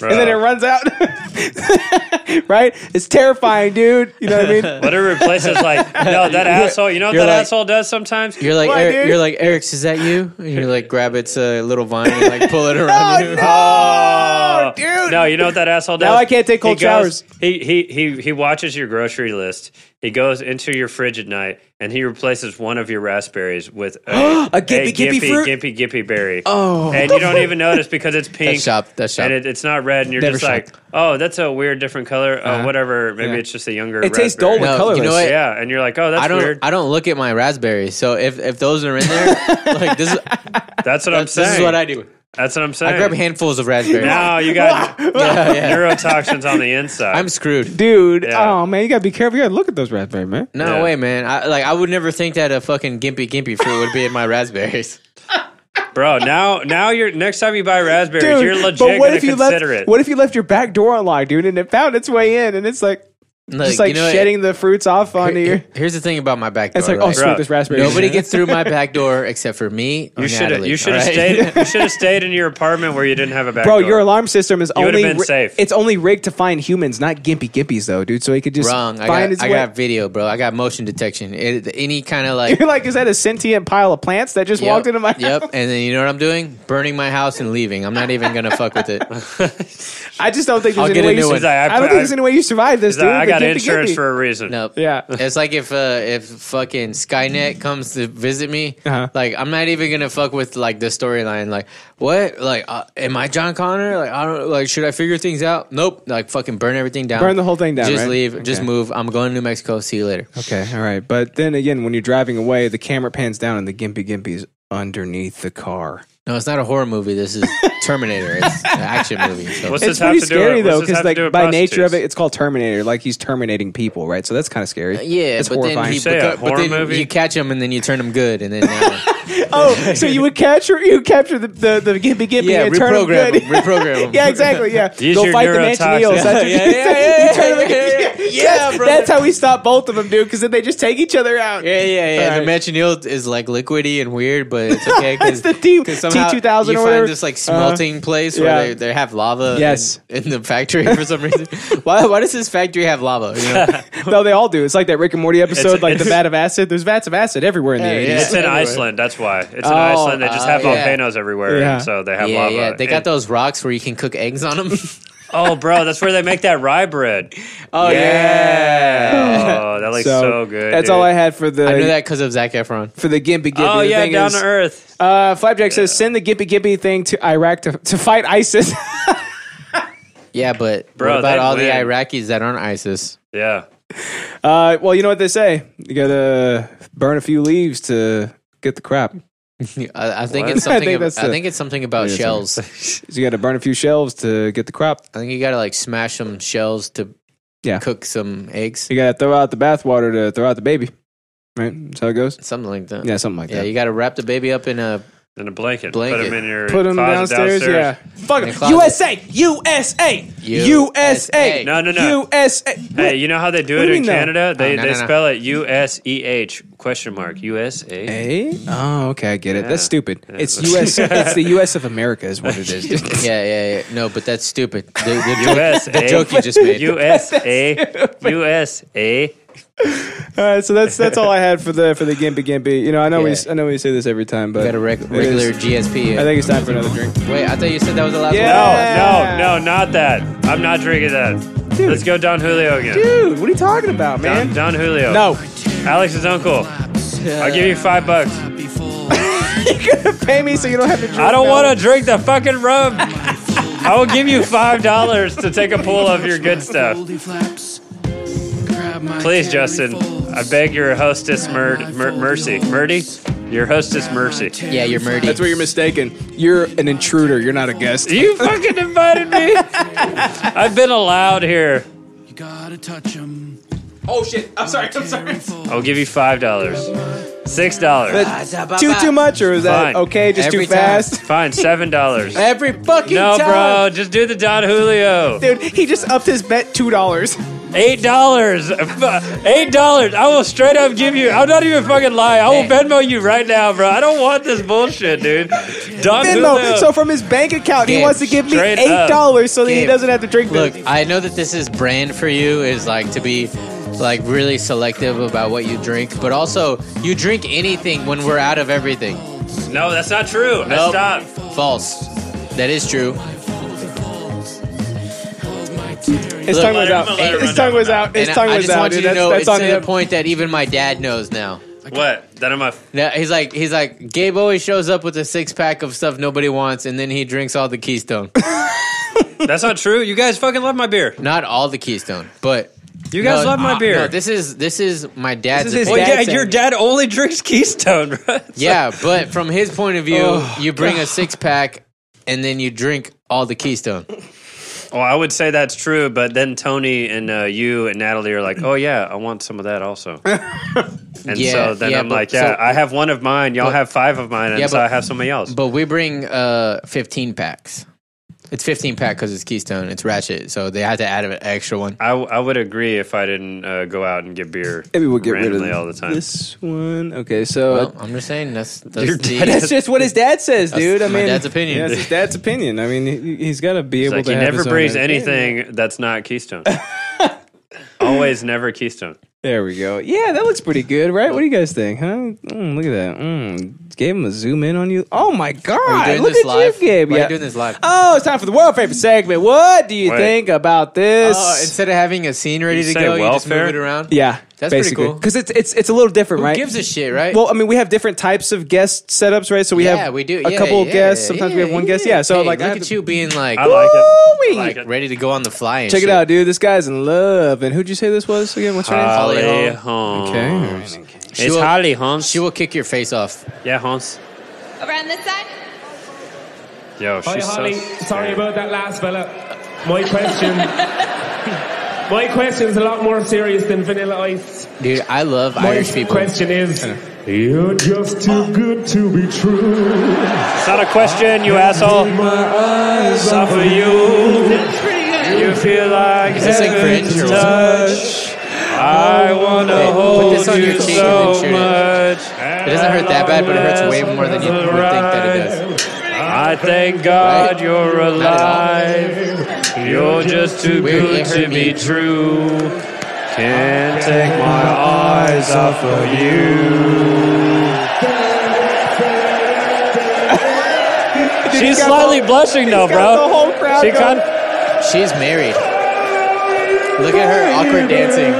[SPEAKER 3] Bro.
[SPEAKER 1] and then it runs out. right? It's terrifying, dude. You know what I mean?
[SPEAKER 3] But it replaces like no, that asshole. You know what
[SPEAKER 2] you're
[SPEAKER 3] that
[SPEAKER 2] like-
[SPEAKER 3] asshole does sometimes?
[SPEAKER 2] You're like,
[SPEAKER 1] Why,
[SPEAKER 2] Eric,
[SPEAKER 1] dude?
[SPEAKER 2] you're like, Eric's, is that you? And you like grab its uh, little vine and like pull it around you.
[SPEAKER 3] Oh, dude. No, you know what that asshole does?
[SPEAKER 1] Now I can't take cold
[SPEAKER 3] he goes-
[SPEAKER 1] showers.
[SPEAKER 3] He, he he he watches your grocery list. He goes into your fridge at night and he replaces one of your raspberries with a,
[SPEAKER 1] A gippy gippy
[SPEAKER 3] gippy,
[SPEAKER 1] fruit?
[SPEAKER 3] gippy gippy berry. Oh, and you don't even notice because it's pink.
[SPEAKER 2] shop, that's shop.
[SPEAKER 3] And it, it's not red, and you're
[SPEAKER 2] Never
[SPEAKER 3] just
[SPEAKER 2] shop. Uh-huh.
[SPEAKER 3] like, oh, that's a weird different color. Oh, whatever. Maybe
[SPEAKER 1] Yeah.
[SPEAKER 3] it's just a younger.
[SPEAKER 1] It tastes
[SPEAKER 3] raspberry.
[SPEAKER 1] dull with
[SPEAKER 2] No,
[SPEAKER 1] colorless.
[SPEAKER 2] you know what?
[SPEAKER 3] Yeah, and you're like, oh, that's
[SPEAKER 2] I don't.
[SPEAKER 3] weird.
[SPEAKER 2] I don't look at my raspberries. So if, if those are in there, like this is
[SPEAKER 3] that's what I'm saying.
[SPEAKER 2] this is what I do.
[SPEAKER 3] That's what I'm saying.
[SPEAKER 2] I grab handfuls of raspberries.
[SPEAKER 3] Now you got
[SPEAKER 2] Yeah, yeah.
[SPEAKER 3] neurotoxins on the inside.
[SPEAKER 2] I'm screwed.
[SPEAKER 1] dude.
[SPEAKER 3] Yeah.
[SPEAKER 1] Oh man, you gotta be careful. You gotta look at those raspberry, man.
[SPEAKER 2] No
[SPEAKER 3] Yeah.
[SPEAKER 2] way, man. I, like I would never think that a fucking gimpy gimpy fruit would be in my raspberries.
[SPEAKER 3] Bro, now now you're next time you buy raspberries,
[SPEAKER 1] Dude,
[SPEAKER 3] you're legit
[SPEAKER 1] but what
[SPEAKER 3] gonna
[SPEAKER 1] if you left?
[SPEAKER 3] consider it.
[SPEAKER 1] What if you left your back door unlocked, dude, and it found its way in, and it's like
[SPEAKER 2] Like,
[SPEAKER 1] just like
[SPEAKER 2] you know,
[SPEAKER 1] shedding the fruits off onto you.
[SPEAKER 2] Here's the thing about my back door.
[SPEAKER 1] It's like, oh,
[SPEAKER 2] like,
[SPEAKER 1] sweet, this raspberry.
[SPEAKER 2] nobody gets through my back door except for me.
[SPEAKER 3] you should have you should have
[SPEAKER 2] stayed.
[SPEAKER 3] stayed you should have stayed in your apartment where you didn't have a back
[SPEAKER 1] Bro,
[SPEAKER 3] door.
[SPEAKER 1] your alarm system is
[SPEAKER 3] You would've
[SPEAKER 1] only
[SPEAKER 3] been safe.
[SPEAKER 1] it's only rigged to find humans, not gimpy gimpies though, dude. So it could just
[SPEAKER 2] Wrong. I
[SPEAKER 1] find
[SPEAKER 2] got,
[SPEAKER 1] its
[SPEAKER 2] I
[SPEAKER 1] way.
[SPEAKER 2] got video, bro. I got motion detection. It, any kind of like
[SPEAKER 1] You're like, is that a sentient pile of plants that just
[SPEAKER 2] Yep,
[SPEAKER 1] walked into my
[SPEAKER 2] Yep.
[SPEAKER 1] house?
[SPEAKER 2] And then you know what I'm doing? Burning my house and leaving. I'm not even gonna fuck with it.
[SPEAKER 1] I just don't think there's
[SPEAKER 2] I'll
[SPEAKER 1] any
[SPEAKER 2] get a
[SPEAKER 1] way
[SPEAKER 2] new
[SPEAKER 1] you
[SPEAKER 2] one.
[SPEAKER 1] sur- I,
[SPEAKER 3] I-
[SPEAKER 1] don't think
[SPEAKER 3] I-
[SPEAKER 1] there's any way you survive this,
[SPEAKER 3] He's
[SPEAKER 1] dude.
[SPEAKER 3] like, I
[SPEAKER 1] The
[SPEAKER 3] got
[SPEAKER 1] gimpy
[SPEAKER 3] insurance
[SPEAKER 1] gimpy.
[SPEAKER 3] for a reason.
[SPEAKER 2] Nope.
[SPEAKER 1] Yeah.
[SPEAKER 2] It's like if uh, if fucking Skynet comes to visit me,
[SPEAKER 1] Uh-huh.
[SPEAKER 2] like I'm not even gonna fuck with like the storyline. Like what? Like uh, am I John Connor? Like I don't like should I figure things out? Nope. Like fucking burn everything down.
[SPEAKER 1] Burn the whole thing down,
[SPEAKER 2] Just
[SPEAKER 1] right?
[SPEAKER 2] leave. Just
[SPEAKER 1] Okay.
[SPEAKER 2] move. I'm going to New Mexico. See you later.
[SPEAKER 1] Okay, all right. But then again, when you're driving away, the camera pans down and the gimpy gimpy's underneath the car.
[SPEAKER 2] No, it's not a horror movie. This is Terminator. it's an action movie. So.
[SPEAKER 3] What's
[SPEAKER 1] It's
[SPEAKER 3] this have
[SPEAKER 1] pretty
[SPEAKER 3] to do with-
[SPEAKER 1] scary
[SPEAKER 3] what's
[SPEAKER 1] though,
[SPEAKER 3] this have
[SPEAKER 1] because
[SPEAKER 3] to
[SPEAKER 1] like
[SPEAKER 3] do with
[SPEAKER 1] by nature of it,
[SPEAKER 3] prostitutes?
[SPEAKER 1] it's called Terminator. Like he's terminating people, right? So that's kind of scary.
[SPEAKER 2] yeah,
[SPEAKER 1] it's
[SPEAKER 2] but then, he,
[SPEAKER 1] horrifying.
[SPEAKER 3] becomes- Say a
[SPEAKER 2] but
[SPEAKER 3] horror
[SPEAKER 2] then
[SPEAKER 3] movie?
[SPEAKER 2] you catch him and then you turn him good and then now,
[SPEAKER 1] oh, so you would capture you capture the the, the gimpy gimpy
[SPEAKER 2] yeah,
[SPEAKER 1] and turn him
[SPEAKER 2] reprogram
[SPEAKER 1] good.
[SPEAKER 2] him, reprogram him.
[SPEAKER 1] yeah, exactly. Yeah,
[SPEAKER 3] Use
[SPEAKER 1] go
[SPEAKER 3] your
[SPEAKER 1] fight the
[SPEAKER 3] neurotoxins.
[SPEAKER 1] Manchineels. That's what
[SPEAKER 2] yeah,
[SPEAKER 1] you-
[SPEAKER 2] yeah, yeah,
[SPEAKER 1] you turn them-
[SPEAKER 2] yeah, yeah,
[SPEAKER 1] That's-
[SPEAKER 2] brother.
[SPEAKER 1] that's how we stop both of them, dude. Because then they just take each other out.
[SPEAKER 2] Yeah, yeah, yeah.
[SPEAKER 1] Alright.
[SPEAKER 2] The Manchineel is like liquidy and weird, but it's okay. Cause,
[SPEAKER 1] It's the T-
[SPEAKER 2] 'cause somehow
[SPEAKER 1] T2000
[SPEAKER 2] You
[SPEAKER 1] or
[SPEAKER 2] find
[SPEAKER 1] whatever. Uh-huh.
[SPEAKER 2] this like smelting place
[SPEAKER 1] yeah.
[SPEAKER 2] where they, they have lava.
[SPEAKER 1] Yes.
[SPEAKER 2] in, in the factory for some reason. why? Why does this factory have lava? You know?
[SPEAKER 1] No, they all do. It's like that Rick and Morty episode,
[SPEAKER 3] a-
[SPEAKER 1] like the
[SPEAKER 3] it's-
[SPEAKER 1] vat of acid. There's vats of acid everywhere in the
[SPEAKER 2] Yeah,
[SPEAKER 1] eighties.
[SPEAKER 2] yeah.
[SPEAKER 3] It's in
[SPEAKER 2] Anyway.
[SPEAKER 3] Iceland, that's why. It's in Iceland. They just
[SPEAKER 2] uh,
[SPEAKER 3] have
[SPEAKER 2] yeah.
[SPEAKER 3] volcanoes everywhere,
[SPEAKER 1] Yeah.
[SPEAKER 3] so they have
[SPEAKER 2] yeah,
[SPEAKER 3] lava.
[SPEAKER 2] yeah. They got
[SPEAKER 3] And-
[SPEAKER 2] those rocks where you can cook eggs on them.
[SPEAKER 3] Oh bro, that's where they make that rye bread.
[SPEAKER 2] oh
[SPEAKER 3] Oh, that looks so, good.
[SPEAKER 1] That's
[SPEAKER 3] dude.
[SPEAKER 1] all I had for the
[SPEAKER 2] I knew that because of Zach Efron.
[SPEAKER 1] for the gimpy gimpy.
[SPEAKER 3] Oh
[SPEAKER 1] The
[SPEAKER 3] yeah,
[SPEAKER 1] thing
[SPEAKER 3] down
[SPEAKER 1] is,
[SPEAKER 3] to earth.
[SPEAKER 1] Uh, Flapjack says, send the Gippy Gippy thing to Iraq to, to fight ISIS.
[SPEAKER 2] Yeah, but
[SPEAKER 3] Bro,
[SPEAKER 2] what
[SPEAKER 3] they'd
[SPEAKER 2] about all the
[SPEAKER 3] win.
[SPEAKER 2] Iraqis that aren't ISIS?
[SPEAKER 3] Yeah.
[SPEAKER 1] Uh, well, you know what they say. You gotta burn a few leaves to get the crap.
[SPEAKER 2] I, I think
[SPEAKER 3] What?
[SPEAKER 2] it's
[SPEAKER 1] I
[SPEAKER 2] something.
[SPEAKER 1] think
[SPEAKER 2] ab- I,
[SPEAKER 1] that's the-
[SPEAKER 2] think it's something about
[SPEAKER 1] Yeah,
[SPEAKER 2] shells.
[SPEAKER 1] You gotta burn a few shelves to get the crop.
[SPEAKER 2] I think you gotta like smash some shells to
[SPEAKER 1] Yeah.
[SPEAKER 2] cook some eggs,
[SPEAKER 1] You gotta throw out the bathwater to throw out the baby. Right? That's how it goes.
[SPEAKER 2] something like that.
[SPEAKER 1] Yeah, something like
[SPEAKER 2] yeah.
[SPEAKER 1] that.
[SPEAKER 2] You gotta wrap the baby up in a
[SPEAKER 3] In a blanket. Put
[SPEAKER 2] Blanket.
[SPEAKER 3] them in your
[SPEAKER 1] Put them
[SPEAKER 3] closet
[SPEAKER 1] downstairs, Yeah. Fuck
[SPEAKER 2] In the
[SPEAKER 1] it.
[SPEAKER 2] closet.
[SPEAKER 1] USA, USA, USA,
[SPEAKER 3] No, no, no.
[SPEAKER 1] USA.
[SPEAKER 3] Hey, you know how they do
[SPEAKER 1] What
[SPEAKER 3] it
[SPEAKER 1] do you
[SPEAKER 3] in
[SPEAKER 1] mean, no?
[SPEAKER 3] Canada? They
[SPEAKER 2] Oh, no,
[SPEAKER 3] they
[SPEAKER 2] no, no.
[SPEAKER 3] spell it U S E H question mark U S A.
[SPEAKER 1] Hey? Oh, okay, I get it. That's
[SPEAKER 3] Yeah.
[SPEAKER 1] stupid. It's U.S. it's the U.S. of America, is what it is. dude.
[SPEAKER 2] Yeah, yeah, yeah. No, but that's stupid. The, the joke-
[SPEAKER 3] USA.
[SPEAKER 2] the joke you just made.
[SPEAKER 3] USA. USA.
[SPEAKER 1] all right, so that's that's all I had for the for the gimpy gimpy. You know, I know we
[SPEAKER 2] Yeah.
[SPEAKER 1] I know we say this every time, but
[SPEAKER 2] got a reg-
[SPEAKER 1] it
[SPEAKER 2] regular
[SPEAKER 1] is-
[SPEAKER 2] GSP.
[SPEAKER 1] I think it's time for another drink.
[SPEAKER 2] Wait, I thought you said that was the last
[SPEAKER 1] Yeah.
[SPEAKER 2] one.
[SPEAKER 3] No, Oh, no, no, not that. I'm not drinking that. Let's go Don Julio again.
[SPEAKER 1] Dude, what are you talking about,
[SPEAKER 3] Don,
[SPEAKER 1] man?
[SPEAKER 3] Don Julio.
[SPEAKER 1] No,
[SPEAKER 3] Alex's uncle. I'll give you five bucks.
[SPEAKER 1] pay me so you don't have to drink.
[SPEAKER 3] I don't
[SPEAKER 1] no.
[SPEAKER 3] want to drink the fucking rum. I will give you five dollars to take a pull of your good stuff. Please, Justin. I beg your hostess mer- mer- mercy. Murdy? Your hostess mercy.
[SPEAKER 2] Yeah, you're Murdy.
[SPEAKER 1] That's where you're mistaken. You're an intruder. You're not a guest.
[SPEAKER 3] You fucking invited me. I've been allowed here.
[SPEAKER 8] You gotta touch him.
[SPEAKER 1] Oh shit! I'm sorry. I'm sorry.
[SPEAKER 3] I'll give you five dollars. Six dollars.
[SPEAKER 2] Ah,
[SPEAKER 1] Too too much, or is that
[SPEAKER 3] Fine.
[SPEAKER 1] okay? Just too
[SPEAKER 2] Every time.
[SPEAKER 1] fast.
[SPEAKER 3] Fine, seven dollars.
[SPEAKER 2] Every fucking
[SPEAKER 3] No,
[SPEAKER 2] time.
[SPEAKER 3] bro, just do the Don Julio.
[SPEAKER 1] Dude, he just upped his bet two dollars.
[SPEAKER 3] Eight dollars. Eight dollars. I will straight up give you. I'm not even fucking lying. I will Venmo you right now, bro. I don't want this bullshit, dude. Don Julio.
[SPEAKER 1] Venmo. So from his bank account, he
[SPEAKER 2] Gabe,
[SPEAKER 1] wants to give me
[SPEAKER 3] straight
[SPEAKER 1] eight
[SPEAKER 3] up.
[SPEAKER 1] dollars so that he
[SPEAKER 2] Gabe,
[SPEAKER 1] doesn't have to drink
[SPEAKER 2] Look,
[SPEAKER 1] this.
[SPEAKER 2] I know that this is brand for you is like to be like really selective about what you drink, but also you drink anything when we're out of everything.
[SPEAKER 3] no, that's not true. I
[SPEAKER 2] Nope.
[SPEAKER 3] stopped.
[SPEAKER 2] False. That is true.
[SPEAKER 1] His
[SPEAKER 2] look,
[SPEAKER 1] tongue
[SPEAKER 3] let
[SPEAKER 1] was
[SPEAKER 3] him-
[SPEAKER 1] out.
[SPEAKER 3] let him
[SPEAKER 1] His tongue
[SPEAKER 3] run down
[SPEAKER 1] was
[SPEAKER 3] the
[SPEAKER 1] out. His
[SPEAKER 2] And I-
[SPEAKER 1] tongue
[SPEAKER 2] I
[SPEAKER 1] was
[SPEAKER 2] just
[SPEAKER 1] out.
[SPEAKER 2] want you
[SPEAKER 1] dude.
[SPEAKER 2] to know
[SPEAKER 1] That's that's
[SPEAKER 2] it's
[SPEAKER 1] on
[SPEAKER 2] to the
[SPEAKER 1] him.
[SPEAKER 2] point that even my dad knows now.
[SPEAKER 3] What? That I'm a.
[SPEAKER 2] Now, he's like he's like Gabe always shows up with a six pack of stuff nobody wants, and then he drinks all the Keystone.
[SPEAKER 3] That's not true. You guys fucking love my beer.
[SPEAKER 2] Not all the Keystone, but
[SPEAKER 3] You guys
[SPEAKER 2] No,
[SPEAKER 3] love my
[SPEAKER 2] uh,
[SPEAKER 3] beer.
[SPEAKER 2] no, this is this is my dad's.
[SPEAKER 1] is his
[SPEAKER 3] well,
[SPEAKER 2] opinion.
[SPEAKER 3] yeah,
[SPEAKER 1] dad's
[SPEAKER 3] your
[SPEAKER 1] saying-
[SPEAKER 3] dad only drinks Keystone, bro.
[SPEAKER 2] Yeah, but from his point of view,
[SPEAKER 1] Oh,
[SPEAKER 2] you bring a six pack and then you drink all the Keystone.
[SPEAKER 3] Well, I would say that's true, but then Tony and uh, you and Natalie are like, "Oh yeah, I want some of that also." and
[SPEAKER 2] Yeah,
[SPEAKER 3] so then
[SPEAKER 2] yeah,
[SPEAKER 3] I'm
[SPEAKER 2] but-
[SPEAKER 3] like, "Yeah,
[SPEAKER 2] so-
[SPEAKER 3] I have one of mine. Y'all
[SPEAKER 2] but-
[SPEAKER 3] have five of mine, and
[SPEAKER 2] Yeah,
[SPEAKER 3] so
[SPEAKER 2] but-
[SPEAKER 3] I have somebody else."
[SPEAKER 2] But we bring uh, 15 packs. It's 15 pack because it's Keystone, it's Ratchet, so they had to add an extra one.
[SPEAKER 3] I, I would agree if I didn't uh, go out and get beer.
[SPEAKER 1] Maybe we'll get rid
[SPEAKER 3] randomly
[SPEAKER 1] of
[SPEAKER 3] all the time.
[SPEAKER 1] this one. Okay, so
[SPEAKER 2] Well, I'm just saying that's that's
[SPEAKER 3] Your
[SPEAKER 2] the,
[SPEAKER 3] dad
[SPEAKER 1] That's just what his dad says, dude. I
[SPEAKER 2] my
[SPEAKER 1] mean,
[SPEAKER 2] dad's opinion.
[SPEAKER 1] Yeah, it's his dad's opinion. I mean, he, he's got to be
[SPEAKER 3] It's
[SPEAKER 1] able
[SPEAKER 3] like
[SPEAKER 1] to.
[SPEAKER 3] he
[SPEAKER 1] have
[SPEAKER 3] never
[SPEAKER 1] his own
[SPEAKER 3] brings
[SPEAKER 1] opinion.
[SPEAKER 3] anything that's not Keystone. Always, never Keystone.
[SPEAKER 1] There we go. Yeah, that looks pretty good, right? What do you guys think? Huh? Mm, look at that. Mm, gave him a zoom in on you. Oh my god!
[SPEAKER 2] Are you doing
[SPEAKER 1] look
[SPEAKER 2] this
[SPEAKER 1] at
[SPEAKER 2] live?
[SPEAKER 1] you, Gabe.
[SPEAKER 2] Why are you
[SPEAKER 1] Yeah.
[SPEAKER 2] doing this live?
[SPEAKER 1] Oh, it's time for the world favorite segment. What do you
[SPEAKER 3] Wait.
[SPEAKER 1] think about this?
[SPEAKER 2] Oh, instead of having a scene ready
[SPEAKER 3] You
[SPEAKER 2] to
[SPEAKER 3] say
[SPEAKER 2] go, you just move
[SPEAKER 3] welfare?
[SPEAKER 2] it around.
[SPEAKER 1] yeah,
[SPEAKER 2] That's pretty
[SPEAKER 1] basically.
[SPEAKER 2] cool.
[SPEAKER 1] Because it's it's it's a little different,
[SPEAKER 2] Who
[SPEAKER 1] right?
[SPEAKER 2] gives a shit, right?
[SPEAKER 1] well, I mean, we have different types of guest setups, right? So we
[SPEAKER 2] Yeah,
[SPEAKER 1] have
[SPEAKER 2] we do.
[SPEAKER 1] a
[SPEAKER 2] Yeah,
[SPEAKER 1] couple of
[SPEAKER 2] yeah,
[SPEAKER 1] guests. Sometimes we have one guest. Yeah. So
[SPEAKER 2] Hey,
[SPEAKER 1] like, I
[SPEAKER 2] look
[SPEAKER 1] have
[SPEAKER 2] at
[SPEAKER 1] to-
[SPEAKER 2] you being like
[SPEAKER 3] I like it.
[SPEAKER 1] Woo-wee.
[SPEAKER 3] like it.
[SPEAKER 2] ready to go on the fly. And
[SPEAKER 1] Check
[SPEAKER 2] shit.
[SPEAKER 1] it out, dude. This guy's in love. And who'd you say this was again? What's her name?
[SPEAKER 3] Holly
[SPEAKER 2] Holly
[SPEAKER 3] Holmes.
[SPEAKER 1] Okay.
[SPEAKER 2] She
[SPEAKER 3] It's
[SPEAKER 2] will-
[SPEAKER 3] Holly Holmes.
[SPEAKER 2] She will kick your face off.
[SPEAKER 3] yeah, Holmes.
[SPEAKER 9] Around this side?
[SPEAKER 3] Yo, she's
[SPEAKER 10] Hi,
[SPEAKER 3] so
[SPEAKER 10] Holly. Sorry
[SPEAKER 3] scary.
[SPEAKER 10] about that last fella. My question. my question's a lot more serious than vanilla ice.
[SPEAKER 2] Dude, I love
[SPEAKER 10] My
[SPEAKER 2] Irish people.
[SPEAKER 10] question is. You're just too good to be true.
[SPEAKER 3] It's not a question, you asshole.
[SPEAKER 10] My eyes are
[SPEAKER 3] For you, you feel like
[SPEAKER 2] this like
[SPEAKER 3] heaven's
[SPEAKER 2] cringe or what?
[SPEAKER 3] touch. I wanna
[SPEAKER 2] Hey, put
[SPEAKER 3] hold
[SPEAKER 2] this on
[SPEAKER 3] you
[SPEAKER 2] your cheek and then
[SPEAKER 3] so
[SPEAKER 2] shoot it.
[SPEAKER 3] much.
[SPEAKER 2] It doesn't hurt that bad, but it hurts way more than you would think that it does.
[SPEAKER 3] I thank God
[SPEAKER 2] Right? Not
[SPEAKER 3] you're
[SPEAKER 2] at all.
[SPEAKER 3] alive. You're just too
[SPEAKER 2] Weird,
[SPEAKER 3] good
[SPEAKER 2] it hurt
[SPEAKER 3] to
[SPEAKER 2] me.
[SPEAKER 3] be true. Can't take my eyes off of you. She's
[SPEAKER 1] got
[SPEAKER 3] slightly
[SPEAKER 1] the-
[SPEAKER 3] blushing though,
[SPEAKER 1] got
[SPEAKER 3] bro.
[SPEAKER 1] the whole crowd
[SPEAKER 3] she
[SPEAKER 1] going.
[SPEAKER 3] kind
[SPEAKER 2] She's married. Look at her awkward dancing.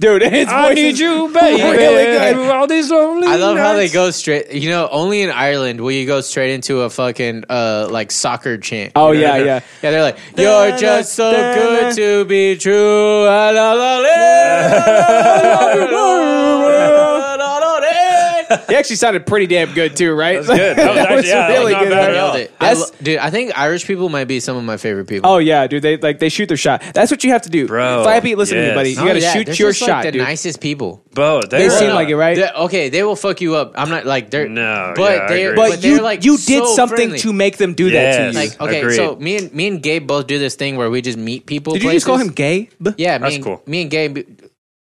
[SPEAKER 1] dude. It's
[SPEAKER 3] I
[SPEAKER 1] voice
[SPEAKER 3] need
[SPEAKER 1] is Oh
[SPEAKER 3] you, baby.
[SPEAKER 1] Really good.
[SPEAKER 3] All these lonely.
[SPEAKER 2] I love how they
[SPEAKER 3] nights.
[SPEAKER 2] go straight. You know, only in Ireland will you go straight into a fucking uh like soccer chant.
[SPEAKER 1] Oh yeah, yeah.
[SPEAKER 2] Yeah, they're like, you're just so good to be true. La, la, la, la.
[SPEAKER 1] He actually sounded pretty damn good too, right?
[SPEAKER 3] That's good. That was
[SPEAKER 1] That was
[SPEAKER 3] actually- yeah, that was
[SPEAKER 1] really
[SPEAKER 3] not
[SPEAKER 1] good.
[SPEAKER 3] bad at all.
[SPEAKER 2] Nailed it. I lo- Dude, I think Irish people might be some of my favorite people.
[SPEAKER 1] Oh yeah, dude. They like they shoot their shot. That's what you have to do,
[SPEAKER 3] Bro,
[SPEAKER 1] Flappy, listen to
[SPEAKER 3] yes.
[SPEAKER 1] me, buddy. You
[SPEAKER 3] Oh,
[SPEAKER 1] got to
[SPEAKER 2] yeah, they're
[SPEAKER 1] shoot your
[SPEAKER 2] just, like,
[SPEAKER 1] shot,
[SPEAKER 2] the
[SPEAKER 1] dude.
[SPEAKER 2] nicest people.
[SPEAKER 3] Bo, they,
[SPEAKER 1] They
[SPEAKER 3] were
[SPEAKER 1] seem
[SPEAKER 3] not-
[SPEAKER 1] like it, right?
[SPEAKER 2] They're- okay, they will fuck you up. I'm not like they're
[SPEAKER 3] No,
[SPEAKER 2] but
[SPEAKER 3] yeah, I
[SPEAKER 2] they're
[SPEAKER 3] agree.
[SPEAKER 1] but,
[SPEAKER 2] but
[SPEAKER 1] you
[SPEAKER 2] they're like
[SPEAKER 1] you did
[SPEAKER 2] so
[SPEAKER 1] something
[SPEAKER 2] friendly.
[SPEAKER 1] to make them do
[SPEAKER 3] Yes.
[SPEAKER 1] that to you.
[SPEAKER 2] like oh, okay.
[SPEAKER 3] Agreed.
[SPEAKER 2] So me and me and Gabe both do this thing where we just meet people.
[SPEAKER 1] did you just call
[SPEAKER 2] places.
[SPEAKER 1] him Gabe?
[SPEAKER 2] Yeah, me
[SPEAKER 3] That's
[SPEAKER 2] and,
[SPEAKER 3] cool.
[SPEAKER 2] Me and Gabe.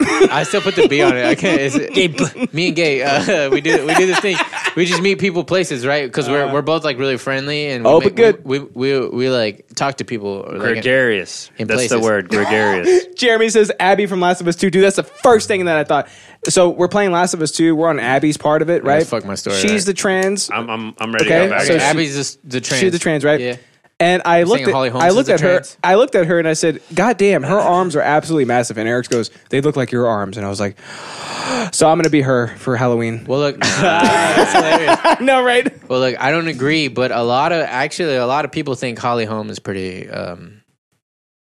[SPEAKER 2] I still put the B on it. I can't. Is it, me and Gabe, uh, we do we do this thing. We just meet people, places, right? Because
[SPEAKER 3] Uh.
[SPEAKER 2] we're we're both like really friendly and we
[SPEAKER 1] Oh, but good.
[SPEAKER 2] We, we we we, like talk to people. or, Like,
[SPEAKER 3] gregarious.
[SPEAKER 2] in
[SPEAKER 3] That's the
[SPEAKER 2] places.
[SPEAKER 3] word, gregarious.
[SPEAKER 1] Jeremy says Abby from Last of Us Two. Dude, that's the first thing that I thought. So we're playing Last of Us Two. We're on Abby's part of it, right?
[SPEAKER 2] fuck my story,
[SPEAKER 1] She's
[SPEAKER 2] right?
[SPEAKER 1] the trans.
[SPEAKER 3] I'm, I'm, I'm ready
[SPEAKER 1] Okay,
[SPEAKER 3] to go back.
[SPEAKER 1] so
[SPEAKER 2] so
[SPEAKER 1] she-
[SPEAKER 2] Abby's just the trans.
[SPEAKER 1] She's the trans, right?
[SPEAKER 2] Yeah.
[SPEAKER 1] And I looked
[SPEAKER 2] Singing
[SPEAKER 1] at
[SPEAKER 2] Holly Holmes
[SPEAKER 1] I
[SPEAKER 2] is
[SPEAKER 1] looked
[SPEAKER 2] the
[SPEAKER 1] at her.
[SPEAKER 2] trans.
[SPEAKER 1] I looked at her and I said, "God damn, her arms are absolutely massive." And Eric's goes, "They look like your arms." And I was like, "So I'm gonna be her for Halloween."
[SPEAKER 2] Well, look. that's hilarious.
[SPEAKER 1] no, right?
[SPEAKER 2] Well, look. I don't agree, but a lot of actually a lot of people think Holly Holm is pretty. um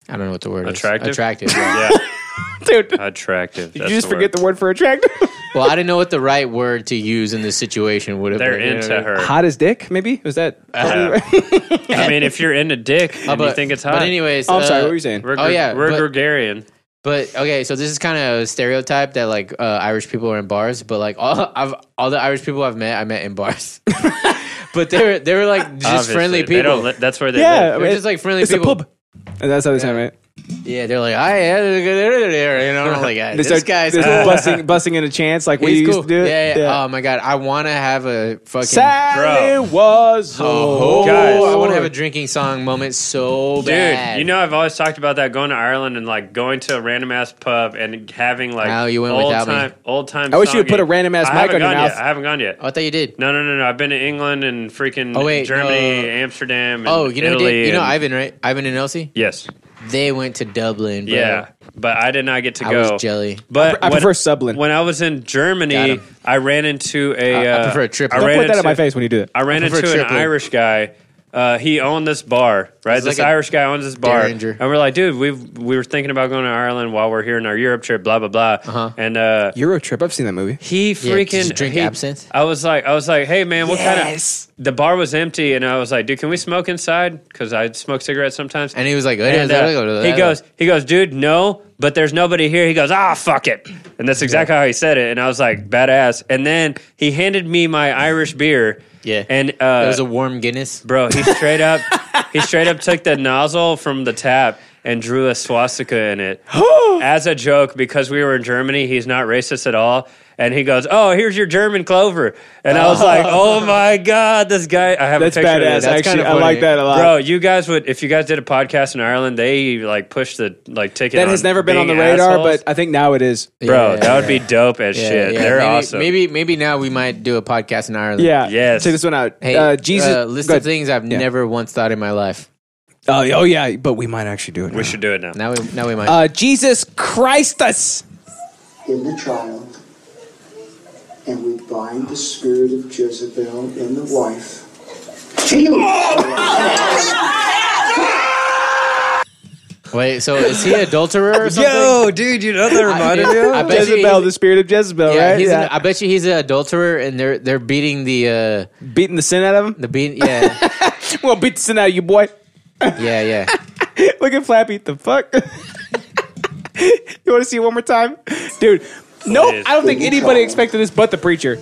[SPEAKER 2] I don't know what the word
[SPEAKER 3] Attractive?
[SPEAKER 2] is. Attractive. yeah.
[SPEAKER 3] yeah,
[SPEAKER 1] Dude, did
[SPEAKER 3] attractive.
[SPEAKER 1] you just forget
[SPEAKER 3] word.
[SPEAKER 1] the word for attractive?
[SPEAKER 2] Well, I didn't know what the right word to use in this situation would have
[SPEAKER 3] They're
[SPEAKER 2] been. Uh, you know what I
[SPEAKER 3] into
[SPEAKER 2] mean?
[SPEAKER 3] her.
[SPEAKER 1] Hot as dick, maybe? Was that?
[SPEAKER 3] Yeah. I mean, if you're into dick and
[SPEAKER 2] Oh, but,
[SPEAKER 3] you think it's hot,
[SPEAKER 2] But anyways,
[SPEAKER 1] Oh, I'm sorry.
[SPEAKER 2] uh,
[SPEAKER 1] What were you saying?
[SPEAKER 3] we're,
[SPEAKER 2] Oh,
[SPEAKER 3] gre-
[SPEAKER 2] yeah,
[SPEAKER 3] we're
[SPEAKER 2] but-
[SPEAKER 3] gregarian.
[SPEAKER 2] But okay, so this is kind of a stereotype that like uh, Irish people are in bars, but like all I've all the Irish people I've met, I met in bars. but they were they were like just
[SPEAKER 3] obviously.
[SPEAKER 2] friendly
[SPEAKER 3] They don't
[SPEAKER 2] people.
[SPEAKER 3] li- that's where they
[SPEAKER 1] Yeah,
[SPEAKER 3] live.
[SPEAKER 1] I mean,
[SPEAKER 2] just like friendly
[SPEAKER 1] it's
[SPEAKER 2] people.
[SPEAKER 1] a pub. And that's how they sound, right?
[SPEAKER 2] yeah, they're like I you know I'm like
[SPEAKER 1] They
[SPEAKER 2] this
[SPEAKER 1] start
[SPEAKER 2] guy's
[SPEAKER 1] they
[SPEAKER 2] cool.
[SPEAKER 1] start busting, busting in a chance like we
[SPEAKER 2] He's
[SPEAKER 1] used
[SPEAKER 2] cool.
[SPEAKER 1] to do. it.
[SPEAKER 2] yeah, yeah. Oh my god, I want to have a fucking.
[SPEAKER 1] Sally
[SPEAKER 3] Bro.
[SPEAKER 1] was
[SPEAKER 2] Oh,
[SPEAKER 3] Guys.
[SPEAKER 2] I want to have a drinking song moment so
[SPEAKER 3] Dude,
[SPEAKER 2] bad.
[SPEAKER 3] you know I've always talked about that going to Ireland and like going to a random ass pub and having like
[SPEAKER 2] Wow, Oh, you went
[SPEAKER 3] old
[SPEAKER 2] without me.
[SPEAKER 3] time old time.
[SPEAKER 1] I wish you would put
[SPEAKER 3] songing.
[SPEAKER 1] a random ass
[SPEAKER 3] I
[SPEAKER 1] mic
[SPEAKER 3] haven't
[SPEAKER 1] on your
[SPEAKER 3] gone yet.
[SPEAKER 1] mouth.
[SPEAKER 3] I haven't gone yet.
[SPEAKER 2] Oh, I thought you did.
[SPEAKER 3] No, no, no, no. I've been to England and freaking
[SPEAKER 2] Oh, wait,
[SPEAKER 3] Germany,
[SPEAKER 2] uh,
[SPEAKER 3] Amsterdam, and
[SPEAKER 2] Oh, you know,
[SPEAKER 3] Italy.
[SPEAKER 2] dude, you know
[SPEAKER 3] and-
[SPEAKER 2] Ivan, right? Ivan and Elsie,
[SPEAKER 3] yes,
[SPEAKER 2] they went to Dublin. Bro.
[SPEAKER 3] yeah, but I did not get to
[SPEAKER 2] I
[SPEAKER 3] go.
[SPEAKER 2] was jelly.
[SPEAKER 3] But
[SPEAKER 1] I
[SPEAKER 3] when-
[SPEAKER 1] prefer Sublin.
[SPEAKER 3] When I was in
[SPEAKER 2] Got
[SPEAKER 3] Germany,
[SPEAKER 2] 'em.
[SPEAKER 3] I ran into a.
[SPEAKER 2] I- I
[SPEAKER 3] uh,
[SPEAKER 2] prefer a triplet.
[SPEAKER 3] I
[SPEAKER 1] Put
[SPEAKER 2] Don't
[SPEAKER 3] ran
[SPEAKER 1] that in
[SPEAKER 3] into-
[SPEAKER 1] my face when you do it.
[SPEAKER 3] I ran
[SPEAKER 2] I prefer
[SPEAKER 3] into an
[SPEAKER 2] triplet.
[SPEAKER 3] Irish guy. Uh, he owned this bar, right?
[SPEAKER 2] He's
[SPEAKER 3] This
[SPEAKER 2] like a
[SPEAKER 3] Irish guy owns this bar,
[SPEAKER 2] Derringer.
[SPEAKER 3] and we're like, dude, we we were thinking about going to Ireland while we're here in our Europe trip, blah blah blah.
[SPEAKER 2] Uh-huh.
[SPEAKER 3] And uh,
[SPEAKER 1] Euro trip. I've seen that movie.
[SPEAKER 3] he
[SPEAKER 2] did
[SPEAKER 3] freaking
[SPEAKER 2] you drink
[SPEAKER 3] he-
[SPEAKER 2] absinthe?
[SPEAKER 3] I was like, I was like, hey man, what kind of? The bar was empty, and I was like, dude, can we smoke inside? Because I smoke cigarettes sometimes.
[SPEAKER 2] And he was like,
[SPEAKER 3] And, uh, he goes, he goes, dude, no, but there's nobody here. He goes, ah, fuck it, and that's exactly how he said it. And I was like, badass. And then he handed me my Irish beer.
[SPEAKER 2] Yeah.
[SPEAKER 3] and uh,
[SPEAKER 2] it was a warm Guinness.
[SPEAKER 3] Bro, he straight up he straight up took the nozzle from the tap and drew a swastika in it. As a joke, because we were in Germany, he's not racist at all. And he goes, Oh, here's your German clover. And I was like, Oh my God, this guy I have
[SPEAKER 1] That's
[SPEAKER 3] a picture
[SPEAKER 1] badass.
[SPEAKER 3] of this.
[SPEAKER 2] That's
[SPEAKER 1] Actually,
[SPEAKER 2] kinda
[SPEAKER 1] I like
[SPEAKER 2] funny.
[SPEAKER 1] that a lot.
[SPEAKER 3] Bro, you guys would if you guys did a podcast in Ireland, they like push the like ticket.
[SPEAKER 1] that
[SPEAKER 3] on
[SPEAKER 1] has never been on the
[SPEAKER 3] being
[SPEAKER 1] radar,
[SPEAKER 3] assholes.
[SPEAKER 1] but uh, I think now it is.
[SPEAKER 3] Bro,
[SPEAKER 2] Yeah,
[SPEAKER 3] that would be dope as
[SPEAKER 2] yeah,
[SPEAKER 3] shit.
[SPEAKER 2] yeah.
[SPEAKER 3] They're
[SPEAKER 2] maybe,
[SPEAKER 3] awesome.
[SPEAKER 2] Maybe maybe now we might do a podcast in Ireland.
[SPEAKER 1] Yeah.
[SPEAKER 3] Yes.
[SPEAKER 1] Check this one out.
[SPEAKER 2] Hey,
[SPEAKER 1] uh, Jesus.
[SPEAKER 2] uh, list
[SPEAKER 1] go
[SPEAKER 2] of
[SPEAKER 1] ahead.
[SPEAKER 2] things I've
[SPEAKER 1] Yeah.
[SPEAKER 2] never once thought in my life.
[SPEAKER 1] Oh, yeah, oh yeah, but we might actually do it.
[SPEAKER 3] we should do it now.
[SPEAKER 2] Now we now we might.
[SPEAKER 1] Uh, Jesus Christus.
[SPEAKER 11] in the child, and we bind the spirit of Jezebel in the wife.
[SPEAKER 2] Wait, so is he an adulterer or something?
[SPEAKER 3] dude, you know that
[SPEAKER 2] reminded me of? I bet you
[SPEAKER 1] Jezebel,
[SPEAKER 2] he's-
[SPEAKER 1] the spirit of Jezebel,
[SPEAKER 2] Yeah,
[SPEAKER 1] right?
[SPEAKER 2] he's
[SPEAKER 1] Yeah.
[SPEAKER 2] An, I bet you he's an adulterer, and they're they're beating the uh,
[SPEAKER 1] beating the sin out of him.
[SPEAKER 2] the beat. Yeah,
[SPEAKER 1] Well, beat the sin out of you, boy.
[SPEAKER 2] yeah, yeah.
[SPEAKER 1] Look at Flappy. The fuck? you want to see it one more time? Dude, nope.
[SPEAKER 3] Please.
[SPEAKER 1] I don't think anybody expected this but the preacher.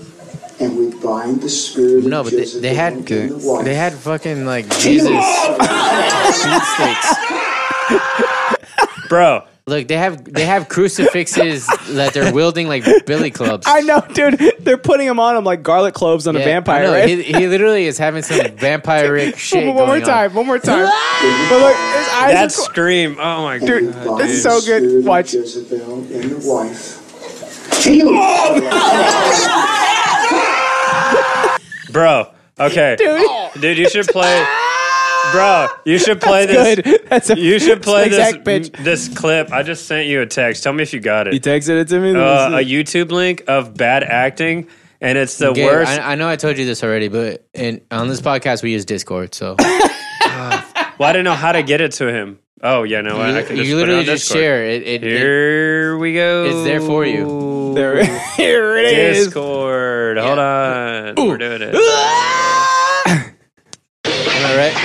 [SPEAKER 11] And we bind the spirit
[SPEAKER 2] No,
[SPEAKER 11] of
[SPEAKER 2] but they,
[SPEAKER 11] Jezebel
[SPEAKER 2] they had
[SPEAKER 11] in the wife.
[SPEAKER 2] they had fucking like Jesus beat sticks.
[SPEAKER 3] Bro,
[SPEAKER 2] Look, they have they have crucifixes that they're wielding like billy clubs.
[SPEAKER 1] I know, dude. They're putting him on him like garlic cloves on a
[SPEAKER 2] Yeah,
[SPEAKER 1] vampire,
[SPEAKER 2] I know.
[SPEAKER 1] right?
[SPEAKER 2] He, he literally is having some vampiric shit.
[SPEAKER 1] one more
[SPEAKER 2] going on.
[SPEAKER 1] time. One more time. but look, his eyes
[SPEAKER 3] that
[SPEAKER 1] are. cl-
[SPEAKER 3] scream. Oh my god.
[SPEAKER 1] Dude,
[SPEAKER 11] Bind
[SPEAKER 1] this is
[SPEAKER 11] the
[SPEAKER 1] so
[SPEAKER 11] spirit
[SPEAKER 1] good.
[SPEAKER 11] of
[SPEAKER 1] Watch.
[SPEAKER 11] Jezebel in the wife.
[SPEAKER 3] Bro, okay. Dude, you should play. Bro, you should play
[SPEAKER 1] That's
[SPEAKER 3] this.
[SPEAKER 1] good. That's a-
[SPEAKER 3] you should
[SPEAKER 1] that's
[SPEAKER 3] play
[SPEAKER 1] the
[SPEAKER 3] this
[SPEAKER 1] exact pitch.
[SPEAKER 3] this clip. I just sent you a text. Tell me if you got it.
[SPEAKER 1] You texted it to me.
[SPEAKER 3] Uh, a YouTube link of bad acting, and it's the
[SPEAKER 2] Gabe,
[SPEAKER 3] worst.
[SPEAKER 2] I, I know I told you this already, but in, on this podcast we use Discord, so
[SPEAKER 3] well, I didn't know how to get it to him. Oh yeah, no, I, I
[SPEAKER 2] you,
[SPEAKER 3] could
[SPEAKER 2] you
[SPEAKER 3] just
[SPEAKER 2] literally
[SPEAKER 3] put it on
[SPEAKER 2] just
[SPEAKER 3] Discord.
[SPEAKER 2] share it. it, it
[SPEAKER 3] Here we go.
[SPEAKER 2] It's there for you.
[SPEAKER 1] There, here it is.
[SPEAKER 3] Discord. Hold on. We're doing it.
[SPEAKER 2] Am I right?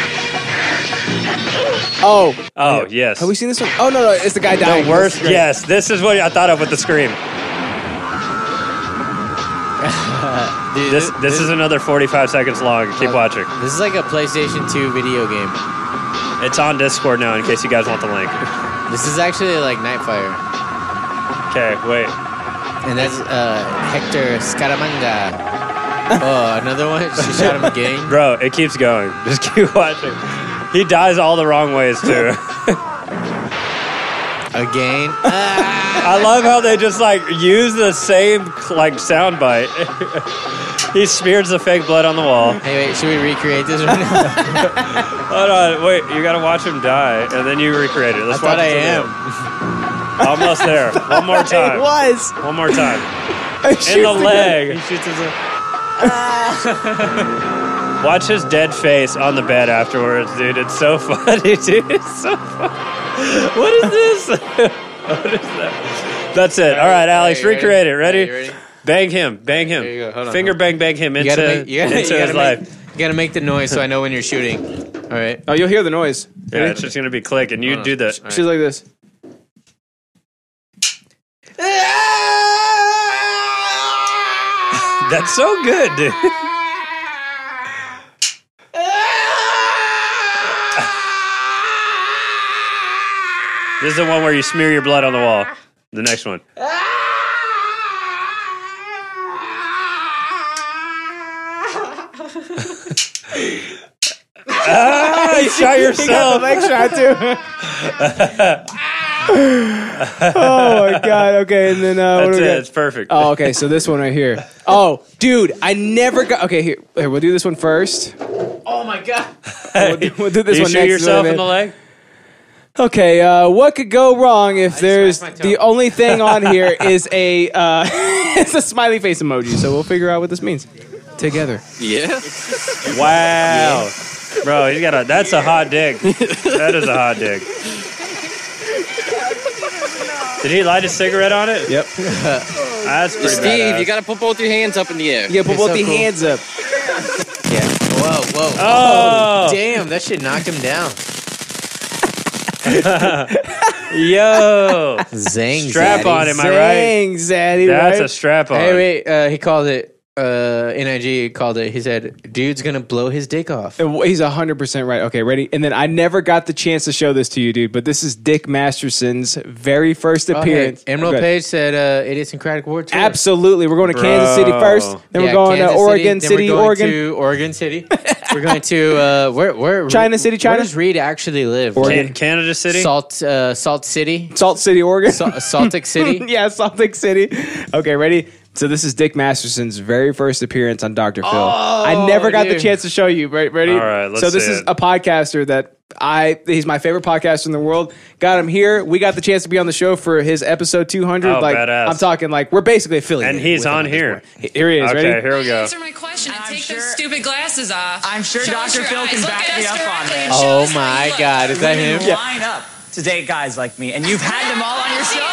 [SPEAKER 1] Oh,
[SPEAKER 3] Oh yes.
[SPEAKER 1] have we seen this one? Oh no, no, it's the guy dying.
[SPEAKER 3] the worst.
[SPEAKER 1] That's great.
[SPEAKER 3] Yes, this is what I thought of with the scream.
[SPEAKER 2] Dude,
[SPEAKER 3] This this is another 45 seconds long. Keep watching.
[SPEAKER 2] This is like a PlayStation 2 video game.
[SPEAKER 3] It's on Discord now in case you guys want the link.
[SPEAKER 2] This is actually like Nightfire,
[SPEAKER 3] Okay, wait.
[SPEAKER 2] and that's uh, Hector Scaramanga. Oh, another one. She shot him again.
[SPEAKER 3] Bro, it keeps going. Just keep watching. He dies all the wrong ways too.
[SPEAKER 2] Again. Ah.
[SPEAKER 3] I love how they just like use the same like sound bite. he smears the fake blood on the wall.
[SPEAKER 2] Hey, wait. Should we recreate this right now?
[SPEAKER 3] Hold on, wait. You gotta watch him die, and then you recreate it.
[SPEAKER 2] I
[SPEAKER 3] Let's watch
[SPEAKER 2] thought I
[SPEAKER 3] it till the
[SPEAKER 2] am.
[SPEAKER 3] end. Almost there. One more
[SPEAKER 1] It
[SPEAKER 3] time.
[SPEAKER 1] was.
[SPEAKER 3] One more time.
[SPEAKER 1] It shoots
[SPEAKER 3] In the
[SPEAKER 1] guy.
[SPEAKER 3] leg.
[SPEAKER 2] He shoots his leg.
[SPEAKER 3] Watch his dead face on the bed afterwards, dude. It's so funny, dude. It's so funny. What is this? what is that? That's it. All right, Alex,
[SPEAKER 2] Alright, you
[SPEAKER 3] recreate it. Ready?
[SPEAKER 2] Alright, you ready?
[SPEAKER 3] Bang him. Bang him.
[SPEAKER 2] There you go. Hold on,
[SPEAKER 3] Finger
[SPEAKER 2] hold
[SPEAKER 3] bang bang him
[SPEAKER 2] You
[SPEAKER 3] into,
[SPEAKER 2] gotta make, you gotta,
[SPEAKER 3] into
[SPEAKER 2] you
[SPEAKER 3] his
[SPEAKER 2] gotta
[SPEAKER 3] life.
[SPEAKER 2] make, You gotta make the noise so I know when you're shooting. All right.
[SPEAKER 1] Oh, you'll hear the noise.
[SPEAKER 3] Yeah, it's just gonna be click, and you
[SPEAKER 2] Hold on.
[SPEAKER 3] do the.
[SPEAKER 1] She's like this.
[SPEAKER 3] That's so good, dude. this is the one where you smear your blood on the wall. The next one. Ah, ah, you shot yourself.
[SPEAKER 1] leg shot too. oh my god. Okay, and then uh, what
[SPEAKER 3] That's
[SPEAKER 1] do we
[SPEAKER 3] it.
[SPEAKER 1] got?
[SPEAKER 3] It's perfect.
[SPEAKER 1] Oh, okay. So this one right here. Oh, dude, I never got. Okay, here, here we'll do this one first.
[SPEAKER 2] Oh my god.
[SPEAKER 1] We'll do, we'll do this
[SPEAKER 3] you
[SPEAKER 1] one
[SPEAKER 3] shoot
[SPEAKER 1] next.
[SPEAKER 3] yourself
[SPEAKER 1] Wait a
[SPEAKER 3] in the
[SPEAKER 1] minute.
[SPEAKER 3] leg?
[SPEAKER 1] Okay, uh, what could go wrong if there's
[SPEAKER 2] smashed my
[SPEAKER 1] the
[SPEAKER 2] toe.
[SPEAKER 1] only thing on here is a uh, it's a smiley face emoji? So we'll figure out what this means together.
[SPEAKER 4] Yeah.
[SPEAKER 3] Wow. Bro, he's got a that's a hot dick. that is a hot dick. Did he light a cigarette on it?
[SPEAKER 1] Yep.
[SPEAKER 3] That's pretty
[SPEAKER 4] Steve,
[SPEAKER 3] badass.
[SPEAKER 4] you gotta put both your hands up in the air.
[SPEAKER 1] Yeah, but
[SPEAKER 2] It's
[SPEAKER 1] both
[SPEAKER 2] so
[SPEAKER 1] the
[SPEAKER 2] cool.
[SPEAKER 1] hands up.
[SPEAKER 2] Yeah. Whoa, whoa.
[SPEAKER 3] Oh,
[SPEAKER 2] Damn, that shit knocked him down.
[SPEAKER 3] yo.
[SPEAKER 2] Zang.
[SPEAKER 3] Strap on, am I right?
[SPEAKER 1] Dang, Zaddy.
[SPEAKER 3] That's
[SPEAKER 1] right?
[SPEAKER 3] a strap on.
[SPEAKER 2] Hey, wait. Uh, he called it. Uh, Nig called it. He said, "Dude's gonna blow his dick off."
[SPEAKER 1] And wh- He's 100% right. Okay, ready? And then I never got the chance to show this to you, dude, but this is Dick Masterson's very first
[SPEAKER 2] Oh,
[SPEAKER 1] appearance.
[SPEAKER 2] hey, Emerald
[SPEAKER 1] Okay.
[SPEAKER 2] Page said, uh, "Idiosyncratic War Tour."
[SPEAKER 1] Absolutely. We're going to Kansas City
[SPEAKER 3] Bro.
[SPEAKER 1] first, then
[SPEAKER 2] Yeah,
[SPEAKER 1] we're going
[SPEAKER 2] Kansas
[SPEAKER 1] to Oregon
[SPEAKER 2] then we're
[SPEAKER 1] City,
[SPEAKER 2] going
[SPEAKER 1] Oregon.
[SPEAKER 2] to Oregon City. we're going to uh, where? Where?
[SPEAKER 1] China City, China?
[SPEAKER 2] Where does Reed actually live?
[SPEAKER 1] Oregon.
[SPEAKER 3] Can- Canada City?
[SPEAKER 2] Salt, uh, Salt City,
[SPEAKER 1] Salt City, Oregon.
[SPEAKER 2] Sa- Saltic City.
[SPEAKER 1] yeah, Salt Lake City. Okay, ready? So this is Dick Masterson's very first appearance on Dr. Phil. I never got
[SPEAKER 2] dude.
[SPEAKER 1] the chance to show you. Right, ready?
[SPEAKER 3] Oh, All right, let's
[SPEAKER 1] so this
[SPEAKER 3] see
[SPEAKER 1] is
[SPEAKER 3] it.
[SPEAKER 1] a podcaster that I he's my favorite podcaster in the world. Got him here. We got the chance to be on the show for his episode 200.
[SPEAKER 3] Oh,
[SPEAKER 1] like
[SPEAKER 3] badass.
[SPEAKER 1] I'm talking like we're basically affiliated.
[SPEAKER 3] And he's
[SPEAKER 1] with him
[SPEAKER 3] on
[SPEAKER 1] at this
[SPEAKER 3] here.
[SPEAKER 1] point. Here he is.
[SPEAKER 3] Okay,
[SPEAKER 1] ready?
[SPEAKER 3] here we go.
[SPEAKER 12] my question and
[SPEAKER 13] I'm
[SPEAKER 12] take
[SPEAKER 13] sure-
[SPEAKER 12] those stupid glasses off.
[SPEAKER 13] I'm sure
[SPEAKER 12] Show us
[SPEAKER 13] Dr.
[SPEAKER 12] your
[SPEAKER 13] Phil can
[SPEAKER 12] eyes. Look
[SPEAKER 13] back
[SPEAKER 12] at
[SPEAKER 13] me
[SPEAKER 12] us
[SPEAKER 13] up on
[SPEAKER 12] directly
[SPEAKER 13] that.
[SPEAKER 12] and show
[SPEAKER 2] Oh
[SPEAKER 12] us how you
[SPEAKER 2] my
[SPEAKER 12] look.
[SPEAKER 2] God, is that him?
[SPEAKER 13] You line up to date guys like me, and you've had them all on your show.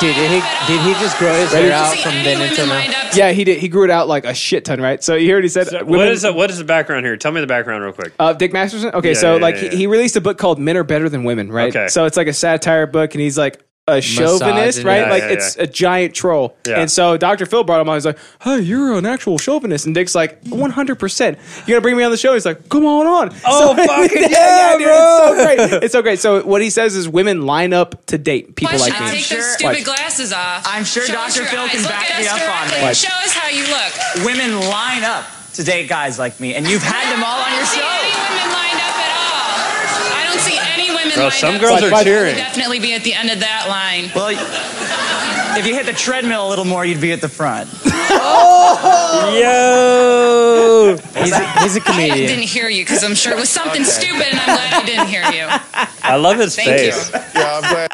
[SPEAKER 2] Dude, did he did he just grow his hair out from then until now?
[SPEAKER 1] Yeah, he did. He grew it out like a shit ton, right? So you heard he said.
[SPEAKER 3] So what
[SPEAKER 1] women-
[SPEAKER 3] is the what is the background here? Tell me the background real quick.
[SPEAKER 1] Uh, Dick Masterson. Okay,
[SPEAKER 3] Yeah,
[SPEAKER 1] so
[SPEAKER 3] yeah,
[SPEAKER 1] like
[SPEAKER 3] yeah,
[SPEAKER 1] he,
[SPEAKER 3] yeah.
[SPEAKER 1] he released a book called "Men Are Better Than Women," right?
[SPEAKER 3] Okay.
[SPEAKER 1] So it's like a satire book, and he's like a chauvinist,
[SPEAKER 2] Misogynist.
[SPEAKER 1] right?
[SPEAKER 3] Yeah,
[SPEAKER 1] like
[SPEAKER 3] yeah,
[SPEAKER 1] it's
[SPEAKER 3] yeah.
[SPEAKER 1] a giant troll.
[SPEAKER 3] Yeah.
[SPEAKER 1] And so Dr. Phil brought him on. He's like, "Hey, you're an actual chauvinist," and Dick's like, "100. percent You're gonna bring me on the show?" He's like, "Come on on."
[SPEAKER 3] Oh, fucking yeah,
[SPEAKER 1] It's so great. It's so great. So what he says is, women line up to date people
[SPEAKER 12] Why should
[SPEAKER 1] like
[SPEAKER 12] I
[SPEAKER 1] me.
[SPEAKER 12] take those
[SPEAKER 1] Watch.
[SPEAKER 12] stupid glasses off?
[SPEAKER 13] I'm sure
[SPEAKER 12] Show us
[SPEAKER 13] Dr.
[SPEAKER 12] your
[SPEAKER 13] Phil
[SPEAKER 12] eyes.
[SPEAKER 13] can
[SPEAKER 12] Look
[SPEAKER 13] back
[SPEAKER 12] at
[SPEAKER 13] me up
[SPEAKER 12] us
[SPEAKER 13] on
[SPEAKER 12] directly
[SPEAKER 13] that.
[SPEAKER 12] and
[SPEAKER 1] Watch.
[SPEAKER 12] Show us how you look.
[SPEAKER 13] Women line up to date guys like me, and you've had them all on your
[SPEAKER 12] See
[SPEAKER 13] show.
[SPEAKER 12] any women lined up at all? I don't see any women
[SPEAKER 3] Bro,
[SPEAKER 12] lined
[SPEAKER 3] some
[SPEAKER 12] up.
[SPEAKER 3] girls
[SPEAKER 12] so
[SPEAKER 3] are
[SPEAKER 12] I'll
[SPEAKER 3] cheering.
[SPEAKER 12] Definitely be at the end of that line.
[SPEAKER 13] Well, y- if you hit the treadmill a little more, you'd be at the front.
[SPEAKER 3] Yo,
[SPEAKER 2] He's a, he's a
[SPEAKER 12] I
[SPEAKER 2] comedian.
[SPEAKER 12] didn't hear you because I'm sure it was something
[SPEAKER 2] Okay.
[SPEAKER 12] stupid, and I'm glad I didn't hear you.
[SPEAKER 3] I love his
[SPEAKER 12] Thank you.
[SPEAKER 3] face.
[SPEAKER 12] Yeah, I'm glad.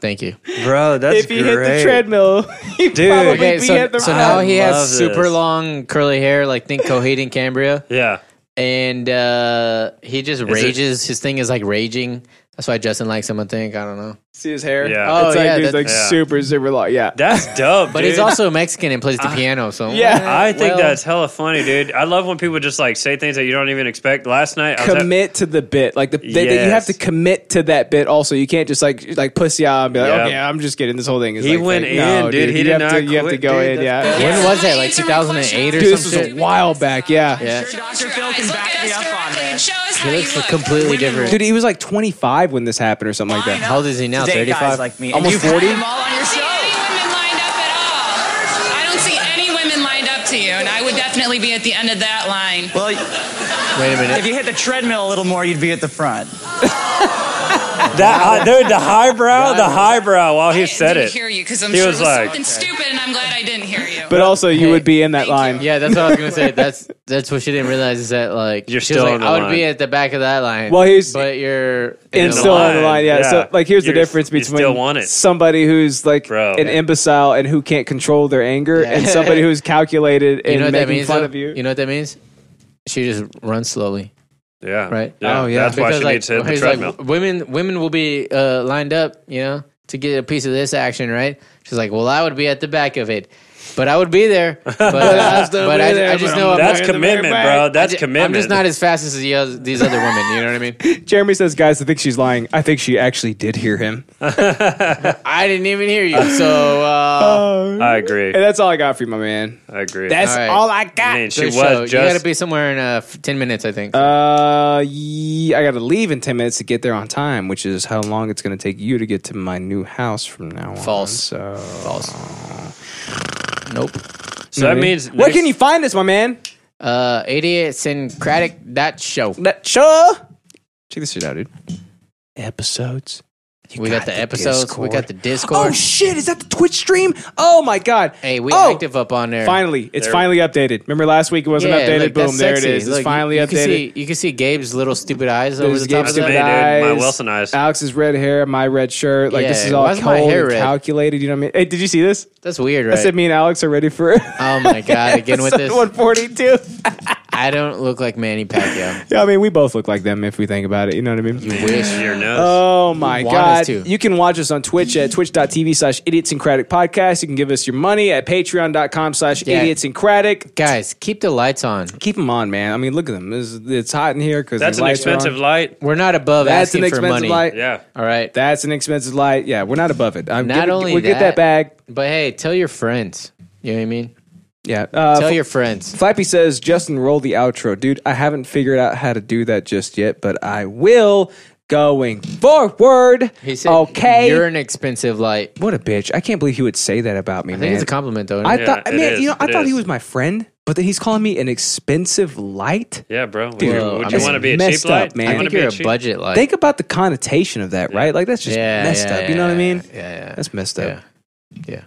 [SPEAKER 2] Thank you, bro. That's
[SPEAKER 1] if you hit the treadmill, you
[SPEAKER 2] dude.
[SPEAKER 1] probably
[SPEAKER 2] Okay,
[SPEAKER 1] be
[SPEAKER 2] so,
[SPEAKER 1] at the
[SPEAKER 2] so now
[SPEAKER 1] I
[SPEAKER 2] he
[SPEAKER 1] love
[SPEAKER 2] has
[SPEAKER 1] this.
[SPEAKER 2] super long curly hair, like think Coheed and Cambria.
[SPEAKER 3] Yeah,
[SPEAKER 2] and uh, he just
[SPEAKER 1] Is it-
[SPEAKER 2] rages. His thing is like raging. That's why Justin likes him. I think I don't know.
[SPEAKER 1] See his hair?
[SPEAKER 2] Yeah. Oh,
[SPEAKER 1] it's like,
[SPEAKER 2] yeah,
[SPEAKER 1] dude's
[SPEAKER 2] that-
[SPEAKER 1] like
[SPEAKER 2] yeah.
[SPEAKER 1] super, super long. Yeah.
[SPEAKER 3] That's dope.
[SPEAKER 2] But he's
[SPEAKER 3] dude.
[SPEAKER 2] also Mexican and
[SPEAKER 1] Uh,
[SPEAKER 2] plays the piano. So
[SPEAKER 3] I think
[SPEAKER 2] well,
[SPEAKER 3] that's hella funny, dude. I love when people just like say things that you don't even expect. Last night, I was at-
[SPEAKER 1] commit to the bit. Like the, they, they- you have to commit to that bit. Also, you can't just like like pussy out and be like,
[SPEAKER 3] Yeah.
[SPEAKER 1] okay, I'm just kidding. This whole thing is.
[SPEAKER 3] He
[SPEAKER 1] like,
[SPEAKER 3] went
[SPEAKER 1] fake."
[SPEAKER 3] in,
[SPEAKER 1] No,
[SPEAKER 3] dude. He
[SPEAKER 1] you
[SPEAKER 3] did
[SPEAKER 1] have
[SPEAKER 3] not
[SPEAKER 1] To, you have to
[SPEAKER 3] quit,
[SPEAKER 1] go
[SPEAKER 3] dude.
[SPEAKER 1] in. Yeah.
[SPEAKER 3] That's
[SPEAKER 2] when was that? Like 2008 or
[SPEAKER 1] Dude, this was
[SPEAKER 2] something.
[SPEAKER 1] a while back. Yeah.
[SPEAKER 2] Yeah.
[SPEAKER 12] Doctor Phil can back me up on that. Show us
[SPEAKER 2] He
[SPEAKER 12] how you
[SPEAKER 2] looks
[SPEAKER 12] look.
[SPEAKER 2] completely different.
[SPEAKER 1] Dude, he was like 25 when this happened or something like that.
[SPEAKER 2] How old is he now?
[SPEAKER 1] Today, guys
[SPEAKER 2] 35?
[SPEAKER 1] like me, and Almost you've had 40? them
[SPEAKER 12] all on your show. Any women lined up at all? I don't see any women lined up to you, and I would definitely be at the end of that line.
[SPEAKER 13] Well,
[SPEAKER 2] Wait a
[SPEAKER 13] If you hit the treadmill a little more, you'd be at the front.
[SPEAKER 3] that, uh, dude, the highbrow, the highbrow. While he
[SPEAKER 12] I
[SPEAKER 3] said
[SPEAKER 12] didn't
[SPEAKER 3] it,
[SPEAKER 12] hear you because I'm
[SPEAKER 3] he
[SPEAKER 12] sure
[SPEAKER 3] was
[SPEAKER 12] it was
[SPEAKER 3] like,
[SPEAKER 12] something stupid, and I'm glad I didn't hear you.
[SPEAKER 1] But also, you would be in that line.
[SPEAKER 2] Yeah, that's what I was gonna say. That's that's what she didn't realize is that like you're
[SPEAKER 1] still
[SPEAKER 2] like,
[SPEAKER 1] on the
[SPEAKER 2] I would
[SPEAKER 1] line.
[SPEAKER 2] be at the back of that line.
[SPEAKER 1] Well, he's-
[SPEAKER 2] but you're
[SPEAKER 1] and still on the line. Yeah. So like, here's the difference between somebody who's like an imbecile and who can't control their anger, and somebody who's calculated and
[SPEAKER 2] you know what that
[SPEAKER 1] making
[SPEAKER 2] means.
[SPEAKER 1] fun
[SPEAKER 2] though?
[SPEAKER 1] of you.
[SPEAKER 2] You know what that means? She just runs slowly.
[SPEAKER 3] Yeah.
[SPEAKER 2] Right.
[SPEAKER 1] Yeah, Oh, yeah. that's why
[SPEAKER 2] Because
[SPEAKER 1] she
[SPEAKER 2] like,
[SPEAKER 1] needs to hit the
[SPEAKER 2] he's like,
[SPEAKER 1] treadmill.
[SPEAKER 2] women, women will be uh, lined up, you know, to get a piece of this action, right? She's like, well, I would be at the back of it, but I would be there. But, uh,
[SPEAKER 3] I'll still
[SPEAKER 2] but
[SPEAKER 3] be
[SPEAKER 2] I,
[SPEAKER 3] there,
[SPEAKER 2] I just
[SPEAKER 3] but
[SPEAKER 2] know
[SPEAKER 3] I'm
[SPEAKER 2] I'm not
[SPEAKER 3] That's
[SPEAKER 2] in the
[SPEAKER 3] commitment,
[SPEAKER 2] very
[SPEAKER 3] bro.
[SPEAKER 2] back.
[SPEAKER 3] That's
[SPEAKER 2] I ju- I'm
[SPEAKER 3] commitment.
[SPEAKER 2] just not as fast as the oth- these other women. You know what I mean?
[SPEAKER 1] Jeremy says, guys, I think she's lying. I think she actually did hear him.
[SPEAKER 2] I didn't even hear you. So uh,
[SPEAKER 3] I agree.
[SPEAKER 1] And that's all I got for you, my man.
[SPEAKER 3] I agree.
[SPEAKER 1] That's all I got.
[SPEAKER 2] Man,
[SPEAKER 1] she was
[SPEAKER 2] You gotta
[SPEAKER 1] just-
[SPEAKER 2] be somewhere in uh, f- ten minutes, I think.
[SPEAKER 1] Uh, ye- I got to leave in 10 minutes to get there on time, which is how long it's going to take you to get to my new house from now on.
[SPEAKER 2] False.
[SPEAKER 1] So.
[SPEAKER 2] False. Nope.
[SPEAKER 1] So that means Where next- can you find us, my man?
[SPEAKER 2] Uh, idiot syncratic that show.
[SPEAKER 1] That show. Check this shit out, dude. Episodes.
[SPEAKER 2] we got, the, episodes. We got the Discord.
[SPEAKER 1] Oh, shit. Is that the Twitch stream? Oh, my God.
[SPEAKER 2] Hey, we
[SPEAKER 1] oh,
[SPEAKER 2] active up on there.
[SPEAKER 1] Finally, it's
[SPEAKER 2] There-
[SPEAKER 1] finally updated. Remember last week it wasn't
[SPEAKER 2] Yeah,
[SPEAKER 1] updated?
[SPEAKER 2] look,
[SPEAKER 1] Boom,
[SPEAKER 2] that's
[SPEAKER 1] there it
[SPEAKER 2] sexy.
[SPEAKER 1] is. It's
[SPEAKER 2] Look, you-
[SPEAKER 1] finally
[SPEAKER 2] you
[SPEAKER 1] updated.
[SPEAKER 2] can see- you can see Gabe's little stupid eyes over
[SPEAKER 1] There's
[SPEAKER 2] the top
[SPEAKER 1] Gabe's
[SPEAKER 2] of that.
[SPEAKER 1] stupid eyes.
[SPEAKER 3] eyes.
[SPEAKER 1] Alex is red hair, my red shirt. Like this
[SPEAKER 2] Yeah,
[SPEAKER 1] is all
[SPEAKER 2] why is my
[SPEAKER 1] cold
[SPEAKER 2] hair
[SPEAKER 1] and
[SPEAKER 2] red?
[SPEAKER 1] calculated. You know what I mean? Hey, did you see this?
[SPEAKER 2] That's weird,
[SPEAKER 1] I said
[SPEAKER 2] right?
[SPEAKER 1] me and Alex are ready for.
[SPEAKER 2] Oh my god! Again with this.
[SPEAKER 1] 142.
[SPEAKER 2] I don't look like Manny Pacquiao.
[SPEAKER 1] yeah, I mean we both look like them if we think about it. You know what I mean? You
[SPEAKER 2] wish. Your nose.
[SPEAKER 1] Oh my
[SPEAKER 2] You want us
[SPEAKER 1] god!
[SPEAKER 2] to.
[SPEAKER 1] You can watch us on Twitch at twitch.tv slash idiosyncratic podcast. You can give us your money at patreon.com slash
[SPEAKER 2] Yeah.
[SPEAKER 1] idiosyncratic.
[SPEAKER 2] Guys, keep the lights on.
[SPEAKER 1] Keep them on, man. I mean, look at them. It's, it's hot in here because
[SPEAKER 3] That's an expensive light.
[SPEAKER 2] We're not above
[SPEAKER 1] That's
[SPEAKER 2] asking
[SPEAKER 1] an
[SPEAKER 2] for
[SPEAKER 1] expensive
[SPEAKER 2] money.
[SPEAKER 1] light.
[SPEAKER 3] Yeah.
[SPEAKER 2] All right.
[SPEAKER 1] That's an expensive light. Yeah, we're not above it. I'm
[SPEAKER 2] Not
[SPEAKER 1] get-
[SPEAKER 2] only
[SPEAKER 1] we'll get that bag.
[SPEAKER 2] but hey, tell your friends. You know what I mean?
[SPEAKER 1] Yeah. Uh,
[SPEAKER 2] tell
[SPEAKER 1] Fl-
[SPEAKER 2] your friends.
[SPEAKER 1] Flappy says, Justin, roll the outro. Dude, I haven't figured out how to do that just yet, but I will going forward.
[SPEAKER 2] He said,
[SPEAKER 1] okay.
[SPEAKER 2] you're an expensive light."
[SPEAKER 1] What a bitch. I can't believe he would say that about me,
[SPEAKER 2] I
[SPEAKER 1] man.
[SPEAKER 2] think it's a compliment, though.
[SPEAKER 1] I
[SPEAKER 2] isn't it?
[SPEAKER 1] thought, man, you know, I thought he was my friend, but then he's calling me an expensive light.
[SPEAKER 3] Yeah, bro. Would
[SPEAKER 1] Dude,
[SPEAKER 3] you,
[SPEAKER 1] I
[SPEAKER 3] would you
[SPEAKER 1] mean,
[SPEAKER 3] want to be a
[SPEAKER 1] messed
[SPEAKER 3] cheap light?
[SPEAKER 1] up, man.
[SPEAKER 3] You
[SPEAKER 1] I
[SPEAKER 3] wanna
[SPEAKER 1] think
[SPEAKER 3] be
[SPEAKER 1] you're
[SPEAKER 2] a
[SPEAKER 3] cheap-
[SPEAKER 2] budget light.
[SPEAKER 1] Think about the connotation of that, right? Like, that's just messed
[SPEAKER 2] yeah,
[SPEAKER 1] up. you know what I mean?
[SPEAKER 2] Yeah, yeah.
[SPEAKER 1] That's messed up.
[SPEAKER 2] Yeah.